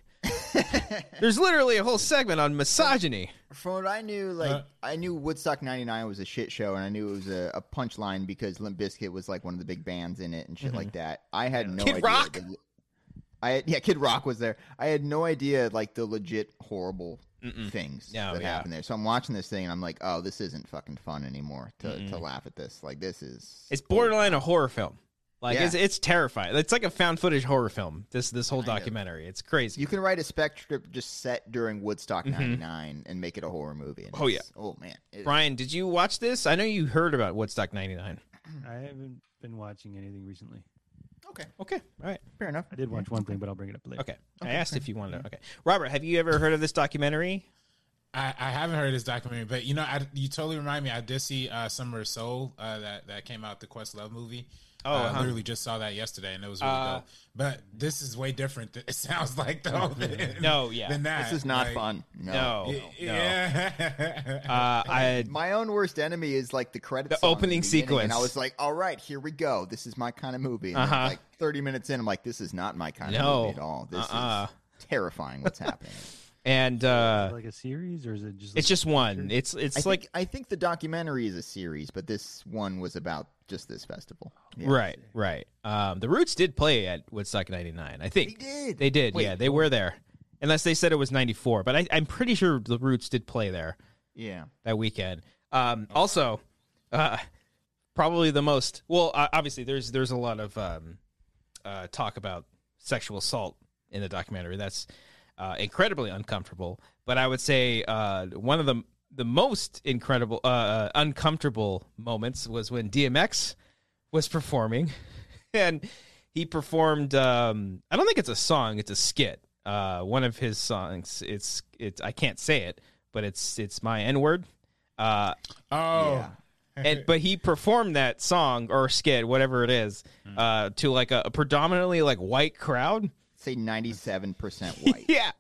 [SPEAKER 2] There's literally a whole segment on misogyny.
[SPEAKER 3] From what I knew, like
[SPEAKER 4] Uh.
[SPEAKER 3] I knew Woodstock '99 was a shit show, and I knew it was a, a punchline because Limp Bizkit was like one of the big bands in it and shit like that. I had no
[SPEAKER 2] Kid
[SPEAKER 3] idea.
[SPEAKER 2] Rock?
[SPEAKER 3] the- I yeah, Kid Rock was there. I had no idea like the legit horrible things
[SPEAKER 2] No,
[SPEAKER 3] that
[SPEAKER 2] yeah.
[SPEAKER 3] happened there. So I'm watching this thing and I'm like, oh, this isn't fucking fun anymore to, to laugh at this. Like this is
[SPEAKER 2] It's borderline a horror film. Like
[SPEAKER 3] Yeah.
[SPEAKER 2] it's it's terrifying. It's like a found footage horror film. This this whole documentary. It's crazy.
[SPEAKER 3] you can write a spec script just set during Woodstock '99 and make it a horror movie. and
[SPEAKER 2] Mm-hmm. Oh,
[SPEAKER 3] it's- Oh man. It-
[SPEAKER 2] Brian, did you watch this? I know you heard about Woodstock 99.
[SPEAKER 1] I haven't been watching anything recently.
[SPEAKER 3] okay.
[SPEAKER 2] Okay. All right.
[SPEAKER 3] Fair enough.
[SPEAKER 1] I did watch one thing, but I'll bring it up later.
[SPEAKER 2] Okay. I asked if you wanted to. Okay. Robert, have you ever heard of this documentary?
[SPEAKER 4] I, I haven't heard this documentary, but you know, I, you totally remind me. I did see uh, Summer of Soul uh, that that came out the Quest Love movie.
[SPEAKER 2] Oh,
[SPEAKER 4] uh,
[SPEAKER 2] uh-huh.
[SPEAKER 4] I literally just saw that yesterday, and it was really
[SPEAKER 2] Uh,
[SPEAKER 4] dope. But this is way different. th- (laughs) It sounds like though.
[SPEAKER 2] (laughs)
[SPEAKER 4] Than,
[SPEAKER 2] No, yeah.
[SPEAKER 4] than that.
[SPEAKER 3] This is not
[SPEAKER 4] Like,
[SPEAKER 3] fun. No.
[SPEAKER 2] No.
[SPEAKER 4] y-
[SPEAKER 2] no.
[SPEAKER 4] Yeah.
[SPEAKER 2] Uh, I
[SPEAKER 3] My own worst enemy is like the credits.
[SPEAKER 2] The opening
[SPEAKER 3] And I
[SPEAKER 2] sequence.
[SPEAKER 3] was like, all right, here we go. This is my kind of movie. And then,
[SPEAKER 2] Uh-huh.
[SPEAKER 3] Like 30 minutes in, I'm like, this is not my kind
[SPEAKER 2] No.
[SPEAKER 3] of movie at all. This
[SPEAKER 2] Uh-uh.
[SPEAKER 3] is terrifying
[SPEAKER 2] (laughs)
[SPEAKER 3] what's happening.
[SPEAKER 2] and
[SPEAKER 1] Is it
[SPEAKER 2] uh
[SPEAKER 1] like a series, or is it just? Like (laughs)
[SPEAKER 2] it's just one. It's
[SPEAKER 3] I,
[SPEAKER 2] it's
[SPEAKER 3] think,
[SPEAKER 2] like
[SPEAKER 3] I think the documentary is a series, but this one was about just this festival. Yeah.
[SPEAKER 2] right, right. Um the Roots did play at Woodstock 99. I think.
[SPEAKER 3] They did.
[SPEAKER 2] They did.
[SPEAKER 3] Wait,
[SPEAKER 2] yeah, they were there. Unless they said it was 94, but I I'm pretty sure the Roots did play there.
[SPEAKER 3] Yeah.
[SPEAKER 2] that weekend. Um, also, uh, probably the most well, uh, obviously there's there's a lot of um, uh, talk about sexual assault in the documentary. That's uh, incredibly uncomfortable. But I would say uh, one of the the most incredible uh, uh, uncomfortable moments was when DMX was performing, (laughs) and he performed. Um, I don't think it's a song; it's a skit. Uh, one of his songs. It's it's. I can't say it, but it's it's my N word. Uh,
[SPEAKER 4] (laughs) oh,
[SPEAKER 3] Yeah.
[SPEAKER 2] and but he performed that song or skit, whatever it is, uh, to like a, a predominantly like white crowd. (laughs)
[SPEAKER 3] Say 97% white.
[SPEAKER 2] Yeah,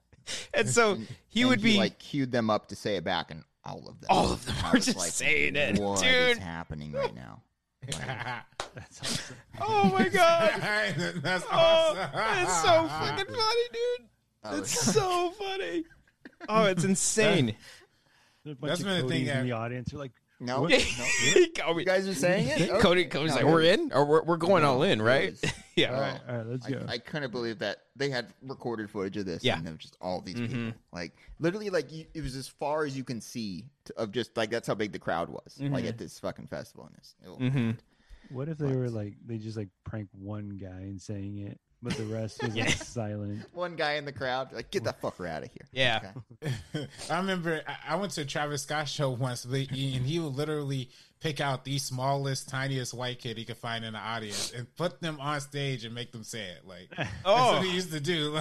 [SPEAKER 2] and so he
[SPEAKER 3] And
[SPEAKER 2] would be
[SPEAKER 3] like queued them up to say it back, and all of them.
[SPEAKER 2] All of them
[SPEAKER 3] I
[SPEAKER 2] are
[SPEAKER 3] was
[SPEAKER 2] just
[SPEAKER 3] like,
[SPEAKER 2] saying it,
[SPEAKER 3] What
[SPEAKER 2] dude."
[SPEAKER 3] is happening right now?
[SPEAKER 4] (laughs)
[SPEAKER 1] That's awesome.
[SPEAKER 2] (laughs) oh my god,
[SPEAKER 4] that's
[SPEAKER 2] oh,
[SPEAKER 4] awesome.
[SPEAKER 2] that's so
[SPEAKER 4] (laughs)
[SPEAKER 2] fucking funny, dude.
[SPEAKER 3] I
[SPEAKER 2] It's
[SPEAKER 3] was-
[SPEAKER 2] so funny. Oh, it's insane.
[SPEAKER 1] There's a bunch
[SPEAKER 4] That's
[SPEAKER 1] of
[SPEAKER 4] been the
[SPEAKER 1] Codys
[SPEAKER 4] thing
[SPEAKER 1] in
[SPEAKER 4] that-
[SPEAKER 1] the audience. They're like,
[SPEAKER 2] (laughs)
[SPEAKER 3] no,
[SPEAKER 2] Yeah.
[SPEAKER 3] you
[SPEAKER 2] Oh, we-
[SPEAKER 3] guys are saying it. Okay.
[SPEAKER 2] Cody, Cody's
[SPEAKER 3] No,
[SPEAKER 2] like,
[SPEAKER 3] it
[SPEAKER 2] we're
[SPEAKER 3] was-
[SPEAKER 2] in, or we're, we're going all in, right?
[SPEAKER 3] it was-
[SPEAKER 2] (laughs) yeah.
[SPEAKER 1] all right, all right, let's
[SPEAKER 3] I,
[SPEAKER 1] go.
[SPEAKER 3] I couldn't believe that they had recorded footage of this.
[SPEAKER 2] Yeah.
[SPEAKER 3] and it was just all these
[SPEAKER 2] Mhm.
[SPEAKER 3] people, like literally, like you, it was as far as you can see to, of just like that's how big the crowd was, like
[SPEAKER 2] Mhm.
[SPEAKER 3] at this fucking festival. And this, oh,
[SPEAKER 2] Mhm.
[SPEAKER 1] what if they were like, they just like prank one guy and saying it, but the rest
[SPEAKER 2] (laughs)
[SPEAKER 1] was like silent.
[SPEAKER 3] one guy in the crowd, like get the fucker out of here.
[SPEAKER 2] Yeah.
[SPEAKER 3] Okay.
[SPEAKER 4] I remember I- I went to a Travis Scott show (laughs) once, but- and he would literally pick out the smallest, tiniest white kid he could find in the audience and put them on stage and make them say it.
[SPEAKER 2] (laughs)
[SPEAKER 4] Like, that's
[SPEAKER 2] Oh.
[SPEAKER 4] (laughs) what he used to do.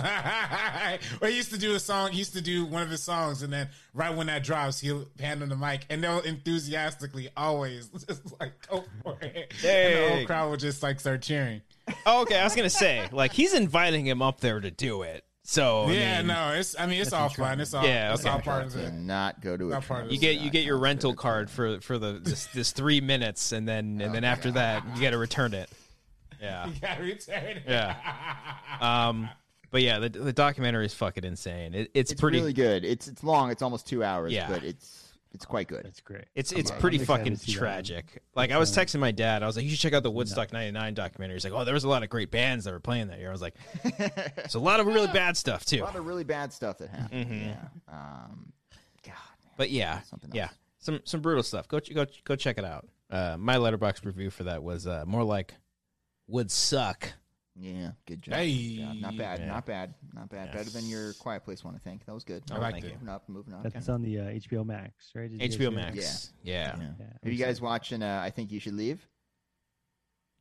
[SPEAKER 4] or he used to do a song. He used to do one of his songs, and then right when that drops, he'll hand them the mic, and they'll enthusiastically always (laughs) just like go for it. And the
[SPEAKER 2] Dang.
[SPEAKER 4] whole crowd will just like start cheering.
[SPEAKER 2] Oh, okay, I was gonna say, like, he's inviting him up there to do it. So I
[SPEAKER 4] yeah,
[SPEAKER 2] mean,
[SPEAKER 4] no, it's. I mean, it's all fun. It's all.
[SPEAKER 2] Yeah,
[SPEAKER 4] it's
[SPEAKER 2] okay.
[SPEAKER 4] all part of
[SPEAKER 3] To
[SPEAKER 4] it.
[SPEAKER 3] not go to a
[SPEAKER 4] Not part of
[SPEAKER 3] Travis
[SPEAKER 2] you get you
[SPEAKER 3] Scott
[SPEAKER 2] get your
[SPEAKER 3] concert.
[SPEAKER 2] rental card for for the this, this three minutes, and then and then after that, you got to return it.
[SPEAKER 4] (laughs)
[SPEAKER 2] Yeah,
[SPEAKER 4] Yeah, return it.
[SPEAKER 2] yeah. Um, but yeah, the the documentary is fucking insane. It, it's,
[SPEAKER 3] It's
[SPEAKER 2] pretty.
[SPEAKER 3] really good. It's it's long. It's almost two hours,
[SPEAKER 2] Yeah.
[SPEAKER 3] but it's it's quite good.
[SPEAKER 1] That's great.
[SPEAKER 2] It's it's
[SPEAKER 1] on.
[SPEAKER 2] pretty
[SPEAKER 1] I'm excited
[SPEAKER 2] fucking
[SPEAKER 1] to see that one.
[SPEAKER 2] tragic. Like I was texting my dad, I was like, "You should check out the Woodstock '99 documentary." He's like, "Oh, there was a lot of great bands that were playing that year." I was like, "It's a lot of really bad stuff
[SPEAKER 3] (laughs) A
[SPEAKER 2] too."
[SPEAKER 3] lot of really bad stuff that happened. Yeah. Um, God. man.
[SPEAKER 2] But yeah,
[SPEAKER 3] Something
[SPEAKER 2] Mm-hmm. yeah,
[SPEAKER 3] else.
[SPEAKER 2] some some brutal stuff. Go ch- go ch- go check it out. Uh, my letterbox review for that was uh, more like would suck.
[SPEAKER 3] Yeah, good job.
[SPEAKER 4] Hey.
[SPEAKER 3] Yeah, not bad,
[SPEAKER 2] Yeah.
[SPEAKER 3] not bad, not bad. Better than your Quiet Place one, I think. That was good.
[SPEAKER 2] I liked it.
[SPEAKER 3] Moving up, moving up.
[SPEAKER 1] That's on the uh, HBO Max, right? Did you guys
[SPEAKER 2] HBO
[SPEAKER 1] see that?
[SPEAKER 2] Max. Yeah.
[SPEAKER 3] Yeah.
[SPEAKER 1] Yeah,
[SPEAKER 3] Are you
[SPEAKER 1] I'm
[SPEAKER 3] guys watching? Uh, I think you should
[SPEAKER 2] No.
[SPEAKER 3] leave.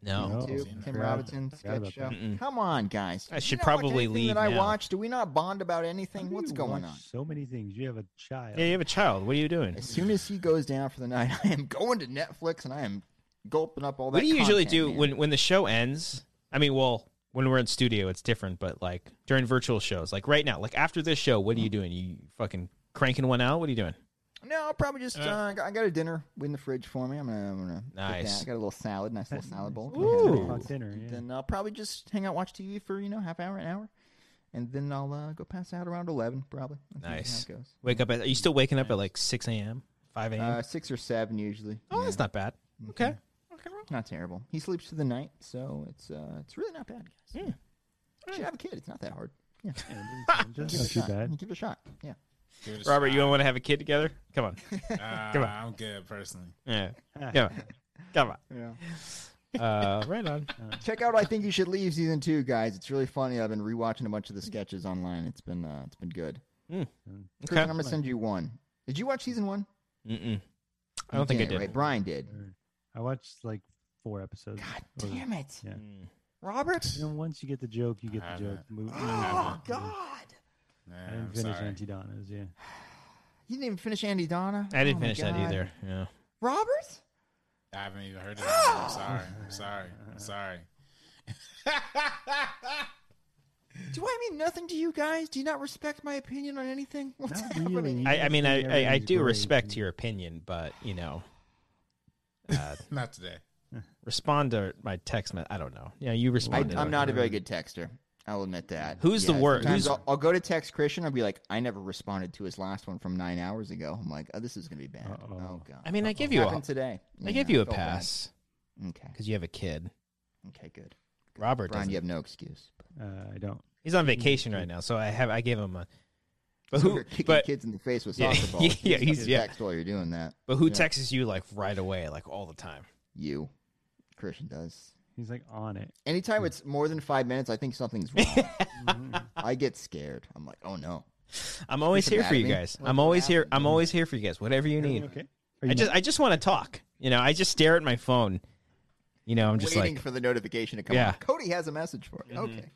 [SPEAKER 1] No.
[SPEAKER 3] too?
[SPEAKER 1] seen
[SPEAKER 3] Tim
[SPEAKER 1] that.
[SPEAKER 3] Robinson
[SPEAKER 1] Oh, Forgot about
[SPEAKER 3] sketch show.
[SPEAKER 2] that. Mm-mm.
[SPEAKER 3] Come on, guys.
[SPEAKER 2] I
[SPEAKER 3] Do
[SPEAKER 2] should
[SPEAKER 3] you not watch
[SPEAKER 2] probably
[SPEAKER 3] anything
[SPEAKER 2] leave
[SPEAKER 3] That I
[SPEAKER 2] now.
[SPEAKER 3] watched. Do we not bond about anything?
[SPEAKER 1] How
[SPEAKER 3] What's
[SPEAKER 1] do you
[SPEAKER 3] going
[SPEAKER 1] watch
[SPEAKER 3] on?
[SPEAKER 1] So many things. You have a child.
[SPEAKER 2] Yeah, you have a child. What are you doing?
[SPEAKER 3] As soon as he goes down for the night, (laughs) I am going to Netflix and I am gulping up all that.
[SPEAKER 2] What do you usually
[SPEAKER 3] content,
[SPEAKER 2] do
[SPEAKER 3] man.
[SPEAKER 2] when when the show ends? I mean, well, when we're in studio, it's different, but like during virtual shows, like right now, like after this show, what are you doing? You fucking cranking one out? What are you doing?
[SPEAKER 3] No, I'll probably just. Uh,
[SPEAKER 4] Uh.
[SPEAKER 3] I got- I got a dinner in the fridge for me. I'm gonna. I'm gonna sit down.
[SPEAKER 2] Nice.
[SPEAKER 3] I got a little salad, nice little salad bowl. Gonna have
[SPEAKER 1] Ooh.
[SPEAKER 3] that.
[SPEAKER 1] dinner. Yeah.
[SPEAKER 3] Then I'll probably just hang out, watch TV for you know half hour, an hour, and then I'll uh, go pass out around eleven probably. That's usually
[SPEAKER 2] Nice.
[SPEAKER 3] How it goes.
[SPEAKER 2] Wake up at. Are you still waking up at like six a.m. Five a.m.
[SPEAKER 3] Uh, Mm-hmm. six or seven usually.
[SPEAKER 2] oh, that's not bad. Okay. Okay. well,
[SPEAKER 3] Not terrible. He sleeps through the night, so it's uh, it's really not bad, guys. Yeah. Should have a kid. It's not that hard. Yeah.
[SPEAKER 1] That's
[SPEAKER 3] Give it a
[SPEAKER 1] not too
[SPEAKER 3] shot.
[SPEAKER 1] bad.
[SPEAKER 2] (laughs)
[SPEAKER 3] Give it a shot. Yeah.
[SPEAKER 4] Give it a
[SPEAKER 2] Robert,
[SPEAKER 4] shot.
[SPEAKER 2] you don't want to have a kid together? Come (laughs) on.
[SPEAKER 4] Nah,
[SPEAKER 2] Come on.
[SPEAKER 4] I'm good personally.
[SPEAKER 2] Yeah.
[SPEAKER 1] Ah,
[SPEAKER 2] Come on. Come on.
[SPEAKER 3] Yeah.
[SPEAKER 2] Uh, right on.
[SPEAKER 3] Check out I think you should leave season two, guys. It's really funny. I've been rewatching a bunch of the sketches online. It's been uh, it's been good. Christian,
[SPEAKER 2] Okay.
[SPEAKER 3] I'm gonna send you one. Did you watch season one?
[SPEAKER 2] Mm-mm. I don't think I
[SPEAKER 3] Okay,
[SPEAKER 2] did.
[SPEAKER 3] Right? Brian did.
[SPEAKER 1] I watched like four episodes.
[SPEAKER 3] God
[SPEAKER 1] Uh, It was-
[SPEAKER 3] damn it,
[SPEAKER 1] Yeah.
[SPEAKER 2] Hmm.
[SPEAKER 3] Robert!
[SPEAKER 1] You know, once you get the joke, you get
[SPEAKER 4] I
[SPEAKER 1] the joke.
[SPEAKER 4] haven't.
[SPEAKER 1] Mo-
[SPEAKER 3] Oh
[SPEAKER 1] movie.
[SPEAKER 3] God!
[SPEAKER 4] Nah,
[SPEAKER 1] I
[SPEAKER 4] I'm
[SPEAKER 1] didn't finish
[SPEAKER 4] sorry.
[SPEAKER 1] Auntie Donna's. Yeah.
[SPEAKER 3] You didn't even finish Andy Donna.
[SPEAKER 2] I didn't
[SPEAKER 3] Oh my
[SPEAKER 2] finish that
[SPEAKER 3] God.
[SPEAKER 2] either. Yeah.
[SPEAKER 3] Robert?
[SPEAKER 4] I haven't even heard of it. I'm sorry. I'm sorry. I'm sorry. (laughs)
[SPEAKER 3] Do I mean nothing to you guys? Do you not respect my opinion on anything? (laughs) What's
[SPEAKER 1] Not
[SPEAKER 3] happening?
[SPEAKER 1] really.
[SPEAKER 2] I, I mean, I, I, I
[SPEAKER 1] Everything's
[SPEAKER 2] do
[SPEAKER 1] great.
[SPEAKER 2] respect your opinion, but you know,
[SPEAKER 4] Not today.
[SPEAKER 2] respond to my text. Me- I don't know. Yeah, you
[SPEAKER 3] I,
[SPEAKER 2] respond. to
[SPEAKER 3] I'm
[SPEAKER 2] it.
[SPEAKER 3] not a very good texter. I'll admit that.
[SPEAKER 2] Who's the wor-
[SPEAKER 3] sometimes
[SPEAKER 2] who's-
[SPEAKER 3] I'll, I'll go to text Christian. I'll be like, I never responded to his last one from nine hours ago. I'm like, oh, this is gonna be bad.
[SPEAKER 1] Uh-oh.
[SPEAKER 3] Oh god.
[SPEAKER 2] I mean, I give you a,
[SPEAKER 3] happened today.
[SPEAKER 2] I
[SPEAKER 3] Yeah,
[SPEAKER 2] give you a
[SPEAKER 3] felt bad.
[SPEAKER 2] pass
[SPEAKER 3] Okay.
[SPEAKER 2] because you have a kid.
[SPEAKER 3] Okay. Good.
[SPEAKER 2] Robert
[SPEAKER 3] Brian,
[SPEAKER 2] doesn't.
[SPEAKER 3] you have no excuse.
[SPEAKER 1] Uh, I don't.
[SPEAKER 2] He's on vacation right now, so I have I gave him
[SPEAKER 3] (laughs)
[SPEAKER 2] a. But
[SPEAKER 3] You're
[SPEAKER 2] who?
[SPEAKER 3] kicking
[SPEAKER 2] But,
[SPEAKER 3] kids in the face
[SPEAKER 2] (laughs)
[SPEAKER 3] with
[SPEAKER 2] Yeah,
[SPEAKER 3] soccer balls.
[SPEAKER 2] yeah,
[SPEAKER 3] You
[SPEAKER 2] he's-
[SPEAKER 3] text
[SPEAKER 2] yeah.
[SPEAKER 3] while you're doing that.
[SPEAKER 2] but who
[SPEAKER 3] Yeah.
[SPEAKER 2] texts you like right away, like all the time?
[SPEAKER 3] You, Christian does.
[SPEAKER 1] He's like on it.
[SPEAKER 3] Anytime it's more than five minutes, I think
[SPEAKER 2] (laughs)
[SPEAKER 3] something's wrong. I get scared. I'm like, oh no.
[SPEAKER 2] I'm always
[SPEAKER 3] Looking
[SPEAKER 2] here
[SPEAKER 3] mad
[SPEAKER 2] for
[SPEAKER 3] at
[SPEAKER 2] you
[SPEAKER 3] me.
[SPEAKER 2] guys. I'm always here. I'm always here for you guys. Whatever you need.
[SPEAKER 1] Okay.
[SPEAKER 2] I just I just want to talk. You know, I just stare at my phone. You know, I'm just
[SPEAKER 3] Waiting
[SPEAKER 2] like
[SPEAKER 3] for the notification to come.
[SPEAKER 2] Yeah.
[SPEAKER 3] on. Cody has a message for you. Okay.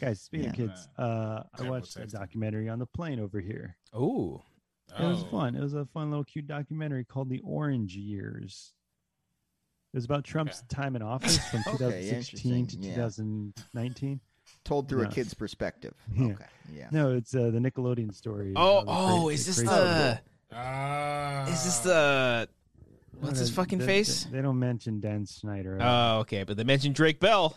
[SPEAKER 1] Guys, speaking of
[SPEAKER 3] Yeah.
[SPEAKER 1] kids, uh, I
[SPEAKER 4] Terrible
[SPEAKER 1] watched a
[SPEAKER 4] texting.
[SPEAKER 1] documentary on the plane over here.
[SPEAKER 2] ooh.
[SPEAKER 1] It
[SPEAKER 2] Oh.
[SPEAKER 4] (laughs) Oh.
[SPEAKER 1] was fun. It was a fun little cute documentary called The Orange Years. It was about Trump's time
[SPEAKER 2] (laughs)
[SPEAKER 1] in office from
[SPEAKER 3] Okay,
[SPEAKER 1] 2016 to
[SPEAKER 3] interesting, yeah.
[SPEAKER 1] 2019.
[SPEAKER 3] Told through
[SPEAKER 1] No.
[SPEAKER 3] a
[SPEAKER 2] (laughs)
[SPEAKER 3] kid's perspective.
[SPEAKER 1] Yeah.
[SPEAKER 3] Okay. Yeah.
[SPEAKER 1] No, it's uh, the Nickelodeon story.
[SPEAKER 2] Oh,
[SPEAKER 1] Uh, the
[SPEAKER 2] oh,
[SPEAKER 1] cra-
[SPEAKER 2] is this
[SPEAKER 1] crazy-
[SPEAKER 2] the?
[SPEAKER 4] Ah.
[SPEAKER 2] Is this
[SPEAKER 3] Uh,
[SPEAKER 4] (laughs)
[SPEAKER 2] the?
[SPEAKER 1] No,
[SPEAKER 2] What's
[SPEAKER 1] no,
[SPEAKER 2] his fucking
[SPEAKER 1] they-
[SPEAKER 2] face?
[SPEAKER 1] They, they don't mention Dan Snyder. Uh,
[SPEAKER 2] Oh, okay, but they mentioned Drake Bell.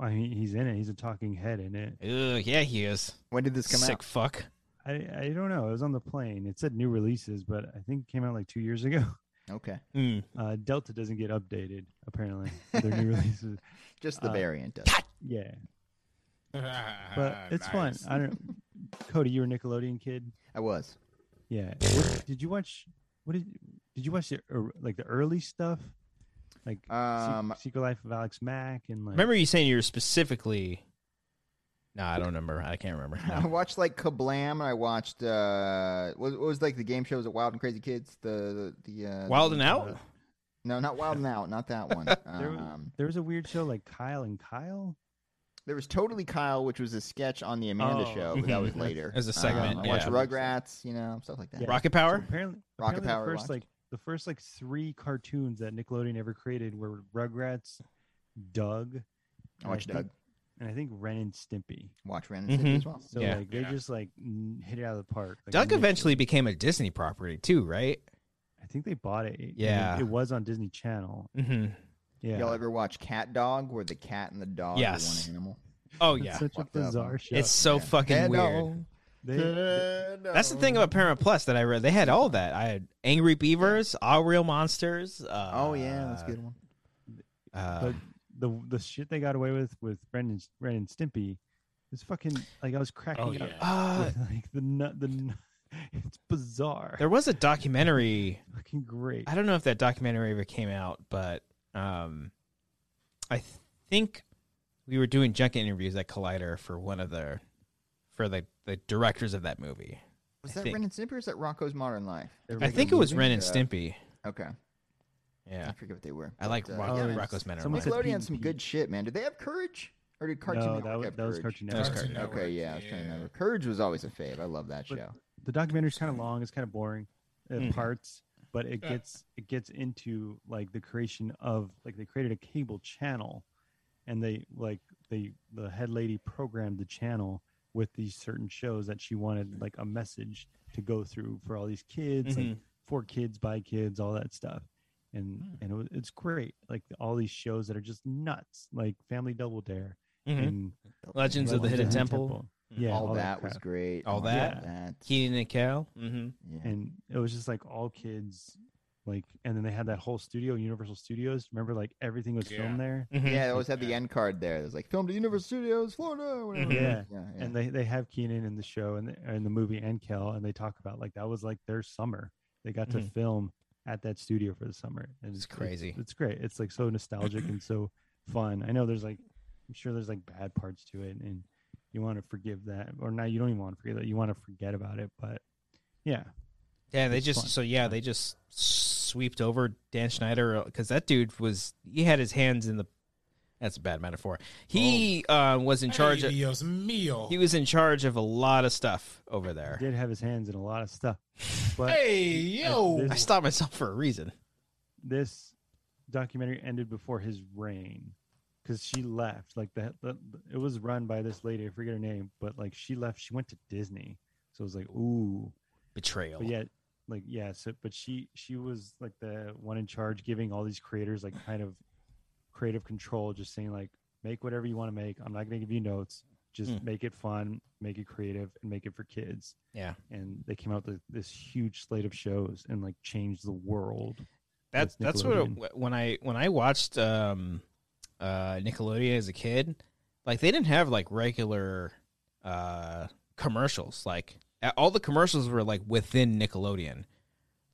[SPEAKER 1] I mean, he's in it. He's a talking head in it.
[SPEAKER 2] Ugh, yeah, he is.
[SPEAKER 3] When did this come
[SPEAKER 2] Sick
[SPEAKER 3] out?
[SPEAKER 2] fuck.
[SPEAKER 1] I, I don't know. It was on the plane. It said new releases, but I think it came out like two years ago. (laughs)
[SPEAKER 3] Okay.
[SPEAKER 2] Hmm.
[SPEAKER 1] Uh, Delta doesn't get updated apparently. with
[SPEAKER 3] (laughs)
[SPEAKER 1] Their new releases.
[SPEAKER 3] Just the
[SPEAKER 1] Uh,
[SPEAKER 2] (laughs)
[SPEAKER 3] variant. Does.
[SPEAKER 1] Yeah, but it's fun.
[SPEAKER 4] Ah, Nice.
[SPEAKER 1] I don't. Cody, you were a Nickelodeon kid.
[SPEAKER 3] I was.
[SPEAKER 1] Yeah. What, did you watch? What did did you watch the ear- like the early stuff? Like Se-
[SPEAKER 3] Um,
[SPEAKER 1] Secret Life of Alex Mack and like
[SPEAKER 2] Remember you saying you were specifically? No, I don't remember. I can't remember.
[SPEAKER 3] I
[SPEAKER 2] No.
[SPEAKER 3] (laughs) watched like Kablam, and I watched uh, what, what was like the game shows at Wild and Crazy Kids. The the
[SPEAKER 2] (laughs)
[SPEAKER 3] uh,
[SPEAKER 2] Wild
[SPEAKER 3] the-
[SPEAKER 2] and out.
[SPEAKER 3] No, not Wild and Out, not that
[SPEAKER 2] (laughs)
[SPEAKER 3] one.
[SPEAKER 1] there, was-
[SPEAKER 3] Um,
[SPEAKER 1] there was a weird show like Kyle and Kyle.
[SPEAKER 3] there was totally Kyle, which was a sketch on the Amanda
[SPEAKER 1] Oh,
[SPEAKER 3] Show,
[SPEAKER 2] (laughs)
[SPEAKER 3] but that
[SPEAKER 2] mhm.
[SPEAKER 3] was later.
[SPEAKER 2] As a
[SPEAKER 3] Um,
[SPEAKER 2] segment,
[SPEAKER 3] I watched
[SPEAKER 2] yeah.
[SPEAKER 3] Rugrats, you know, stuff like that.
[SPEAKER 1] Yeah.
[SPEAKER 2] Rocket
[SPEAKER 1] So
[SPEAKER 2] Power.
[SPEAKER 1] apparently,
[SPEAKER 3] Rocket
[SPEAKER 1] apparently
[SPEAKER 3] Power
[SPEAKER 1] The first
[SPEAKER 3] watched.
[SPEAKER 1] like the first like three cartoons that Nickelodeon ever created were Rugrats, Doug,
[SPEAKER 3] I watched uh,
[SPEAKER 1] and I
[SPEAKER 3] Doug,
[SPEAKER 1] think- and I think Ren and Stimpy.
[SPEAKER 3] watch Ren and Stimpy
[SPEAKER 2] Mhm.
[SPEAKER 3] as well.
[SPEAKER 1] So
[SPEAKER 2] Yeah.
[SPEAKER 1] like they
[SPEAKER 4] Yeah.
[SPEAKER 1] just like n- hit it out of the park. Like,
[SPEAKER 2] Doug
[SPEAKER 1] initially.
[SPEAKER 2] eventually became a Disney property too, right?
[SPEAKER 1] I think they bought it. and
[SPEAKER 2] Yeah.
[SPEAKER 1] it, it was on Disney Channel.
[SPEAKER 3] (laughs)
[SPEAKER 2] Mm-hmm.
[SPEAKER 1] Yeah,
[SPEAKER 3] Y'all ever watch Cat Dog, where the cat and the dog
[SPEAKER 2] Yes.
[SPEAKER 3] are one animal?
[SPEAKER 2] Oh
[SPEAKER 1] It's
[SPEAKER 2] yeah,
[SPEAKER 1] such a
[SPEAKER 3] Fucked up, huh?
[SPEAKER 1] bizarre show.
[SPEAKER 2] it's so
[SPEAKER 3] Yeah.
[SPEAKER 2] fucking
[SPEAKER 3] Hello.
[SPEAKER 2] weird.
[SPEAKER 1] They- they-
[SPEAKER 2] That's the thing about Paramount Plus that I read. They had all that. I had Angry Beavers, All Real Monsters. Uh,
[SPEAKER 3] Oh yeah, that's a good one.
[SPEAKER 2] Uh,
[SPEAKER 1] but the the shit they got away with with Brendan Ren and Stimpy is fucking like I was cracking
[SPEAKER 4] Oh
[SPEAKER 1] up.
[SPEAKER 4] yeah.
[SPEAKER 2] uh,
[SPEAKER 1] with, (laughs) like the nu- the nu- (laughs) it's bizarre.
[SPEAKER 2] there was a documentary.
[SPEAKER 1] fucking great.
[SPEAKER 2] I don't know if that documentary ever came out, but um, I th- think we were doing junk interviews at Collider for one of the for the, the directors of that movie.
[SPEAKER 3] Was
[SPEAKER 2] I
[SPEAKER 3] that
[SPEAKER 2] think-
[SPEAKER 3] Ren and Stimpy or is that Rocco's Modern Life?
[SPEAKER 1] They were
[SPEAKER 2] I
[SPEAKER 1] making
[SPEAKER 2] think
[SPEAKER 1] a
[SPEAKER 2] it was
[SPEAKER 1] movie?
[SPEAKER 2] Ren and
[SPEAKER 3] Yeah.
[SPEAKER 2] Stimpy.
[SPEAKER 3] Okay,
[SPEAKER 2] Yeah,
[SPEAKER 3] I forget what they were.
[SPEAKER 2] I like
[SPEAKER 3] but,
[SPEAKER 2] Rocco,
[SPEAKER 1] yeah, man.
[SPEAKER 2] Rocco's Men Are
[SPEAKER 1] Someone
[SPEAKER 2] Mine.
[SPEAKER 1] said-
[SPEAKER 3] Nickelodeon had
[SPEAKER 1] P-
[SPEAKER 3] some
[SPEAKER 1] P-
[SPEAKER 3] good shit, man. Did they have Courage? Or did Cartoon
[SPEAKER 1] no,
[SPEAKER 3] Network
[SPEAKER 1] that was,
[SPEAKER 3] have
[SPEAKER 1] that was
[SPEAKER 3] Courage?
[SPEAKER 1] Cartoon
[SPEAKER 2] That was
[SPEAKER 1] Network.
[SPEAKER 2] Cartoon
[SPEAKER 3] Okay, yeah, I was trying to
[SPEAKER 4] Yeah.
[SPEAKER 3] remember. Courage was always a fave. I love that
[SPEAKER 1] But-
[SPEAKER 3] show.
[SPEAKER 1] The documentary's kind of long. It's kind of boring, uh,
[SPEAKER 2] Mhm.
[SPEAKER 1] parts, but it
[SPEAKER 4] Yeah.
[SPEAKER 1] gets it gets into like the creation of like they created a cable channel, and they like they the head lady programmed the channel with these certain shows that she wanted like a message to go through for all these kids, like for kids, by kids, all that stuff. And and it was, it's great, like all these shows that are just nuts, like Family Double Dare
[SPEAKER 2] Mhm.
[SPEAKER 1] and
[SPEAKER 2] Legends of the Hidden
[SPEAKER 1] Hidden
[SPEAKER 2] Temple.
[SPEAKER 1] Yeah,
[SPEAKER 3] all, that,
[SPEAKER 1] crap.
[SPEAKER 3] was great.
[SPEAKER 2] All that?
[SPEAKER 3] that.
[SPEAKER 2] Keenan and Kel. Mm-hmm.
[SPEAKER 3] Yeah.
[SPEAKER 1] and it was just like all kids like and then they had that whole studio universal studios remember like everything was
[SPEAKER 4] Yeah.
[SPEAKER 1] filmed there
[SPEAKER 3] Yeah, they
[SPEAKER 1] (laughs)
[SPEAKER 3] always had
[SPEAKER 4] Yeah.
[SPEAKER 3] the end card there. It was like filmed at Universal Studios, Florida, or whatever.
[SPEAKER 2] Mhm.
[SPEAKER 1] Yeah.
[SPEAKER 3] yeah,
[SPEAKER 1] and they, they have keenan in the show and the, in the movie and kel and they talk about like that was like their summer they got to
[SPEAKER 2] Mhm.
[SPEAKER 1] film at that studio for the summer and
[SPEAKER 2] It's crazy.
[SPEAKER 1] it's, great it's like so nostalgic and so fun i know there's like i'm sure there's like bad parts to it and you want to forgive that or now you don't even want to forgive that you want to forget about it but yeah
[SPEAKER 2] Yeah, they
[SPEAKER 1] It's
[SPEAKER 2] just
[SPEAKER 1] fun.
[SPEAKER 2] so yeah, they just sweeped over Dan Schneider because that dude was he had his hands in the. That's a bad metaphor. He
[SPEAKER 1] Oh.
[SPEAKER 2] uh, was in charge.
[SPEAKER 4] Hey,
[SPEAKER 2] Of,
[SPEAKER 4] Dios mío.
[SPEAKER 2] he was in charge of a lot of stuff over there.
[SPEAKER 1] did have his hands in a lot of stuff but
[SPEAKER 4] hey yo.
[SPEAKER 2] I stopped myself for a reason.
[SPEAKER 1] this documentary ended before his reign because she left like that that- it was run by this lady i forget her name but like she left she went to disney so it was like ooh
[SPEAKER 2] Betrayal.
[SPEAKER 1] but yet like yeah so but she she was like the one in charge giving all these creators like kind of creative control just saying like make whatever you want to make i'm not going to give you notes just
[SPEAKER 2] Mm.
[SPEAKER 1] make it fun make it creative and make it for kids
[SPEAKER 2] Yeah.
[SPEAKER 1] and they came out with this huge slate of shows and like changed the world
[SPEAKER 2] That's
[SPEAKER 1] That's
[SPEAKER 2] that's what it,
[SPEAKER 1] Nickelodeon.
[SPEAKER 2] when I when I watched um, uh, Nickelodeon as a kid, like they didn't have like regular uh, commercials. Like a- all the commercials were like within Nickelodeon.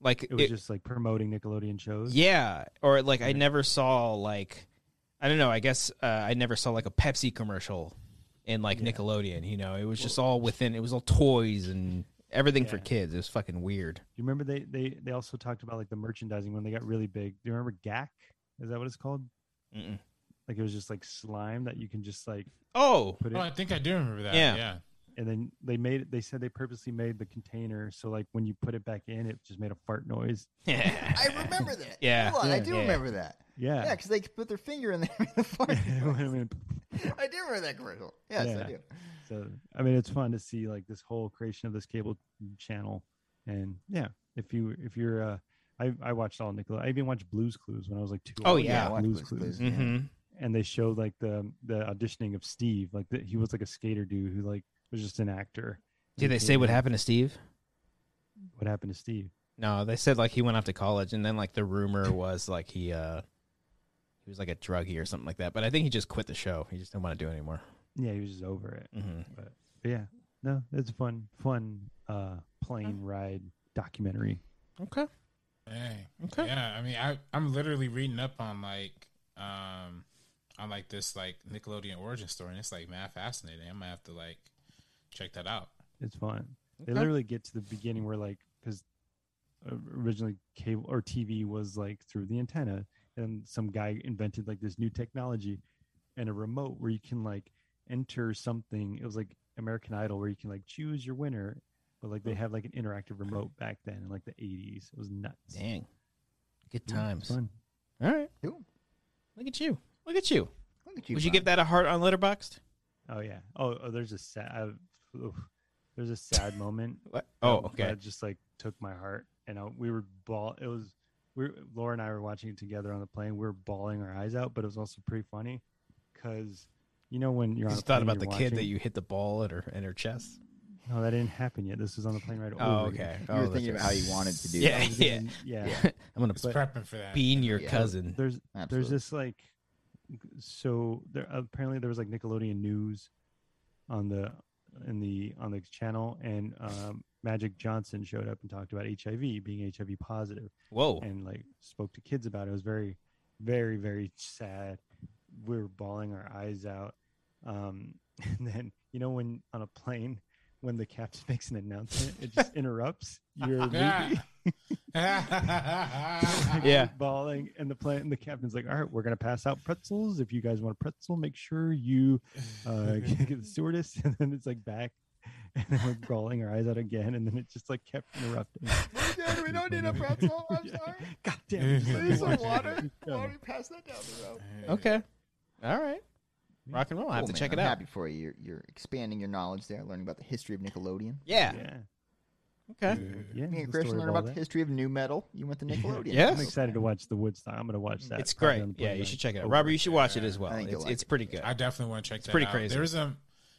[SPEAKER 2] Like
[SPEAKER 1] it was just like promoting nickelodeon shows
[SPEAKER 2] yeah, or like I never saw like I don't know. I guess uh, I never saw like a Pepsi commercial in like
[SPEAKER 1] Yeah.
[SPEAKER 2] Nickelodeon. You know, it was just all within. It was all toys and everything for
[SPEAKER 1] Yeah.
[SPEAKER 2] kids. It was fucking weird.
[SPEAKER 1] Do you remember they they they also talked about like the merchandising when they got really big? Do you remember GAC? Is that what it's called?
[SPEAKER 2] Mm-mm.
[SPEAKER 1] Like it was just like slime that you can just like
[SPEAKER 2] Oh,
[SPEAKER 1] put
[SPEAKER 4] Oh,
[SPEAKER 1] in,
[SPEAKER 4] I think I do remember that.
[SPEAKER 2] Yeah.
[SPEAKER 4] Yeah.
[SPEAKER 1] and then they made it. They said they purposely made the container so like when you put it back in, it just made a fart noise.
[SPEAKER 2] yeah,
[SPEAKER 3] I remember that.
[SPEAKER 2] (laughs) Yeah.
[SPEAKER 3] Hold on, I
[SPEAKER 1] Yeah.
[SPEAKER 3] do
[SPEAKER 2] Yeah.
[SPEAKER 3] remember that.
[SPEAKER 1] Yeah, (laughs)
[SPEAKER 3] Yeah, because they put their finger in there. (laughs) in the fart.
[SPEAKER 1] It would've been-
[SPEAKER 3] I do remember that commercial. Yes,
[SPEAKER 1] Yeah.
[SPEAKER 3] I do.
[SPEAKER 1] so I mean, it's fun to see like this whole creation of this cable channel, and yeah, if you if you're uh, I I watched all Nickelodeon. I even watched Blues Clues when I was like two.
[SPEAKER 2] Oh,
[SPEAKER 1] old.
[SPEAKER 2] yeah.
[SPEAKER 3] I watched
[SPEAKER 1] Blues
[SPEAKER 3] Blue's
[SPEAKER 1] Clues.
[SPEAKER 3] Clues, yeah.
[SPEAKER 2] hmm
[SPEAKER 1] and they showed like the the auditioning of Steve. Like the, he was like a skater dude who like was just an actor.
[SPEAKER 2] Did
[SPEAKER 1] And
[SPEAKER 2] they
[SPEAKER 1] he
[SPEAKER 2] say
[SPEAKER 1] came
[SPEAKER 2] what
[SPEAKER 1] in.
[SPEAKER 2] happened to Steve?
[SPEAKER 1] What happened to Steve?
[SPEAKER 2] No, they said like he went off to college, and then like the rumor was like he uh he was like a druggie or something like that. But I think he just quit the show. He just didn't want to do it anymore.
[SPEAKER 1] Yeah, he was just over it.
[SPEAKER 2] Mm-hmm.
[SPEAKER 1] But, but yeah, no, it's a fun fun uh plane ride documentary.
[SPEAKER 2] Okay.
[SPEAKER 4] Hey.
[SPEAKER 2] Okay.
[SPEAKER 4] Yeah, I mean, I I'm literally reading up on like um on like this like Nickelodeon origin story, and it's like man, fascinating. I'm gonna have to like check that out.
[SPEAKER 1] It's fun. They
[SPEAKER 2] Okay.
[SPEAKER 1] literally get to the beginning where like because originally cable or TV was like through the antenna, and some guy invented like this new technology and a remote where you can like enter something. It was like American Idol where you can like choose your winner, but like they have like an interactive remote back then in like the eighties. It was nuts.
[SPEAKER 2] Dang. Good
[SPEAKER 1] Yeah, it's
[SPEAKER 2] times.
[SPEAKER 1] fun.
[SPEAKER 2] All right.
[SPEAKER 3] Cool.
[SPEAKER 2] Look at you. Look at you.
[SPEAKER 3] Look at you.
[SPEAKER 2] Would you give that a heart on Letterboxd?
[SPEAKER 1] Oh yeah. Oh, oh there's a sad. I, oof. there's a sad moment
[SPEAKER 2] What? Oh,
[SPEAKER 1] that-
[SPEAKER 2] okay.
[SPEAKER 1] That just like took my heart, and I, we were ball. It was we Laura and I were watching it together on the plane. We were bawling our eyes out, but it was also pretty funny because you know when you're
[SPEAKER 2] You
[SPEAKER 1] on a
[SPEAKER 2] just
[SPEAKER 1] plane,
[SPEAKER 2] thought about the
[SPEAKER 1] you're
[SPEAKER 2] kid that
[SPEAKER 1] watching-
[SPEAKER 2] you hit the ball in her in her chest.
[SPEAKER 1] No, that didn't happen yet. This was on the plane right
[SPEAKER 2] Oh,
[SPEAKER 1] over.
[SPEAKER 2] okay.
[SPEAKER 3] You were
[SPEAKER 2] oh, that's
[SPEAKER 3] thinking
[SPEAKER 2] right.
[SPEAKER 3] about
[SPEAKER 2] (laughs)
[SPEAKER 3] how you wanted to do
[SPEAKER 2] Yeah,
[SPEAKER 3] that.
[SPEAKER 1] It was
[SPEAKER 2] yeah.
[SPEAKER 1] in- yeah.
[SPEAKER 2] I'm gonna
[SPEAKER 4] It's
[SPEAKER 1] But-
[SPEAKER 4] prepping for that.
[SPEAKER 2] bean your
[SPEAKER 3] Yeah.
[SPEAKER 2] cousin.
[SPEAKER 1] There's
[SPEAKER 3] Absolutely.
[SPEAKER 1] (laughs) there's this like so there apparently there was like Nickelodeon news on the in the on the channel and um, Magic Johnson showed up and talked about HIV being HIV positive
[SPEAKER 2] Whoa. (laughs)
[SPEAKER 1] and like spoke to kids about it. It was very very very sad. We were bawling our eyes out. Um, (laughs) and then you know when on a plane when the captain (laughs) makes an announcement, it just interrupts
[SPEAKER 3] (laughs)
[SPEAKER 1] your (laughs)
[SPEAKER 4] Yeah.
[SPEAKER 1] movie.
[SPEAKER 4] yeah.
[SPEAKER 2] Yeah.
[SPEAKER 1] bawling and the plant and the captain's like all right we're gonna pass out pretzels if you guys want a pretzel make sure you uh (laughs) get the stewardess and then it's like back (laughs) and then we're bawling our eyes out again and then it just like kept interrupting
[SPEAKER 3] Dad, (laughs) we don't need
[SPEAKER 1] (laughs)
[SPEAKER 3] a pretzel. I'm
[SPEAKER 1] Yeah.
[SPEAKER 3] sorry.
[SPEAKER 1] god damn it, just let me
[SPEAKER 3] Please,
[SPEAKER 1] (laughs)
[SPEAKER 3] some
[SPEAKER 1] watch it.
[SPEAKER 3] water.
[SPEAKER 1] Keep
[SPEAKER 3] Why
[SPEAKER 1] going.
[SPEAKER 3] don't we pass that down the road?
[SPEAKER 2] Okay. All right. Rock and roll. I have
[SPEAKER 3] Cool,
[SPEAKER 2] to
[SPEAKER 3] man.
[SPEAKER 2] check it
[SPEAKER 3] I'm
[SPEAKER 2] out.
[SPEAKER 3] Happy for you. You're, you're expanding your knowledge there, learning about the history of Nickelodeon.
[SPEAKER 2] Yeah.
[SPEAKER 1] Yeah.
[SPEAKER 2] Okay.
[SPEAKER 1] Yeah.
[SPEAKER 3] Me and
[SPEAKER 1] the
[SPEAKER 3] Chris
[SPEAKER 1] story of all
[SPEAKER 3] learned about the
[SPEAKER 1] that.
[SPEAKER 3] history of new metal.
[SPEAKER 1] (laughs)
[SPEAKER 3] You went to Nickelodeon.
[SPEAKER 2] Yes.
[SPEAKER 1] I'm excited to watch the Woodstock. I'm going to watch that.
[SPEAKER 2] It's
[SPEAKER 1] probably
[SPEAKER 2] great.
[SPEAKER 1] on the Oh,
[SPEAKER 2] Yeah, you
[SPEAKER 1] playground.
[SPEAKER 2] should check it out.
[SPEAKER 1] Over.
[SPEAKER 2] Robert, you should watch it as well.
[SPEAKER 3] I think you'll
[SPEAKER 2] It's,
[SPEAKER 3] like
[SPEAKER 2] it's
[SPEAKER 3] it.
[SPEAKER 2] pretty good.
[SPEAKER 4] I definitely want to check that
[SPEAKER 2] pretty
[SPEAKER 4] out.
[SPEAKER 2] crazy.
[SPEAKER 4] There's a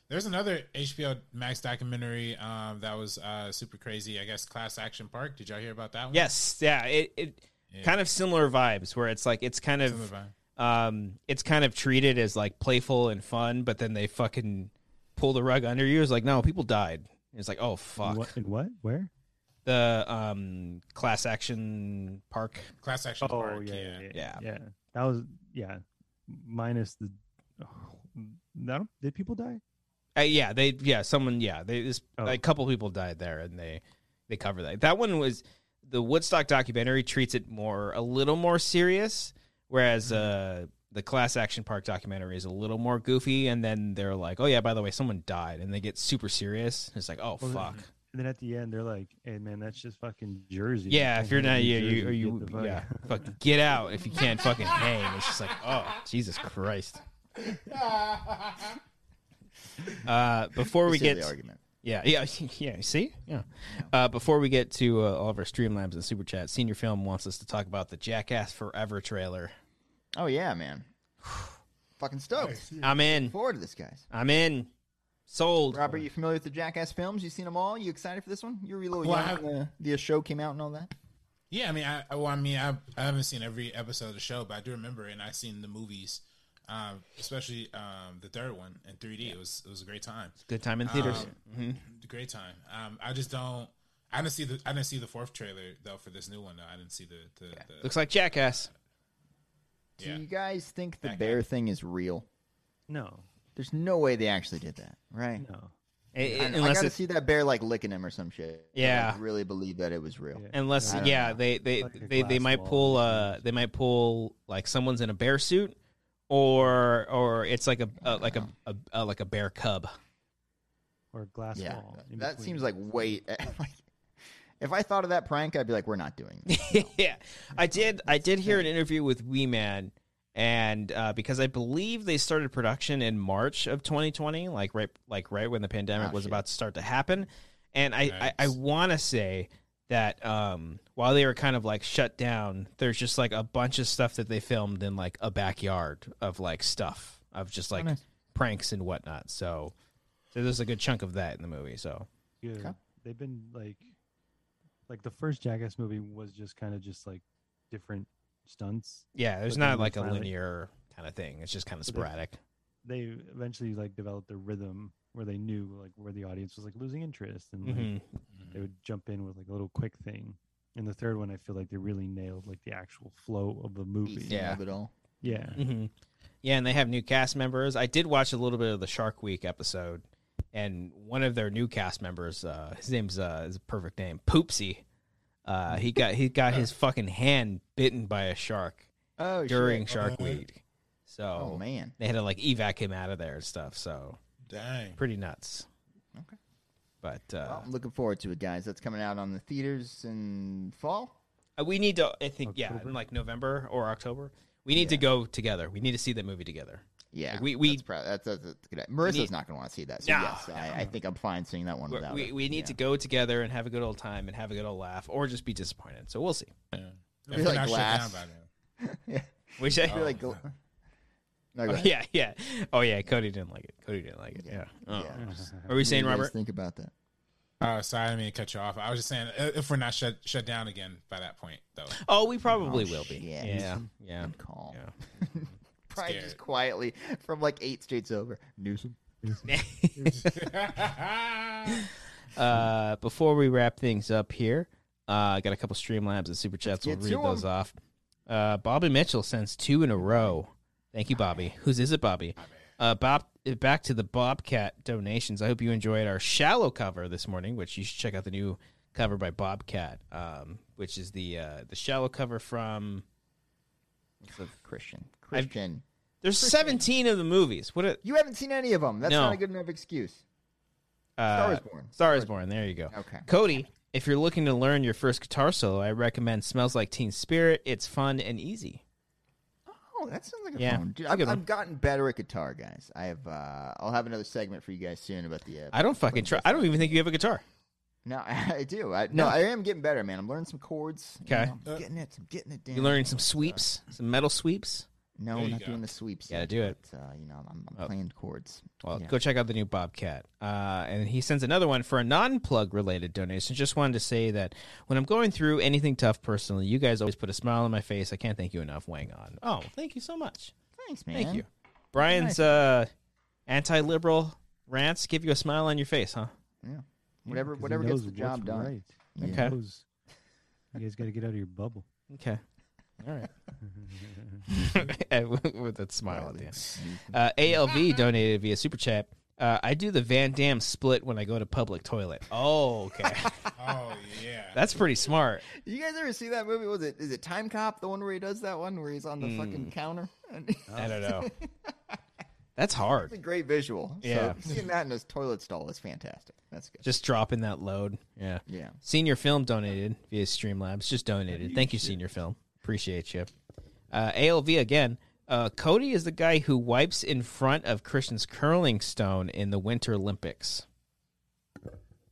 [SPEAKER 4] there's another HBO Max documentary um, that was uh, super crazy. I guess Class Action Park. Did y'all hear about that one?
[SPEAKER 2] Yes. Yeah. It, it
[SPEAKER 4] Yeah.
[SPEAKER 2] kind of similar vibes where it's like it's kind
[SPEAKER 4] Similar
[SPEAKER 2] of
[SPEAKER 4] vibe.
[SPEAKER 2] um it's kind of treated as like playful and fun, but then they fucking pull the rug under you. It's like no, people died. It's like oh fuck
[SPEAKER 1] What, in what? Where?
[SPEAKER 2] the um class action park.
[SPEAKER 4] Class Action
[SPEAKER 3] Oh,
[SPEAKER 4] Park. Yeah.
[SPEAKER 2] yeah.
[SPEAKER 1] Oh, yeah. That was yeah. Minus the. (sighs) No, did people die?
[SPEAKER 2] Uh, yeah, they yeah someone yeah they this
[SPEAKER 1] Oh.
[SPEAKER 2] a couple people died there and they they cover that. That one was the Woodstock documentary treats it more a little more serious, whereas
[SPEAKER 1] Mm-hmm.
[SPEAKER 2] uh the class action park documentary is a little more goofy. And then they're like, oh yeah, by the way, someone died, and they get super serious. It's like oh
[SPEAKER 1] Well,
[SPEAKER 2] fuck,
[SPEAKER 1] And then at the end, they're like, "Hey, man, that's just fucking Jersey."
[SPEAKER 2] yeah.
[SPEAKER 1] You
[SPEAKER 2] If you're
[SPEAKER 1] can't
[SPEAKER 2] not yeah
[SPEAKER 1] leave
[SPEAKER 2] you or
[SPEAKER 1] Jersey,
[SPEAKER 2] you
[SPEAKER 1] get the fuck (laughs)
[SPEAKER 2] yeah
[SPEAKER 1] out."
[SPEAKER 2] fuck get out if you can't fucking hang. It's just like oh
[SPEAKER 1] (laughs)
[SPEAKER 2] Jesus Christ. Uh, before we
[SPEAKER 3] This is
[SPEAKER 2] get
[SPEAKER 3] the argument.
[SPEAKER 2] Yeah, yeah, (laughs) yeah. See, yeah. Uh, before we get to uh, all of our streamlabs and super chat, Senior Film wants us to talk about the Jackass Forever trailer.
[SPEAKER 3] Oh
[SPEAKER 2] (sighs)
[SPEAKER 3] yeah, man. Fucking stoked.
[SPEAKER 2] I'm in.
[SPEAKER 3] Forward to this, guys.
[SPEAKER 2] I'm in. Sold.
[SPEAKER 3] Robert, you familiar with the Jackass films? You seen them all? You excited for this one? You're a little
[SPEAKER 4] Well, I
[SPEAKER 3] young.
[SPEAKER 4] have-
[SPEAKER 3] when The, the show came out and all that.
[SPEAKER 4] Yeah, I mean, I I- well, I mean, I, I haven't seen every episode of the show, but I do remember, it, and I've seen the movies, um, especially um, the third one in 3D. It was it was a great time,
[SPEAKER 2] Good time in theaters.
[SPEAKER 4] Um, great time. Um, I just don't. I didn't see the I didn't see the fourth trailer though for this new one. Though. I didn't see the the, the
[SPEAKER 2] Looks like Jackass.
[SPEAKER 4] Yeah.
[SPEAKER 3] Do you guys think the
[SPEAKER 4] That guy.
[SPEAKER 3] bear thing is real?
[SPEAKER 1] No,
[SPEAKER 3] There's no way they actually did that, right?
[SPEAKER 1] no.
[SPEAKER 2] I- I-
[SPEAKER 3] I, I
[SPEAKER 2] unless
[SPEAKER 3] gotta
[SPEAKER 2] it,
[SPEAKER 3] see that bear like licking him or some shit.
[SPEAKER 2] Yeah.
[SPEAKER 3] I really believe that it was real.
[SPEAKER 2] unless
[SPEAKER 3] I don't
[SPEAKER 2] yeah,
[SPEAKER 3] know.
[SPEAKER 2] they they
[SPEAKER 1] Like a
[SPEAKER 2] they, they
[SPEAKER 1] glass
[SPEAKER 2] might
[SPEAKER 1] wall
[SPEAKER 2] pull
[SPEAKER 1] or
[SPEAKER 2] uh they might pull like someone's in a bear suit, or or it's like a, a like a, a, a like a bear cub.
[SPEAKER 1] Or glass
[SPEAKER 3] Yeah,
[SPEAKER 1] wall. in
[SPEAKER 3] that
[SPEAKER 1] between.
[SPEAKER 3] seems like way. (laughs) like, if I thought of that prank, I'd be like, "We're not doing." This.
[SPEAKER 2] yeah, I did. I did hear an interview with Wee Man, and uh, because I believe they started production in March of 2020, like right, like right when the pandemic
[SPEAKER 3] Ah,
[SPEAKER 2] was
[SPEAKER 3] shit.
[SPEAKER 2] about to start to happen, and I, I, I
[SPEAKER 4] Yikes.
[SPEAKER 2] want to say that um, while they were kind of like shut down, there's just like a bunch of stuff that they filmed in like a backyard of like stuff of just like
[SPEAKER 3] Oh, nice.
[SPEAKER 2] pranks and whatnot. So, so there's a good chunk of that in the movie. So
[SPEAKER 1] Good. They've been like, like the first Jackass movie was just kind of just like different stunts.
[SPEAKER 2] yeah, there's
[SPEAKER 1] But then
[SPEAKER 2] not
[SPEAKER 1] they
[SPEAKER 2] like a
[SPEAKER 1] finally-
[SPEAKER 2] linear kind of thing. It's just kind of
[SPEAKER 1] But they-
[SPEAKER 2] sporadic.
[SPEAKER 1] They eventually like developed a rhythm where they knew like where the audience was like losing interest, and like,
[SPEAKER 3] Mm-hmm.
[SPEAKER 2] hmm
[SPEAKER 4] Mm-hmm.
[SPEAKER 1] they would jump in with like a little quick thing. And the third one, I feel like they really nailed like the actual flow of the movie.
[SPEAKER 3] Piecing
[SPEAKER 2] Yeah.
[SPEAKER 3] of it all.
[SPEAKER 1] yeah.
[SPEAKER 2] hmm Yeah, and they have new cast members. I did watch a little bit of the Shark Week episode, and one of their new cast members, uh, his name's uh, his perfect name, Poopsie. Uh,
[SPEAKER 3] (laughs)
[SPEAKER 2] he got he got his fucking hand bitten by a shark
[SPEAKER 3] Oh,
[SPEAKER 2] during
[SPEAKER 3] Shit.
[SPEAKER 2] Shark
[SPEAKER 4] Uh-huh.
[SPEAKER 2] Week, so
[SPEAKER 3] Oh man,
[SPEAKER 2] they had to like evac him out of there and stuff. So
[SPEAKER 4] dang.
[SPEAKER 2] pretty nuts.
[SPEAKER 3] Okay.
[SPEAKER 2] But uh,
[SPEAKER 3] well, I'm looking forward to it, guys. That's coming out on the theaters in fall.
[SPEAKER 2] uh, we need to, I
[SPEAKER 3] Oh,
[SPEAKER 2] think, yeah,
[SPEAKER 1] October?
[SPEAKER 2] in like November or October, we need to go together. We need to see that movie together.
[SPEAKER 3] Yeah,
[SPEAKER 2] Like, we- we-
[SPEAKER 3] that's, prob- that's, that's, that's good. Marissa's
[SPEAKER 2] need-
[SPEAKER 3] not going to want to see that. So
[SPEAKER 2] No,
[SPEAKER 3] yes, I, I think I'm fine seeing that one
[SPEAKER 2] We're-
[SPEAKER 3] without.
[SPEAKER 2] we,
[SPEAKER 3] her.
[SPEAKER 2] we need
[SPEAKER 3] Yeah.
[SPEAKER 2] to go together and have a good old time and have a good old laugh or just be disappointed. So we'll see. (laughs)
[SPEAKER 3] Be
[SPEAKER 4] If we're
[SPEAKER 3] like
[SPEAKER 4] not shut
[SPEAKER 3] glass.
[SPEAKER 4] down by then.
[SPEAKER 3] yeah, (laughs)
[SPEAKER 2] We should,
[SPEAKER 3] I feel like. gl- (laughs) No,
[SPEAKER 2] (laughs)
[SPEAKER 3] go
[SPEAKER 2] oh,
[SPEAKER 3] ahead.
[SPEAKER 2] yeah, yeah. Oh, yeah. Cody didn't like it. Cody didn't like it. Yeah. Oh.
[SPEAKER 1] (laughs)
[SPEAKER 3] Yeah.
[SPEAKER 2] Are we saying,
[SPEAKER 3] What do you guys
[SPEAKER 2] Robert?
[SPEAKER 3] Think about that.
[SPEAKER 4] Oh, sorry, I didn't mean to cut you off. I was just saying uh, if we're not shut shut down again by that point,
[SPEAKER 2] (laughs)
[SPEAKER 4] though. (laughs)
[SPEAKER 2] Oh, we probably will be.
[SPEAKER 3] shit.
[SPEAKER 2] Yeah.
[SPEAKER 3] (laughs)
[SPEAKER 2] Yeah.
[SPEAKER 3] Good call.
[SPEAKER 2] Yeah.
[SPEAKER 3] (laughs) Probably
[SPEAKER 4] Scared.
[SPEAKER 3] just quietly from like eight states over. Newsom.
[SPEAKER 2] Uh, before we wrap things up here, uh, I got a couple Streamlabs and Super Chats. We'll
[SPEAKER 3] Let's get
[SPEAKER 2] read
[SPEAKER 3] to
[SPEAKER 2] those
[SPEAKER 3] 'em.
[SPEAKER 2] off. Uh, Bobby Mitchell sends two in a row. Thank you, Bobby. Whose is it, Bobby? Uh, Bob, back to the Bobcat donations. I hope you enjoyed our shallow cover this morning, which you should check out the new cover by Bobcat, um, which is the uh, the shallow cover from.
[SPEAKER 3] Christian. Christian.
[SPEAKER 2] There's 17 of the movies. What a
[SPEAKER 3] You haven't seen any of them. That's
[SPEAKER 2] No.
[SPEAKER 3] not a good enough excuse.
[SPEAKER 2] uh,
[SPEAKER 3] Star is Born.
[SPEAKER 2] Star is Born. There you go.
[SPEAKER 3] Okay.
[SPEAKER 2] Cody, if you're looking to learn your first guitar solo, I recommend Smells Like Teen Spirit. It's fun and easy.
[SPEAKER 3] phone. Oh, That sounds like a
[SPEAKER 2] Yeah,
[SPEAKER 3] phone. Dude,
[SPEAKER 2] it's a
[SPEAKER 3] I've,
[SPEAKER 2] good one.
[SPEAKER 3] I've gotten better at guitar, guys. I have. Uh, I'll have another segment for you guys soon about the. Uh,
[SPEAKER 2] I don't fucking try. I don't even think you have a guitar.
[SPEAKER 3] no, (laughs) I, do. I, no,
[SPEAKER 2] No.
[SPEAKER 3] I am getting better, man. I'm learning some chords. you
[SPEAKER 2] Okay.
[SPEAKER 3] know, I'm
[SPEAKER 4] Uh,
[SPEAKER 3] getting it. I'm getting it down.
[SPEAKER 2] You learning some sweeps, some metal sweeps.
[SPEAKER 3] No,
[SPEAKER 4] There you
[SPEAKER 3] not
[SPEAKER 4] go.
[SPEAKER 3] doing the sweeps.
[SPEAKER 2] Gotta
[SPEAKER 3] yet,
[SPEAKER 2] do it.
[SPEAKER 3] But, uh, you know, I'm, I'm
[SPEAKER 2] Oh.
[SPEAKER 3] playing chords.
[SPEAKER 2] Well,
[SPEAKER 3] Yeah.
[SPEAKER 2] go check out the new Bobcat. Uh, and he sends another one for a non plug related donation. Just wanted to say that when I'm going through anything tough personally, you guys always put a smile on my face. I can't thank you enough, Wang On. Oh, thank you so much.
[SPEAKER 3] Thanks, man.
[SPEAKER 2] Thank you. Brian's uh, anti liberal rants give you a smile on your face, huh?
[SPEAKER 3] Whatever,
[SPEAKER 1] 'cause he
[SPEAKER 3] whatever gets
[SPEAKER 1] knows
[SPEAKER 3] the
[SPEAKER 1] what's
[SPEAKER 3] job done.
[SPEAKER 1] Right. He
[SPEAKER 3] Yeah.
[SPEAKER 2] Okay.
[SPEAKER 1] knows- You guys got to get out of your bubble.
[SPEAKER 2] Okay. All (laughs) right. And with with that smile at the end. Uh, ALV donated via Super Chat. Uh, I do the Van Dam split when I go to public toilet. Oh, (laughs) okay.
[SPEAKER 4] Oh yeah.
[SPEAKER 2] That's pretty smart.
[SPEAKER 3] You guys ever see that movie? Was it is it Time Cop? The one where he does that one where he's on the
[SPEAKER 2] Hmm.
[SPEAKER 3] fucking counter. (laughs)
[SPEAKER 2] I don't know. (laughs) That's hard.
[SPEAKER 3] It's a great visual.
[SPEAKER 2] Yeah.
[SPEAKER 3] So seeing that in his toilet stall is fantastic. That's good.
[SPEAKER 2] Just dropping that load. Yeah.
[SPEAKER 3] Yeah.
[SPEAKER 2] Senior Film donated via Streamlabs. Just donated. Thank you, Senior Film. Appreciate you. Uh, ALV again. Uh, Cody is the guy who wipes in front of Christian's curling stone in the Winter Olympics.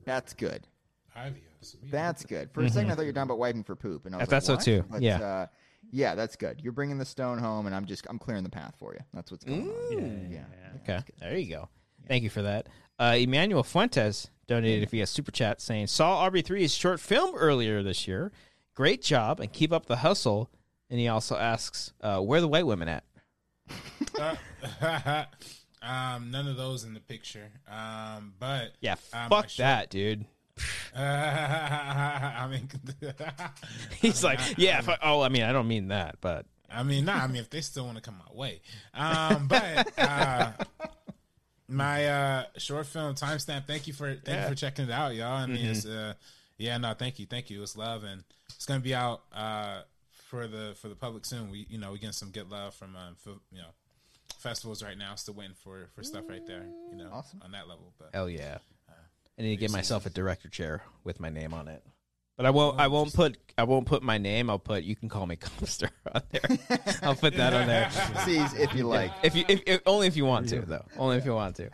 [SPEAKER 3] That's good.
[SPEAKER 4] Obvious. We-
[SPEAKER 3] That's good. For a second, I thought you were talking about wiping for poop, and I
[SPEAKER 2] I
[SPEAKER 3] was
[SPEAKER 2] thought
[SPEAKER 3] like,
[SPEAKER 2] Mm-hmm. so
[SPEAKER 3] "What?"
[SPEAKER 2] too.
[SPEAKER 3] But,
[SPEAKER 2] Yeah.
[SPEAKER 3] uh, yeah, that's good. You're bringing the stone home, and I'm just I'm clearing the path for you. That's what's going on. Yeah.
[SPEAKER 2] Okay. There you go. Thank you for that. Uh, Emmanuel Fuentes donated via super chat saying, Saw RB3's short film earlier this year. Great job and keep up the hustle. And he also asks, uh, Where are the white women at?
[SPEAKER 4] Uh, (laughs) um, none of those in the picture. Um, but
[SPEAKER 2] Yeah,
[SPEAKER 4] um,
[SPEAKER 2] fuck
[SPEAKER 4] I sh-
[SPEAKER 2] that, dude.
[SPEAKER 4] (laughs) I mean, (laughs)
[SPEAKER 2] He's like, yeah. Fuck, oh, I mean, I don't mean that, but
[SPEAKER 4] I mean, nah. I mean, if they still want to come my way, um, but uh, my uh, short film timestamp. Thank you for thank you for checking it out, y'all. I mean, it's uh, yeah, no, thank you, thank you. It's love, and it's gonna be out uh, for the for the public soon. We you know we getting some good love from um, fil- you know festivals right now. Still waiting for for stuff right there, you know,
[SPEAKER 3] Awesome.
[SPEAKER 4] on that level. But
[SPEAKER 2] hell yeah. I need to get myself a director chair with my name on it. But I won't. I won't put. I won't put my name. I'll put. You can call me (laughs) Compster on there. I'll put that on there.
[SPEAKER 3] (laughs) Sees if
[SPEAKER 2] (laughs)
[SPEAKER 3] you like.
[SPEAKER 2] If you, if, if only if you want to though, only if you want to.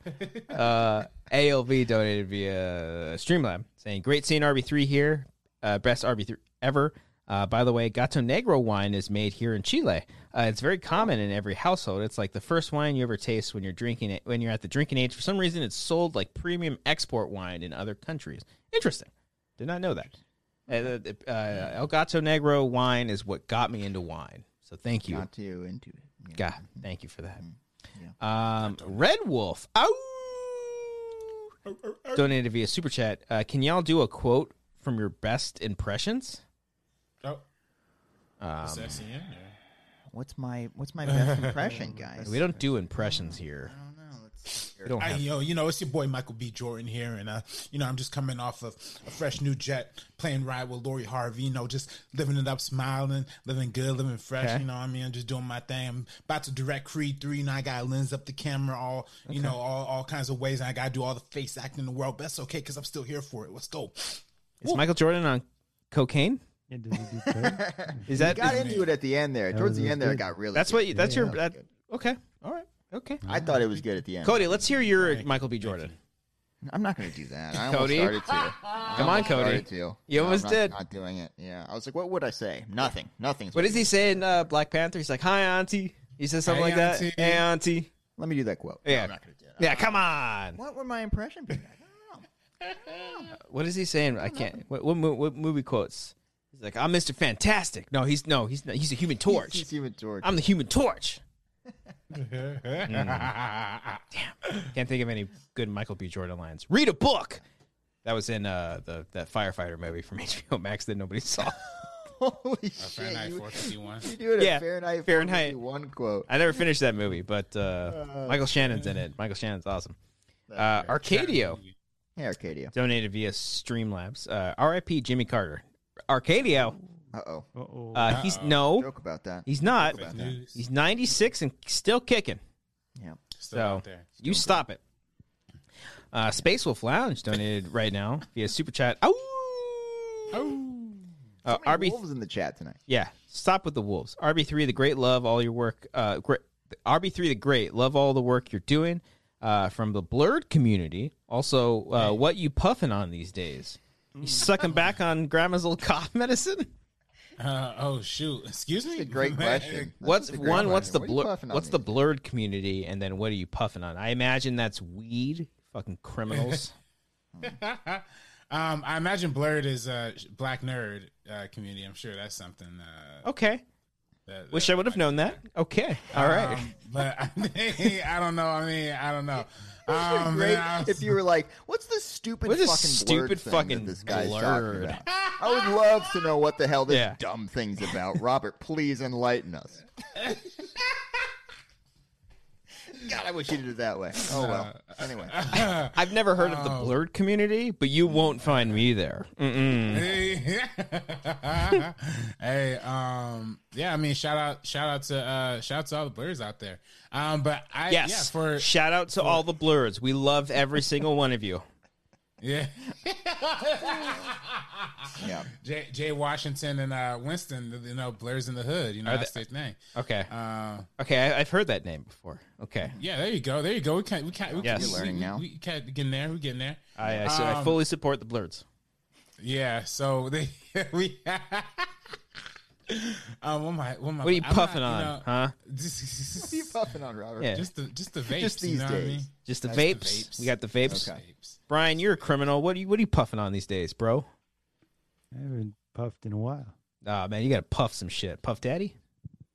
[SPEAKER 2] Uh, ALV donated via Streamlab, saying, "Great seeing RB three here, uh, best RB three ever." Uh, by the way, Gato Negro wine is made here in Chile. Uh, it's very common in every household. It's like the first wine you ever taste when you're drinking it. When you're at the drinking age, for some reason, it's sold like premium export wine in other countries. Interesting. Did not know that. Uh, uh, uh, El Gato Negro wine is what got me into wine. So thank you.
[SPEAKER 3] Got to into it. Yeah.
[SPEAKER 2] God, thank you for that.
[SPEAKER 3] Mm.
[SPEAKER 2] Um, Red Wolf, ow! donated via super chat. Uh, can y'all do a quote from your best impressions?
[SPEAKER 4] oh, E
[SPEAKER 2] Um,
[SPEAKER 4] is that CNN or-
[SPEAKER 3] What's my What's my best
[SPEAKER 2] (laughs)
[SPEAKER 3] impression, guys?
[SPEAKER 2] we don't do impressions here.
[SPEAKER 3] I don't know. Let's
[SPEAKER 2] We don't
[SPEAKER 4] I,
[SPEAKER 2] have.
[SPEAKER 4] yo, you know, it's your boy Michael B. Jordan here, and uh, you know, I'm just coming off of a fresh new jet plane ride with Lori Harvey. You know, just living it up, smiling, living good, living fresh.
[SPEAKER 2] Okay.
[SPEAKER 4] You know, what I mean, I'm just doing my thing. I'm about to direct Creed three, and I got to lens up the camera, all you know, all, all kinds of ways, and I got to do all the face acting in the world. But that's okay because I'm still here for it. Let's go.
[SPEAKER 2] Is Michael Jordan on cocaine?
[SPEAKER 1] And does he do
[SPEAKER 3] (laughs)
[SPEAKER 1] coke?
[SPEAKER 2] Is that
[SPEAKER 3] got
[SPEAKER 2] is-
[SPEAKER 3] into it at the end there. Towards the
[SPEAKER 1] was
[SPEAKER 3] end there, it
[SPEAKER 1] good.
[SPEAKER 3] got really.
[SPEAKER 2] that's
[SPEAKER 3] good.
[SPEAKER 2] what you, that's your that, okay? All right, okay.
[SPEAKER 3] I thought it was good at the end.
[SPEAKER 2] Cody, let's hear your Michael B. Jordan.
[SPEAKER 3] I'm not going to do that. I
[SPEAKER 2] (laughs) Cody?
[SPEAKER 3] almost started to. I
[SPEAKER 2] Come on,
[SPEAKER 3] almost
[SPEAKER 2] Cody.
[SPEAKER 3] started to.
[SPEAKER 2] You
[SPEAKER 3] No,
[SPEAKER 2] almost
[SPEAKER 3] I'm not,
[SPEAKER 2] did.
[SPEAKER 3] Not doing it. Yeah. I was like, what would I say? Nothing. Nothing.
[SPEAKER 2] What does he say in uh, Black Panther? He's like, "Hi, Auntie." He says something
[SPEAKER 4] Hey,
[SPEAKER 2] like that.
[SPEAKER 4] auntie.
[SPEAKER 2] Hey, Auntie.
[SPEAKER 3] Let me do that quote.
[SPEAKER 2] Yeah.
[SPEAKER 3] No, I'm not going to do that.
[SPEAKER 2] Yeah, come on.
[SPEAKER 3] What would my impression be? I don't know.
[SPEAKER 2] What is he saying? I can't. What, what, mo- what movie quotes? He's like, "I'm Mr. Fantastic." No, he's no, he's not, he's a Human Torch.
[SPEAKER 3] He's even George.
[SPEAKER 2] I'm the Human (laughs) Torch. Can't think of any good Michael B. Jordan lines. Read a book. That was in uh, the that firefighter movie from (laughs) HBO Max that nobody saw.
[SPEAKER 3] (laughs) Holy
[SPEAKER 4] Fahrenheit
[SPEAKER 3] shit. You,
[SPEAKER 4] 451.
[SPEAKER 3] you doing
[SPEAKER 2] Yeah.
[SPEAKER 3] a Fahrenheit,
[SPEAKER 2] Fahrenheit.
[SPEAKER 3] one quote.
[SPEAKER 2] I never finished that movie, but uh, Michael Shannon's in it. Michael Shannon's awesome. Uh, Arcadio
[SPEAKER 3] Hey, Arcadia.
[SPEAKER 2] donated via Streamlabs. Uh, R.I.P. Jimmy Carter. Arcadio.
[SPEAKER 3] Uh-oh.
[SPEAKER 1] Uh-oh.
[SPEAKER 2] Uh, he's
[SPEAKER 4] Uh-oh.
[SPEAKER 2] no,
[SPEAKER 3] Joke about that.
[SPEAKER 2] he's not.
[SPEAKER 4] Fake news.
[SPEAKER 2] He's 96 and still kicking. Uh,
[SPEAKER 3] Yeah.
[SPEAKER 4] Still
[SPEAKER 2] So
[SPEAKER 4] out there.
[SPEAKER 2] you stop it. Uh, Space Wolf Lounge donated right now via super chat. Ow!
[SPEAKER 4] Oh,
[SPEAKER 2] Uh,
[SPEAKER 3] How many
[SPEAKER 2] RB
[SPEAKER 3] wolves in the chat tonight.
[SPEAKER 2] Yeah, stop with the Wolves. RB three, the great love all your work. Uh, great RB three, the great love all the work you're doing. Uh, from the blurred community. Also, uh, what you puffing on these days? You sucking back on grandma's old cough (laughs) medicine?
[SPEAKER 4] Uh, oh shoot! Excuse me. (laughs)
[SPEAKER 3] That's a great question. That's
[SPEAKER 2] What's
[SPEAKER 3] a great
[SPEAKER 2] one? What's the
[SPEAKER 3] question. What are you
[SPEAKER 2] blur?
[SPEAKER 3] puffing on
[SPEAKER 2] What's the
[SPEAKER 3] these?
[SPEAKER 2] blurred community? And then what are you puffing on? I imagine that's weed. Fucking
[SPEAKER 4] (laughs)
[SPEAKER 2] criminals.
[SPEAKER 4] um, I imagine blurred is a black nerd uh, community. I'm sure that's something. Uh,
[SPEAKER 2] Okay.
[SPEAKER 4] that-
[SPEAKER 2] Wish
[SPEAKER 4] that-
[SPEAKER 2] I would have known that. Okay. All right.
[SPEAKER 4] Um, but (laughs) I, mean, I don't know. I mean, I
[SPEAKER 2] (laughs)
[SPEAKER 4] don't know. Um,
[SPEAKER 3] Great
[SPEAKER 4] man, I-
[SPEAKER 3] if you were like, what's the stupid
[SPEAKER 2] What's
[SPEAKER 3] fucking
[SPEAKER 2] this
[SPEAKER 3] blurred
[SPEAKER 2] stupid
[SPEAKER 3] thing
[SPEAKER 2] fucking
[SPEAKER 3] that this guy's
[SPEAKER 2] blurred? (laughs)
[SPEAKER 3] talking about? I would love to know what the hell this
[SPEAKER 2] Yeah.
[SPEAKER 3] dumb thing's about. Robert, please enlighten us.
[SPEAKER 4] (laughs)
[SPEAKER 3] God, I wish you did it that way. Oh well.
[SPEAKER 4] Uh,
[SPEAKER 3] Anyway,
[SPEAKER 2] I've never heard of the blurred community, but you won't find me there. Mm-mm.
[SPEAKER 4] hey, (laughs) hey, um, yeah. I mean, shout out, shout out to, uh, shout out to all the blurs out there. Um, but I,
[SPEAKER 2] Yes.
[SPEAKER 4] yeah, for
[SPEAKER 2] Shout out to all the blurs. We love every single one of you.
[SPEAKER 4] yeah, (laughs)
[SPEAKER 3] yeah.
[SPEAKER 4] Jay, Jay Washington and uh, Winston, you know, blurs in the hood. You know,
[SPEAKER 2] Are
[SPEAKER 4] that's their thing.
[SPEAKER 2] Okay.
[SPEAKER 4] Uh,
[SPEAKER 2] Okay. I, I've heard that name before. Okay.
[SPEAKER 4] yeah, there you go, there you go. We can't, we can't, we
[SPEAKER 2] Yes.
[SPEAKER 4] can't,
[SPEAKER 2] You're
[SPEAKER 3] learning
[SPEAKER 4] we,
[SPEAKER 3] now.
[SPEAKER 4] We, we can't get in there. We getting there.
[SPEAKER 2] I, I, so I
[SPEAKER 4] Um,
[SPEAKER 2] fully support the blurs.
[SPEAKER 4] Yeah, so they (laughs) we. um, what am I? What, am I,
[SPEAKER 2] What are you
[SPEAKER 4] I'm
[SPEAKER 2] puffing
[SPEAKER 4] not,
[SPEAKER 2] on?
[SPEAKER 4] you know,
[SPEAKER 2] huh?
[SPEAKER 4] (laughs) Just,
[SPEAKER 3] What are you puffing on, Robert?
[SPEAKER 2] Yeah.
[SPEAKER 4] (laughs) just the just the vapes.
[SPEAKER 3] Just
[SPEAKER 4] you
[SPEAKER 3] these
[SPEAKER 4] know what I mean?
[SPEAKER 3] days.
[SPEAKER 2] Just the
[SPEAKER 4] That's
[SPEAKER 2] vapes.
[SPEAKER 4] the vapes.
[SPEAKER 2] We got the vapes.
[SPEAKER 3] Okay.
[SPEAKER 4] Vapes.
[SPEAKER 2] Brian, you're a criminal. What are you What are you puffing on these days, bro?
[SPEAKER 1] I haven't puffed in a while.
[SPEAKER 2] Ah, man, you got to puff some shit. Puff Daddy?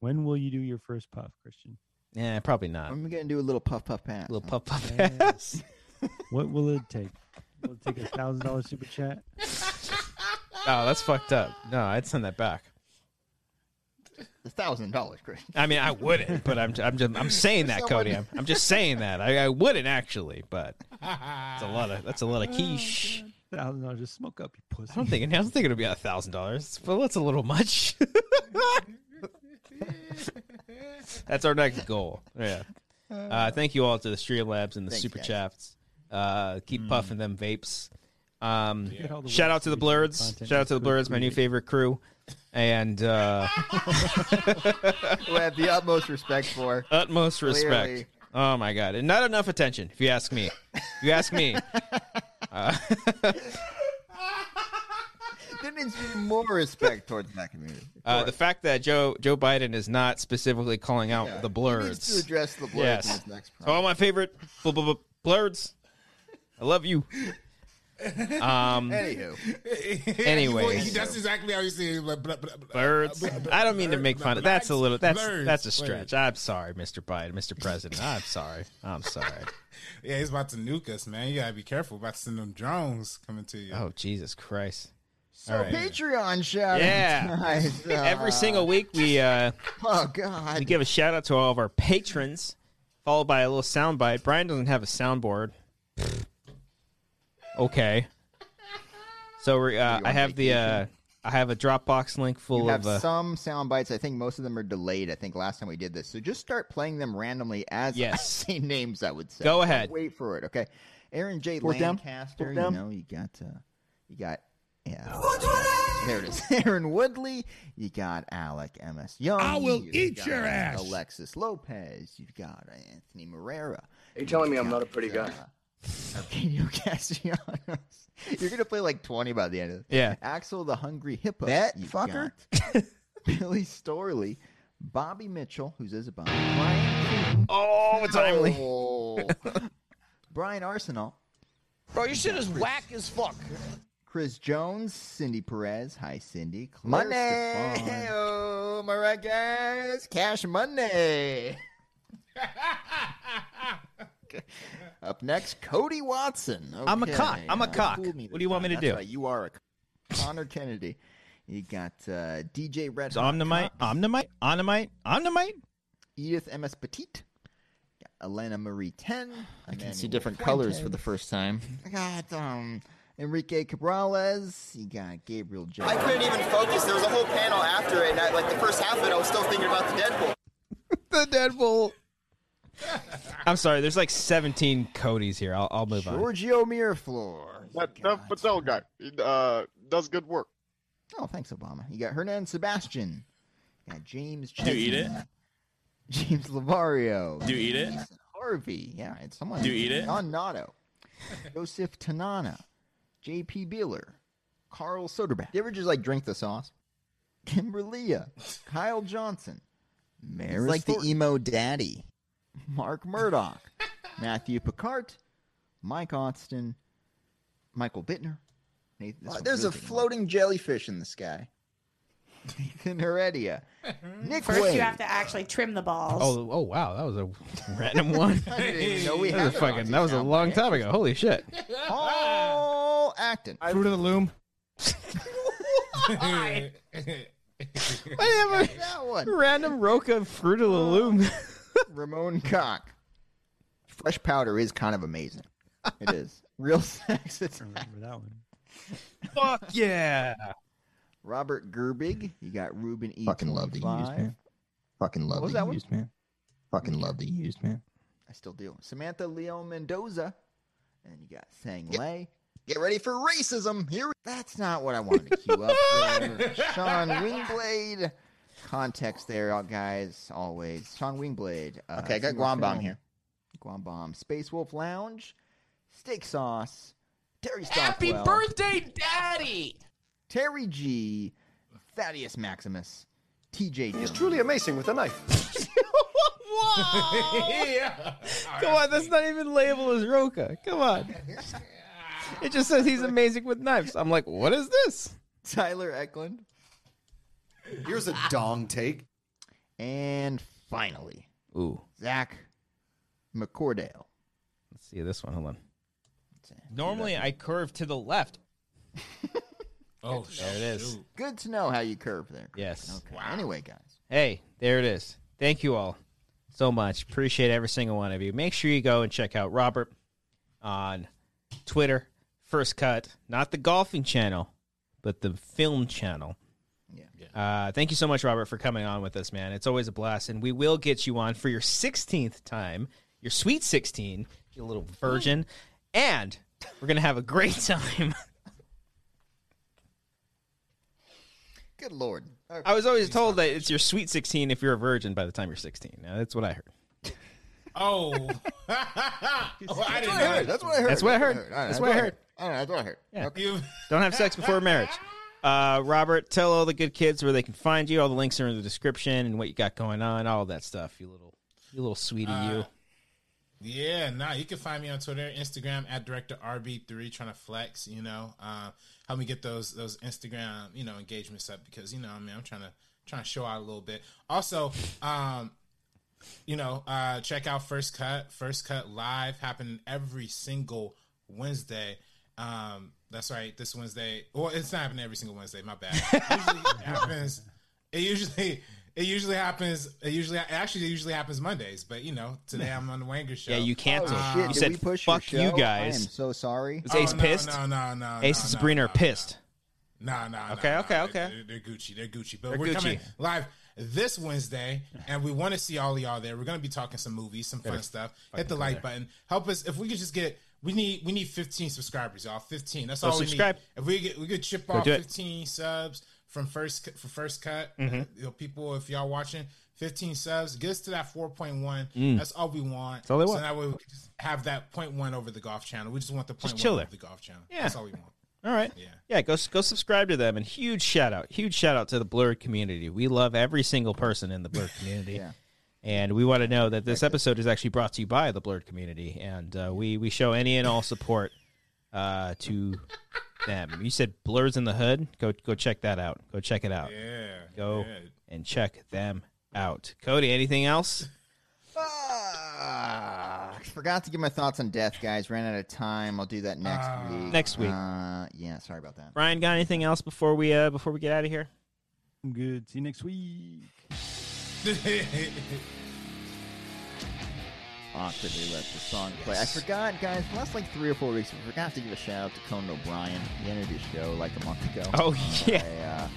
[SPEAKER 1] When will you do your first puff, Christian?
[SPEAKER 2] Yeah, probably not.
[SPEAKER 3] I'm gonna do a little puff puff pass.
[SPEAKER 2] little puff puff
[SPEAKER 1] Yeah.
[SPEAKER 2] ass. (laughs)
[SPEAKER 1] What will it take? Will it take a thousand dollar super chat?
[SPEAKER 2] Oh, that's fucked up. No, I'd send that back.
[SPEAKER 3] A thousand dollars,
[SPEAKER 2] (laughs)
[SPEAKER 3] Chris.
[SPEAKER 2] I mean, I wouldn't, but I'm I'm just I'm saying that, Cody. I'm, I'm just saying that. I, I wouldn't actually, but it's a lot of that's a lot of quiche.
[SPEAKER 1] Thousand dollars, just smoke up, you pussy.
[SPEAKER 2] I don't think I don't think it'll be a thousand dollars. Well, that's a little much. (laughs) that's our next goal. Yeah. Uh, thank you all to the Streamlabs and the
[SPEAKER 3] Thanks,
[SPEAKER 2] super
[SPEAKER 3] guys.
[SPEAKER 2] chats. Uh, keep puffing them vapes. Um,
[SPEAKER 1] Look at all the
[SPEAKER 2] shout
[SPEAKER 1] Web
[SPEAKER 2] out to
[SPEAKER 1] Series
[SPEAKER 2] the
[SPEAKER 1] and
[SPEAKER 2] Blurds.
[SPEAKER 1] content
[SPEAKER 2] Shout out
[SPEAKER 1] that's
[SPEAKER 2] to the
[SPEAKER 1] been
[SPEAKER 2] Blurds, my new
[SPEAKER 1] created.
[SPEAKER 2] favorite crew, and uh,
[SPEAKER 3] (laughs) Who I have the utmost respect for.
[SPEAKER 2] utmost respect.
[SPEAKER 3] Clearly.
[SPEAKER 2] Oh my god, and not enough attention. If you ask me, if you ask
[SPEAKER 3] (laughs)
[SPEAKER 2] me.
[SPEAKER 3] There needs to be more respect towards that community.
[SPEAKER 2] Uh, the fact that Joe Joe Biden is not specifically calling out
[SPEAKER 3] Yeah.
[SPEAKER 2] the
[SPEAKER 3] He needs to
[SPEAKER 2] blurs.
[SPEAKER 3] address the blurs
[SPEAKER 2] Yes. Oh.
[SPEAKER 3] in his next
[SPEAKER 2] So all my favorite bl- bl- bl- blurs. I love you. Um,
[SPEAKER 3] Anyway. Anywho,
[SPEAKER 4] (laughs)
[SPEAKER 2] Anyways.
[SPEAKER 4] Well, that's exactly how you see it. Like, blah, blah, blah.
[SPEAKER 2] birds. I don't mean to make fun of. That's a little. That's
[SPEAKER 4] Blurs.
[SPEAKER 2] that's a
[SPEAKER 4] Wait.
[SPEAKER 2] stretch. I'm sorry, Mr. Biden, Mr. President. I'm sorry. I'm sorry.
[SPEAKER 4] Yeah, he's about to nuke us, man. You gotta be careful. About to send them drones coming to (laughs) you.
[SPEAKER 2] Oh Jesus Christ!
[SPEAKER 3] so
[SPEAKER 2] right.
[SPEAKER 3] Patreon shout
[SPEAKER 2] Yeah.
[SPEAKER 3] (laughs) Ah.
[SPEAKER 2] Every single week we uh,
[SPEAKER 3] Oh God.
[SPEAKER 2] we give a shout out to all of our patrons, followed by a little soundbite. Brian doesn't have a soundboard. okay. So we uh,
[SPEAKER 3] you
[SPEAKER 2] I
[SPEAKER 3] on
[SPEAKER 2] have the uh, I have a Dropbox link full
[SPEAKER 3] You have
[SPEAKER 2] of uh,
[SPEAKER 3] some sound bites. I think most of them are delayed. I think last time we did this, so just start playing them randomly as
[SPEAKER 2] Yes.
[SPEAKER 3] I (laughs) say names. I would say.
[SPEAKER 2] Go
[SPEAKER 3] Don't
[SPEAKER 2] ahead.
[SPEAKER 3] Wait for it. Okay. Aaron J.
[SPEAKER 5] Fourth down.
[SPEAKER 3] Lancaster.
[SPEAKER 5] Fourth down.
[SPEAKER 3] You know you got. Uh, you got. Yeah. There it is. (laughs) Aaron Woodley. You got Alec M.S. Young. I will eat your ass. Alexis Lopez. You've got Anthony Morera.
[SPEAKER 5] Are you telling me I'm not a pretty guy?
[SPEAKER 3] (laughs) Arcadio Castellanos. You're gonna play like 20 by the end of it.
[SPEAKER 2] Yeah.
[SPEAKER 3] Axel the Hungry Hippo.
[SPEAKER 5] That
[SPEAKER 3] You've
[SPEAKER 5] fucker.
[SPEAKER 3] got (laughs) Billy Storley, Bobby Mitchell, who's Isabel, Brian King,
[SPEAKER 2] Oh, it's timely.
[SPEAKER 3] (laughs) Brian Arsenal,
[SPEAKER 6] Bro, your shit is whack as fuck.
[SPEAKER 3] Chris Jones, Cindy Perez. Hi, Cindy. Claire Stefan,
[SPEAKER 5] oh, my guys.
[SPEAKER 3] Cash Monday. (laughs) Up next, Cody Watson.
[SPEAKER 2] I'm a cock.
[SPEAKER 3] Okay,
[SPEAKER 2] I'm a
[SPEAKER 3] uh,
[SPEAKER 2] cock.
[SPEAKER 3] fool me
[SPEAKER 2] What do
[SPEAKER 3] this
[SPEAKER 2] you want me to
[SPEAKER 3] time. That's
[SPEAKER 2] do?
[SPEAKER 3] right, You are a cock. Connor Kennedy. You got uh, DJ Red.
[SPEAKER 2] It's
[SPEAKER 3] Hot
[SPEAKER 2] Omnimite,
[SPEAKER 3] Cox,
[SPEAKER 2] Omnimite, Omnimite, Omnimite.
[SPEAKER 3] Edith MS Petite. Elena Marie Ten.
[SPEAKER 5] I can see different colors for the first time.
[SPEAKER 3] I got um, Enrique Cabrales. You got Gabriel J.
[SPEAKER 7] I couldn't even focus. There was a whole panel after it, and I, like the first half of it, I was still thinking about the Deadpool.
[SPEAKER 2] The Deadpool. (laughs) I'm sorry. There's like 17 Cody's here. I'll, I'll move on.
[SPEAKER 3] Giorgio Miraflor.
[SPEAKER 8] That Dev Patel guy, he, uh, does good work.
[SPEAKER 3] Oh, thanks, Obama. You got Hernan Sebastian. You got James.
[SPEAKER 8] Do you eat
[SPEAKER 3] Chesney.
[SPEAKER 8] it?
[SPEAKER 3] (laughs) James Lavario.
[SPEAKER 8] Do you eat it?
[SPEAKER 3] Jason Harvey. Yeah, it's someone.
[SPEAKER 8] Do you eat it?
[SPEAKER 3] John Nato. Joseph Tanana. J.P. Beeler. Carl Soderback. Do you ever just like drink the sauce? Kimberlia. Kyle Johnson.
[SPEAKER 5] It's
[SPEAKER 3] Maris
[SPEAKER 5] like the
[SPEAKER 3] Thornton,
[SPEAKER 5] emo daddy.
[SPEAKER 3] Mark Murdoch. (laughs) Matthew Picard. Mike Austin. Michael Bittner. Nathan, this
[SPEAKER 5] Oh,
[SPEAKER 3] one's
[SPEAKER 5] there's a
[SPEAKER 3] really getting long.
[SPEAKER 5] floating jellyfish in the sky.
[SPEAKER 3] Nathan
[SPEAKER 9] (laughs)
[SPEAKER 3] Heredia. Nick
[SPEAKER 9] First,
[SPEAKER 3] Wade.
[SPEAKER 9] you have to actually trim the balls.
[SPEAKER 2] Oh, oh wow, that was a random one.
[SPEAKER 3] I didn't even know we
[SPEAKER 2] That
[SPEAKER 3] had
[SPEAKER 2] was a fucking. That was a
[SPEAKER 3] Aussie
[SPEAKER 2] long
[SPEAKER 3] soundbite.
[SPEAKER 2] time ago. Holy shit.
[SPEAKER 3] Paul Acton.
[SPEAKER 10] Fruit of the
[SPEAKER 2] (laughs)
[SPEAKER 10] Loom.
[SPEAKER 2] Whatever.
[SPEAKER 3] (laughs) That one.
[SPEAKER 2] Random Roca Fruit of the Loom.
[SPEAKER 3] Ramon Cock. Fresh powder is kind of amazing. It (laughs) is. Real sex. It's
[SPEAKER 1] I remember that one.
[SPEAKER 2] Fuck (laughs) yeah.
[SPEAKER 3] Robert Gerbig. You got Ruben E.
[SPEAKER 5] Fucking love the used
[SPEAKER 3] 25.
[SPEAKER 5] man. Fucking love
[SPEAKER 3] What was
[SPEAKER 5] the
[SPEAKER 3] that one?
[SPEAKER 5] used man. Fucking love the used man.
[SPEAKER 3] I still do. Samantha Leo Mendoza. And then you got Sang Lei.
[SPEAKER 5] Get ready for racism. Here we
[SPEAKER 3] Mm, That's not what I wanted to queue up.
[SPEAKER 5] (laughs)
[SPEAKER 3] there. Sean Wingblade. Context there, all guys, always. Sean Wingblade. Uh,
[SPEAKER 5] Okay, I got
[SPEAKER 3] single
[SPEAKER 5] Guam Bomb
[SPEAKER 3] film.
[SPEAKER 5] here.
[SPEAKER 3] Guam Bomb. Space Wolf Lounge. Steak Sauce. Terry
[SPEAKER 6] Happy
[SPEAKER 3] Stockwell.
[SPEAKER 6] birthday, Daddy!
[SPEAKER 3] Terry G, Thaddeus Maximus, TJ. Jones.
[SPEAKER 7] amazing with a knife.
[SPEAKER 4] yeah.
[SPEAKER 2] Come on, that's not even labeled as Roca. Come on. It just says he's amazing with knives. I'm like, what is this?
[SPEAKER 3] Tyler Eklund.
[SPEAKER 7] Here's a dong take.
[SPEAKER 3] And finally,
[SPEAKER 2] Ooh,
[SPEAKER 3] Zach McCordale.
[SPEAKER 2] let's see this one. Hold on. Normally I curve to the left.
[SPEAKER 4] Oh, there
[SPEAKER 2] it is.
[SPEAKER 3] Good to know how you curve there. Chris.
[SPEAKER 2] Yes.
[SPEAKER 3] Okay. Anyway, guys.
[SPEAKER 2] Hey, there it is. Thank you all so much. Appreciate every single one of you. Make sure you go and check out Robert on Twitter, First Cut, not the golfing channel, but the film channel.
[SPEAKER 3] Yeah.
[SPEAKER 2] Uh, thank you so much, Robert, for coming on with us, man. It's always a blast, and we will get you on for your 16th time, your sweet 16, you little virgin, and we're gonna have a great (laughs) time.
[SPEAKER 3] Good lord. Okay.
[SPEAKER 2] I was always told that it's your sweet 16 if you're a virgin by the time you're 16. Now, that's what I heard.
[SPEAKER 4] Oh. (laughs)
[SPEAKER 3] (laughs)
[SPEAKER 4] Oh, I didn't
[SPEAKER 3] That's what I
[SPEAKER 4] know.
[SPEAKER 3] heard. That's what
[SPEAKER 2] That's what I
[SPEAKER 3] I heard.
[SPEAKER 2] heard.
[SPEAKER 3] All right,
[SPEAKER 2] That's what I heard.
[SPEAKER 3] I don't know. That's what I heard.
[SPEAKER 4] You-
[SPEAKER 2] Don't have sex before marriage. Uh, Robert, tell all the good kids where they can find you. All the links are in the description and what you got going on, all that stuff. You little, you little sweetie,
[SPEAKER 4] Uh,
[SPEAKER 2] you.
[SPEAKER 4] Yeah, nah, you can find me on Twitter, Instagram at director RB3 trying to flex, you know. Uh, help me get those those Instagram, you know, engagements up because you know, I mean, I'm trying to trying to show out a little bit. Also, um, you know, uh check out First Cut. First Cut Live happening every single Wednesday. Um, that's right, this Wednesday. Well, it's not happening every single Wednesday, my bad. It
[SPEAKER 2] (laughs)
[SPEAKER 4] usually happens it usually it usually happens it usually it actually usually happens Mondays, but you know,
[SPEAKER 2] (laughs)
[SPEAKER 4] today I'm on the Wanger show.
[SPEAKER 2] Yeah, you canceled.
[SPEAKER 3] Oh,
[SPEAKER 2] you
[SPEAKER 3] shit. Did
[SPEAKER 2] said,
[SPEAKER 3] we push your
[SPEAKER 2] "Fuck you
[SPEAKER 3] show? I am
[SPEAKER 2] guys."
[SPEAKER 3] so sorry.
[SPEAKER 2] Is Ace
[SPEAKER 4] Oh, no,
[SPEAKER 2] pissed?
[SPEAKER 4] No, no, no.
[SPEAKER 2] Ace and
[SPEAKER 4] no, no,
[SPEAKER 2] Sabrina
[SPEAKER 4] no,
[SPEAKER 2] are pissed.
[SPEAKER 4] No, no, no.
[SPEAKER 2] Okay,
[SPEAKER 4] no,
[SPEAKER 2] okay,
[SPEAKER 4] no.
[SPEAKER 2] okay.
[SPEAKER 4] They're, they're Gucci. They're Gucci. But
[SPEAKER 2] They're
[SPEAKER 4] we're coming
[SPEAKER 2] Gucci.
[SPEAKER 4] live this Wednesday, and we want to see all of y'all there. We're gonna be talking some movies, some fun stuff. Hit the like button. Help us if we could just get. We need we need 15 subscribers, y'all. 15. That's
[SPEAKER 2] Go
[SPEAKER 4] all
[SPEAKER 2] subscribe.
[SPEAKER 4] we need. If we get we could chip off
[SPEAKER 2] do it.
[SPEAKER 4] 15 subs from first Cut- for first cut, uh,
[SPEAKER 2] Mm-hmm.
[SPEAKER 4] you know, people if y'all watching. 15 subs, get us to that 4.1. That's all we want. That's
[SPEAKER 2] Mm. all they
[SPEAKER 4] so
[SPEAKER 2] want.
[SPEAKER 4] that way we can just have that 0.1 over the golf channel. We just want the 0.1
[SPEAKER 2] chill
[SPEAKER 4] over
[SPEAKER 2] there.
[SPEAKER 4] the golf channel.
[SPEAKER 2] Yeah.
[SPEAKER 4] That's all we want.
[SPEAKER 2] All right. Yeah.
[SPEAKER 4] Yeah.
[SPEAKER 2] go go subscribe to them and huge shout out. Huge shout out to the blurred community. We love every single person in the blurred community.
[SPEAKER 3] Yeah.
[SPEAKER 2] And we want to know that this episode is actually brought to you by the blurred community and uh, we we show any and all support uh, to them. You said blurs in the hood? Go go check that out. Go check it out.
[SPEAKER 4] Yeah.
[SPEAKER 2] Go
[SPEAKER 4] yeah.
[SPEAKER 2] and check them out. Cody, anything else?
[SPEAKER 3] Fuck. Forgot to give my thoughts on death, guys. Ran out of time. I'll do that next week.
[SPEAKER 2] Next week.
[SPEAKER 3] Uh, yeah, sorry about that.
[SPEAKER 2] Brian got anything else before we uh, before we get out of here?
[SPEAKER 1] I'm good. See you next week.
[SPEAKER 4] (laughs)
[SPEAKER 3] awkwardly let the song play. I forgot, guys, the last like three or four weeks, we forgot to give a shout out to Conan O'Brien. He entered his show like a month ago.
[SPEAKER 2] Oh yeah.
[SPEAKER 3] I, uh,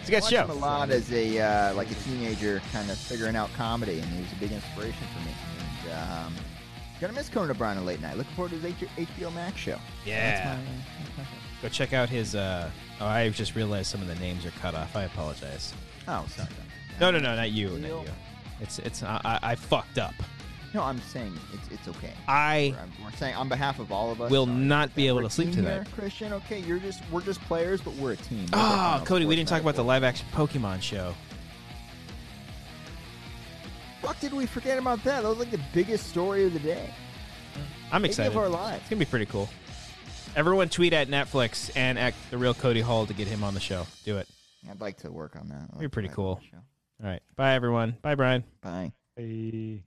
[SPEAKER 2] It's a good
[SPEAKER 3] watched
[SPEAKER 2] show.
[SPEAKER 3] him a lot as a uh, like a teenager, kind of figuring out comedy, and he was a big inspiration for me. And, um, gonna miss Conan O'Brien on late night. Looking forward to his H- HBO Max show.
[SPEAKER 2] Yeah.
[SPEAKER 3] That's my- uh, that's my thing.
[SPEAKER 2] Go check out his. Uh, oh, I just realized some of the names are cut off. I apologize.
[SPEAKER 3] Oh, sorry.
[SPEAKER 2] No, no, no, not you, not you. It's it's. I, I, I fucked up.
[SPEAKER 3] No, I'm saying it's it's okay.
[SPEAKER 2] I
[SPEAKER 3] We're, we're saying on behalf of all of us.
[SPEAKER 2] will
[SPEAKER 3] sorry.
[SPEAKER 2] not be able
[SPEAKER 3] We're
[SPEAKER 2] to
[SPEAKER 3] a
[SPEAKER 2] sleep
[SPEAKER 3] team
[SPEAKER 2] tonight.
[SPEAKER 3] here, Christian. Okay, you're just we're just players, but we're a team. We're
[SPEAKER 2] Oh,
[SPEAKER 3] working on a
[SPEAKER 2] Cody, we didn't talk about the
[SPEAKER 3] metaphor.
[SPEAKER 2] live action Pokemon show.
[SPEAKER 3] Fuck, did we forget about that? That was like the biggest story of the day.
[SPEAKER 2] I'm
[SPEAKER 3] Maybe
[SPEAKER 2] excited.
[SPEAKER 3] of our lives.
[SPEAKER 2] It's gonna be pretty cool. Everyone tweet at Netflix and at the real Cody Hall to get him on the show. Do it.
[SPEAKER 3] I'd like to work on that.
[SPEAKER 2] You're pretty
[SPEAKER 3] Like,
[SPEAKER 2] cool.
[SPEAKER 3] show.
[SPEAKER 2] All right. Bye everyone. Bye Brian.
[SPEAKER 3] Bye.
[SPEAKER 1] Hey.